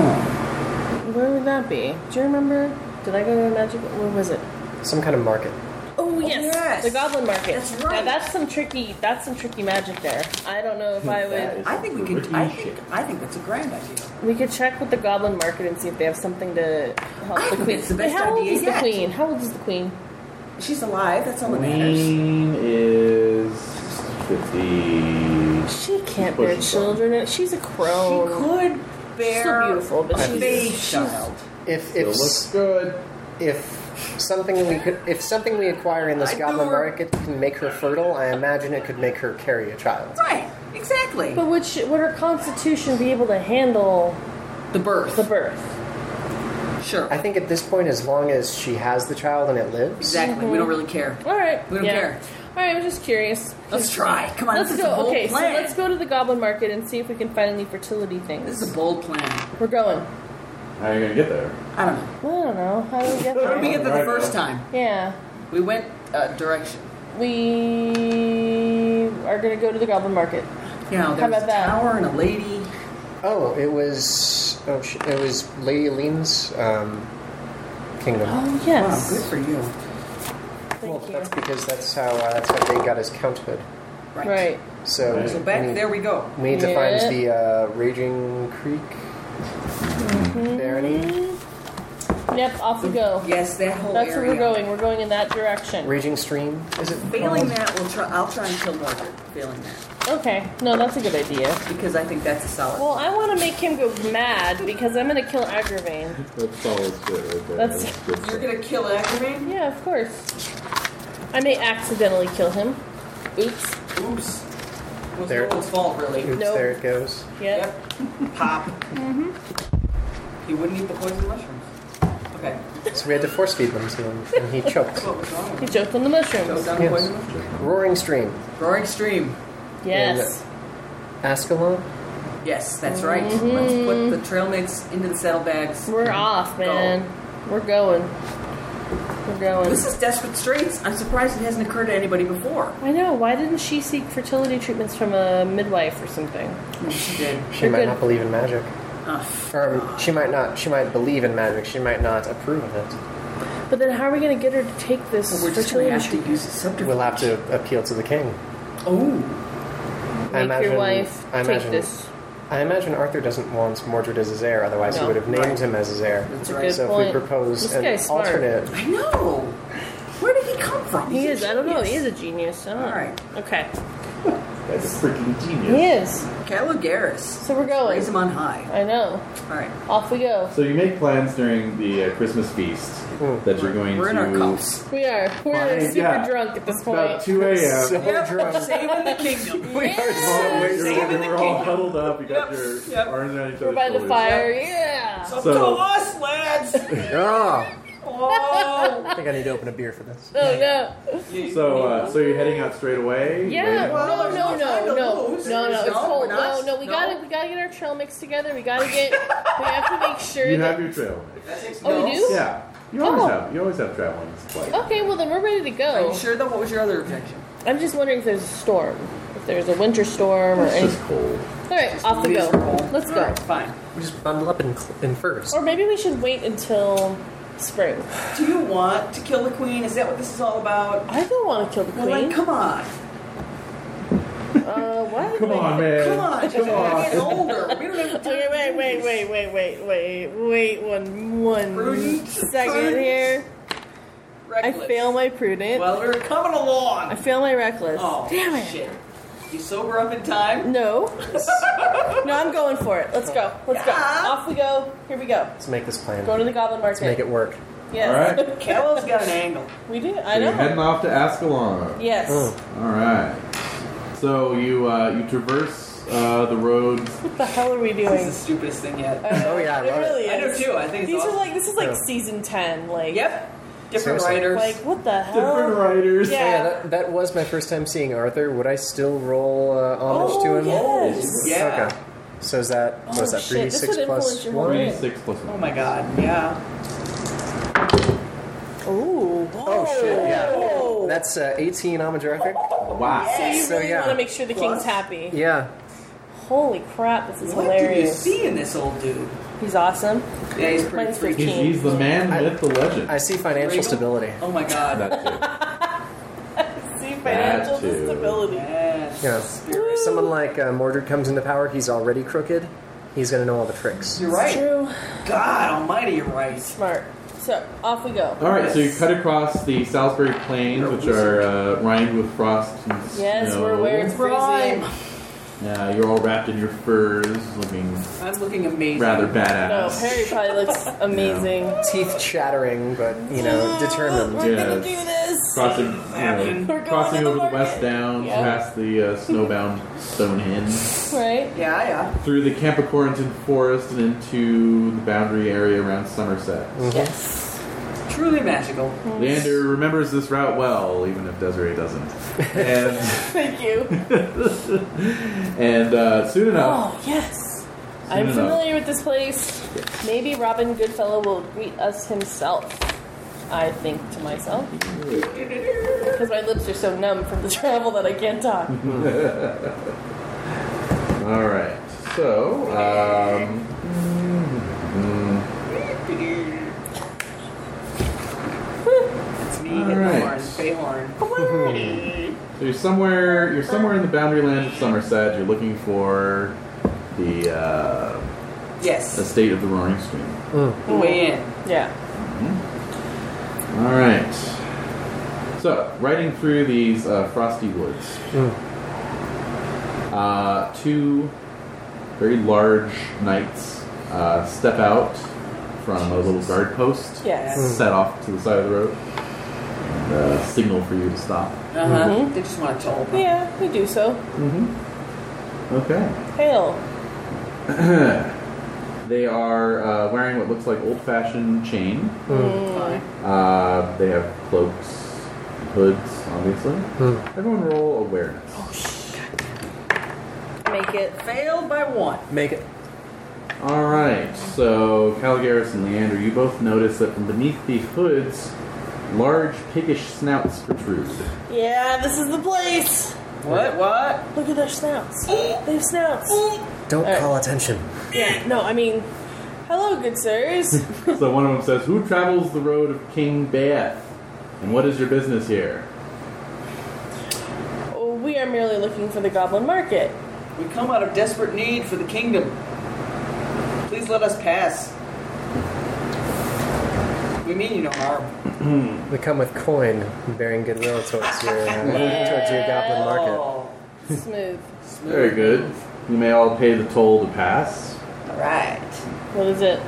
Speaker 2: Where would that be? Do you remember? Did I go to a magic? Where was it?
Speaker 4: Some kind of market.
Speaker 2: Oh yes,
Speaker 3: yes.
Speaker 2: the Goblin Market.
Speaker 3: That's right.
Speaker 2: Now that's some tricky. That's some tricky magic there. I don't know if I
Speaker 1: That is
Speaker 2: would.
Speaker 3: I think we
Speaker 1: some
Speaker 3: can. I
Speaker 1: freaky
Speaker 3: think.
Speaker 1: shit.
Speaker 3: I think that's a grand idea.
Speaker 2: We could check with the Goblin Market and see if they have something to help
Speaker 3: I
Speaker 2: the
Speaker 3: think
Speaker 2: queen.
Speaker 3: it's the
Speaker 2: Wait,
Speaker 3: best
Speaker 2: how old
Speaker 3: idea
Speaker 2: is the
Speaker 3: yet.
Speaker 2: queen? How old is the queen?
Speaker 3: She's alive. That's all that matters.
Speaker 1: Queen is fifty.
Speaker 2: She can't
Speaker 1: Push
Speaker 2: bear
Speaker 1: yourself.
Speaker 2: children. She's a crone.
Speaker 3: She could bear
Speaker 2: She's so beautiful, but
Speaker 3: a
Speaker 2: she's-
Speaker 3: baby
Speaker 2: she's-
Speaker 3: child.
Speaker 4: If
Speaker 1: It
Speaker 4: if
Speaker 1: looks good.
Speaker 4: if something we could, if something we acquire in this
Speaker 8: I
Speaker 4: goblin
Speaker 8: know her.
Speaker 4: market can make her fertile, I imagine it could make her carry a child.
Speaker 8: Right, exactly.
Speaker 2: But would, she, would her constitution be able to handle
Speaker 8: The birth.
Speaker 2: the birth?
Speaker 8: sure.
Speaker 4: I think at this point, as long as she has the child and it lives,
Speaker 8: exactly. We don't really care.
Speaker 2: All right.
Speaker 8: We don't
Speaker 2: yeah.
Speaker 8: care.
Speaker 2: All right, I'm just curious.
Speaker 8: Let's try. Come on.
Speaker 2: Let's
Speaker 8: this is a
Speaker 2: go.
Speaker 8: bold
Speaker 2: Okay, so
Speaker 8: plan.
Speaker 2: let's go to the goblin market and see if we can find any fertility things.
Speaker 8: This is a bold plan.
Speaker 2: We're going.
Speaker 1: How are you gonna get there?
Speaker 8: I don't know.
Speaker 2: Well, I don't know. How do we get
Speaker 8: How did we
Speaker 2: there?
Speaker 8: get there
Speaker 1: Right.
Speaker 8: the first time?
Speaker 2: Yeah.
Speaker 8: We went uh, direction.
Speaker 2: We are going to go to the goblin market.
Speaker 8: You know,
Speaker 2: How
Speaker 8: there
Speaker 2: about
Speaker 8: was a
Speaker 2: that?
Speaker 8: tower and a lady.
Speaker 4: Oh, it was oh, sh- it was Lady Lean's um, kingdom.
Speaker 2: Oh,
Speaker 8: Wow,
Speaker 2: yes.
Speaker 8: good for you.
Speaker 4: well,
Speaker 2: Thank
Speaker 4: that's
Speaker 2: you.
Speaker 4: because that's how uh, that's how they got his counthood.
Speaker 8: Right.
Speaker 2: Right.
Speaker 4: So,
Speaker 1: Right.
Speaker 8: So
Speaker 4: we
Speaker 8: back
Speaker 4: need,
Speaker 8: there we go.
Speaker 4: we need to
Speaker 2: Yeah.
Speaker 4: find the uh, Raging Creek
Speaker 2: Mm-hmm.
Speaker 4: barony,
Speaker 2: Yep, off we go.
Speaker 8: Yes, that whole
Speaker 2: That's where
Speaker 8: area.
Speaker 2: we're going. We're going in that direction.
Speaker 4: Raging Stream. Is it
Speaker 8: Failing
Speaker 4: called?
Speaker 8: that, we'll try. I'll try and kill Mordred. Failing that,
Speaker 2: Okay. No, that's a good idea.
Speaker 8: because I think that's a solid.
Speaker 2: Well, I want to make him go mad because I'm going to kill Agravain.
Speaker 1: That's solid shit right there.
Speaker 2: That's-
Speaker 1: good shit.
Speaker 3: You're gonna kill Ackerman?
Speaker 2: Yeah, of course. I may accidentally kill him. Oops.
Speaker 3: Oops. It was
Speaker 4: There-
Speaker 3: no one's fault, really.
Speaker 4: Oops,
Speaker 2: Nope.
Speaker 4: there it goes.
Speaker 2: Yep.
Speaker 3: Pop. Mm-hmm.
Speaker 2: Mm-hmm.
Speaker 3: He wouldn't eat the poison mushrooms. Okay.
Speaker 4: So we had to force feed them to him, and he choked.
Speaker 3: What was wrong with
Speaker 2: He
Speaker 3: him?
Speaker 2: choked on the mushrooms.
Speaker 3: Choked on the
Speaker 4: Yes.
Speaker 3: poison mushrooms?
Speaker 4: Roaring Stream,
Speaker 8: Roaring stream.
Speaker 2: Yes.
Speaker 4: Ascalon.
Speaker 8: Yes, that's right. Let's
Speaker 2: Mm-hmm.
Speaker 8: put the trail mix into the saddlebags.
Speaker 2: We're off, man. We're going. We're going.
Speaker 8: This is desperate straits. I'm surprised it hasn't occurred to anybody before.
Speaker 2: I know. Why didn't she seek fertility treatments from a midwife or something?
Speaker 8: She did.
Speaker 4: She
Speaker 2: You're
Speaker 4: might
Speaker 2: good.
Speaker 4: not believe in magic,
Speaker 8: Ugh.
Speaker 4: or um, she might not. She might believe in magic. She might not approve of it.
Speaker 2: But then how are we going to get her to take this
Speaker 8: So we're just
Speaker 2: fertility
Speaker 8: going to have to
Speaker 2: treatment?
Speaker 8: use a subterfuge.
Speaker 4: We'll have to appeal to the king.
Speaker 8: Oh,
Speaker 2: Make
Speaker 4: I imagine-
Speaker 2: your wife
Speaker 4: I
Speaker 2: take
Speaker 4: imagine-
Speaker 2: this.
Speaker 4: I imagine Arthur doesn't want Mordred as his heir, otherwise
Speaker 2: No.
Speaker 4: he would have named
Speaker 8: Right.
Speaker 4: him as his heir.
Speaker 8: that's
Speaker 2: a
Speaker 8: right.
Speaker 2: good-
Speaker 4: so
Speaker 2: point.
Speaker 4: if we propose
Speaker 2: This
Speaker 4: an
Speaker 2: guy's smart.
Speaker 4: alternate,
Speaker 8: I know. Where did he come from?
Speaker 2: He
Speaker 8: He's
Speaker 2: is.
Speaker 8: a
Speaker 2: I don't know. He is
Speaker 8: genius.
Speaker 2: a genius. I don't
Speaker 8: All
Speaker 2: know.
Speaker 8: right.
Speaker 2: Okay.
Speaker 1: That's a freaking genius.
Speaker 2: He is.
Speaker 8: Calogaris.
Speaker 2: So we're going.
Speaker 8: Raise him on high.
Speaker 2: I know.
Speaker 8: All right.
Speaker 2: Off we go.
Speaker 1: So you make plans during the uh, Christmas feast that you're going
Speaker 8: We're in
Speaker 1: to.
Speaker 8: our cups.
Speaker 2: We are. We're
Speaker 1: Fine,
Speaker 2: super
Speaker 1: yeah.
Speaker 2: drunk at this point.
Speaker 1: About 2 a.m.
Speaker 4: so drunk.
Speaker 8: Saving the kingdom.
Speaker 4: We are so
Speaker 1: Well,
Speaker 4: wasted.
Speaker 1: you're, we're all huddled up. You got
Speaker 8: Yep,
Speaker 1: your
Speaker 8: yep.
Speaker 1: arms around each other's
Speaker 2: We're by the
Speaker 1: shoulders.
Speaker 2: fire. Yeah.
Speaker 3: It's up
Speaker 1: So-
Speaker 3: to us, lads!
Speaker 4: Ah,
Speaker 3: Oh!
Speaker 4: I think I need to open a beer for this.
Speaker 2: Oh no.
Speaker 1: So, uh, so you're heading out straight away.
Speaker 2: Yeah.
Speaker 1: Right?
Speaker 2: No,
Speaker 3: Well,
Speaker 2: no,
Speaker 3: there's no time
Speaker 2: no,
Speaker 3: to
Speaker 2: no,
Speaker 3: lose.
Speaker 2: no, no. It's
Speaker 8: No,
Speaker 2: cold.
Speaker 8: we're
Speaker 2: No,
Speaker 8: not.
Speaker 2: no. We
Speaker 8: No.
Speaker 2: gotta, we gotta get our trail mix together. We gotta get. we have to make sure.
Speaker 1: You
Speaker 2: that,
Speaker 1: have your trail.
Speaker 2: oh, we do.
Speaker 1: Yeah. You always
Speaker 2: Oh.
Speaker 1: have. You always have traveling supplies.
Speaker 2: Okay. Well, then we're ready to
Speaker 8: Are you
Speaker 2: go.
Speaker 8: sure, though? What was your other objection?
Speaker 2: I'm just wondering if there's a storm. If there's a winter storm or
Speaker 1: It's
Speaker 2: anything.
Speaker 1: just cold.
Speaker 2: All right. Off we go.
Speaker 8: miserable.
Speaker 2: Let's
Speaker 8: All
Speaker 2: go.
Speaker 8: right, fine.
Speaker 4: We just bundle up in, cl- in furs.
Speaker 2: Or maybe we should wait until spring.
Speaker 3: Do you want to kill the queen? Is that what this is all about?
Speaker 2: I don't want to kill the
Speaker 3: Well, like,
Speaker 2: queen.
Speaker 3: come on.
Speaker 2: Uh, what?
Speaker 1: Come on, man.
Speaker 3: Come
Speaker 1: Come
Speaker 3: on. We're getting
Speaker 1: on.
Speaker 3: older. We don't have time
Speaker 2: Okay,
Speaker 3: to
Speaker 2: wait,
Speaker 3: do
Speaker 2: wait,
Speaker 3: this.
Speaker 2: wait, wait, wait, wait, wait. One, one
Speaker 3: Prudent.
Speaker 2: second
Speaker 3: Prudent.
Speaker 2: here. I
Speaker 3: Reckless.
Speaker 2: fail my prudent.
Speaker 3: Well, we're coming
Speaker 2: I
Speaker 3: along.
Speaker 2: fail my reckless.
Speaker 3: Oh,
Speaker 2: Damn it.
Speaker 3: shit. You sober up in time?
Speaker 2: No. no, I'm going for it. Let's go. Let's go.
Speaker 3: Yeah.
Speaker 2: Off we go. Here we go.
Speaker 4: Let's make this plan.
Speaker 2: Go to the Goblin Market.
Speaker 4: Let's make it work.
Speaker 2: Yes.
Speaker 1: All right.
Speaker 3: Callow's got an angle.
Speaker 2: We do.
Speaker 1: So
Speaker 2: I
Speaker 1: you're
Speaker 2: know.
Speaker 1: heading off to Ascalon.
Speaker 2: Yes.
Speaker 4: Oh,
Speaker 1: All right. So you uh, you traverse uh, the roads.
Speaker 2: What the hell are we doing?
Speaker 3: This is the stupidest thing yet.
Speaker 2: I know.
Speaker 4: Oh, yeah, I
Speaker 2: it
Speaker 4: love it.
Speaker 2: really
Speaker 3: I do
Speaker 2: is.
Speaker 3: too. I think
Speaker 2: Uh,
Speaker 3: it's
Speaker 2: These
Speaker 3: awesome.
Speaker 2: are like this is like
Speaker 4: Yeah.
Speaker 2: season ten. Like
Speaker 3: Yep. Different
Speaker 4: Seriously.
Speaker 3: writers.
Speaker 2: Like what the hell?
Speaker 1: Different writers.
Speaker 2: Oh, Yeah.
Speaker 4: yeah, that, that was my first time seeing Arthur. Would I still roll uh, homage
Speaker 2: Oh,
Speaker 4: to him?
Speaker 2: yes.
Speaker 3: Yeah.
Speaker 4: Okay. So is that,
Speaker 2: Oh,
Speaker 4: was that
Speaker 2: shit, this
Speaker 4: 3d6
Speaker 2: would
Speaker 4: plus
Speaker 2: influence your whole
Speaker 4: 1?
Speaker 2: game.
Speaker 1: Twenty-six plus
Speaker 3: oh
Speaker 1: one.
Speaker 3: my god. Yeah.
Speaker 2: Ooh.
Speaker 4: Oh, shit, yeah.
Speaker 2: Whoa.
Speaker 4: That's uh, 18 homage Arthur.
Speaker 1: Wow.
Speaker 2: So you
Speaker 4: So,
Speaker 2: really
Speaker 4: yeah.
Speaker 2: want to make sure the king's
Speaker 3: Plus.
Speaker 2: happy.
Speaker 4: Yeah.
Speaker 2: Holy crap, this is
Speaker 3: what do you
Speaker 2: hilarious.
Speaker 3: see in this old dude?
Speaker 2: He's awesome.
Speaker 3: Yeah, he's pretty
Speaker 2: Mine's
Speaker 3: freaky.
Speaker 1: He's, he's the man,
Speaker 4: I-
Speaker 1: myth, the legend.
Speaker 4: I see financial
Speaker 3: Regal?
Speaker 4: stability.
Speaker 3: Oh my god.
Speaker 1: That's it.
Speaker 2: See
Speaker 1: financial
Speaker 2: financial
Speaker 1: That too.
Speaker 2: disability.
Speaker 1: disability.
Speaker 3: Yes.
Speaker 4: Yeah.
Speaker 3: Spirit.
Speaker 4: Someone like uh, Mordred comes into power, he's already crooked. He's going to know all the tricks.
Speaker 3: You're right.
Speaker 2: True.
Speaker 3: God almighty, you're right.
Speaker 2: Smart. So off we go.
Speaker 4: Oh,
Speaker 1: All right, so you
Speaker 3: Yes.
Speaker 1: cut across the Salisbury Plains, which are uh, lined with frost and
Speaker 2: Yes,
Speaker 1: snow.
Speaker 2: we're where it's
Speaker 3: Right.
Speaker 2: freezing.
Speaker 1: Uh, you're all wrapped in your furs, looking
Speaker 8: I'm looking amazing.
Speaker 1: rather
Speaker 2: No,
Speaker 1: badass.
Speaker 2: Harry probably looks amazing.
Speaker 4: Teeth chattering, but you know, determined.
Speaker 2: We're
Speaker 1: Yeah.
Speaker 2: gonna do this.
Speaker 1: Crossing, you know,
Speaker 2: going
Speaker 1: crossing
Speaker 2: to the
Speaker 1: over the
Speaker 2: market.
Speaker 1: West Downs,
Speaker 2: Yeah.
Speaker 1: past the uh, snowbound Stonehenge.
Speaker 2: Right?
Speaker 8: Yeah, yeah.
Speaker 1: through the Capricornton Forest and into the boundary area around Somerset.
Speaker 4: Mm-hmm.
Speaker 8: Truly magical.
Speaker 1: Leander remembers this route well, even if Desiree doesn't. And,
Speaker 2: Thank you.
Speaker 1: and uh, soon enough,
Speaker 2: Oh yes.
Speaker 1: Soon
Speaker 2: I'm
Speaker 1: enough.
Speaker 2: familiar with this place. Maybe Robin Goodfellow will greet us himself. I think to myself. Because my lips are so numb from the travel that I can't talk.
Speaker 1: all right. So, um, mm,
Speaker 8: It's me
Speaker 1: All
Speaker 8: hitting
Speaker 1: right.
Speaker 8: the horn, Fey horn.
Speaker 1: so you're somewhere. You're somewhere in the boundary land of Somerset. You're looking for the uh,
Speaker 8: Yes.
Speaker 1: estate of the Roaring Stream.
Speaker 8: The way in.
Speaker 2: Yeah.
Speaker 1: All right. So, riding through these uh, frosty woods, uh, two very large knights uh, step out from a little guard post,
Speaker 2: Yes.
Speaker 1: set off to the side of the road, and uh, signal for you to stop.
Speaker 3: Uh-huh.
Speaker 8: Uh huh.
Speaker 4: Mm-hmm.
Speaker 8: They just want to toll.
Speaker 2: Yeah, we do so.
Speaker 1: Mm-hmm. Okay.
Speaker 2: Hail.
Speaker 1: They are uh, wearing what looks like old-fashioned chain.
Speaker 4: Mm-hmm. Mm.
Speaker 8: Fine.
Speaker 1: Uh, they have cloaks, hoods, obviously. Everyone roll awareness.
Speaker 2: Make it.
Speaker 8: Failed by one.
Speaker 4: Make it.
Speaker 1: All right. So Caligaris and Leander, you both notice that from beneath the hoods, large piggish snouts protrude.
Speaker 2: Yeah, this is the place.
Speaker 8: What? What?
Speaker 2: Look at their snouts. They have snouts.
Speaker 4: Don't
Speaker 2: Alright.
Speaker 4: call attention.
Speaker 2: Yeah. No, I mean, hello, good sirs.
Speaker 1: so one of them says, "Who travels the road of King Baeth, and what is your business here?"
Speaker 2: we are merely looking for the Goblin Market.
Speaker 8: We come out of desperate need for the kingdom. Please let us pass. We mean you no harm.
Speaker 4: We come with coin, bearing goodwill towards your uh, towards your goblin market.
Speaker 8: Oh,
Speaker 2: Smooth.
Speaker 1: Very good. You may all pay the toll to pass.
Speaker 8: All right.
Speaker 2: What is it?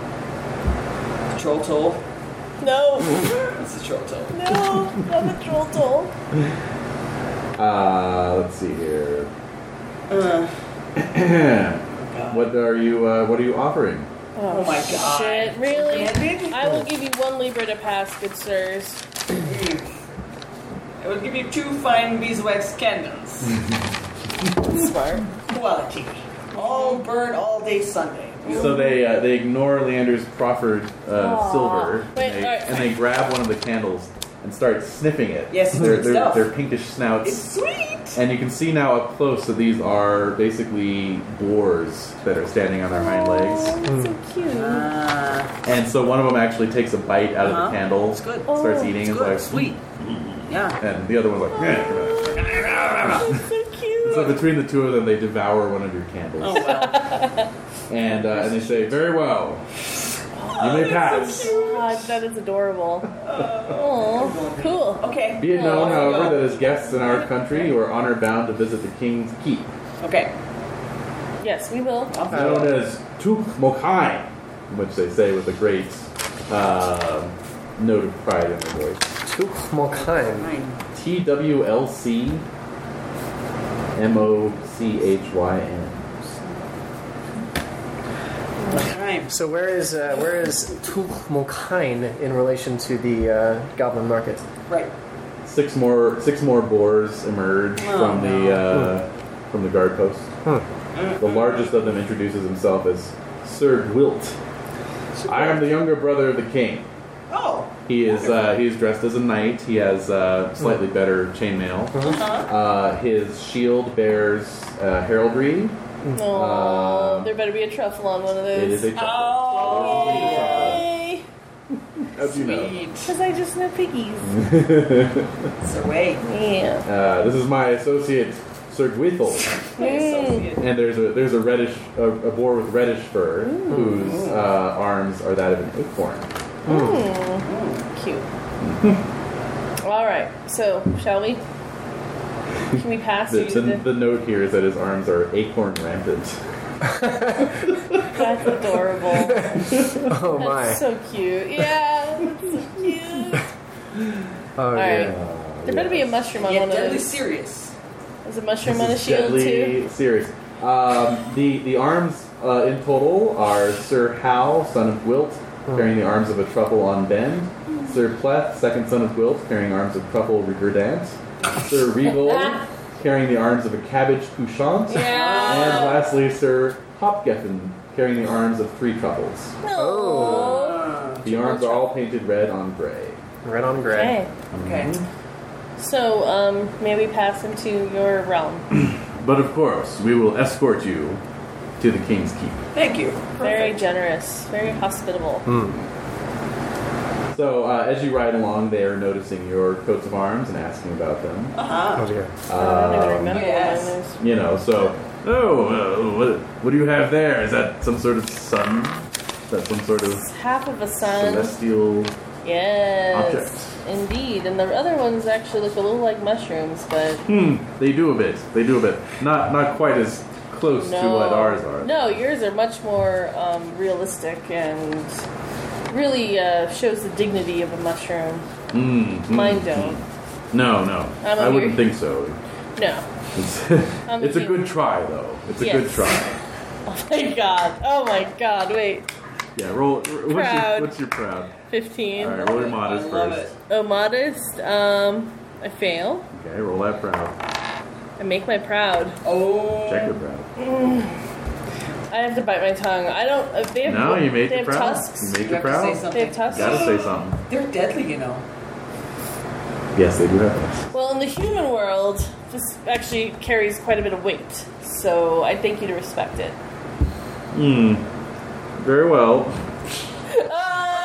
Speaker 8: Troll toll.
Speaker 2: No.
Speaker 8: That's the troll toll.
Speaker 2: No, I'm a troll toll.
Speaker 1: Uh, let's see here.
Speaker 8: Uh, Oh
Speaker 1: what are you? Uh, what are you offering?
Speaker 2: Oh,
Speaker 8: my God.
Speaker 2: Shit, really?
Speaker 8: Banded?
Speaker 2: I will give you one Libra to pass, good sirs.
Speaker 8: I will give you two fine beeswax candles.
Speaker 2: Smart.
Speaker 8: Quality. All burn all day Sunday.
Speaker 1: So they uh, they ignore Leander's proffered uh,
Speaker 2: Aw.
Speaker 1: silver,
Speaker 2: Wait,
Speaker 1: and, they,
Speaker 2: alright.
Speaker 1: and they grab one of the candles and start sniffing it.
Speaker 8: Yes, it's
Speaker 1: their,
Speaker 8: good
Speaker 1: their,
Speaker 8: stuff.
Speaker 1: their pinkish snouts,
Speaker 8: It's sweet.
Speaker 1: and you can see now up close that these are basically boars that are standing on their hind legs.
Speaker 2: Oh, that's so cute.
Speaker 8: Ah,
Speaker 1: And so one of them actually takes a bite out of
Speaker 8: Uh-huh.
Speaker 1: the candle,
Speaker 8: It's good.
Speaker 1: starts
Speaker 2: Oh.
Speaker 1: eating,
Speaker 8: it's
Speaker 1: and is
Speaker 8: good.
Speaker 1: like hmm.
Speaker 8: Sweet. Yeah.
Speaker 1: and the other one's like. "Meh."
Speaker 2: That's so cute.
Speaker 1: So between the two of them, they devour one of your candles,
Speaker 8: Oh well.
Speaker 1: and uh, and they say, "Very well, you may pass."
Speaker 2: God, that is adorable. Oh, cool.
Speaker 8: Okay.
Speaker 1: Be it
Speaker 3: Oh,
Speaker 1: known,
Speaker 8: There we go.
Speaker 1: however, that as guests in our country, you are honor bound to visit the king's keep,
Speaker 8: Okay.
Speaker 2: Yes, we will.
Speaker 1: known as Tuk Mokai, which they say with a great uh, note of pride in their voice.
Speaker 4: Tuk Mokain.
Speaker 8: Fine.
Speaker 1: T W L C M O C H Y N.
Speaker 8: Time.
Speaker 4: So where is uh, where is Tuk Mokain in relation to the uh, goblin market?
Speaker 8: Right.
Speaker 1: Six more, six more boars emerge
Speaker 8: Oh,
Speaker 1: from the
Speaker 8: no.
Speaker 1: uh, from the guard post.
Speaker 4: Hmm.
Speaker 1: The largest of them introduces himself as Sir Gwilt. I am the younger brother of the king.
Speaker 8: Oh.
Speaker 1: He is uh, he's dressed as a knight. He has uh, slightly better chainmail.
Speaker 8: Uh-huh.
Speaker 1: Uh, his shield bears uh, heraldry.
Speaker 2: Oh,
Speaker 1: Uh,
Speaker 2: there better be a truffle on one of
Speaker 1: It is
Speaker 2: those.
Speaker 1: a truffle,
Speaker 8: Oh.
Speaker 2: Yay!
Speaker 1: as you know.
Speaker 2: Because I just know piggies.
Speaker 8: So wait.
Speaker 2: Yeah.
Speaker 1: Uh, this is my associate Sir Gwithel,
Speaker 2: Mm.
Speaker 1: and there's a there's a reddish a, a boar with reddish fur whose uh, arms are that of an acorn.
Speaker 4: Hmm.
Speaker 2: Cute. All right, so shall we? Can we pass
Speaker 1: The,
Speaker 2: you to
Speaker 1: the, the
Speaker 2: the?
Speaker 1: note here is that his arms are acorn rampant.
Speaker 2: That's adorable.
Speaker 4: Oh my.
Speaker 2: That's so cute. Yeah, that's so cute.
Speaker 4: Oh
Speaker 2: Alright.
Speaker 4: yeah.
Speaker 1: Uh,
Speaker 2: There better be a mushroom on
Speaker 8: Yeah,
Speaker 2: one of
Speaker 8: deadly
Speaker 2: those.
Speaker 8: serious.
Speaker 2: There's a mushroom on a
Speaker 1: This is
Speaker 2: shield too.
Speaker 1: deadly serious. Um, the the arms uh, in total are Sir Hal, son of Gwilt, carrying the arms of a truffle on bend.
Speaker 2: Hmm.
Speaker 1: Sir Pleth, second son of Gwilt, carrying arms of truffle regardant. Sir Regal, carrying the arms of a cabbage couchant. And
Speaker 2: Yeah.
Speaker 1: lastly, Sir Hopgeffen, carrying the arms of three truffles.
Speaker 2: Oh.
Speaker 8: Uh,
Speaker 1: The arms are all painted red on gray.
Speaker 4: Red on gray.
Speaker 2: Okay.
Speaker 3: Okay.
Speaker 2: So, um, may we pass him to your realm?
Speaker 1: But of course, we will escort you to the King's Keep.
Speaker 3: Thank you.
Speaker 2: Very generous. Very hospitable.
Speaker 1: So uh, as you ride along, they are noticing your coats of arms and asking about them.
Speaker 4: Oh dear.
Speaker 1: Uh,
Speaker 2: I don't even remember
Speaker 3: yes.
Speaker 2: when those-
Speaker 1: You know, so oh, uh, what, what do you have there? Is that some sort of sun? Is that some sort of
Speaker 2: Half of a sun.
Speaker 1: celestial?
Speaker 2: Yes.
Speaker 1: object.
Speaker 2: Indeed. And the other ones actually look a little like mushrooms, but
Speaker 1: Hmm. They do a bit. They do a bit. Not not quite as close
Speaker 2: no.
Speaker 1: to what ours are.
Speaker 2: No, yours are much more um, realistic and really uh, shows the dignity of a mushroom.
Speaker 1: Mm, mm,
Speaker 2: Mine don't.
Speaker 1: No, no.
Speaker 2: I'm a
Speaker 1: I wouldn't
Speaker 2: weird-
Speaker 1: think so.
Speaker 2: No.
Speaker 1: It's,
Speaker 2: I'm
Speaker 1: it's a
Speaker 2: human.
Speaker 1: good try, though. It's a
Speaker 2: Yes.
Speaker 1: good try.
Speaker 2: Oh my god. Oh my god. Wait.
Speaker 1: Yeah. Roll. What's your,
Speaker 2: Proud.
Speaker 1: what's your proud? All
Speaker 2: 15.
Speaker 1: right. Roll your modest
Speaker 3: love
Speaker 1: first.
Speaker 2: Oh, modest. Um, I fail.
Speaker 1: Okay. Roll that proud.
Speaker 2: I make my proud.
Speaker 3: Oh.
Speaker 1: Check your proud.
Speaker 2: I have to bite my tongue. I don't. Uh, they have,
Speaker 1: No, you made
Speaker 2: they
Speaker 1: you
Speaker 2: have
Speaker 1: proud. You
Speaker 2: tusks.
Speaker 1: made
Speaker 8: You
Speaker 1: you
Speaker 8: have to say
Speaker 1: proud.
Speaker 8: something.
Speaker 2: They have tusks.
Speaker 1: Gotta say something.
Speaker 8: They're deadly, you know.
Speaker 1: Yes, they do have tusks.
Speaker 2: Well, in the human world, this actually carries quite a bit of weight. So I thank you to respect it.
Speaker 1: Hmm. Very well.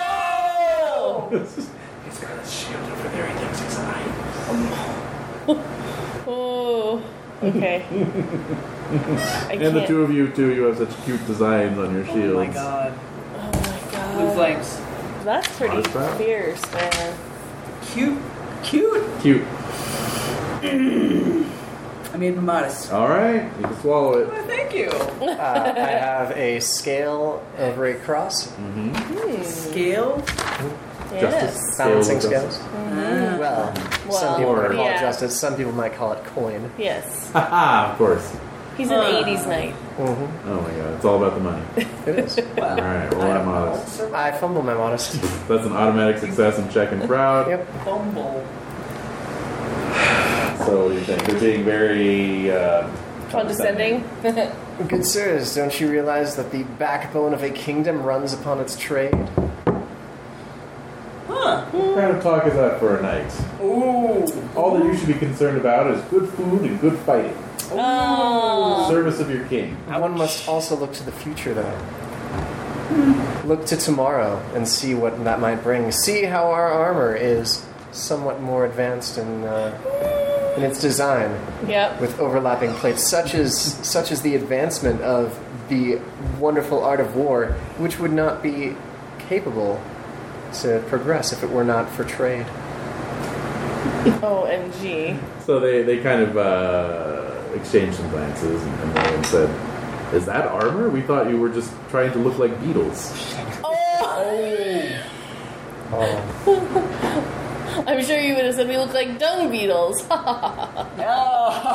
Speaker 2: Oh!
Speaker 1: He's got a shield over there. He thinks it's an
Speaker 2: Oh. Okay. I
Speaker 1: And the
Speaker 2: can't.
Speaker 1: two of you too. You have such cute designs on your shields.
Speaker 3: Oh my god.
Speaker 2: Oh my
Speaker 8: Blue
Speaker 2: god.
Speaker 8: flames.
Speaker 2: That's pretty
Speaker 1: Honest proud.
Speaker 2: fierce, man.
Speaker 3: Cute. Cute.
Speaker 1: Cute.
Speaker 3: I made him modest.
Speaker 1: All right, you can swallow it.
Speaker 3: Oh, thank you.
Speaker 4: Uh, I have a scale over a cross.
Speaker 1: Mm-hmm.
Speaker 3: Scale.
Speaker 1: Justice.
Speaker 2: Yes.
Speaker 4: Balancing
Speaker 1: Scale of
Speaker 4: scales.
Speaker 2: Mm-hmm.
Speaker 8: Ah,
Speaker 4: Well,
Speaker 2: Well,
Speaker 4: some people might call
Speaker 2: yeah.
Speaker 4: it justice. Some people might call it coin.
Speaker 2: Yes.
Speaker 1: Haha, of course.
Speaker 2: He's an 80s knight.
Speaker 4: Mm-hmm.
Speaker 1: Oh my god, it's all about the money.
Speaker 4: It is.
Speaker 1: All right, roll that modest.
Speaker 4: I fumble my modest.
Speaker 1: That's an automatic success in check and proud.
Speaker 4: Yep.
Speaker 3: Fumble.
Speaker 1: So what do you think? They're being very uh,
Speaker 2: Condescending.
Speaker 4: Good sirs, don't you realize that the backbone of a kingdom runs upon its trade?
Speaker 3: Huh.
Speaker 1: What kind of talk is that for a night?
Speaker 3: Ooh.
Speaker 1: All that you should be concerned about is good food and good fighting.
Speaker 2: oh.
Speaker 1: Service of your king.
Speaker 4: One must also look to the future, though. Look to tomorrow and see what that might bring. See how our armor is somewhat more advanced in, uh, in its design,
Speaker 2: Yep.
Speaker 4: with overlapping plates, such as such as the advancement of the wonderful art of war, which would not be capable to progress if it were not for trade.
Speaker 2: OMG.
Speaker 1: So they, they kind of uh, exchanged some glances and, and Merlin said, Is that armor? We thought you were just trying to look like beetles.
Speaker 4: Oh.
Speaker 2: I'm sure you would have said we look like dung beetles.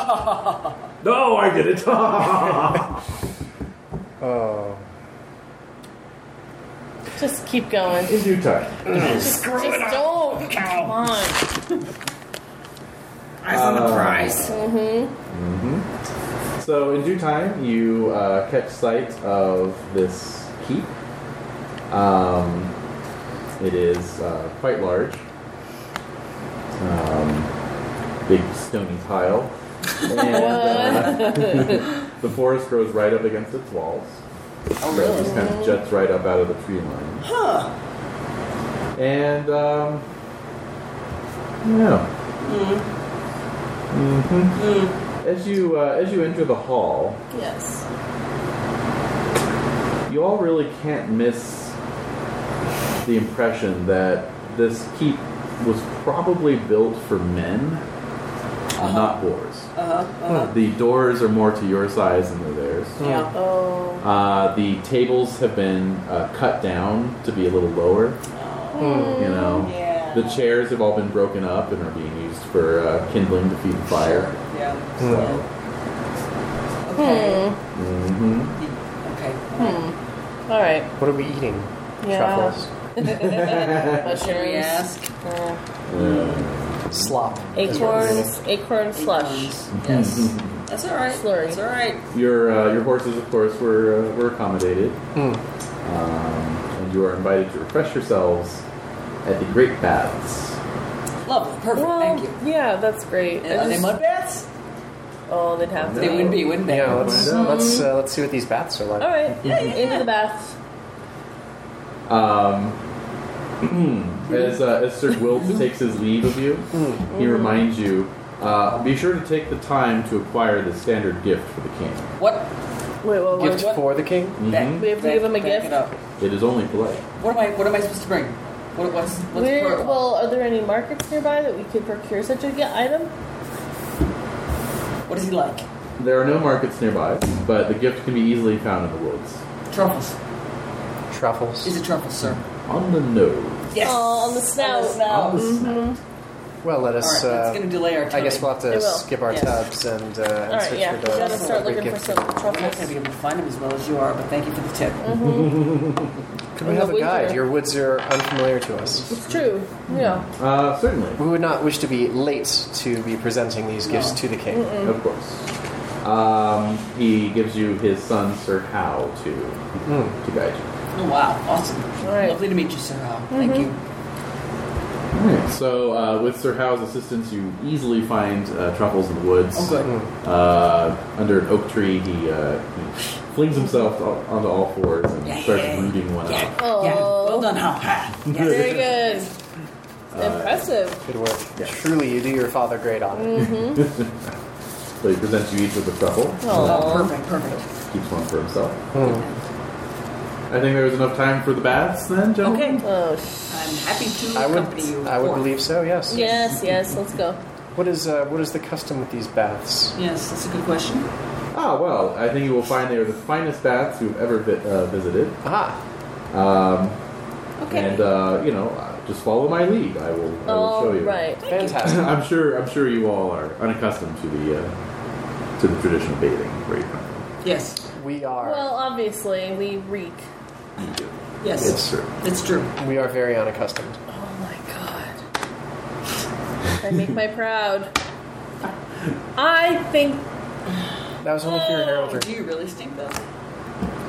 Speaker 1: No, I get it. All
Speaker 4: Oh.
Speaker 2: Just keep going.
Speaker 1: in due time.
Speaker 2: Just, just don't. Come on.
Speaker 8: Eyes on the
Speaker 1: Uh,
Speaker 8: prize.
Speaker 1: Mm-hmm. So in due time, you uh, catch sight of this keep. Um, it is uh, quite large. Um, big stony tile. And uh, the forest grows right up against its walls.
Speaker 8: Oh,
Speaker 1: So it
Speaker 8: really?
Speaker 1: just kind of juts right up out of the tree line.
Speaker 3: Huh.
Speaker 1: And, um, yeah. Mm-hmm.
Speaker 3: Mm.
Speaker 1: As you uh, as you enter the hall,
Speaker 2: Yes.
Speaker 1: you all really can't miss the impression that this keep was probably built for men. not boars.
Speaker 2: Uh-huh.
Speaker 3: Uh huh.
Speaker 1: The doors are more to your size than they're theirs.
Speaker 3: Yeah.
Speaker 2: Oh.
Speaker 1: Uh, the tables have been uh, cut down to be a little lower.
Speaker 4: Hmm.
Speaker 1: You know,
Speaker 3: Yeah.
Speaker 1: the chairs have all been broken up and are being used for uh, kindling to feed the fire.
Speaker 3: Yeah.
Speaker 2: Hmm.
Speaker 1: So,
Speaker 3: Okay.
Speaker 1: hmm
Speaker 3: Okay.
Speaker 2: Hmm. All right.
Speaker 4: What are we eating?
Speaker 2: Yeah.
Speaker 4: Truffles.
Speaker 8: Should we
Speaker 2: Mushrooms.
Speaker 8: ask?
Speaker 2: Uh,
Speaker 4: Slop. is what we're eating.
Speaker 2: acorns. Acorn slush.
Speaker 8: Acorns. Yes.
Speaker 3: Mm-hmm.
Speaker 8: That's all right.
Speaker 2: Slurry.
Speaker 8: That's all right.
Speaker 1: Your uh, your horses, of course, were uh, were accommodated,
Speaker 4: Hmm.
Speaker 1: um, and you are invited to refresh yourselves at the great baths.
Speaker 3: Lovely. Perfect.
Speaker 2: Well,
Speaker 3: Thank you.
Speaker 2: yeah, that's great. I
Speaker 3: And are they
Speaker 2: just-
Speaker 3: mud baths?
Speaker 2: oh, they'd have to.
Speaker 3: They
Speaker 1: No.
Speaker 3: would be, wouldn't they?
Speaker 4: Yeah, let's
Speaker 1: Mhm.
Speaker 4: let's uh, let's see what these bats are like.
Speaker 2: All right, into the bath.
Speaker 1: Um, as, uh, as Sir Wilt takes his leave of you, he reminds you uh, be sure to take the time to acquire the standard gift for the king.
Speaker 3: What?
Speaker 2: Wait, well,
Speaker 4: Gift
Speaker 3: What-
Speaker 4: for the king.
Speaker 1: Mhm.
Speaker 2: Mm-hmm. we have to
Speaker 3: Back-
Speaker 2: give him a
Speaker 3: back it
Speaker 2: gift.
Speaker 3: up.
Speaker 1: It is only polite.
Speaker 3: What am I? What am I supposed to bring? What what's what's
Speaker 2: Where,
Speaker 3: protocol?
Speaker 2: well, are there any markets nearby that we could procure such a g- item?
Speaker 3: What is he like?
Speaker 1: There are no markets nearby, but the gift can be easily found in the woods.
Speaker 3: Truffles.
Speaker 4: Truffles.
Speaker 3: Is it truffles, sir?
Speaker 1: On the nose.
Speaker 3: Yes.
Speaker 2: Oh, on the snout.
Speaker 1: On the
Speaker 3: snout.
Speaker 1: snout.
Speaker 4: Well, let
Speaker 3: All right,
Speaker 4: us.
Speaker 3: that's
Speaker 4: uh,
Speaker 3: gonna delay our time.
Speaker 4: I guess we'll have
Speaker 2: It
Speaker 4: to
Speaker 2: will.
Speaker 4: skip our
Speaker 3: Yes.
Speaker 4: tubs and, uh, and
Speaker 2: All right,
Speaker 4: switch
Speaker 2: yeah,
Speaker 4: for
Speaker 2: we
Speaker 4: the
Speaker 2: gotta start
Speaker 4: appropriate
Speaker 2: looking for
Speaker 4: gift.
Speaker 2: some
Speaker 3: I'm not gonna be
Speaker 2: truffles.
Speaker 3: able to find him as well as you are, but thank you for the tip.
Speaker 2: Mm-hmm.
Speaker 4: Could we
Speaker 2: in
Speaker 4: have
Speaker 2: the
Speaker 4: a guide?
Speaker 2: winter.
Speaker 4: Your woods are unfamiliar to us.
Speaker 2: It's true. Yeah.
Speaker 1: Uh, certainly.
Speaker 4: We would not wish to be late to be presenting these gifts
Speaker 3: No.
Speaker 4: to the king.
Speaker 3: Mm.
Speaker 1: Of course. Um, he gives you his son, Sir Hal, to,
Speaker 4: Hmm.
Speaker 1: to guide you.
Speaker 3: Oh wow, awesome!
Speaker 2: All right. Mm-hmm.
Speaker 3: Lovely to meet you, sir. Hal. Thank you.
Speaker 1: Alright, so uh, with Sir Howe's assistance, you easily find uh, truffles in the woods.
Speaker 3: Oh good.
Speaker 1: Uh, under an oak tree, he, uh, he flings himself o- onto all fours and
Speaker 3: Yeah,
Speaker 1: starts
Speaker 3: yeah,
Speaker 1: rooting one
Speaker 3: Yeah.
Speaker 1: out.
Speaker 3: Yeah.
Speaker 2: Oh.
Speaker 3: Well done, Hal. Ha. Yes.
Speaker 2: Very good. Impressive.
Speaker 4: Good work.
Speaker 1: Yes.
Speaker 4: Truly, you do your father great honor.
Speaker 2: Mm.
Speaker 1: So he presents you each with a truffle,
Speaker 3: Oh,
Speaker 2: Oh.
Speaker 3: perfect. Perfect.
Speaker 1: keeps one for himself. I think there was enough time for the baths then, gentlemen?
Speaker 3: Okay.
Speaker 2: Oh. Sh-
Speaker 8: I'm happy to
Speaker 4: I would,
Speaker 8: accompany you.
Speaker 4: I would
Speaker 8: forth.
Speaker 4: believe so. Yes.
Speaker 2: yes. Yes. Let's go.
Speaker 4: What is uh, what is the custom with these baths?
Speaker 8: Yes, that's a good question.
Speaker 1: Ah, well, I think you will find they are the finest baths you've ever vi- uh, visited.
Speaker 4: Ah,
Speaker 1: Um,
Speaker 8: Okay.
Speaker 1: And, uh, you know, uh, just follow my lead. I will, I will
Speaker 2: All
Speaker 1: show you.
Speaker 2: right.
Speaker 4: fantastic.
Speaker 1: I'm sure. I'm sure you all are unaccustomed to the uh, to the traditional bathing where you come from.
Speaker 8: Yes.
Speaker 4: we are
Speaker 2: Well, obviously we reek.
Speaker 8: Yes.
Speaker 1: It's true.
Speaker 8: It's true.
Speaker 4: we are very unaccustomed.
Speaker 2: Oh my god. I make my proud. I think
Speaker 4: That was only for your heraldry.
Speaker 8: Do you really stink though?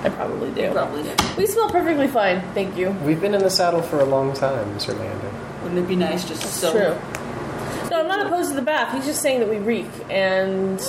Speaker 2: I probably do.
Speaker 8: Probably. do.
Speaker 2: We smell perfectly fine. Thank you.
Speaker 4: We've been in the saddle for a long time, Sir Leander.
Speaker 8: Wouldn't it be nice just so?
Speaker 2: True. No, I'm not opposed to the bath. He's just saying that we reek, and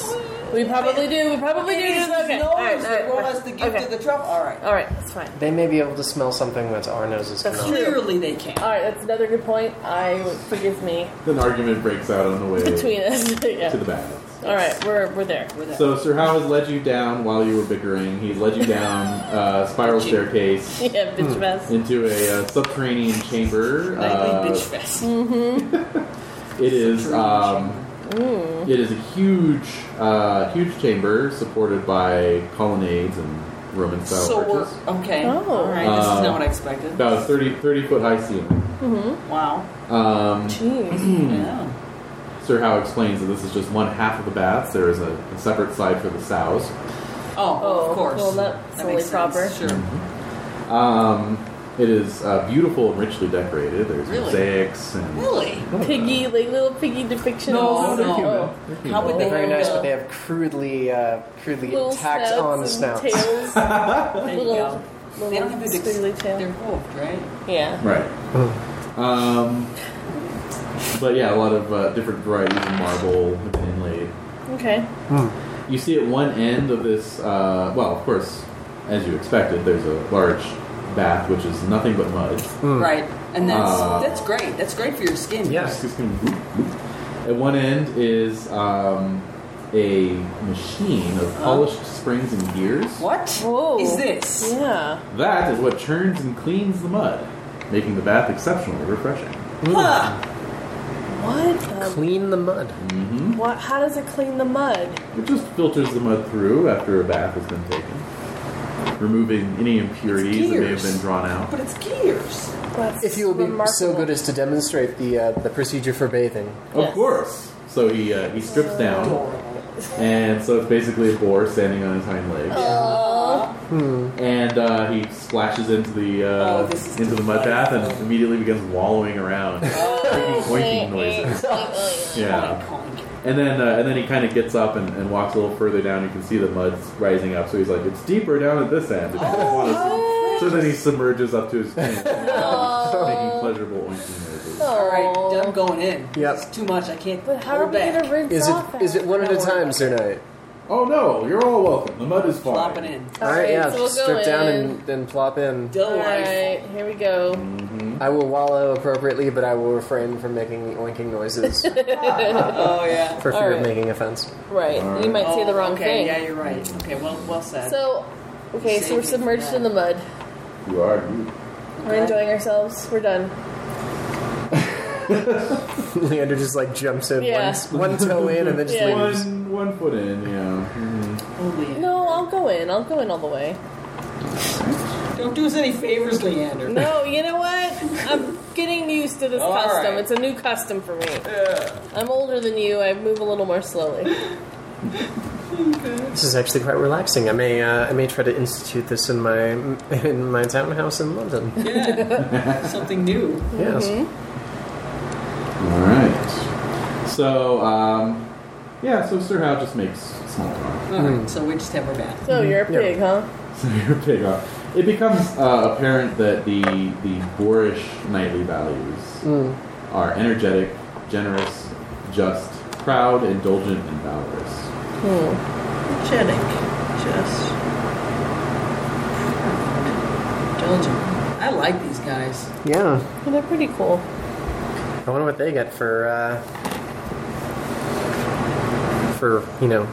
Speaker 3: Oh,
Speaker 2: we probably do. We probably do.
Speaker 3: It is
Speaker 2: Okay.
Speaker 3: his nose
Speaker 2: All right, all right,
Speaker 3: that
Speaker 2: all
Speaker 3: brought
Speaker 2: right.
Speaker 3: us the gift
Speaker 2: Okay.
Speaker 3: of the truffle. All right.
Speaker 2: All right, that's fine.
Speaker 4: They may be able to smell something that our noses
Speaker 2: That's
Speaker 4: cannot.
Speaker 2: true.
Speaker 8: Clearly they can.
Speaker 2: All right, that's another good point. I forgive me
Speaker 1: An argument breaks out on the way
Speaker 2: between us.
Speaker 1: to the
Speaker 2: yeah.
Speaker 1: baths.
Speaker 2: All right, we're we're there.
Speaker 8: We're there.
Speaker 1: So Sir Howe has led you down while you were bickering. He's led you down uh, spiral staircase
Speaker 2: Yeah,
Speaker 1: Hmm.
Speaker 2: bitch mess.
Speaker 1: into a uh, subterranean chamber.
Speaker 8: Nightly
Speaker 1: Uh,
Speaker 8: bitch fest.
Speaker 1: It is um,
Speaker 2: Mm.
Speaker 1: it is a huge uh, huge chamber supported by colonnades and Roman style
Speaker 8: So we're
Speaker 1: arches.
Speaker 8: okay.
Speaker 2: Oh.
Speaker 8: All right. This is
Speaker 1: Uh,
Speaker 8: not what I expected.
Speaker 1: About a 30, 30 foot high ceiling.
Speaker 8: Wow.
Speaker 1: Um,
Speaker 2: Jeez.
Speaker 8: Yeah.
Speaker 1: Sir Howe explains that this is just one half of the baths. There is a, a separate side for the sows.
Speaker 8: Oh, well,
Speaker 2: Oh,
Speaker 8: of course.
Speaker 2: well, that's
Speaker 8: that
Speaker 2: only
Speaker 8: makes
Speaker 2: proper.
Speaker 8: Sense. Sure. Mm-hmm.
Speaker 1: Um, it is uh, beautiful and richly decorated. There's
Speaker 8: Really?
Speaker 1: mosaics and.
Speaker 8: Really?
Speaker 2: Piggy, like little piggy depictions.
Speaker 8: No,
Speaker 1: They're
Speaker 8: no.
Speaker 1: human.
Speaker 2: Oh.
Speaker 1: They're human.
Speaker 8: How would
Speaker 4: They're
Speaker 8: they?
Speaker 4: very nice, but they
Speaker 8: handle-
Speaker 4: have crudely, uh, crudely
Speaker 2: Little
Speaker 4: tacked
Speaker 2: snouts
Speaker 4: on
Speaker 2: and
Speaker 4: snouts.
Speaker 2: tails.
Speaker 8: There you
Speaker 2: little,
Speaker 8: go.
Speaker 2: little
Speaker 8: They don't have the
Speaker 2: squiggly tail.
Speaker 8: They're hooved, right?
Speaker 2: Yeah.
Speaker 1: Right. Um, but yeah, a lot of uh, different varieties of marble have been inlaid.
Speaker 2: Okay.
Speaker 4: Hmm,
Speaker 1: You see at one end of this, uh, well, of course, as you expected, there's a large bath which is nothing but mud.
Speaker 4: hmm.
Speaker 8: Right. And that's
Speaker 1: Uh,
Speaker 8: that's great. That's great for your skin.
Speaker 4: Yes.
Speaker 1: Just gonna whoop, whoop. At one end is um, a machine of polished springs and gears.
Speaker 8: What is
Speaker 2: Whoa.
Speaker 8: this?
Speaker 2: Yeah.
Speaker 1: That is what churns and cleans the mud, making the bath exceptionally refreshing.
Speaker 8: Huh.
Speaker 2: What? Um,
Speaker 4: Hmm. Clean the mud.
Speaker 2: what? How does it clean the mud?
Speaker 1: It just filters the mud through after a bath has been taken, removing any impurities that may have
Speaker 3: gears.
Speaker 1: been drawn out.
Speaker 3: But it's gears.
Speaker 2: That's
Speaker 4: If you will be so
Speaker 2: remarkable.
Speaker 4: good as to demonstrate the uh, the procedure for bathing.
Speaker 1: Of
Speaker 2: Yes.
Speaker 1: course. So he uh, he strips down, and so it's basically a boar standing on his hind legs,
Speaker 2: Aw.
Speaker 1: and uh, he splashes into the uh,
Speaker 3: Oh, this is
Speaker 1: into the mud bath
Speaker 3: delightful.
Speaker 1: and immediately begins wallowing around,
Speaker 3: Oh,
Speaker 2: Oh.
Speaker 1: making oinking noises. Yeah. And then uh, and then he kind of gets up and, and walks a little further down. You can see the mud's rising up, so he's like, "It's deeper down at this end." If you want to
Speaker 3: Oh,
Speaker 1: see." so then he submerges up to his chin, making pleasurable oinking noises.
Speaker 2: All
Speaker 3: Alright, I'm going in.
Speaker 4: Yep.
Speaker 3: It's too much. I can't.
Speaker 2: Oh. But how are
Speaker 3: hold
Speaker 2: we
Speaker 3: back.
Speaker 2: gonna rinse
Speaker 4: Is
Speaker 2: off
Speaker 4: it is it one at a time, Sir Knight?
Speaker 1: Oh no, you're all welcome. The mud is fine.
Speaker 3: Flopping in.
Speaker 2: All right,
Speaker 4: yeah,
Speaker 2: so we'll
Speaker 4: just
Speaker 2: go
Speaker 4: strip down
Speaker 2: in.
Speaker 4: and then plop in.
Speaker 2: All
Speaker 3: Delightful.
Speaker 2: right, here we go.
Speaker 4: I will wallow appropriately, but I will refrain from making the oinking noises
Speaker 3: Oh yeah.
Speaker 4: for fear
Speaker 2: Alright.
Speaker 4: of making offense.
Speaker 2: Right,
Speaker 1: All
Speaker 2: you
Speaker 1: right.
Speaker 2: might say the
Speaker 3: Oh,
Speaker 2: wrong
Speaker 3: okay,
Speaker 2: thing.
Speaker 3: Yeah, you're right. Okay, well, well said.
Speaker 2: So, okay, so we're
Speaker 3: Save me
Speaker 2: submerged
Speaker 3: from
Speaker 2: in the mud.
Speaker 1: You are. You.
Speaker 2: We're enjoying ourselves. We're done.
Speaker 4: Leander just like jumps in
Speaker 2: Yeah.
Speaker 4: one, one toe in and then just
Speaker 2: Yeah.
Speaker 4: leaves.
Speaker 1: One one foot in. Yeah. Mhm.
Speaker 3: Only
Speaker 2: No, I'll go in. I'll go in all the way.
Speaker 8: Don't do us any favors, Leander.
Speaker 2: No, you know what? I'm getting used to this
Speaker 3: All
Speaker 2: custom.
Speaker 3: right.
Speaker 2: It's a new custom for me. I'm older than you. I move a little more slowly.
Speaker 4: This is actually quite relaxing. I may uh, I may try to institute this in my in my townhouse in London.
Speaker 8: Yeah. Something new.
Speaker 4: Yes.
Speaker 1: All right. So um, yeah. So Sir How just makes small talk.
Speaker 8: All right, so we just have our bath.
Speaker 2: So you're a
Speaker 4: Yeah.
Speaker 2: pig, huh?
Speaker 1: So you're big up. It becomes uh, apparent that the the boorish knightly values
Speaker 8: Mm.
Speaker 1: are energetic, generous, just, proud, indulgent, and valorous.
Speaker 8: Energetic. Just. Diligent. I like these guys.
Speaker 4: Yeah.
Speaker 2: They're pretty cool.
Speaker 4: I wonder what they get for uh, for you know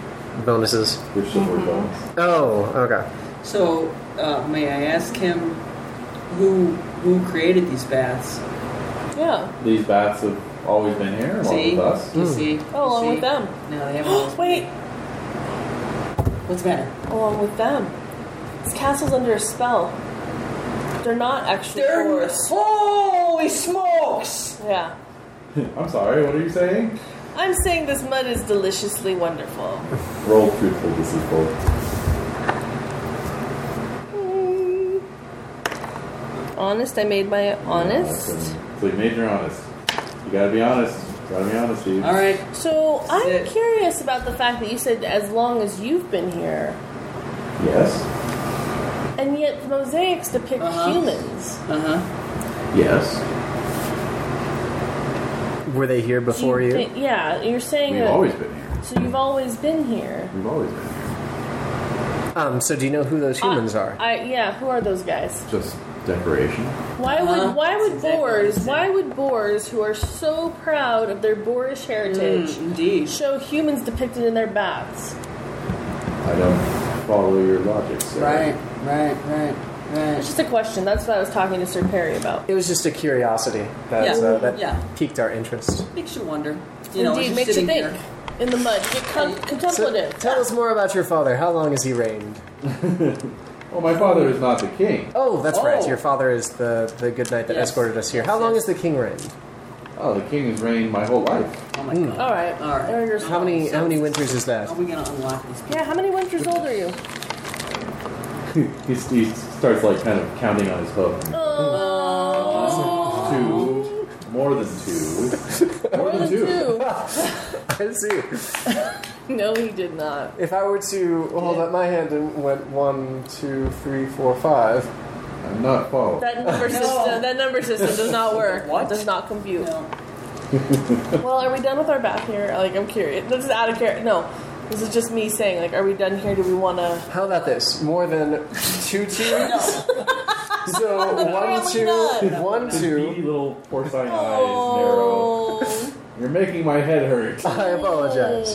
Speaker 4: bonuses.
Speaker 1: Which
Speaker 8: Mm-hmm.
Speaker 1: support bonus.
Speaker 4: Oh, okay.
Speaker 8: So, uh, may I ask him who who created these baths?
Speaker 2: Yeah.
Speaker 1: These bats have always been here along
Speaker 8: See?
Speaker 1: with us.
Speaker 8: You see?
Speaker 2: Oh, along
Speaker 8: You
Speaker 2: with
Speaker 8: see?
Speaker 2: them.
Speaker 8: No, they haven't.
Speaker 2: Wait,
Speaker 8: What's the matter?
Speaker 2: along with them. This castle's under a spell. They're not actually yours.
Speaker 3: holy smokes!
Speaker 2: Yeah.
Speaker 1: I'm sorry. What are you saying?
Speaker 2: I'm saying this mud is deliciously wonderful.
Speaker 1: Roll truthful deceitful.
Speaker 2: Honest, I made my honest.
Speaker 1: Awesome. So you made your honest. You gotta be honest. gotta be honest, Steve.
Speaker 8: All right.
Speaker 2: So I'm
Speaker 8: Sit.
Speaker 2: curious about the fact that you said as long as you've been here,
Speaker 1: Yes.
Speaker 2: and yet the mosaics depict
Speaker 8: Uh-huh.
Speaker 2: humans.
Speaker 8: Uh huh.
Speaker 1: Yes.
Speaker 4: Were they here
Speaker 2: Do
Speaker 4: before you?
Speaker 2: thi- yeah, you're saying
Speaker 1: We've
Speaker 2: that.
Speaker 1: always been here.
Speaker 2: so you've always been here.
Speaker 1: We've always been here.
Speaker 4: Um, so do you know who those humans
Speaker 2: Ah, I-
Speaker 4: are?
Speaker 2: I, yeah, who are those guys?
Speaker 1: Just decoration.
Speaker 2: Why
Speaker 8: Uh-huh.
Speaker 2: would why would
Speaker 8: That's exactly what I
Speaker 2: boars
Speaker 8: said.
Speaker 2: why would boars who are so proud of their boorish heritage
Speaker 8: Indeed.
Speaker 2: show humans depicted in their baths?
Speaker 1: I don't follow your logic, sir.
Speaker 8: Right, right, right,
Speaker 2: It's
Speaker 8: right.
Speaker 2: just a question. That's what I was talking to Sir Perry about.
Speaker 4: It was just a curiosity that
Speaker 8: Yeah.
Speaker 4: uh, that
Speaker 8: Yeah.
Speaker 4: piqued our interest.
Speaker 8: Makes you wonder. You know,
Speaker 2: Indeed,
Speaker 8: just
Speaker 2: makes you
Speaker 8: sitting
Speaker 2: think
Speaker 8: here.
Speaker 2: in the mud. Get con-
Speaker 4: So,
Speaker 2: contemplative.
Speaker 4: tell us more about your father. How long has he reigned?
Speaker 1: Well, my father is not the king.
Speaker 4: Oh, that's right.
Speaker 8: Oh.
Speaker 4: Your father is the, the good knight that
Speaker 8: Yes.
Speaker 4: escorted us here. How
Speaker 8: Yes,
Speaker 4: long
Speaker 8: yes.
Speaker 4: has the king reigned?
Speaker 1: Oh, the king has reigned my whole life.
Speaker 8: Oh my
Speaker 4: Mm.
Speaker 8: god.
Speaker 2: All right.
Speaker 8: All right.
Speaker 2: I understand.
Speaker 4: How many how many winters is that?
Speaker 8: How are we gonna unlock these? people?
Speaker 2: Yeah. How many winters old are you?
Speaker 1: He's, he starts like kind of counting on his phone. Two, more than two, more than two.
Speaker 4: I see.
Speaker 2: no, he did not.
Speaker 4: If I were to hold up my hand and went one, two, three, four, five.
Speaker 1: I'm not following.
Speaker 2: That number system. That number system does not work. What? Does not compute.
Speaker 8: No.
Speaker 2: Well, are we done with our bath here? Like, I'm curious. This is out of care. No, this is just me saying. Like, are we done here? Do we want to?
Speaker 4: How about this? More than two twos? so one,
Speaker 2: Apparently
Speaker 4: two,
Speaker 2: not.
Speaker 4: one,
Speaker 1: His
Speaker 4: two.
Speaker 1: beady little porcine eyes
Speaker 2: Oh,
Speaker 1: narrow. You're making my head hurt.
Speaker 4: I apologize.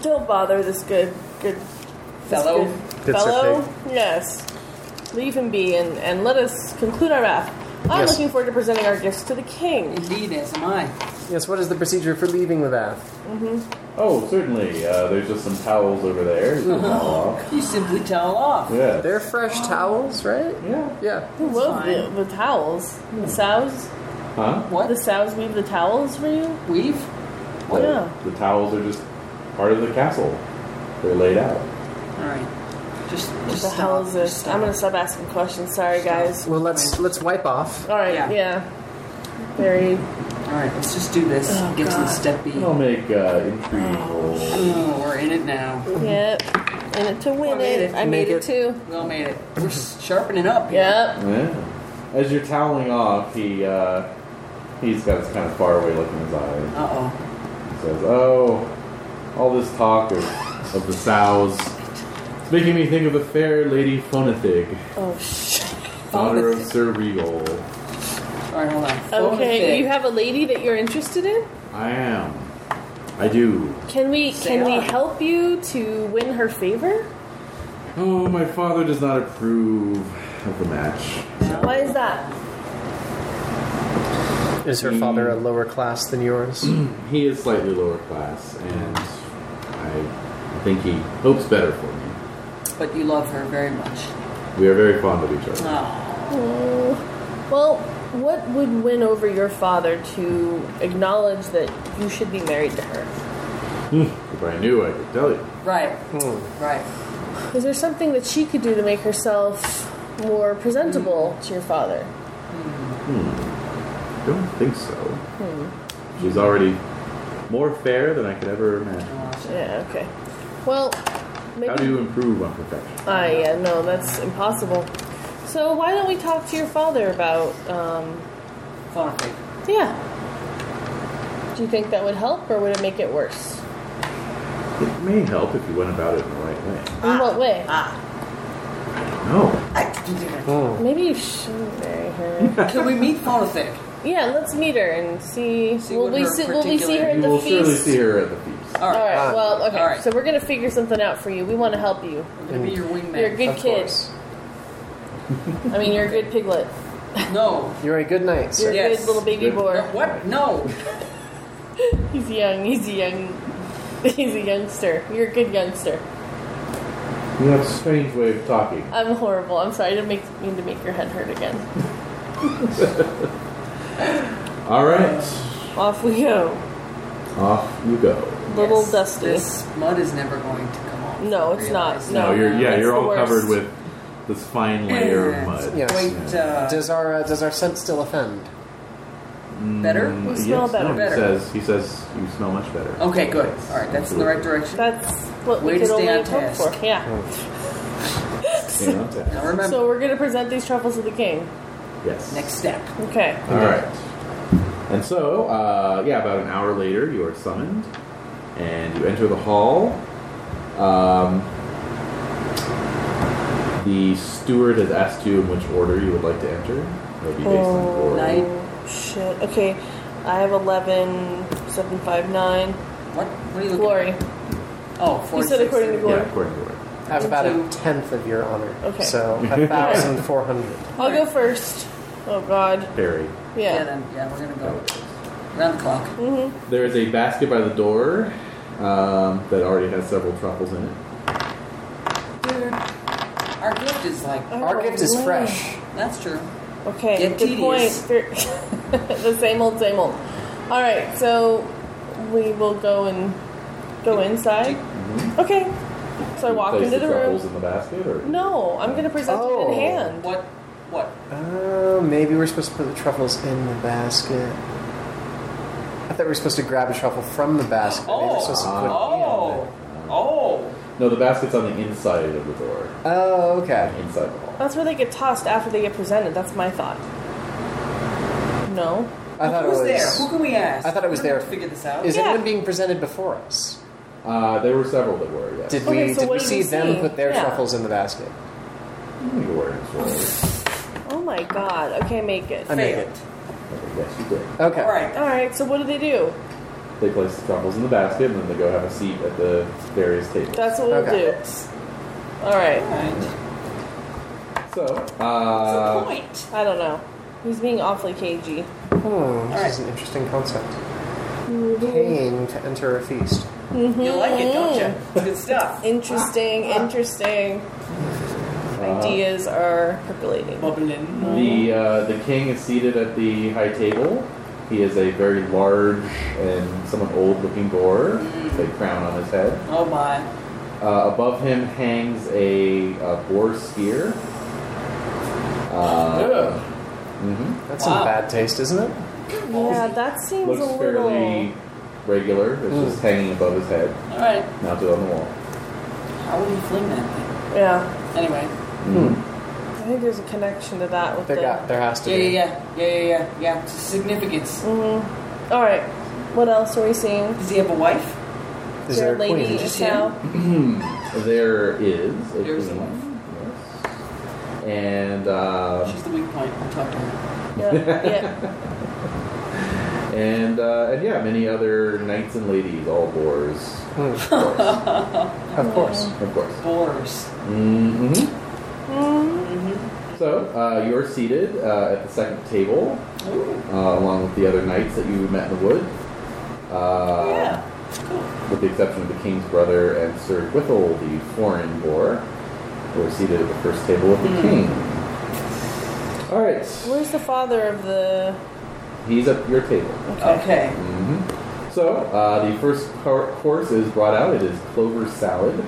Speaker 2: don't bother this good, good this
Speaker 8: Fellow.
Speaker 2: good
Speaker 4: Good Sir
Speaker 2: fellow. Yes, leave him be and and let us conclude our bath. I'm
Speaker 4: Yes.
Speaker 2: looking forward to presenting our gifts to the king.
Speaker 8: Indeed, as am I.
Speaker 4: Yes, what is the procedure for leaving the bath?
Speaker 1: Oh, certainly. Uh, there's just some towels over there. You can towel off.
Speaker 8: You simply towel off.
Speaker 1: Yeah.
Speaker 4: They're fresh towels, right?
Speaker 1: Yeah.
Speaker 4: Yeah.
Speaker 2: I love the, the towels. The sows.
Speaker 1: Huh?
Speaker 2: The
Speaker 8: What?
Speaker 2: sows weave the towels for you.
Speaker 8: Weave?
Speaker 1: The,
Speaker 2: Yeah.
Speaker 1: the towels are just part of the castle. They're laid out.
Speaker 8: All right. Just,
Speaker 2: What
Speaker 8: just
Speaker 2: the hell
Speaker 8: stop.
Speaker 2: is
Speaker 8: Just
Speaker 2: this?
Speaker 8: stop.
Speaker 2: I'm gonna stop asking questions. Sorry, guys.
Speaker 4: Well, let's let's wipe off.
Speaker 2: All right.
Speaker 8: Yeah.
Speaker 2: Yeah. Very.
Speaker 8: All right, let's just do this.
Speaker 2: Oh,
Speaker 8: Get to the
Speaker 2: God.
Speaker 8: step B.
Speaker 1: And I'll make uh, intrigue rolls.
Speaker 8: Oh, we're in it now.
Speaker 2: Yep. In it to win
Speaker 8: I made it.
Speaker 2: I
Speaker 4: Make
Speaker 2: made it
Speaker 4: it.
Speaker 2: too.
Speaker 8: We all made it. We're sharpening up. here.
Speaker 2: Yep.
Speaker 1: Yeah. As you're toweling off, he uh, he's got this kind of faraway look in his eyes.
Speaker 8: Uh oh.
Speaker 1: He says, "Oh, all this talk of, of the sows, it's making me think of the fair lady Phonethig,
Speaker 2: Oh shit.
Speaker 1: daughter of
Speaker 8: Phonethig.
Speaker 1: Sir Regal.
Speaker 8: All right, hold on. Phone
Speaker 2: Okay,
Speaker 8: thick.
Speaker 2: you have a lady that you're interested in.
Speaker 1: I am. I do.
Speaker 2: Can we
Speaker 8: Say
Speaker 2: can we
Speaker 8: on.
Speaker 2: help you to win her favor?
Speaker 1: Oh, my father does not approve of the match.
Speaker 2: Why is that?
Speaker 4: Is her father a lower class than yours?
Speaker 1: He is slightly lower class, and I think he hopes better for me.
Speaker 8: But you love her very much.
Speaker 1: We are very fond of each other."
Speaker 8: Oh.
Speaker 2: Oh, well, what would win over your father to acknowledge that you should be married to her?
Speaker 1: If I knew, I could tell you.
Speaker 8: Right.
Speaker 4: Hmm,
Speaker 8: Right.
Speaker 2: Is there something that she could do to make herself more presentable to your father?
Speaker 1: Don't think so.
Speaker 8: Hmm.
Speaker 1: She's already more fair than I could ever imagine.
Speaker 2: Yeah. Okay. Well, maybe.
Speaker 1: How do you improve on perfection?
Speaker 2: Ah, yeah, no, that's impossible. So why don't we talk to your father about, um,
Speaker 8: Phone thick.
Speaker 2: yeah. Do you think that would help, or would it make it worse?
Speaker 1: It may help if you went about it in the right way.
Speaker 2: In
Speaker 8: Ah.
Speaker 2: what way?
Speaker 1: No.
Speaker 4: hmm.
Speaker 2: Maybe you shouldn't marry her.
Speaker 8: Can we meet phone thick?
Speaker 2: yeah, let's meet her and see.
Speaker 8: See
Speaker 2: will
Speaker 8: what
Speaker 2: we
Speaker 8: her
Speaker 2: see? Will we see her
Speaker 8: particular-
Speaker 2: at
Speaker 1: You
Speaker 2: the
Speaker 1: will
Speaker 2: feast?
Speaker 1: surely see her at the feast.
Speaker 8: All
Speaker 2: All
Speaker 8: right.
Speaker 2: right.
Speaker 4: Ah.
Speaker 2: Well, okay.
Speaker 8: All right.
Speaker 2: So we're gonna figure something out for you. We want to help you.
Speaker 8: I'm gonna be your wingman.
Speaker 2: You're a good
Speaker 4: Of
Speaker 2: kid.
Speaker 4: course.
Speaker 2: I mean, you're a good piglet.
Speaker 8: No.
Speaker 4: You're a good knight,
Speaker 2: You're
Speaker 4: sir.
Speaker 2: a
Speaker 8: Yes.
Speaker 2: good little baby
Speaker 1: Good.
Speaker 2: boar.
Speaker 8: No, What? No.
Speaker 2: He's young. He's a young. He's a youngster. You're a good youngster.
Speaker 1: You have a strange way of talking.
Speaker 2: I'm horrible. I'm sorry. I didn't make, mean to make your head hurt again.
Speaker 1: All right.
Speaker 2: Off we go.
Speaker 1: Off you go.
Speaker 2: Little
Speaker 8: Yes.
Speaker 2: dusty.
Speaker 8: This mud is never going to come off.
Speaker 2: No, it's not.
Speaker 8: Realize.
Speaker 2: No,
Speaker 1: no, you're yeah,
Speaker 2: it's
Speaker 1: you're
Speaker 2: the
Speaker 1: all covered
Speaker 2: worst.
Speaker 1: with this fine layer of mud.
Speaker 4: Yes.
Speaker 8: Wait, uh,
Speaker 4: Does our uh, does our scent still offend?
Speaker 8: better?
Speaker 1: Mm,
Speaker 2: We smell
Speaker 1: yes,
Speaker 2: better.
Speaker 1: no,
Speaker 8: Better.
Speaker 1: He says he says you smell much better.
Speaker 8: Okay, good. All right, that's in the right direction.
Speaker 2: That's what
Speaker 8: Way to
Speaker 2: we could
Speaker 8: stay
Speaker 2: only
Speaker 8: on
Speaker 2: hope
Speaker 8: task.
Speaker 2: for. Yeah.
Speaker 1: direction.
Speaker 8: Now remember,
Speaker 2: So we're gonna present these truffles to the king.
Speaker 1: Yes.
Speaker 8: next step.
Speaker 2: Okay.
Speaker 1: All right. And so, uh, yeah, about an hour later, you are summoned, and you enter the hall. Um, the steward has asked you in which order you would like to enter. It'll be based on
Speaker 2: Oh,
Speaker 1: your order.
Speaker 8: Night.
Speaker 2: shit. Okay. I have 11, 7, 5, 9.
Speaker 8: What? What are you looking
Speaker 2: Glory.
Speaker 8: Oh, four.
Speaker 2: You said
Speaker 8: six,
Speaker 2: according
Speaker 8: seven.
Speaker 2: to
Speaker 1: Yeah,
Speaker 2: Glory.
Speaker 1: according to order.
Speaker 4: I have about a
Speaker 8: Into-
Speaker 4: tenth of your honor.
Speaker 2: Okay.
Speaker 4: So a thousand four hundred.
Speaker 2: I'll go first. Oh god.
Speaker 1: Barry.
Speaker 8: Yeah.
Speaker 2: Yeah.
Speaker 8: then. Yeah, we're gonna go round the clock.
Speaker 1: There is a basket by the door um, that already has several truffles in it.
Speaker 8: Dude, our gift is like
Speaker 4: Our gift is
Speaker 2: Oh,
Speaker 4: fresh.
Speaker 8: that's true.
Speaker 2: Okay,
Speaker 8: Get
Speaker 2: good
Speaker 8: tedious.
Speaker 2: point. the same old, same old. All right, so we will go and go inside. Okay. So I walk
Speaker 1: Place
Speaker 2: into
Speaker 1: the
Speaker 2: the
Speaker 1: truffles
Speaker 2: room.
Speaker 1: in the basket, or
Speaker 2: No, I'm gonna present it
Speaker 4: Oh.
Speaker 2: in hand.
Speaker 8: What? What?
Speaker 4: Uh, maybe we're supposed to put the truffles in the basket. I thought we were supposed to grab a truffle from the basket. Maybe we're
Speaker 8: Oh,
Speaker 4: supposed to put it in
Speaker 8: oh, oh!
Speaker 1: no, the basket's on the inside of the door,
Speaker 4: there. Oh, okay.
Speaker 1: inside the hall.
Speaker 2: That's where they get tossed after they get presented. That's my thought. No.
Speaker 4: I thought
Speaker 8: Who's
Speaker 4: it was.
Speaker 8: there? Who can we ask?
Speaker 4: I thought it was
Speaker 8: We're gonna
Speaker 4: there.
Speaker 8: Figure this out.
Speaker 4: Is
Speaker 2: Yeah.
Speaker 4: anyone being presented before us?
Speaker 1: Uh, there were several that were. Yes.
Speaker 4: Did
Speaker 2: Okay,
Speaker 4: we
Speaker 2: so
Speaker 4: did
Speaker 2: what
Speaker 4: we
Speaker 2: did
Speaker 4: see
Speaker 2: we
Speaker 4: them
Speaker 2: see?
Speaker 4: put their
Speaker 2: Yeah.
Speaker 4: truffles in the basket?
Speaker 1: You were. so-
Speaker 2: Oh my god. Okay, make it.
Speaker 4: I make
Speaker 8: Failed.
Speaker 4: it.
Speaker 1: Yes, you did.
Speaker 4: Okay.
Speaker 8: All right.
Speaker 2: All right, so what do they do?
Speaker 1: They place the truffles in the basket, and then they go have a seat at the various tables.
Speaker 2: That's what we'll
Speaker 4: Okay.
Speaker 2: do. All right.
Speaker 8: And
Speaker 1: so,
Speaker 8: what's the
Speaker 1: uh,
Speaker 8: point?
Speaker 2: I don't know. He's being awfully cagey.
Speaker 4: Hmm, this
Speaker 8: Alright.
Speaker 4: is an interesting concept. Paying to enter a feast.
Speaker 3: You like it, don't you?
Speaker 4: mm-hmm.
Speaker 3: It's good stuff.
Speaker 2: Interesting, interesting.
Speaker 1: uh, Ah.
Speaker 2: Ideas are percolating.
Speaker 3: Bubbling.
Speaker 1: The uh, the king is seated at the high table. He is a very large and somewhat old-looking boar, with a crown on his head.
Speaker 3: Oh my.
Speaker 1: Uh, above him hangs a, uh boar spear. Uh, mhm.
Speaker 4: That's
Speaker 3: Wow.
Speaker 4: in bad taste, isn't it?
Speaker 2: Yeah, that seems
Speaker 1: Looks
Speaker 2: a little.
Speaker 1: fairly regular. It's just hanging above his head,
Speaker 3: All right.
Speaker 1: mounted on the wall.
Speaker 3: How would he fling that?
Speaker 2: Yeah,
Speaker 3: thing? Anyway.
Speaker 1: Mm-hmm.
Speaker 2: I think there's a connection to that with
Speaker 4: There,
Speaker 2: the.
Speaker 4: got, there has to
Speaker 3: Yeah,
Speaker 4: be.
Speaker 3: yeah, yeah, yeah, yeah, yeah, yeah. Significance.
Speaker 2: Mhm. All right, what else are we seeing?
Speaker 3: Does he have a wife?
Speaker 4: Is there a
Speaker 2: lady
Speaker 4: queen?
Speaker 2: is
Speaker 3: him?
Speaker 2: now.
Speaker 1: there is. A
Speaker 3: There's
Speaker 1: queen.
Speaker 3: a wife.
Speaker 1: Yes. And uh,
Speaker 3: She's the weak point. I'll talk to her.
Speaker 2: Yeah, yeah.
Speaker 1: and uh, and yeah, many other knights and ladies, all boars,
Speaker 4: Hmm,
Speaker 1: of course.
Speaker 2: Mm-hmm.
Speaker 4: of course.
Speaker 1: of course.
Speaker 3: Boars.
Speaker 1: hmm
Speaker 2: Mm,
Speaker 4: Mm-hmm.
Speaker 1: So uh, you're seated uh, at the second table,
Speaker 3: Ooh.
Speaker 1: uh, along with the other knights that you met in the wood. Uh,
Speaker 3: Yeah. Cool.
Speaker 1: With the exception of the king's brother and Sir Gwithel, the foreign boar, who are seated at the first table with the king.
Speaker 3: Hmm.
Speaker 1: All right,
Speaker 2: Where's the father of the?
Speaker 1: he's at your table.
Speaker 3: Okay.
Speaker 1: hmm So uh, the first cour course is brought out. It is clover salad,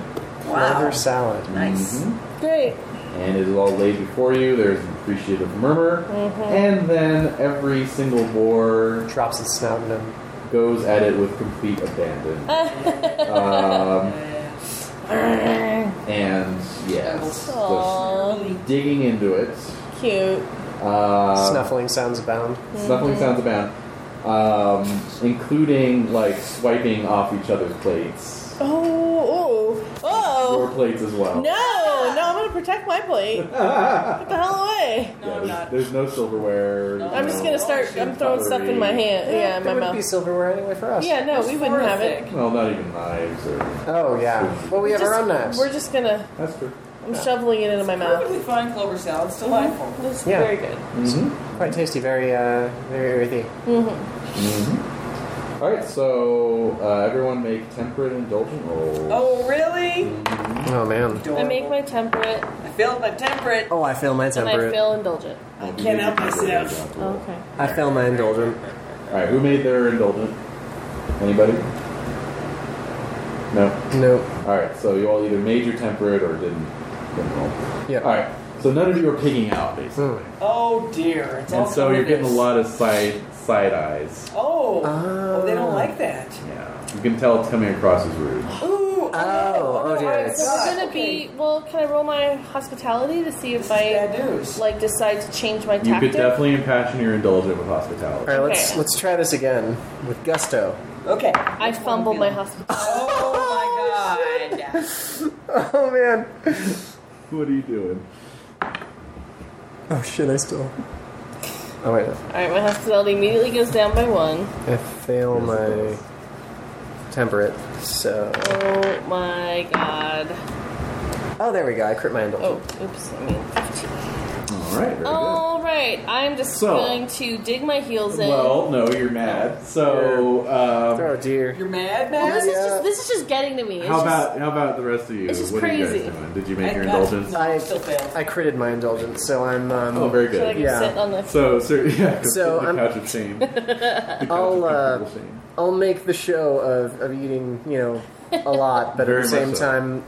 Speaker 4: Leather salad.
Speaker 8: Nice.
Speaker 1: Mhm.
Speaker 2: Great.
Speaker 1: and it is all laid before you. There's an appreciative murmur, and then every single boar
Speaker 4: Drops its snout in him.
Speaker 1: Um, goes at it with complete abandon.
Speaker 4: Uh-huh.
Speaker 1: um, and yes, just
Speaker 2: Aww,
Speaker 1: digging into it.
Speaker 2: cute.
Speaker 1: Uh,
Speaker 4: Snuffling sounds abound.
Speaker 1: Snuffling sounds abound, um, including like swiping off each other's plates.
Speaker 2: Oh, oh,
Speaker 1: Your
Speaker 2: oh!
Speaker 1: plates as well.
Speaker 2: No, no! I'm gonna protect my plate. Get the hell away!
Speaker 1: Yeah, there's, there's no silverware.
Speaker 3: No.
Speaker 2: I'm just
Speaker 1: no-
Speaker 2: gonna start. I'm throwing stuff in my hand. Yeah, in
Speaker 4: there
Speaker 2: my
Speaker 4: wouldn't be
Speaker 2: mouth.
Speaker 4: silverware anyway for us.
Speaker 2: Yeah, no, we wouldn't have it.
Speaker 1: Well, not even knives or.
Speaker 4: Oh yeah. Well, we have our own knives.
Speaker 2: We're just gonna.
Speaker 1: That's true.
Speaker 2: I'm shoveling it into my mouth.
Speaker 3: Perfectly fine clover salad. Still delightful.
Speaker 2: It's
Speaker 4: Yeah.
Speaker 2: very good.
Speaker 1: Mm-hmm.
Speaker 4: Quite tasty. Very, uh, very earthy.
Speaker 1: Mm-hmm. All right, so uh, everyone make temperate indulgent rolls.
Speaker 3: Oh really?
Speaker 1: Mhm.
Speaker 4: Oh man.
Speaker 2: I make my temperate
Speaker 3: I failed my temperate.
Speaker 4: Oh, I fail my
Speaker 2: and I feel indulgent.
Speaker 1: Well, you
Speaker 3: can't
Speaker 1: did
Speaker 3: help
Speaker 1: make your
Speaker 3: myself.
Speaker 1: indulgent roll.
Speaker 2: Okay.
Speaker 4: I fail my indulgent.
Speaker 1: All right, who made their indulgent? Anybody? No.
Speaker 4: No.
Speaker 1: All right, so you all either made your temperate or didn't. didn't roll.
Speaker 4: Yeah.
Speaker 1: All right, so none of you are picking out, basically,
Speaker 4: Hmm.
Speaker 3: Oh dear. It's all
Speaker 1: and so you're
Speaker 3: coverages.
Speaker 1: getting a lot of side side eyes.
Speaker 3: Oh.
Speaker 4: Ah.
Speaker 3: oh, they don't like that.
Speaker 1: Yeah, you can tell it's coming across as rude.
Speaker 3: Ooh.
Speaker 4: Oh, oh dear.
Speaker 2: Alright, so
Speaker 4: It's,
Speaker 2: we're gonna
Speaker 3: Okay.
Speaker 2: be. Well, can I roll my hospitality to see if
Speaker 3: This is bad
Speaker 2: I
Speaker 3: news.
Speaker 2: like decide to change my
Speaker 1: You could
Speaker 2: tactic?
Speaker 1: definitely impassion your indulgent with
Speaker 4: all
Speaker 1: hospitality.
Speaker 4: right, let's
Speaker 2: Okay.
Speaker 4: let's try this again with gusto.
Speaker 3: Okay.
Speaker 2: I fumbled my hospitality.
Speaker 3: Oh my god.
Speaker 4: Oh man.
Speaker 1: What are you doing?
Speaker 4: Oh shit! I still. Oh wait.
Speaker 2: All right, my hospitality immediately goes down by one.
Speaker 4: I fail my temperate. So.
Speaker 2: Oh my god.
Speaker 4: Oh, there we go. I crit my indulgent.
Speaker 2: Oh, oops. I mean, 15.
Speaker 1: All right, very good.
Speaker 2: All right, I'm just
Speaker 1: So-
Speaker 2: going to dig my heels in.
Speaker 1: Well, no, you're mad. So, um,
Speaker 4: Oh dear.
Speaker 3: You're mad
Speaker 2: Well,
Speaker 3: now.
Speaker 2: this is
Speaker 4: yeah.
Speaker 2: just this is just getting to me. It's
Speaker 1: how
Speaker 2: just,
Speaker 1: about how about the rest of you?
Speaker 2: it's just
Speaker 1: what are you
Speaker 2: crazy.
Speaker 1: guys doing? Did you
Speaker 3: I
Speaker 1: make your
Speaker 3: got-
Speaker 1: indulgence?
Speaker 3: No, I still failed.
Speaker 4: I critted my indulgence, so I'm. Um,
Speaker 1: Oh, very
Speaker 2: should I
Speaker 1: good.
Speaker 2: go
Speaker 4: Yeah.
Speaker 2: sit on the
Speaker 1: So, so yeah, go
Speaker 4: So,
Speaker 1: sit in the
Speaker 4: I'm-
Speaker 1: couch of shame. Oh, The couch
Speaker 4: I'll,
Speaker 1: of
Speaker 4: uh,
Speaker 1: comfortable shame.
Speaker 4: I'll make the show of, of eating, you know, a lot, but
Speaker 1: Very
Speaker 4: at the
Speaker 1: much
Speaker 4: same
Speaker 1: so.
Speaker 4: time,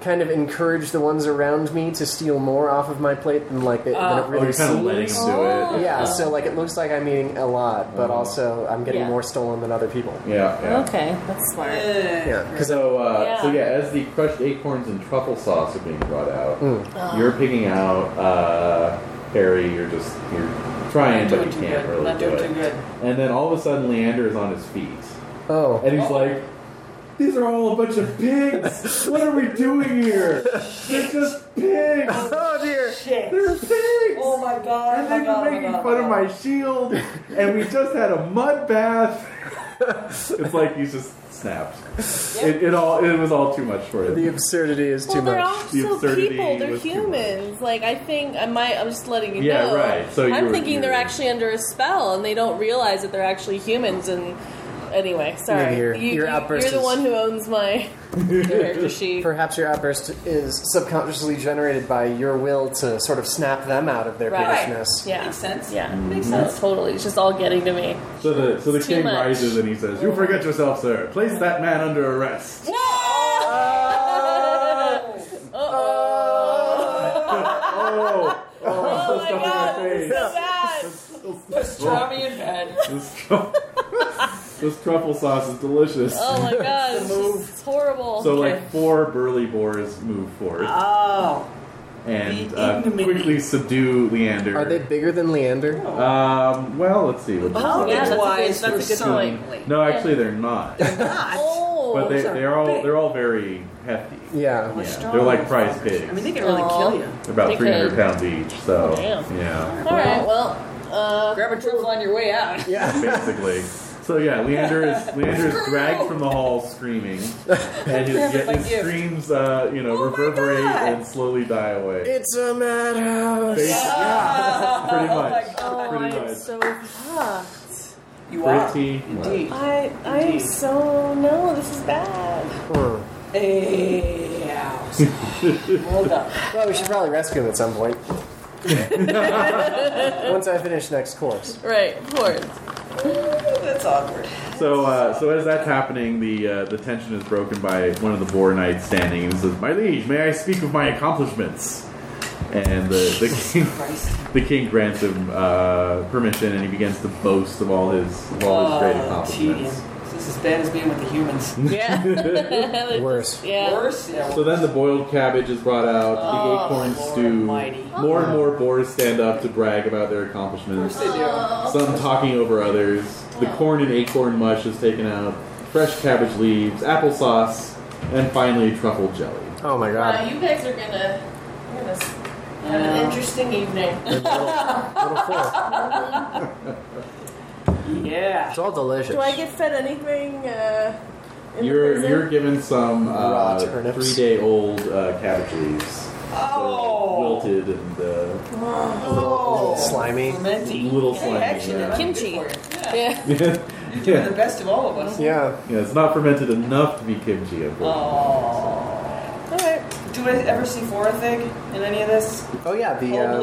Speaker 4: kind of encourage the ones around me to steal more off of my plate than like it, than
Speaker 3: Oh,
Speaker 4: it
Speaker 1: Oh,
Speaker 4: really
Speaker 1: you're kind of letting Oh.
Speaker 4: seems.
Speaker 1: him do it.
Speaker 4: Yeah, so like it looks like I'm eating a lot, but
Speaker 1: Uh-huh.
Speaker 4: also I'm getting
Speaker 2: Yeah.
Speaker 4: more stolen than other people.
Speaker 1: Yeah, yeah.
Speaker 2: Okay, that's smart.
Speaker 4: Yeah, because
Speaker 1: So, uh,
Speaker 2: Yeah.
Speaker 1: so yeah, as the crushed acorns and truffle sauce are being brought out, you're picking out uh, Harry. You're just you're trying,
Speaker 3: Not
Speaker 1: but
Speaker 3: doing
Speaker 1: you
Speaker 3: too
Speaker 1: can't
Speaker 3: good.
Speaker 1: really
Speaker 3: Not
Speaker 1: do
Speaker 3: doing
Speaker 1: it.
Speaker 3: too good.
Speaker 1: And then all of a sudden, Leander is on his feet,
Speaker 4: oh,
Speaker 1: and he's like, "These are all a bunch of pigs. what are we doing here? They're just pigs.
Speaker 4: oh dear,
Speaker 3: Shit.
Speaker 1: They're pigs."
Speaker 3: Oh my god.
Speaker 1: And
Speaker 3: oh my
Speaker 1: they've been
Speaker 3: god, oh
Speaker 1: making
Speaker 3: my god,
Speaker 1: fun
Speaker 3: oh
Speaker 1: of
Speaker 3: my
Speaker 1: my shield, and we just had a mud bath. it's like he's just snapped. It, it all it was all too much for
Speaker 4: The
Speaker 1: him.
Speaker 4: absurdity is
Speaker 2: Well,
Speaker 4: too
Speaker 2: they're
Speaker 1: The
Speaker 4: much.
Speaker 2: all still
Speaker 1: absurdity
Speaker 2: people. They're
Speaker 1: was too
Speaker 2: humans. Like I think I might. I'm just letting you
Speaker 1: Yeah,
Speaker 2: know.
Speaker 1: right. So
Speaker 2: I'm
Speaker 1: you're-
Speaker 2: thinking they're
Speaker 1: you're-
Speaker 2: actually under a spell and they don't realize that they're actually humans. And anyway, sorry.
Speaker 4: Maybe your-
Speaker 2: you,
Speaker 4: your
Speaker 2: you,
Speaker 4: outburst
Speaker 2: you're the
Speaker 4: is-
Speaker 2: one who owns my character sheet.
Speaker 4: Perhaps your outburst is subconsciously generated by your will to sort of snap them out of their
Speaker 2: Right.
Speaker 4: peevishness.
Speaker 2: Yeah.
Speaker 8: Makes sense.
Speaker 2: Yeah, makes sense. Totally, it's just all getting to me.
Speaker 1: So the so the
Speaker 2: It's too
Speaker 1: king
Speaker 2: much.
Speaker 1: rises and he says, "You forget yourself, sir. Place that man under arrest."
Speaker 2: No! Uh-oh.
Speaker 1: Oh, oh,
Speaker 2: Oh my
Speaker 1: stuff
Speaker 2: god,
Speaker 1: in my
Speaker 2: this is
Speaker 1: face.
Speaker 2: so bad.
Speaker 3: Draw me in bed.
Speaker 1: This, tru- this truffle sauce is delicious.
Speaker 2: Oh my god, it's, just, it's horrible.
Speaker 1: So
Speaker 2: Okay. Uh,
Speaker 1: like four burly boars move forward
Speaker 3: Oh.
Speaker 1: and
Speaker 3: the
Speaker 1: uh,
Speaker 3: ignominy.
Speaker 1: quickly subdue Leander.
Speaker 4: Are they bigger than Leander?
Speaker 1: Um, well, let's see. What
Speaker 3: Oh,
Speaker 1: does it
Speaker 2: yeah,
Speaker 1: say?
Speaker 2: that's a good,
Speaker 3: Wise
Speaker 2: that's a good point.
Speaker 1: No, actually, they're not.
Speaker 2: Oh,
Speaker 1: but they,
Speaker 3: those are
Speaker 1: they're all
Speaker 3: big.
Speaker 1: they're all very hefty.
Speaker 4: Yeah.
Speaker 1: Yeah,
Speaker 3: strong
Speaker 1: they're like
Speaker 3: and
Speaker 1: prize
Speaker 3: fast.
Speaker 1: pigs.
Speaker 8: I mean, they can really
Speaker 2: Aw.
Speaker 8: kill you.
Speaker 1: They're about
Speaker 2: They
Speaker 1: three hundred
Speaker 2: could.
Speaker 1: pounds each. So
Speaker 2: Damn.
Speaker 1: yeah,
Speaker 2: all right. Well, uh,
Speaker 8: Grab a truffle on your way out.
Speaker 4: Yeah.
Speaker 1: basically. So yeah, Leander is Leander is dragged from the hall screaming, and his, yet his screams uh,
Speaker 2: Oh,
Speaker 1: you know reverberate and slowly die away.
Speaker 4: It's a madhouse.
Speaker 1: Basi- yeah, pretty much.
Speaker 2: oh,
Speaker 1: pretty
Speaker 2: I'm
Speaker 1: much.
Speaker 2: so fucked.
Speaker 3: You are.
Speaker 1: Pretty much.
Speaker 3: Indeed.
Speaker 2: I I am so no. This is bad.
Speaker 4: Hmm.
Speaker 3: Hey, house. Hold up.
Speaker 4: Well, we should probably rescue him at some point. Once I finish next course.
Speaker 2: Right, of course.
Speaker 3: That's awkward.
Speaker 1: So, uh, so as that's happening, the uh, the tension is broken by one of the boar knights standing and says, "My liege, may I speak of my accomplishments?" And the the king, the king grants him uh, permission, and he begins to boast of all his of all his great
Speaker 3: Uh,
Speaker 1: accomplishments.
Speaker 3: Is this as bad as being with the humans?
Speaker 2: Yeah. They
Speaker 4: Worse.
Speaker 2: just- Yeah.
Speaker 3: Worse? Yeah.
Speaker 1: So then the boiled cabbage is brought out,
Speaker 3: Oh,
Speaker 1: the acorn
Speaker 3: Lord
Speaker 1: stew.
Speaker 3: almighty.
Speaker 1: More and more boars stand up to brag about their accomplishments.
Speaker 3: Of course they do.
Speaker 2: Oh.
Speaker 1: Some talking over others. The corn and acorn mush is taken out. Fresh cabbage leaves, applesauce, and finally truffle jelly.
Speaker 4: Oh my
Speaker 2: Wow,
Speaker 4: god.
Speaker 2: you guys are gonna, you're gonna s- have an
Speaker 3: Yeah.
Speaker 2: interesting evening.
Speaker 4: Little four.
Speaker 3: yeah.
Speaker 4: It's all delicious.
Speaker 2: Do I get fed anything? Uh, in the
Speaker 1: You're
Speaker 2: prison?
Speaker 1: you're given some
Speaker 4: Raw
Speaker 1: uh,
Speaker 4: turnips.
Speaker 1: three day old uh, cabbage leaves.
Speaker 3: Oh.
Speaker 1: They're wilted and uh,
Speaker 4: a little, a little slimy?
Speaker 1: a
Speaker 3: Fermenty.
Speaker 1: little
Speaker 3: Hey, actually,
Speaker 1: slimy.
Speaker 3: that might be good
Speaker 2: Kimchi.
Speaker 3: for you. Yeah.
Speaker 2: yeah.
Speaker 1: Yeah.
Speaker 3: You're the
Speaker 1: yeah.
Speaker 3: best of all of us.
Speaker 4: Yeah.
Speaker 1: Yeah, it's not fermented enough to be kimchi, unfortunately.
Speaker 3: Oh.
Speaker 2: All right.
Speaker 3: Do I ever see Forathig in any of this?
Speaker 4: Oh yeah, the
Speaker 3: Old
Speaker 4: uh,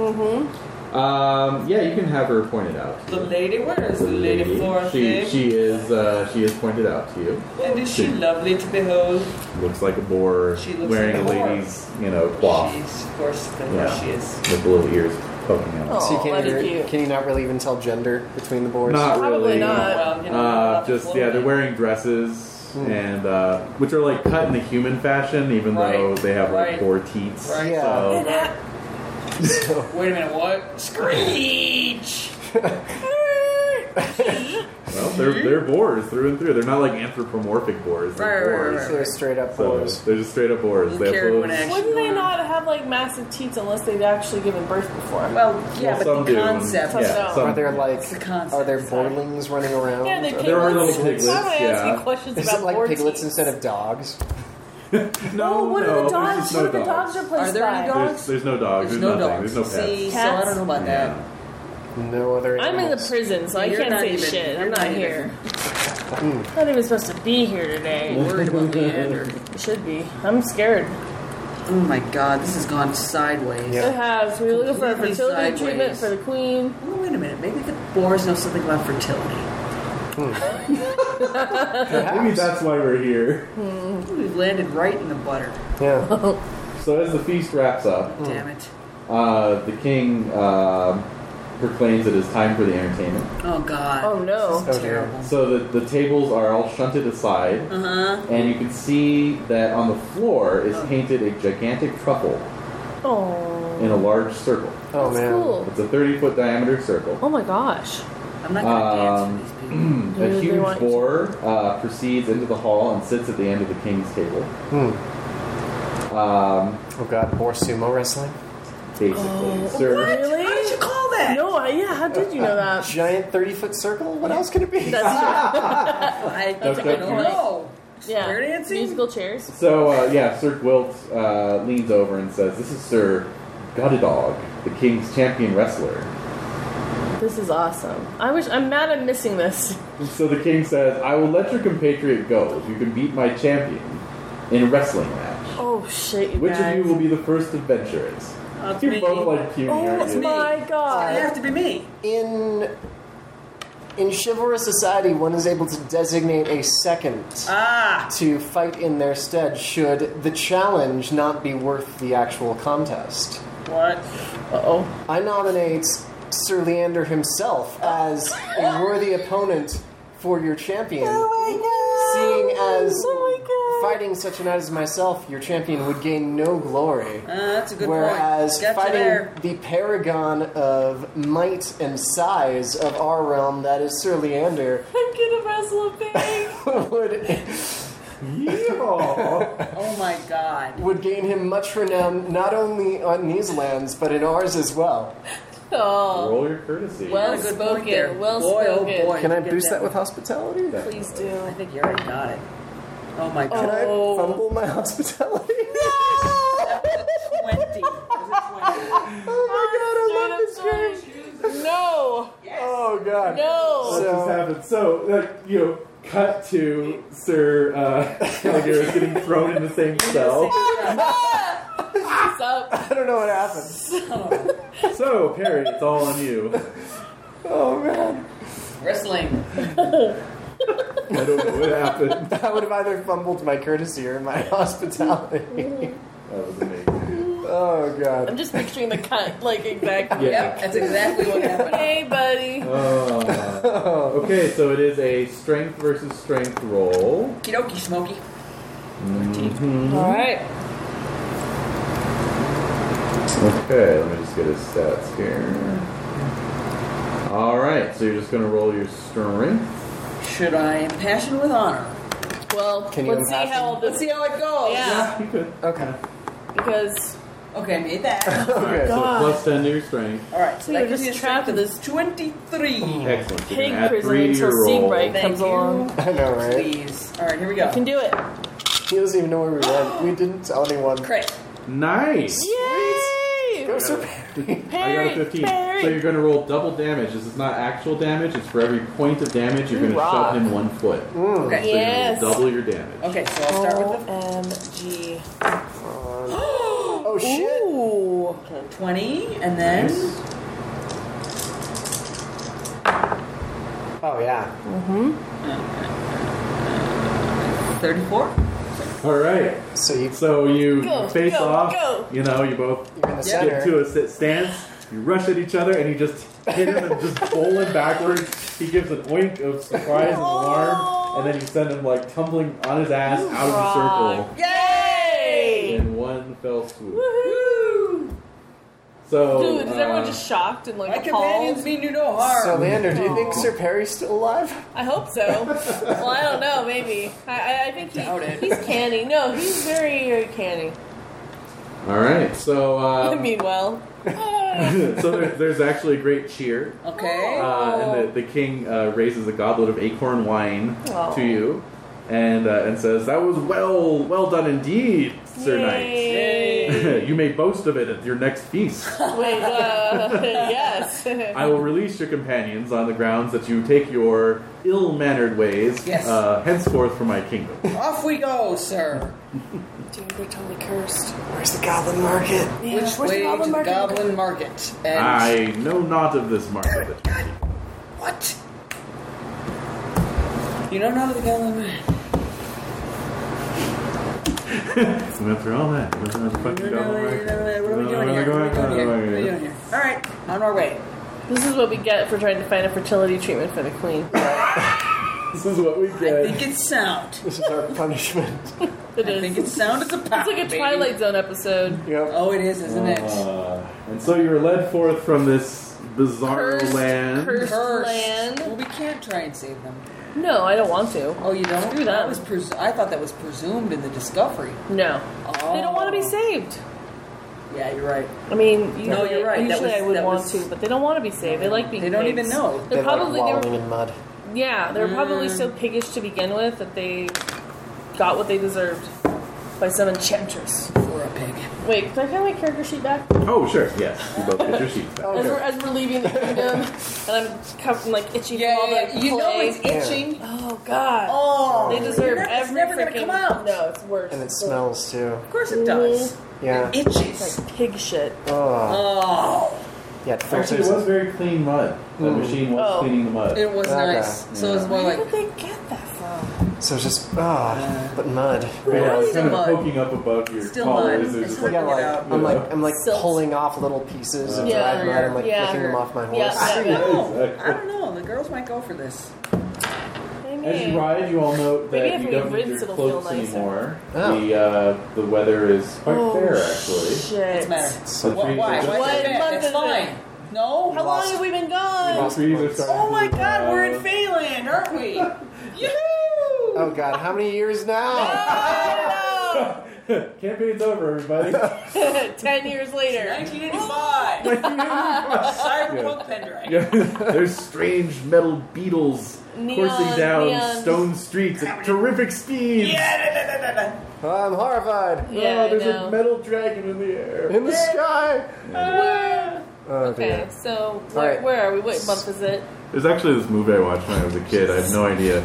Speaker 3: blue?
Speaker 2: Mm-hmm.
Speaker 1: Um, yeah, you can have her pointed out.
Speaker 3: Oh. The lady? Where is the lady
Speaker 1: She,
Speaker 3: Forathig?
Speaker 1: she is uh, she is pointed out to you.
Speaker 3: and is she lovely to behold?
Speaker 1: Looks like a boar
Speaker 3: She looks
Speaker 1: wearing
Speaker 3: like
Speaker 1: a
Speaker 3: a boar.
Speaker 1: lady's you know cloth
Speaker 3: She's, of course, the
Speaker 1: Yeah.
Speaker 3: she is.
Speaker 1: with little ears poking out.
Speaker 4: so you
Speaker 2: Oh,
Speaker 4: can't
Speaker 2: that'd be
Speaker 4: either-
Speaker 2: cute.
Speaker 4: can you not really even tell gender between the boards?
Speaker 1: Not
Speaker 2: Probably
Speaker 1: really.
Speaker 2: not.
Speaker 3: Well, you know,
Speaker 1: Uh,
Speaker 3: not
Speaker 1: just
Speaker 3: the
Speaker 1: yeah, they're
Speaker 3: floor.
Speaker 1: wearing dresses
Speaker 4: Hmm.
Speaker 1: and uh, which are like cut in the human fashion, even
Speaker 3: Right.
Speaker 1: though they have like
Speaker 3: Right.
Speaker 1: boar teats.
Speaker 3: Right.
Speaker 4: Yeah.
Speaker 1: So
Speaker 4: So,
Speaker 3: Wait a minute, what? Screech!
Speaker 1: well, they're they're boars through and through. They're not like anthropomorphic boars. They're
Speaker 8: Right, right, right,
Speaker 1: boars.
Speaker 8: right.
Speaker 4: they're straight up
Speaker 1: So
Speaker 4: boars.
Speaker 1: they're just straight up boars. They have
Speaker 8: Carry one
Speaker 1: little-
Speaker 8: action.
Speaker 2: Wouldn't they not have like massive teats unless they've actually given birth before?
Speaker 8: Well, yeah,
Speaker 1: Well, some
Speaker 8: but the
Speaker 1: do.
Speaker 8: concept.
Speaker 1: Yeah,
Speaker 2: No.
Speaker 1: some-
Speaker 4: Are there like
Speaker 8: It's the concept.
Speaker 4: are there boilings running around?
Speaker 2: yeah, they
Speaker 4: Are
Speaker 2: piglets.
Speaker 1: there are little
Speaker 2: Why am I
Speaker 1: piglets,
Speaker 2: asking
Speaker 1: yeah.
Speaker 2: questions
Speaker 4: is
Speaker 2: about
Speaker 4: it like
Speaker 2: boar
Speaker 4: piglets
Speaker 2: teats?
Speaker 4: instead of dogs?
Speaker 1: No,
Speaker 2: Oh, what
Speaker 1: no,
Speaker 2: are the
Speaker 1: there's
Speaker 2: dogs?
Speaker 1: just
Speaker 2: What
Speaker 1: no
Speaker 2: are the dogs replaced
Speaker 8: Are there
Speaker 2: by?
Speaker 8: any
Speaker 1: There's, there's no dogs.
Speaker 8: There's,
Speaker 1: There's,
Speaker 8: no
Speaker 1: nothing.
Speaker 8: dogs.
Speaker 1: There's no pets.
Speaker 8: See, so I
Speaker 2: Cats?
Speaker 8: don't know about that.
Speaker 4: No other.
Speaker 2: I'm in the
Speaker 4: animals.
Speaker 2: prison, so I
Speaker 8: You're
Speaker 2: can't
Speaker 8: not
Speaker 2: say
Speaker 8: even-
Speaker 2: shit.
Speaker 8: you're
Speaker 2: I'm not
Speaker 8: not even-
Speaker 2: here. I'm not even supposed to be here today.
Speaker 8: Worried about Leander.
Speaker 2: I should be. I'm scared.
Speaker 8: Oh my god, this has gone sideways.
Speaker 4: Yeah.
Speaker 2: It has. We were looking for a
Speaker 8: Completely
Speaker 2: fertility treatment
Speaker 8: sideways.
Speaker 2: for the queen.
Speaker 8: Oh, wait a minute. Maybe the boars know something about fertility.
Speaker 1: Maybe that's why we're here.
Speaker 8: We've landed right in the butter.
Speaker 4: Yeah.
Speaker 1: So as the feast wraps up,
Speaker 8: Damn it.
Speaker 1: uh, the king uh, proclaims it is time for the entertainment.
Speaker 8: Oh god.
Speaker 2: Oh no.
Speaker 4: Oh dear.
Speaker 8: Terrible.
Speaker 1: So the, the tables are all shunted aside,
Speaker 8: Uh-huh.
Speaker 1: and you can see that on the floor is painted a gigantic truffle
Speaker 2: Oh.
Speaker 1: in a large circle.
Speaker 4: Oh
Speaker 2: That's
Speaker 4: man.
Speaker 2: cool.
Speaker 1: It's a 30 foot diameter circle.
Speaker 2: Oh my gosh.
Speaker 8: I'm not
Speaker 1: Um,
Speaker 8: gonna dance with these people.
Speaker 2: They
Speaker 1: a
Speaker 2: really
Speaker 1: huge
Speaker 2: want-
Speaker 1: boar uh, proceeds into the hall and sits at the end of the king's table.
Speaker 4: Hmm.
Speaker 1: Um,
Speaker 4: Oh god, boar sumo wrestling.
Speaker 1: basically, served
Speaker 2: Really?
Speaker 8: How did you call that?
Speaker 2: No, I, yeah, how How did you know that?
Speaker 4: Giant 30 foot circle? What else could it be?
Speaker 2: That's
Speaker 3: I,
Speaker 1: That's
Speaker 3: I
Speaker 1: good.
Speaker 3: don't know.
Speaker 2: true. yeah.
Speaker 3: Square dancing?
Speaker 2: Musical chairs.
Speaker 1: So uh, yeah, Sir Gwilt uh, leans over and says, "This is Sir Gutadog, the king's champion wrestler."
Speaker 2: This is awesome. I wish I'm mad I'm missing this.
Speaker 1: So the king says, "I will let your compatriot go if you can beat my champion in a wrestling match.
Speaker 2: Oh shit, you
Speaker 1: Which
Speaker 2: guys.
Speaker 1: of you will be the first adventurers?"
Speaker 3: That's
Speaker 1: You're
Speaker 3: me.
Speaker 1: both like puny, aren't
Speaker 2: oh
Speaker 1: you?
Speaker 2: my
Speaker 3: It'd
Speaker 2: god.
Speaker 3: have to be me.
Speaker 4: In in chivalrous society, one is able to designate a second
Speaker 3: Ah,
Speaker 4: to fight in their stead should the challenge not be worth the actual contest.
Speaker 3: what? Ah,
Speaker 2: Uh oh.
Speaker 4: I nominate Sir Leander himself as a worthy opponent for your champion.
Speaker 3: Oh
Speaker 4: Seeing as
Speaker 2: Oh my god.
Speaker 4: fighting such a knight as myself, your champion would gain no glory.
Speaker 3: Uh, that's a good
Speaker 4: Whereas
Speaker 3: point. Got you
Speaker 4: fighting
Speaker 3: there.
Speaker 4: the paragon of might and size of our realm, that is Sir Leander,
Speaker 2: I'm gonna wrestle a pig.
Speaker 4: would
Speaker 1: Yeehaw.
Speaker 3: Oh my god.
Speaker 4: would gain him much renown not only on these lands but in ours as well.
Speaker 2: Oh.
Speaker 1: Roll your courtesy.
Speaker 2: Well
Speaker 3: Got a good point
Speaker 2: spoken.
Speaker 3: there.
Speaker 2: Well
Speaker 3: Boy, oh
Speaker 2: spoken.
Speaker 3: boy,
Speaker 4: Can I
Speaker 3: you get
Speaker 4: boost that with hospitality? Can
Speaker 2: Please
Speaker 3: I
Speaker 2: do.
Speaker 3: think you already got it. Oh my god.
Speaker 4: I
Speaker 2: Oh.
Speaker 4: fumble my hospitality?
Speaker 3: That was a 20. That was a 20.
Speaker 4: Oh my god, I love this game.
Speaker 2: No.
Speaker 4: Oh
Speaker 1: What
Speaker 4: god.
Speaker 2: No.
Speaker 4: So-
Speaker 1: just happened? So, like, you know, cut to Sir uh, Caligari getting thrown in the same cell.
Speaker 2: Oh. What's up?
Speaker 4: I don't know what happened.
Speaker 1: So, Perry, it's all on you.
Speaker 4: Oh man.
Speaker 3: Wrestling.
Speaker 1: I don't know what happened.
Speaker 4: I would have either fumbled my courtesy or my hospitality.
Speaker 1: That was amazing.
Speaker 4: oh god.
Speaker 2: I'm just picturing the cunt like exactly.
Speaker 3: Yep, that's exactly what happened.
Speaker 2: Hey, buddy.
Speaker 1: Uh, okay, so it is a strength versus strength roll.
Speaker 3: Okie dokie, Smokey.
Speaker 2: All right.
Speaker 1: Okay, let me just get his stats here. All right, so you're just gonna roll your strength.
Speaker 3: Should I impassion with honor?
Speaker 2: Well,
Speaker 4: Can you
Speaker 2: let's see
Speaker 4: unpack
Speaker 2: how all this.
Speaker 3: Let's see how it goes.
Speaker 2: Yeah,
Speaker 1: You could.
Speaker 4: Okay.
Speaker 2: because
Speaker 3: Okay, I made that.
Speaker 1: All right, so
Speaker 2: God.
Speaker 1: plus ten to your strength.
Speaker 3: All right, so
Speaker 2: We were
Speaker 3: that gives
Speaker 2: just
Speaker 3: me a
Speaker 2: trapped
Speaker 3: strength of
Speaker 2: in
Speaker 3: this 23.
Speaker 1: Excellent. You're gonna
Speaker 2: pig
Speaker 1: add
Speaker 2: prison
Speaker 1: three to
Speaker 2: until
Speaker 1: your roll.
Speaker 2: Seabright
Speaker 3: Thank
Speaker 2: comes
Speaker 3: you.
Speaker 2: along.
Speaker 4: I know, right?
Speaker 3: Please. All right, here we go.
Speaker 2: Can do it.
Speaker 4: He doesn't even know where we went. We didn't tell anyone.
Speaker 3: Crit.
Speaker 1: Nice.
Speaker 2: Yay!
Speaker 4: Go Sir Perry.
Speaker 1: I got
Speaker 2: Parry,
Speaker 1: a 15.
Speaker 2: parry.
Speaker 1: So you're going to roll double damage. This is not actual damage. It's for every point of damage, you're going
Speaker 2: You
Speaker 1: to
Speaker 2: rock.
Speaker 1: shove him one foot.
Speaker 3: Okay.
Speaker 1: So you're gonna
Speaker 2: Yes.
Speaker 1: roll double your damage.
Speaker 3: Okay, so I'll start with
Speaker 2: OMG.
Speaker 4: Oh shit.
Speaker 2: Ooh.
Speaker 3: the 20, and then
Speaker 1: Nice.
Speaker 4: Oh yeah.
Speaker 3: 34.
Speaker 1: All right.
Speaker 4: So you
Speaker 1: So you
Speaker 2: Go,
Speaker 1: face
Speaker 2: go,
Speaker 1: off.
Speaker 2: go.
Speaker 1: You know, you both
Speaker 4: you're in the
Speaker 1: get
Speaker 4: center.
Speaker 1: to a sit stance. You rush at each other, and you just hit him and just bowl him backwards. He gives a oink of surprise and alarm, and then you send him like tumbling on his ass out of the circle
Speaker 2: Yay!
Speaker 1: in one fell swoop.
Speaker 2: Woohoo!
Speaker 1: So
Speaker 2: Dude, is everyone
Speaker 1: uh,
Speaker 2: just shocked and like
Speaker 3: My companions
Speaker 2: appalled?
Speaker 3: mean you no harm.
Speaker 4: So Leander, do you think Sir Perry's still alive?
Speaker 2: I hope so. well, I don't know. Maybe. I, I, I think he,
Speaker 3: Doubt it.
Speaker 2: he's canny. No, he's very, very canny.
Speaker 1: all right. So
Speaker 2: I
Speaker 1: um,
Speaker 2: mean, well.
Speaker 1: so there, there's actually a great cheer,
Speaker 3: okay.
Speaker 1: uh, and the, the king uh, raises a goblet of acorn wine
Speaker 2: Oh.
Speaker 1: to you, and uh, and says, "That was well, well done indeed, Sir
Speaker 2: Yay.
Speaker 1: Knight. you may boast of it at your next feast.
Speaker 2: Wait, uh, yes.
Speaker 1: I will release your companions on the grounds that you take your ill-mannered ways
Speaker 3: Yes.
Speaker 1: uh, henceforth from my kingdom."
Speaker 3: Off we go, sir.
Speaker 2: Dude, we're totally cursed.
Speaker 4: Where's the goblin market?
Speaker 3: Which way to the Goblin Market? And
Speaker 1: I know not of this market.
Speaker 3: God, what? You don't know the Goblin Market?
Speaker 1: We went through all that. We went through the fucking
Speaker 3: What
Speaker 1: goblin market.
Speaker 3: are we doing here? What are we doing here? What are we doing here? All right, on our way.
Speaker 2: This is what we get for trying to find a fertility treatment for the queen.
Speaker 1: This is what we
Speaker 3: I
Speaker 1: get.
Speaker 3: think it's sound.
Speaker 4: This is our punishment.
Speaker 2: It
Speaker 3: I
Speaker 2: is.
Speaker 3: think it's sound as a
Speaker 2: It's
Speaker 3: pop.
Speaker 2: like a
Speaker 3: baby.
Speaker 2: Twilight Zone episode.
Speaker 4: Yep.
Speaker 3: Oh, it is, isn't it?
Speaker 1: Uh, and so you were led forth from this bizarre
Speaker 2: Cursed,
Speaker 1: land.
Speaker 2: cursed
Speaker 3: Cursed. Well,
Speaker 2: land.
Speaker 3: we can't try and save them.
Speaker 2: No, I don't want to.
Speaker 3: Oh, you don't?
Speaker 2: Screw that.
Speaker 3: was pres- I thought that was presumed in the discovery.
Speaker 2: No.
Speaker 3: Oh.
Speaker 2: They don't want to be saved.
Speaker 3: Yeah, you're right.
Speaker 2: I mean, usually,
Speaker 3: No, you're right. That
Speaker 2: usually
Speaker 3: was-
Speaker 2: I would
Speaker 3: that
Speaker 2: want
Speaker 3: was-
Speaker 2: to, but they don't want to be saved. They like being.
Speaker 3: They don't
Speaker 2: pigs.
Speaker 3: even know.
Speaker 2: They're,
Speaker 4: They're
Speaker 2: probably
Speaker 4: like
Speaker 2: they
Speaker 4: wallowing
Speaker 2: were,
Speaker 4: in mud.
Speaker 2: yeah. They're probably so
Speaker 3: Mm.
Speaker 2: piggish to begin with that they got what they deserved by some enchantress.
Speaker 3: For a pig.
Speaker 2: Wait, can I have my character sheet back?
Speaker 1: Oh, sure. Yes. You both get your sheets back.
Speaker 3: Oh.
Speaker 2: As, we're, as we're leaving the kingdom, and I'm covered, like itchy from all the
Speaker 3: You know
Speaker 2: clay.
Speaker 3: it's itching.
Speaker 2: oh God.
Speaker 3: Oh,
Speaker 2: They deserve
Speaker 3: You're not- it's
Speaker 2: every
Speaker 3: never gonna
Speaker 2: freaking.
Speaker 3: come out.
Speaker 2: No, it's worse.
Speaker 4: And it
Speaker 2: It's
Speaker 4: smells too.
Speaker 3: of course it does.
Speaker 4: Yeah.
Speaker 3: It itches.
Speaker 2: like pig shit.
Speaker 4: Oh.
Speaker 3: Oh,
Speaker 4: Yeah, it
Speaker 1: Actually, it
Speaker 4: filters.
Speaker 1: was very clean mud. The
Speaker 4: Mm.
Speaker 1: machine was
Speaker 2: Oh.
Speaker 1: cleaning the mud.
Speaker 3: it was
Speaker 4: Okay.
Speaker 3: nice. So it was more
Speaker 2: Where
Speaker 3: like
Speaker 2: did they get that from?
Speaker 4: So it's just, ah, but mud.
Speaker 1: Yeah, it's
Speaker 3: Still
Speaker 1: kind of
Speaker 3: mud.
Speaker 1: poking up above your
Speaker 3: Still
Speaker 1: collars.
Speaker 3: mud.
Speaker 1: It's
Speaker 3: It's
Speaker 1: just like,
Speaker 3: not
Speaker 4: Yeah, like,
Speaker 3: out.
Speaker 4: I'm like,
Speaker 1: Yeah.
Speaker 4: I'm like
Speaker 2: Silks.
Speaker 4: pulling off little pieces of
Speaker 2: Yeah.
Speaker 4: dried mud. I'm like
Speaker 2: Yeah.
Speaker 4: picking them off my horse.
Speaker 2: Yeah.
Speaker 3: I don't know.
Speaker 1: Exactly.
Speaker 3: I don't know. The girls might go for this.
Speaker 1: As you ride, you all note
Speaker 2: Maybe
Speaker 1: that
Speaker 2: if
Speaker 1: you
Speaker 2: we
Speaker 1: don't need
Speaker 2: rinse,
Speaker 1: your
Speaker 2: it'll feel
Speaker 1: cloaks
Speaker 2: nicer.
Speaker 1: anymore.
Speaker 4: Oh.
Speaker 1: The uh, the weather is quite
Speaker 2: oh,
Speaker 1: fair, actually.
Speaker 2: Shit.
Speaker 3: What's the matter?
Speaker 1: So
Speaker 3: Why? Why?
Speaker 1: trees
Speaker 3: Why
Speaker 1: are
Speaker 3: is
Speaker 1: just-
Speaker 2: What
Speaker 3: it bad?
Speaker 2: month
Speaker 3: It's
Speaker 2: is it?
Speaker 3: fine. No.
Speaker 2: How long have we been gone?
Speaker 4: Lost
Speaker 1: trees are
Speaker 4: books.
Speaker 1: starting
Speaker 3: Oh my
Speaker 1: to,
Speaker 3: God, we're
Speaker 1: uh,
Speaker 3: in Feyland, aren't we?
Speaker 4: Oh god, how many years now?
Speaker 1: Campaign's over, everybody.
Speaker 2: Ten years later.
Speaker 3: 1985. Cyberpunk pendrive.
Speaker 1: Yeah. There's strange metal beetles coursing
Speaker 2: Neon,
Speaker 1: down
Speaker 2: neons.
Speaker 1: stone streets at terrific speeds.
Speaker 3: Yeah, da, da, da, da, da.
Speaker 4: I'm horrified.
Speaker 2: Yeah,
Speaker 1: oh, there's
Speaker 2: I know.
Speaker 1: a metal dragon in the air.
Speaker 4: In the sky. Oh
Speaker 2: okay,
Speaker 4: dear.
Speaker 2: so where,
Speaker 4: right.
Speaker 2: where are we? What month is it?
Speaker 1: There's actually this movie I watched when I was a kid. I have no idea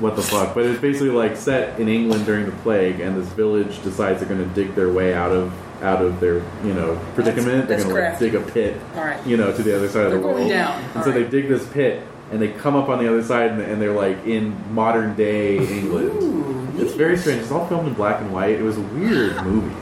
Speaker 1: what the fuck, but it's basically like set in England during the plague, and this village decides they're going to dig their way out of out of their you know predicament.
Speaker 3: That's- that's
Speaker 1: they're going to
Speaker 3: correct.
Speaker 1: dig a pit,
Speaker 3: All right.
Speaker 1: you know, to the other side of the
Speaker 3: They're going
Speaker 1: world.
Speaker 3: down.
Speaker 1: And
Speaker 3: All
Speaker 1: so they
Speaker 3: right.
Speaker 1: dig this pit, and they come up on the other side, and, and they're like in modern day England. it's very strange. It's all filmed in black and white. It was a weird movie,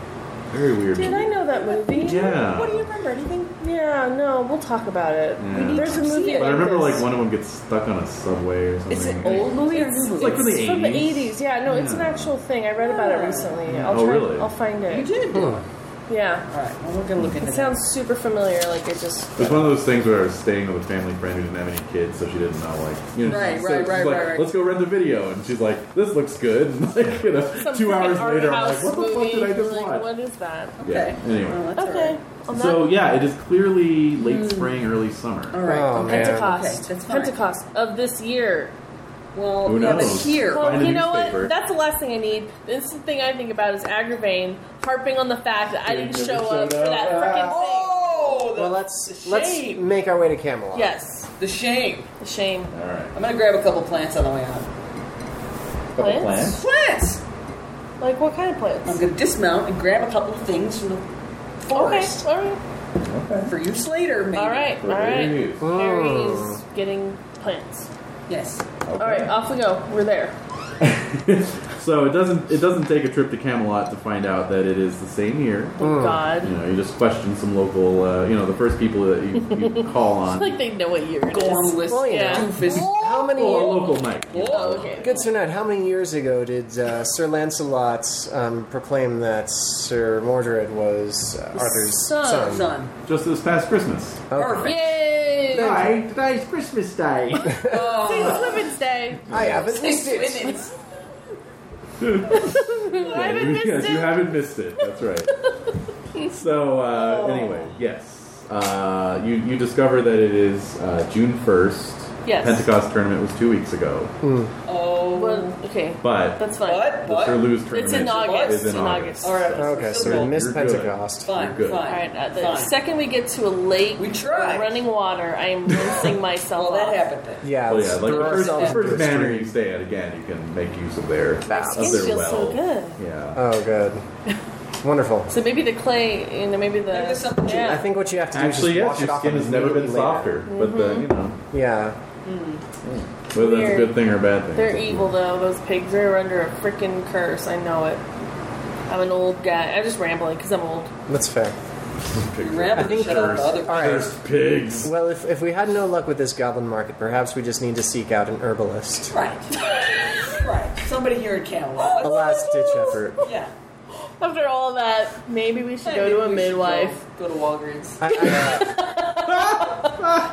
Speaker 1: very weird.
Speaker 2: Did
Speaker 1: movie.
Speaker 2: I know that movie?
Speaker 1: Yeah.
Speaker 3: What do you remember? Anything?
Speaker 2: Yeah, no, we'll talk about it.
Speaker 1: Yeah.
Speaker 2: There's a movie.
Speaker 1: But I remember like one of them gets stuck on a subway or something.
Speaker 9: Is it
Speaker 1: I think.
Speaker 9: old movie or new
Speaker 1: It's
Speaker 9: movie?
Speaker 1: like from the 80s.
Speaker 2: From the 80s, yeah, no, it's an
Speaker 1: Yeah.
Speaker 2: actual thing. I read about it recently. I'll
Speaker 1: Oh,
Speaker 2: try,
Speaker 1: really?
Speaker 2: I'll find it.
Speaker 3: You did. All
Speaker 2: Yeah.
Speaker 3: right. Well, we're gonna look into
Speaker 2: It sounds super familiar, like it just.
Speaker 1: It was one of those things where I was staying with a family friend who didn't have any kids, so she didn't know, like, you know,
Speaker 3: Right,
Speaker 1: so
Speaker 3: right,
Speaker 1: she's
Speaker 3: right,
Speaker 1: like,
Speaker 3: right, right.
Speaker 1: Let's go rent the video, and she's like, "This looks good." And like, you know,
Speaker 2: Some
Speaker 1: two
Speaker 2: freaking
Speaker 1: hours
Speaker 2: art
Speaker 1: later, I'm
Speaker 2: house
Speaker 1: like, "What the
Speaker 2: movie.
Speaker 1: fuck did I just
Speaker 2: like,
Speaker 1: watch?"
Speaker 2: What is that?
Speaker 3: that.
Speaker 1: Yeah,
Speaker 3: Okay.
Speaker 1: anyway.
Speaker 3: Well, that's all
Speaker 2: Okay.
Speaker 3: right.
Speaker 2: On
Speaker 1: So
Speaker 2: that-
Speaker 1: yeah, it is clearly late spring, early summer.
Speaker 3: All right.
Speaker 4: Oh,
Speaker 3: okay.
Speaker 4: man.
Speaker 2: Pentecost.
Speaker 3: Okay, that's fine.
Speaker 2: Pentecost of this year.
Speaker 3: Well,
Speaker 1: Who
Speaker 3: yeah, but
Speaker 1: knows?
Speaker 3: here.
Speaker 1: Well, Find
Speaker 2: Well,
Speaker 1: a
Speaker 2: you know
Speaker 1: newspaper.
Speaker 2: what? That's the last thing I need. The instant thing I think about is Agravain harping on the fact that I
Speaker 1: Dude,
Speaker 2: didn't
Speaker 1: never
Speaker 2: show
Speaker 1: showed
Speaker 2: up for
Speaker 1: up.
Speaker 2: that freaking thing.
Speaker 3: Oh, the,
Speaker 4: Well, let's
Speaker 3: the
Speaker 4: let's
Speaker 3: shame.
Speaker 4: make our way to Camelot.
Speaker 2: Yes,
Speaker 3: the shame.
Speaker 2: a shame.
Speaker 1: All right,
Speaker 3: I'm gonna grab a couple plants on the way out.
Speaker 1: couple
Speaker 2: Plants?
Speaker 1: plants.
Speaker 3: Plants.
Speaker 2: Like what kind of
Speaker 3: I'm
Speaker 2: plants?
Speaker 3: gonna dismount and grab a couple of things from the
Speaker 2: Okay,
Speaker 3: forest
Speaker 2: all right,
Speaker 1: Okay.
Speaker 3: for use later. Maybe.
Speaker 2: all right, all
Speaker 1: For
Speaker 2: right.
Speaker 1: you.
Speaker 2: Harry is getting plants.
Speaker 3: Yes.
Speaker 2: All right, off we go. We're there.
Speaker 1: So it doesn't it doesn't take a trip to Camelot to find out that it is the same year.
Speaker 2: Oh
Speaker 1: You
Speaker 2: God,
Speaker 1: know, you just question some local, uh, you know, the first people that you, you call on.
Speaker 2: like they know what year it
Speaker 3: Go
Speaker 2: is.
Speaker 3: on list.
Speaker 4: Well, yeah.
Speaker 3: Doofus.
Speaker 4: How many?
Speaker 1: Well, a local mic.
Speaker 2: Oh, okay.
Speaker 4: Good to know. How many years ago did uh, Sir Lancelot um, proclaim that Sir Mordred was uh, Arthur's
Speaker 2: son.
Speaker 4: son?
Speaker 3: Son.
Speaker 1: Just this past Christmas.
Speaker 4: Okay.
Speaker 3: Perfect.
Speaker 2: Yay!
Speaker 1: Hi, today's Christmas Day.
Speaker 3: Oh,
Speaker 2: It's Women's Day.
Speaker 4: I haven't missed it.
Speaker 3: Women's.
Speaker 2: I haven't missed
Speaker 1: yes,
Speaker 2: it.
Speaker 1: you haven't missed it. That's right. so uh,
Speaker 2: Oh.
Speaker 1: anyway, yes, uh, you you discover that it is uh, June first.
Speaker 2: Yes.
Speaker 1: Pentecost tournament was two weeks ago,
Speaker 3: Oh.
Speaker 2: Well, okay,
Speaker 1: but
Speaker 2: that's fine.
Speaker 3: What?
Speaker 1: the
Speaker 3: What?
Speaker 1: Sir Lewis tournament
Speaker 2: It's in August.
Speaker 1: Is in, August.
Speaker 3: All right.
Speaker 4: Okay, so
Speaker 3: Well,
Speaker 4: we missed
Speaker 1: you're good.
Speaker 4: Pentecost.
Speaker 3: Fine,
Speaker 1: You're good.
Speaker 3: fine.
Speaker 2: All right. Uh, the
Speaker 3: fine.
Speaker 2: second we get to a lake
Speaker 3: We
Speaker 2: with
Speaker 3: tried.
Speaker 2: running water, I am rinsing myself
Speaker 3: well, that
Speaker 2: off.
Speaker 3: happened then.
Speaker 4: Yeah,
Speaker 1: Well,
Speaker 4: let's
Speaker 1: Oh, yeah, like
Speaker 4: throw
Speaker 1: the first,
Speaker 4: ourselves
Speaker 1: the first
Speaker 4: into a
Speaker 1: manor you
Speaker 4: stream.
Speaker 1: stay at again, you can make use of their
Speaker 2: My
Speaker 1: of
Speaker 2: skin
Speaker 1: their
Speaker 2: feels
Speaker 1: well.
Speaker 2: so good.
Speaker 1: Yeah.
Speaker 4: Oh, good. Wonderful.
Speaker 2: So maybe the clay, you know, maybe the
Speaker 3: Maybe there's something to it.
Speaker 2: yeah.
Speaker 4: I think what you have to do
Speaker 1: Actually,
Speaker 4: is just wash
Speaker 1: yes,
Speaker 4: it
Speaker 1: your
Speaker 4: off
Speaker 1: skin
Speaker 4: and
Speaker 1: has never been
Speaker 4: immediately
Speaker 1: softer, but the you know
Speaker 4: later. Yeah.
Speaker 1: whether that's a
Speaker 2: Weird.
Speaker 1: good thing or a bad thing.
Speaker 2: They're evil though. Those pigs are under a freaking curse. I know it. I'm an old guy. I'm just rambling because I'm old.
Speaker 4: That's fair.
Speaker 3: You rambled
Speaker 4: I think-
Speaker 3: shut up the other
Speaker 4: All right.
Speaker 1: There's pigs.
Speaker 4: Well, if, if we had no luck with this goblin market, perhaps we just need to seek out an herbalist.
Speaker 3: Right. right. Somebody here in Camelot.
Speaker 4: A last ditch effort.
Speaker 3: Yeah.
Speaker 2: After all that, maybe we should go
Speaker 3: Maybe
Speaker 2: to a
Speaker 3: we should
Speaker 2: midwife.
Speaker 3: Go, go to Walgreens.
Speaker 4: I, uh, I,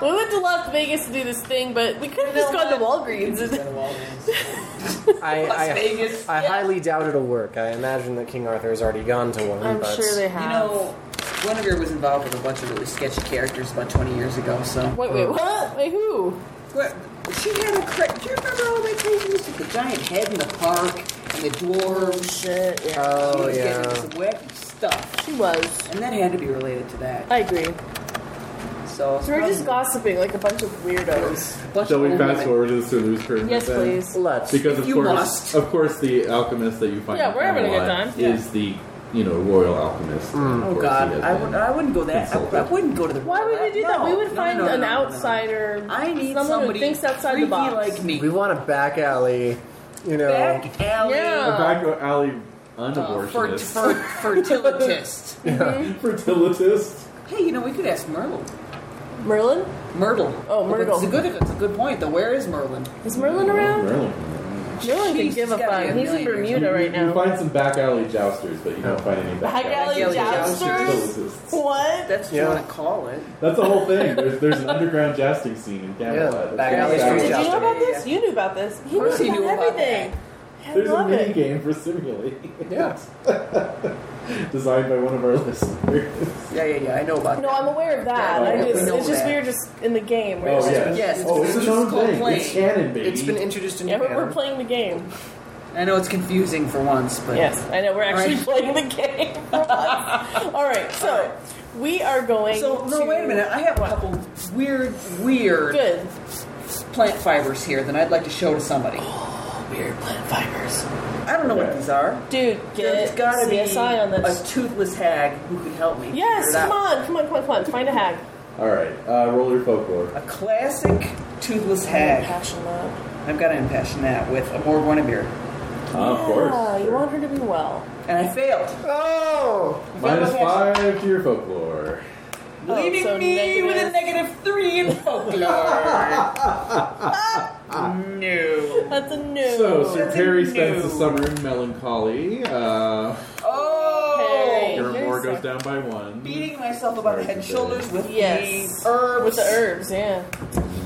Speaker 2: We went to Las Vegas to do this thing, but we could have just gone to Walgreens.
Speaker 3: Go to Walgreens.
Speaker 4: I,
Speaker 3: Las
Speaker 4: I,
Speaker 3: Vegas.
Speaker 4: I highly doubt it'll work. I imagine that King Arthur has already gone to one,
Speaker 2: I'm
Speaker 4: but
Speaker 2: sure they
Speaker 3: You
Speaker 2: have.
Speaker 3: know, Guinevere was involved with a bunch of really sketchy characters about 20 years ago, so.
Speaker 2: Wait, wait, what? Wait, who?
Speaker 3: What? She had a cra- Do you remember all that craziness with the giant head in the park and the dwarves?
Speaker 2: Shit, yeah.
Speaker 3: She
Speaker 4: Oh
Speaker 3: was
Speaker 4: yeah.
Speaker 3: getting some wacky stuff.
Speaker 2: Uh, She was.
Speaker 3: And that had to be related to that.
Speaker 2: I agree.
Speaker 3: So, it's
Speaker 2: So we're just
Speaker 3: probably
Speaker 2: gossiping like a bunch of weirdos.
Speaker 3: a bunch
Speaker 1: Shall
Speaker 3: of
Speaker 1: we
Speaker 3: old
Speaker 1: fast
Speaker 3: women.
Speaker 1: forward to the Sulu's curtain?
Speaker 2: Yes,
Speaker 1: then?
Speaker 2: please.
Speaker 4: Let's.
Speaker 1: Because
Speaker 3: If
Speaker 1: of
Speaker 3: you
Speaker 1: course,
Speaker 3: must.
Speaker 1: of course, the alchemist that you find
Speaker 2: Yeah,
Speaker 1: in
Speaker 2: we're having a good
Speaker 1: Camelot
Speaker 2: time.
Speaker 1: Is the you know royal alchemist? and of
Speaker 3: Oh
Speaker 1: course
Speaker 3: God,
Speaker 1: he has
Speaker 3: I
Speaker 1: been-
Speaker 3: would. I wouldn't go that. I, I
Speaker 1: Insulted.
Speaker 3: wouldn't go to the.
Speaker 2: Why would we do that?
Speaker 3: No,
Speaker 2: We would
Speaker 3: no,
Speaker 2: find
Speaker 3: no, no,
Speaker 2: an
Speaker 3: no, no, no.
Speaker 2: outsider,
Speaker 3: I need
Speaker 2: someone
Speaker 3: somebody
Speaker 2: who thinks outside the
Speaker 3: freaky
Speaker 2: box.
Speaker 3: like me.
Speaker 4: We want a back alley, you know.
Speaker 3: Back alley.
Speaker 1: A
Speaker 2: Yeah.
Speaker 1: back alley
Speaker 3: Uh, fer-
Speaker 1: unabortionist,
Speaker 3: fer- fertilitist.
Speaker 1: fertilitist.
Speaker 3: hey, you know we could ask Merlin.
Speaker 2: Merlin?
Speaker 3: Myrtle.
Speaker 2: Oh,
Speaker 3: But
Speaker 2: Myrtle.
Speaker 3: It's a good. It's a good point. Though, where is Merlin?
Speaker 2: Is Merlin around?
Speaker 1: Merlin.
Speaker 2: Merlin can
Speaker 3: She's
Speaker 2: give a
Speaker 3: gotta be
Speaker 2: fuck.
Speaker 3: a
Speaker 2: He's in
Speaker 3: millionaire.
Speaker 2: Bermuda right
Speaker 1: You
Speaker 2: now.
Speaker 1: find some back alley jousters, but you don't find any back
Speaker 2: Back alley
Speaker 3: Back alley
Speaker 2: jousters?
Speaker 1: Fertilitists.
Speaker 2: What?
Speaker 3: That's what
Speaker 4: Yeah.
Speaker 3: you want to call it.
Speaker 1: That's the whole thing. There's, there's an underground jousting scene in Camelot.
Speaker 4: Yeah,
Speaker 1: That's
Speaker 4: back
Speaker 1: what
Speaker 4: alley
Speaker 1: it's
Speaker 4: street
Speaker 2: Did you
Speaker 1: about.
Speaker 4: jousting.
Speaker 2: know about
Speaker 3: Yeah, yeah,
Speaker 2: this? You knew about this. He
Speaker 3: course he
Speaker 2: knew
Speaker 3: knew
Speaker 2: about
Speaker 3: about
Speaker 2: everything. I
Speaker 1: There's a
Speaker 2: love
Speaker 1: mini
Speaker 2: it.
Speaker 1: game for simulating,
Speaker 4: Yeah.
Speaker 1: designed by one of our listeners. Oh,
Speaker 3: Yeah, yeah, yeah. I know about.
Speaker 2: No, I'm aware of that.
Speaker 1: Yeah,
Speaker 2: I
Speaker 1: we
Speaker 2: just,
Speaker 3: know
Speaker 2: it's just
Speaker 3: that.
Speaker 2: weird just in the game. We're
Speaker 1: Oh
Speaker 2: just-
Speaker 1: yeah.
Speaker 3: Yes,
Speaker 1: Oh, it's
Speaker 3: it's
Speaker 1: its own
Speaker 3: called
Speaker 1: thing.
Speaker 3: playing.
Speaker 1: It's canon, baby.
Speaker 3: It's been introduced in
Speaker 2: Yeah, we're,
Speaker 3: Japan.
Speaker 2: we're playing the game.
Speaker 3: I know it's confusing for once, but
Speaker 2: Yes, I know we're actually playing the game. All right, so we are going.
Speaker 3: So no,
Speaker 2: to-
Speaker 3: wait a minute. I have a couple weird, weird
Speaker 2: Good.
Speaker 3: plant fibers here that I'd like to show to somebody.
Speaker 2: Weird plant fibers.
Speaker 3: I don't know what
Speaker 1: Okay.
Speaker 3: these are.
Speaker 2: Dude,
Speaker 3: There's
Speaker 2: get
Speaker 3: gotta
Speaker 2: CSI on
Speaker 3: be
Speaker 2: this.
Speaker 3: a toothless hag who could help me.
Speaker 2: Yes,
Speaker 3: figure it
Speaker 2: come
Speaker 3: out.
Speaker 2: on, come on, come on, come on. Find a hag.
Speaker 1: All right, uh, roll your folklore.
Speaker 3: A classic toothless hag.
Speaker 2: Passion love.
Speaker 3: I've got to impassion that with a more Guinevere.
Speaker 1: of
Speaker 2: Yeah,
Speaker 1: course.
Speaker 2: Ah, you want her to be well.
Speaker 3: And I failed.
Speaker 4: Oh.
Speaker 1: Minus
Speaker 3: Failed my passion.
Speaker 1: five to your folklore.
Speaker 2: Oh,
Speaker 3: Leaving
Speaker 2: so
Speaker 3: me with a
Speaker 2: negative.
Speaker 3: negative three in folklore. Ah, no.
Speaker 2: That's a no.
Speaker 1: So Sir
Speaker 3: That's
Speaker 1: Perry
Speaker 3: a
Speaker 1: spends the
Speaker 3: no.
Speaker 1: summer in melancholy. Uh,
Speaker 3: Oh!
Speaker 2: Hey.
Speaker 1: your
Speaker 2: Here's
Speaker 1: more
Speaker 2: the-
Speaker 1: goes down by one.
Speaker 3: Beating myself about head and shoulders with
Speaker 2: Yes.
Speaker 3: the herbs.
Speaker 2: with the herbs, yeah.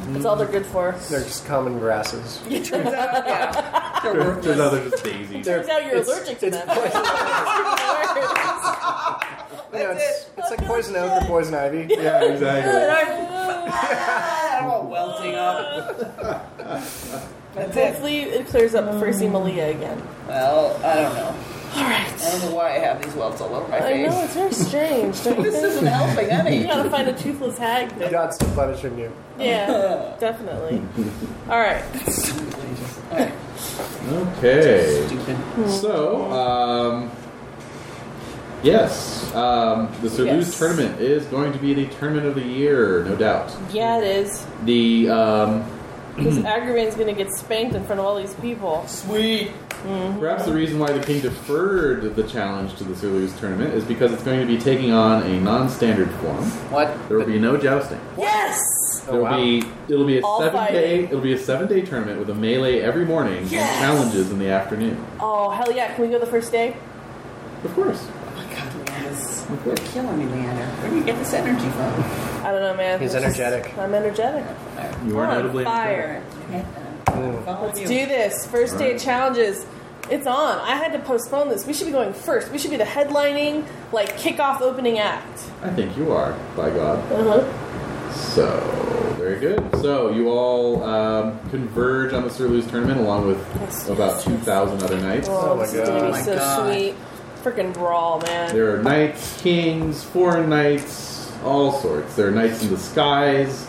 Speaker 2: That's all they're good for.
Speaker 4: They're just common grasses.
Speaker 3: Turns out, yeah, they're
Speaker 1: Turns
Speaker 3: worthless.
Speaker 1: out they're just daisies.
Speaker 4: They're-
Speaker 2: Turns out you're
Speaker 4: it's-
Speaker 2: allergic to
Speaker 4: it's
Speaker 2: them.
Speaker 4: poison-
Speaker 2: Herbs.
Speaker 4: you know,
Speaker 3: That's
Speaker 4: it's, it's like poison oak or poison ivy.
Speaker 1: yeah, exactly.
Speaker 3: And I'm, ah, I'm all welting up. That's it.
Speaker 2: Hopefully it clears up before you see Malia again.
Speaker 3: Well, I don't know.
Speaker 2: All
Speaker 3: I
Speaker 2: right.
Speaker 3: don't know why I have these welts all over my
Speaker 2: I know
Speaker 3: face.
Speaker 2: it's very strange. Don't you
Speaker 3: This
Speaker 2: think?
Speaker 3: isn't helping
Speaker 2: You
Speaker 3: any.
Speaker 2: gotta find a toothless hag.
Speaker 4: The
Speaker 2: Then.
Speaker 4: gods replenishing you.
Speaker 2: Yeah, definitely. All right.
Speaker 3: Alright,
Speaker 1: Okay.
Speaker 3: Stupid.
Speaker 1: So, um, yes, um, the Sir Lewis
Speaker 3: Yes.
Speaker 1: tournament is going to be the tournament of the year, no doubt.
Speaker 2: Yeah, it is.
Speaker 1: The um,
Speaker 2: Because Agravain's gonna get spanked in front of all these people.
Speaker 3: Sweet.
Speaker 2: Mm-hmm.
Speaker 1: Perhaps the reason why the king deferred the challenge to the Sulu's tournament is because it's going to be taking on a non-standard form.
Speaker 3: What?
Speaker 1: There will be no jousting.
Speaker 2: Yes!
Speaker 4: Oh,
Speaker 1: There will
Speaker 4: wow.
Speaker 1: be it'll be a
Speaker 2: All
Speaker 1: seven day
Speaker 2: fighting.
Speaker 1: it'll be a seven day tournament with a melee every morning
Speaker 2: Yes!
Speaker 1: and challenges in the afternoon.
Speaker 2: Oh, hell yeah. Can we go the first day?
Speaker 1: Of course,
Speaker 3: Oh my god, Leander's
Speaker 1: of
Speaker 3: you're
Speaker 1: course.
Speaker 3: killing me, Leander. Where do you get this energy from?
Speaker 2: I don't know, man.
Speaker 4: He's
Speaker 2: It's just-
Speaker 4: energetic.
Speaker 2: I'm energetic.
Speaker 1: You
Speaker 2: We're
Speaker 1: are
Speaker 2: on
Speaker 1: notably
Speaker 2: fire.
Speaker 4: Mm.
Speaker 3: Follow
Speaker 2: Let's do this. First day
Speaker 1: Alright.
Speaker 2: challenges. It's on. I had to postpone this. We should be going first. We should be the headlining, like, kickoff opening act.
Speaker 1: I think you are by God.
Speaker 2: Uh-huh.
Speaker 1: So very good. So you all um, converge on the Sir Lewis tournament along with
Speaker 2: Yes,
Speaker 1: about
Speaker 2: yes,
Speaker 1: two thousand other knights.
Speaker 4: Oh my
Speaker 2: this is gonna
Speaker 4: God.
Speaker 2: be
Speaker 4: Oh
Speaker 3: my
Speaker 2: so
Speaker 3: God.
Speaker 2: sweet. Freaking brawl, man.
Speaker 1: There are knights, kings, foreign knights, all sorts. There are knights in disguise,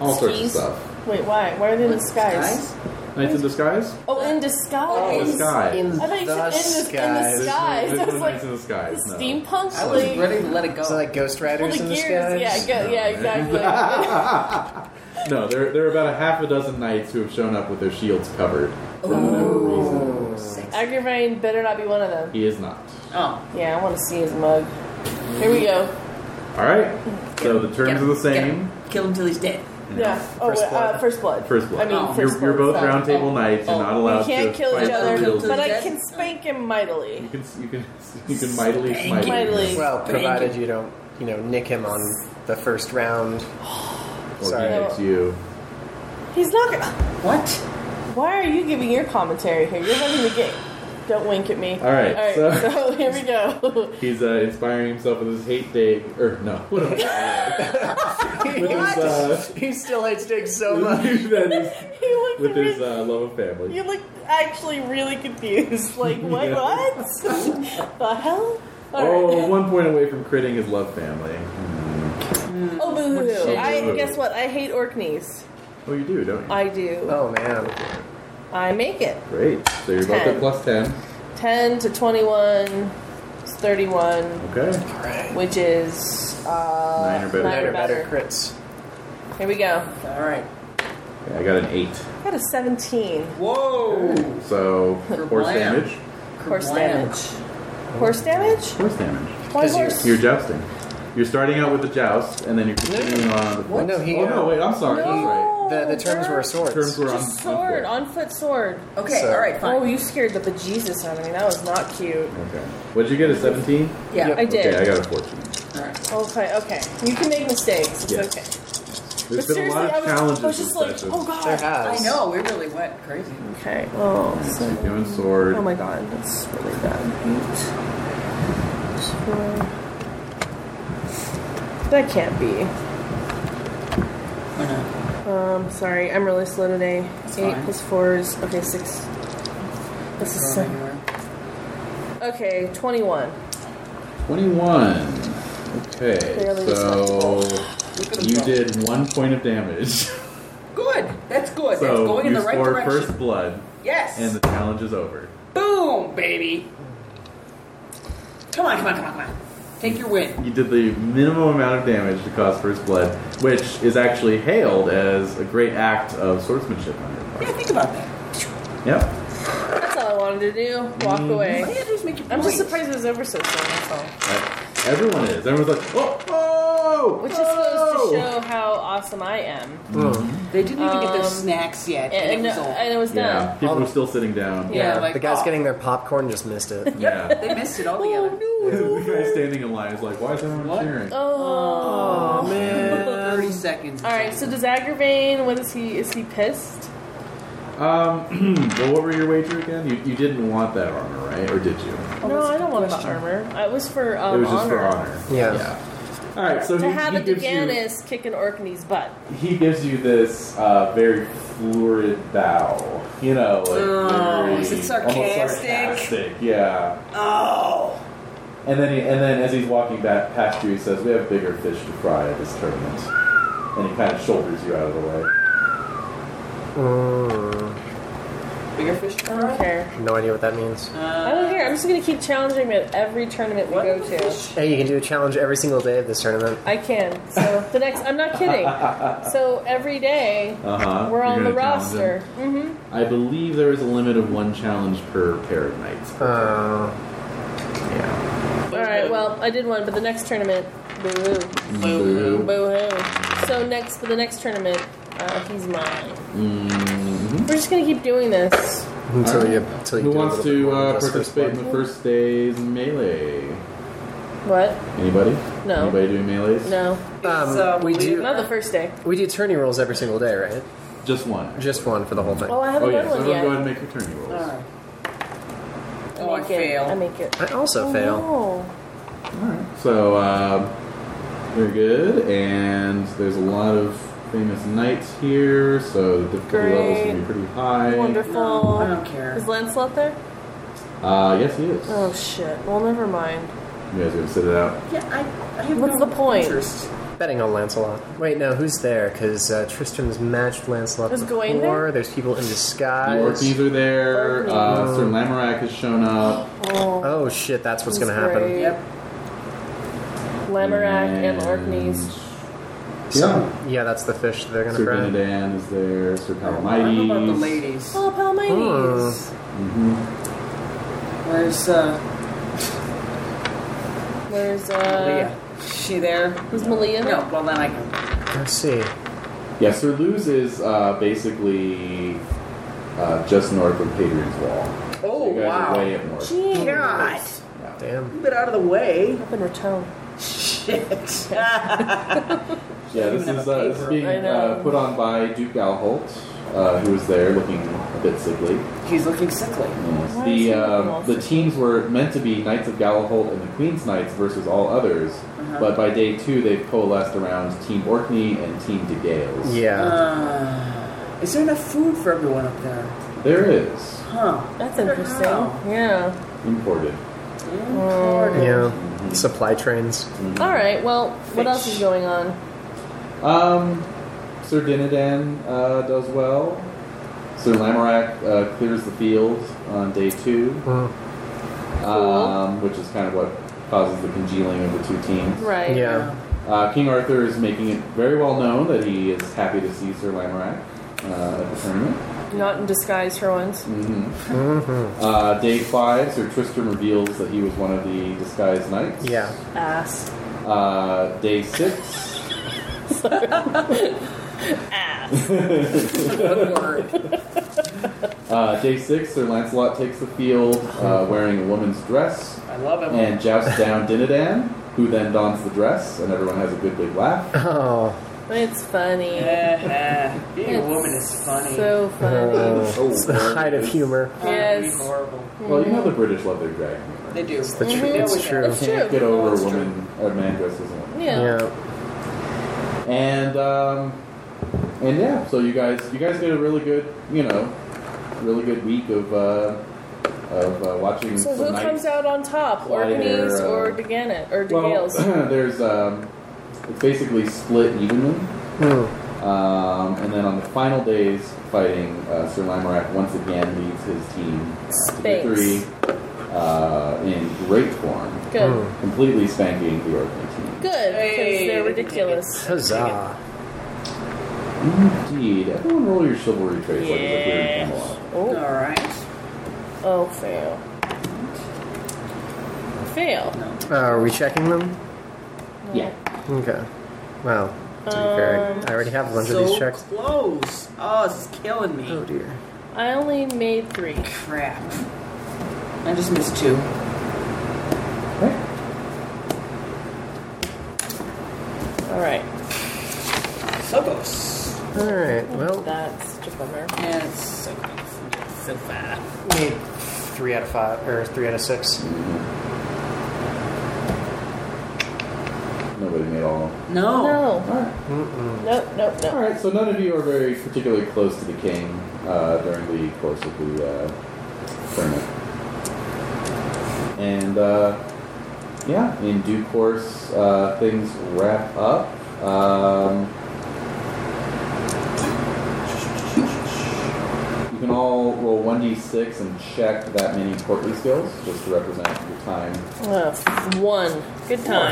Speaker 1: all sorts of
Speaker 2: Skis?
Speaker 1: stuff.
Speaker 2: Wait, why? Why are they in disguise?
Speaker 1: Knights in disguise?
Speaker 2: Oh, in disguise.
Speaker 1: Disguise.
Speaker 4: In
Speaker 2: I thought you
Speaker 4: the
Speaker 2: said in the, in
Speaker 4: skies.
Speaker 2: the skies.
Speaker 1: There's
Speaker 2: I was
Speaker 1: no
Speaker 2: like,
Speaker 1: knights in disguise. no.
Speaker 2: steampunk.
Speaker 3: I was
Speaker 2: like,
Speaker 3: ready to let it go.
Speaker 4: Is it like Ghost
Speaker 2: pull
Speaker 4: Riders
Speaker 2: the
Speaker 4: in the
Speaker 2: gears.
Speaker 4: skies?
Speaker 2: Yeah, go, yeah, exactly.
Speaker 1: no, there, there are about a half a dozen knights who have shown up with their shields covered for whatever reason.
Speaker 2: Oh. Agravain better not be one of them.
Speaker 1: He is not.
Speaker 3: oh,
Speaker 2: Yeah, I want to see his mug. Here we go.
Speaker 1: All right. So the terms are the same.
Speaker 3: kill him till he's dead.
Speaker 2: Yeah. Oh,
Speaker 4: First
Speaker 2: wait, uh,
Speaker 4: blood.
Speaker 2: first blood.
Speaker 1: First blood.
Speaker 2: I mean,
Speaker 3: Oh.
Speaker 2: first
Speaker 1: You're,
Speaker 2: blood.
Speaker 1: you're both
Speaker 2: sorry.
Speaker 1: round table knights. You're
Speaker 3: Oh.
Speaker 1: not
Speaker 3: We
Speaker 1: allowed
Speaker 2: We can't
Speaker 1: to
Speaker 2: kill each
Speaker 1: fight
Speaker 2: other,
Speaker 1: real-
Speaker 3: to
Speaker 2: but
Speaker 3: the
Speaker 2: I
Speaker 3: death.
Speaker 2: can spank him
Speaker 1: You
Speaker 2: mightily.
Speaker 1: can you can you can mightily
Speaker 3: Spank
Speaker 1: smite.
Speaker 3: it.
Speaker 2: Mightily.
Speaker 4: Well,
Speaker 3: Thank
Speaker 4: provided you don't, you know, nick him on the first round.
Speaker 1: Or
Speaker 4: Sorry.
Speaker 1: he hits you.
Speaker 2: He's not. gonna-
Speaker 3: What?
Speaker 2: Why are you giving your commentary here? You're running the game. Don't wink at me.
Speaker 1: All right,
Speaker 2: All right.
Speaker 1: so-
Speaker 2: So, here we go.
Speaker 1: He's uh, inspiring himself with his hate day, or no, what am I- with his, uh,
Speaker 4: He still hates Dick so much.
Speaker 1: that is-
Speaker 2: you look
Speaker 1: with his
Speaker 2: really-
Speaker 1: uh, love of family.
Speaker 2: you look actually really confused. Like what?
Speaker 1: Yeah.
Speaker 2: What? the hell? All right.
Speaker 1: Oh, one point away from critting his love family.
Speaker 2: Oh, boo hoo hoo.
Speaker 1: shit.
Speaker 2: I guess what? I hate Orkneys.
Speaker 1: Oh, you do, don't you?
Speaker 2: I do.
Speaker 4: Oh man.
Speaker 2: I make it.
Speaker 1: Great. So you're both
Speaker 2: Ten.
Speaker 1: at plus ten.
Speaker 2: 10 to 21 is 31,
Speaker 1: Okay.
Speaker 2: which is. Uh,
Speaker 1: Nine or better.
Speaker 2: Nine
Speaker 4: Better,
Speaker 2: or
Speaker 4: better
Speaker 2: better.
Speaker 4: crits.
Speaker 2: Here we go.
Speaker 8: All right.
Speaker 1: Yeah, I got an eight.
Speaker 2: I got a 17.
Speaker 8: Whoa.
Speaker 1: So
Speaker 8: For
Speaker 1: horse
Speaker 8: blam.
Speaker 1: damage.
Speaker 2: Horse
Speaker 8: Kablam.
Speaker 2: damage. Horse damage?
Speaker 1: Horse damage.
Speaker 2: Why
Speaker 4: 'Cause you-
Speaker 2: horse?
Speaker 1: You're jousting. You're starting out with the joust, and then you're continuing on. With
Speaker 4: What? No, he,
Speaker 1: oh no!
Speaker 4: uh,
Speaker 1: Wait, I'm sorry.
Speaker 2: no,
Speaker 4: The, the terms were
Speaker 2: bird.
Speaker 1: That's right.
Speaker 4: swords.
Speaker 1: Terms were on,
Speaker 2: Just sword,
Speaker 1: on
Speaker 2: on foot sword.
Speaker 8: Okay.
Speaker 4: So-
Speaker 8: all right. Fine.
Speaker 2: Oh, you scared the bejesus out of me. That was not cute.
Speaker 1: foot. Okay. What'd you get? A seventeen.
Speaker 8: yeah.
Speaker 2: I did.
Speaker 1: Okay, I got a fourteen.
Speaker 8: All right.
Speaker 2: Okay, okay. You can make mistakes. It's
Speaker 1: Yeah.
Speaker 2: okay.
Speaker 1: There's
Speaker 2: but
Speaker 1: been a
Speaker 2: seriously,
Speaker 1: lot
Speaker 2: I
Speaker 1: of
Speaker 2: was,
Speaker 1: challenges
Speaker 2: I was just
Speaker 1: this
Speaker 2: like,
Speaker 1: session.
Speaker 2: oh god.
Speaker 4: There has.
Speaker 8: I know we really went crazy.
Speaker 2: Okay. Oh, so-
Speaker 1: You're Doing sword.
Speaker 2: Oh my god, that's really bad. Eight. That can't be.
Speaker 8: Oh,
Speaker 2: Um, sorry, I'm really slow today.
Speaker 8: That's
Speaker 2: Eight
Speaker 8: fine.
Speaker 2: plus four is okay. Six. This
Speaker 8: no.
Speaker 2: is seven. Okay, twenty-one.
Speaker 1: 21. Okay,
Speaker 2: Barely
Speaker 1: so
Speaker 8: Look at him
Speaker 1: you
Speaker 8: go.
Speaker 1: did one point of damage. so
Speaker 8: Good. That's good. That's going
Speaker 1: you
Speaker 8: in the right
Speaker 1: score
Speaker 8: direction.
Speaker 1: first blood,
Speaker 8: yes.
Speaker 1: and the challenge is over.
Speaker 8: Boom, baby. Come on, come on, come on, come on. Take your win.
Speaker 1: You did the minimum amount of damage to cause first blood, which is actually hailed as a great act of swordsmanship on your
Speaker 8: Yeah,
Speaker 1: part.
Speaker 8: think about that.
Speaker 1: Yep.
Speaker 2: That's all I wanted to do.
Speaker 1: Mm-hmm.
Speaker 2: Walk
Speaker 8: All you
Speaker 2: away.
Speaker 8: gotta do is make your
Speaker 2: I'm just
Speaker 8: point.
Speaker 2: surprised it was over so soon. That's all.
Speaker 1: That- Everyone is. Everyone's like, oh, oh,
Speaker 2: Which just
Speaker 1: oh!
Speaker 2: goes to show how awesome I am.
Speaker 4: Mm.
Speaker 8: They didn't even get their
Speaker 2: Um,
Speaker 8: snacks yet.
Speaker 2: And,
Speaker 8: And,
Speaker 2: and, uh,
Speaker 8: it was all-
Speaker 2: and it was
Speaker 1: Yeah,
Speaker 2: done.
Speaker 1: people are still sitting down.
Speaker 8: Yeah,
Speaker 4: Yeah,
Speaker 8: like,
Speaker 4: the guy's
Speaker 8: oh.
Speaker 4: getting their popcorn just missed it.
Speaker 1: Yeah.
Speaker 8: They missed
Speaker 2: Oh,
Speaker 8: it all
Speaker 1: Oh,
Speaker 8: together.
Speaker 1: the guy standing in line is like, why is everyone
Speaker 8: What?
Speaker 1: cheering?
Speaker 2: Oh.
Speaker 8: Thirty seconds.
Speaker 2: All right. So does Agravain? What is he? Is he pissed?
Speaker 1: Um, well, what were your wager again? You, you didn't want that armor, right? Or did you?
Speaker 2: no, I don't want the armor. I- It was for um,
Speaker 1: it was just
Speaker 2: honor.
Speaker 1: for honor.
Speaker 4: Yeah.
Speaker 1: All right. So
Speaker 2: to
Speaker 1: he,
Speaker 2: have
Speaker 1: he
Speaker 2: a
Speaker 1: gives you
Speaker 2: Deganis kick an Orkney's butt.
Speaker 1: he gives you this uh, very florid bow. You know, like
Speaker 8: Oh,
Speaker 1: very-
Speaker 8: is it
Speaker 1: almost
Speaker 8: sarcastic?
Speaker 1: sarcastic, Yeah.
Speaker 8: Oh.
Speaker 1: And then he, and then as he's walking back past you, he says, "We have bigger fish to fry at this tournament." And he kind of shoulders you out of the way.
Speaker 4: Mm,
Speaker 8: Bigger fish to
Speaker 2: I don't
Speaker 8: fry.
Speaker 2: care.
Speaker 4: no idea what that means.
Speaker 2: I don't care. I'm just gonna keep challenging him at every tournament we
Speaker 8: What
Speaker 2: go
Speaker 8: the
Speaker 2: to.
Speaker 8: fish?
Speaker 4: Hey, you can do a challenge every single day of this tournament.
Speaker 2: I can. So the next, I'm not kidding. So every day
Speaker 1: Uh-huh.
Speaker 2: we're on the
Speaker 1: You're gonna challenge
Speaker 2: roster.
Speaker 1: him. I believe there is a limit of one challenge per pair of knights.
Speaker 4: Uh,
Speaker 1: Yeah.
Speaker 2: All right. Well, I did one, but the next tournament, boo hoo,
Speaker 1: Boo.
Speaker 2: boo hoo. So next for the next tournament, uh, he's mine.
Speaker 1: Mhm.
Speaker 2: We're just gonna keep doing this.
Speaker 4: until
Speaker 1: Alright.
Speaker 4: you, until you
Speaker 1: Who
Speaker 4: do a
Speaker 1: wants
Speaker 4: little bit
Speaker 1: to
Speaker 4: more
Speaker 1: uh,
Speaker 4: of this first
Speaker 1: participate in
Speaker 4: one.
Speaker 1: the first day's melee?
Speaker 2: What?
Speaker 1: Anybody?
Speaker 2: No.
Speaker 1: Anybody doing melees?
Speaker 2: No,
Speaker 4: Um, we do
Speaker 2: not the first day.
Speaker 4: we do tourney rolls every single day, right?
Speaker 1: Just one.
Speaker 4: Just one for the whole thing.
Speaker 2: Oh, I
Speaker 1: oh
Speaker 2: haven't
Speaker 1: yeah.
Speaker 2: done
Speaker 1: So
Speaker 2: one
Speaker 1: everyone
Speaker 2: yet.
Speaker 1: go ahead and make your turn rolls.
Speaker 8: All right.
Speaker 2: I
Speaker 8: Oh, I
Speaker 2: make it. I
Speaker 8: fail.
Speaker 2: make it.
Speaker 4: I also
Speaker 2: Oh,
Speaker 4: fail.
Speaker 2: no.
Speaker 1: So um, very good. And there's a lot of famous knights here, so the difficulty levels
Speaker 2: Great.
Speaker 1: can be pretty high.
Speaker 2: Wonderful.
Speaker 8: No, I don't care.
Speaker 2: Is Lancelot there?
Speaker 1: Uh, yes, he is.
Speaker 2: Oh shit. Well, never mind.
Speaker 1: You guys gonna sit it out?
Speaker 8: Yeah, I, I have
Speaker 2: What's
Speaker 8: no
Speaker 2: the point?
Speaker 8: interest.
Speaker 4: Betting on Lancelot. Wait, no, who's there? Because uh, Tristram's matched Lancelot
Speaker 2: Is
Speaker 4: before.
Speaker 2: Gawain there?
Speaker 4: There's people in
Speaker 1: The Orkneys
Speaker 4: disguise.
Speaker 1: are there. Uh, Sir Lamorak has shown up.
Speaker 2: Oh,
Speaker 4: Oh shit, that's what's
Speaker 2: He's
Speaker 4: gonna happen.
Speaker 2: great.
Speaker 8: Yep.
Speaker 2: Lamorak and Orkneys.
Speaker 1: Yeah.
Speaker 4: Yeah, that's the fish that they're gonna
Speaker 1: Sir
Speaker 4: fry.
Speaker 1: Benedan is there. Sir
Speaker 8: I don't know about the
Speaker 1: Palomides.
Speaker 8: ladies.
Speaker 2: Oh, Palmides.
Speaker 1: Mm-hmm.
Speaker 8: Where's uh,
Speaker 2: Where's uh?
Speaker 8: Leah? Is she there?
Speaker 2: Who's Malia?
Speaker 8: No. Well, then I can.
Speaker 4: Let's see.
Speaker 1: Yeah, Sir Luz is uh, basically uh, just north of Hadrian's Wall.
Speaker 8: Oh
Speaker 1: you guys Are way
Speaker 8: wow!
Speaker 1: up north.
Speaker 2: Gee.
Speaker 8: God,
Speaker 1: Yeah.
Speaker 4: Damn.
Speaker 8: get out of the way.
Speaker 2: Up in Raton.
Speaker 8: Shit.
Speaker 1: Yeah, this
Speaker 8: Even
Speaker 1: is,
Speaker 8: a
Speaker 1: uh, this is
Speaker 8: paper.
Speaker 1: being
Speaker 2: I know.
Speaker 1: uh, put on by Duke Galholt, uh, who was there looking a bit sickly.
Speaker 3: He's looking sickly.
Speaker 1: Yes.
Speaker 2: Why is he
Speaker 1: The
Speaker 2: looking all
Speaker 1: um, the
Speaker 2: sick?
Speaker 1: teams were meant to be Knights of Galaholt and the Queen's Knights versus all others,
Speaker 8: Uh-huh.
Speaker 2: Uh-huh.
Speaker 1: but by day two they've coalesced around Team Orkney and Team De Gales.
Speaker 4: Yeah.
Speaker 8: Uh, is there enough food for everyone up there?
Speaker 1: There is
Speaker 8: Huh.
Speaker 2: That's
Speaker 8: Wonder
Speaker 2: interesting.
Speaker 8: how.
Speaker 2: Yeah.
Speaker 1: imported.
Speaker 2: Mm-hmm. Uh,
Speaker 1: Mm-hmm.
Speaker 4: Yeah. Supply trains.
Speaker 2: All right. Well, what else is going on?
Speaker 1: Um, Sir Dinadan uh, does well. Sir Lamorak uh, clears the field on day two,
Speaker 4: Mm.
Speaker 1: um, which is kind of what causes the congealing of the two teams.
Speaker 2: Right.
Speaker 4: Yeah.
Speaker 1: Uh, King Arthur is making it very well known that he is happy to see Sir Lamorak uh, at the tournament.
Speaker 2: Not in disguise for once.
Speaker 1: hmm Uh, day five, Sir Tristram reveals that he was one of the disguised knights.
Speaker 4: Yeah.
Speaker 2: Ass.
Speaker 1: Uh, day six,
Speaker 2: Ass.
Speaker 8: Good word.
Speaker 1: uh, day six, Sir Lancelot takes the field uh, wearing a woman's dress
Speaker 8: I love it.
Speaker 1: and jousts down Dinadan, who then dons the dress, and everyone has a good big laugh.
Speaker 4: Oh.
Speaker 2: It's funny.
Speaker 8: Being a
Speaker 2: It's
Speaker 8: woman is funny.
Speaker 2: So funny.
Speaker 4: uh, it's the
Speaker 1: Oh,
Speaker 4: height of
Speaker 1: it's-
Speaker 4: humor.
Speaker 8: That'd be
Speaker 2: Yes.
Speaker 8: horrible.
Speaker 1: Well, you know the British love their drag humor.
Speaker 3: They do.
Speaker 4: It's the
Speaker 8: Mhm.
Speaker 4: tr- It's true.
Speaker 2: That's
Speaker 1: Can't
Speaker 2: true.
Speaker 1: get over
Speaker 3: That's
Speaker 1: a
Speaker 3: true.
Speaker 1: woman, uh, a man dressed as a woman.
Speaker 2: yeah.
Speaker 4: Yeah.
Speaker 1: And um, and yeah, so you guys you guys get a really good you know really good week of uh, of uh, watching.
Speaker 2: So
Speaker 1: some
Speaker 2: who
Speaker 1: nice-
Speaker 2: comes out on top?
Speaker 1: Fly
Speaker 2: Orkneys
Speaker 1: there, uh,
Speaker 2: or DeGanet or
Speaker 1: Well,
Speaker 2: DeGales?
Speaker 1: there's um, it's basically split evenly,
Speaker 4: Mm.
Speaker 1: um, and then on the final days fighting, uh, Sir Lamorak once again leads his team to
Speaker 2: Spanks.
Speaker 1: victory uh, in great form,
Speaker 4: uh,
Speaker 2: Good.
Speaker 4: hmm. mm.
Speaker 1: completely spanking the Orkney team.
Speaker 2: Good. Because
Speaker 8: Hey, they
Speaker 2: they're
Speaker 8: can take
Speaker 2: ridiculous.
Speaker 4: Huzzah.
Speaker 1: Indeed, everyone roll your chivalry traits like it's a clear
Speaker 8: Yes.
Speaker 1: Camelot.
Speaker 8: All
Speaker 2: Oh.
Speaker 8: right.
Speaker 2: Oh, fail. Fail.
Speaker 4: Uh, are we checking them?
Speaker 1: Yeah.
Speaker 4: Okay. Wow. To be fair, I already have a bunch
Speaker 8: so
Speaker 2: Um,
Speaker 4: of these checked.
Speaker 8: close. Oh, this is killing me.
Speaker 4: Oh dear.
Speaker 2: I only made three.
Speaker 8: Crap. I just missed two.
Speaker 2: All right.
Speaker 8: So close.
Speaker 4: All right. Well,
Speaker 2: That's such a bummer.
Speaker 8: And it's so close. So far.
Speaker 4: we need three out of five or three out of six.
Speaker 1: Mm-hmm. Nobody made all.
Speaker 3: Oh.
Speaker 8: No.
Speaker 2: No. Nope, nope,
Speaker 1: All
Speaker 2: nope.
Speaker 1: right, so none of you are very particularly close to the king uh, during the course of the uh, tournament. And uh, yeah, in due course, uh, things wrap up. Um, you can all roll 1d6 and check that many courtly skills just to represent your time.
Speaker 2: Uh, f- one. Good time. All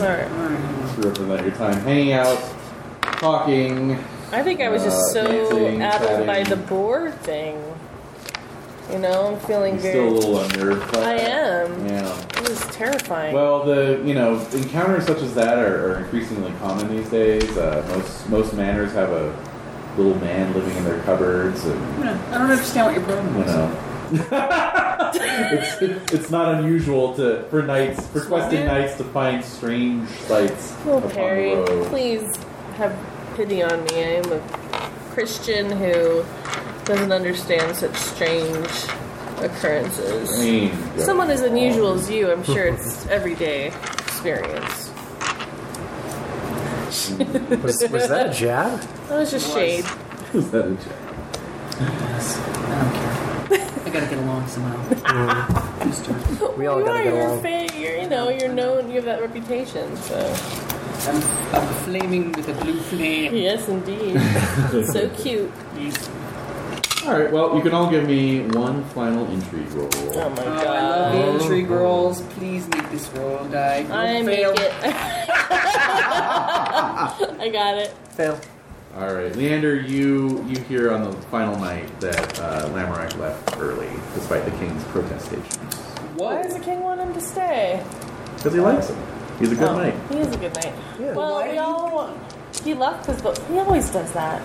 Speaker 2: right.
Speaker 1: To represent your time hanging out, talking,
Speaker 2: I think I was
Speaker 1: Uh,
Speaker 2: just so
Speaker 1: dancing,
Speaker 2: addled by
Speaker 1: chatting.
Speaker 2: the board thing. You know, I'm feeling
Speaker 1: You're
Speaker 2: very.
Speaker 1: still a little unnerved. by
Speaker 2: I
Speaker 1: that.
Speaker 2: am.
Speaker 1: Yeah.
Speaker 2: It was terrifying.
Speaker 1: Well, the you know encounters such as that are, are increasingly common these days. Uh, most most manors have a little man living in their cupboards, and
Speaker 8: I don't understand what your problem
Speaker 1: you
Speaker 8: was.
Speaker 1: know. it's, it's not unusual to for knights for questing knights to find strange sights
Speaker 2: Oh,
Speaker 1: upon
Speaker 2: Perry,
Speaker 1: the road.
Speaker 2: please have pity on me. I am a Christian who doesn't understand such strange
Speaker 1: I
Speaker 2: occurrences.
Speaker 1: mean,
Speaker 2: Someone as unusual as you, I'm sure it's everyday experience.
Speaker 4: Was, was that a jab?
Speaker 2: That was just shade.
Speaker 1: Is that a joke?
Speaker 8: I don't care. I gotta get along somehow.
Speaker 4: Mm.
Speaker 8: Just do it.
Speaker 4: We all
Speaker 2: you
Speaker 4: gotta
Speaker 2: are,
Speaker 4: get
Speaker 2: you're
Speaker 4: along.
Speaker 2: fa- you're, you know, you're known, you have that reputation, so.
Speaker 8: I'm, I'm flaming with a blue flame.
Speaker 2: Yes, indeed. so cute.
Speaker 1: All right. Well, you can all give me one final intrigue roll.
Speaker 2: Oh my
Speaker 8: Oh, I love
Speaker 2: god.
Speaker 8: the intrigue rolls. Please make this roll, die. Don't
Speaker 2: I make
Speaker 8: fail.
Speaker 2: it. I got it.
Speaker 4: Fail.
Speaker 1: All right, Leander, you you hear on the final night that uh, Lamorak left early, despite the king's protestations,
Speaker 2: Why
Speaker 8: What?
Speaker 2: does the king want him to stay?
Speaker 1: because he likes him. He's a good
Speaker 2: Oh,
Speaker 1: knight.
Speaker 2: He is a good knight.
Speaker 4: Yeah.
Speaker 2: Well,
Speaker 8: Why
Speaker 2: we
Speaker 8: do
Speaker 2: all want. He left because he always does that,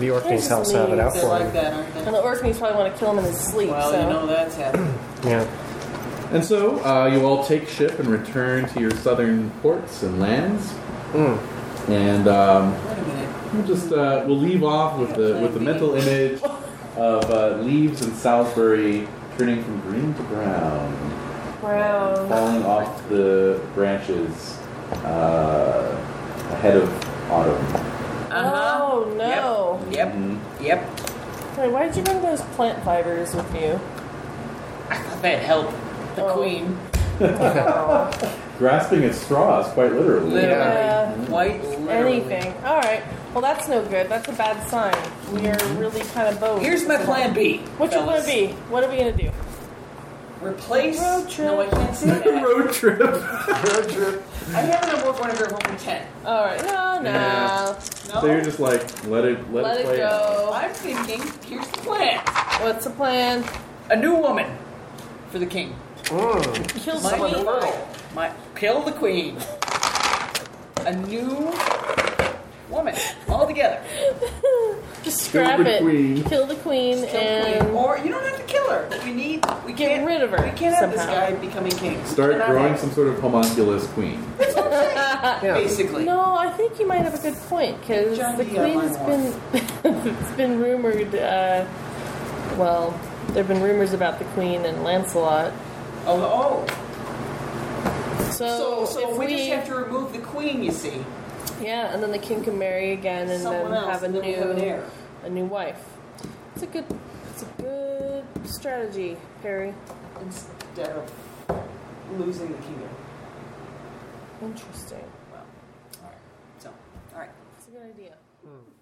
Speaker 4: The Orkneys helps have it out
Speaker 8: They're
Speaker 4: for
Speaker 8: like
Speaker 4: him.
Speaker 8: that, aren't
Speaker 2: and
Speaker 8: they?
Speaker 2: the Orkneys probably want to kill him in his sleep.
Speaker 8: Well,
Speaker 2: so
Speaker 8: you know that's happened.
Speaker 4: Yeah.
Speaker 1: And so uh, you all take ship and return to your southern ports and lands.
Speaker 4: Mm.
Speaker 1: And um,
Speaker 10: Wait a minute.
Speaker 1: We'll just uh, we'll leave off with the with the mental image of uh, leaves in Salisbury turning from green to brown,
Speaker 2: Brown.
Speaker 1: falling off the branches uh, ahead of autumn.
Speaker 2: Oh no.
Speaker 3: Yep.
Speaker 1: Mhm.
Speaker 3: Uh-huh. Yep.
Speaker 2: Wait, why did you bring those plant fibers with you?
Speaker 3: I thought that helped the
Speaker 2: Oh.
Speaker 3: queen.
Speaker 2: Oh.
Speaker 1: Grasping at straws, quite literally.
Speaker 3: Literally.
Speaker 2: Yeah.
Speaker 3: White literally.
Speaker 2: Anything. All right. Well, that's no good. That's a bad sign. We are really kind of both.
Speaker 3: Here's my plan B.
Speaker 2: What's your plan
Speaker 3: fellas.
Speaker 2: B? What are we gonna do?
Speaker 3: Replace.
Speaker 2: Road trip.
Speaker 3: No, I can't say that.
Speaker 1: Road trip.
Speaker 3: Road trip. I have an award winner from Open 10.
Speaker 2: All right. No, no.
Speaker 1: Yeah.
Speaker 3: No?
Speaker 1: So you're just like let it let,
Speaker 2: Let
Speaker 1: it
Speaker 2: it
Speaker 1: play. out.
Speaker 2: go.
Speaker 3: I'm thinking, here's the plan.
Speaker 2: What's the plan?
Speaker 3: A new woman for the king.
Speaker 4: Mm.
Speaker 2: Kill
Speaker 3: My new
Speaker 2: someone.
Speaker 3: girl. My, kill the queen. A new woman. All together.
Speaker 2: Just
Speaker 1: Kill
Speaker 2: scrap
Speaker 1: the
Speaker 2: it.
Speaker 1: queen.
Speaker 2: Kill the queen and
Speaker 3: Or you don't have to kill her. but We need. We
Speaker 2: Um, Get
Speaker 3: can't,
Speaker 2: rid of her
Speaker 3: We can't have this
Speaker 2: somehow.
Speaker 3: guy becoming king.
Speaker 1: Start
Speaker 3: Not
Speaker 1: growing
Speaker 3: her.
Speaker 1: some sort of homunculus queen.
Speaker 4: Yeah.
Speaker 3: Basically.
Speaker 2: No, I think you might have a good point because
Speaker 3: John
Speaker 2: the
Speaker 3: D. on
Speaker 2: queen
Speaker 3: my
Speaker 2: has been it's been rumored. Uh, well, there've been rumors about the queen and Lancelot.
Speaker 3: Oh,
Speaker 2: So,
Speaker 3: oh. So, so
Speaker 2: if
Speaker 3: we,
Speaker 2: we,
Speaker 3: just have to remove the queen, you see.
Speaker 2: yeah, and then the king can marry again and
Speaker 3: Someone
Speaker 2: then
Speaker 3: else.
Speaker 2: have a
Speaker 3: and then we
Speaker 2: new
Speaker 3: have an heir.
Speaker 2: a new wife. It's a good it's a good strategy, Perry.
Speaker 3: Instead of losing the kingdom.
Speaker 2: Interesting.
Speaker 3: Well, all right. So, all right.
Speaker 2: It's a good idea.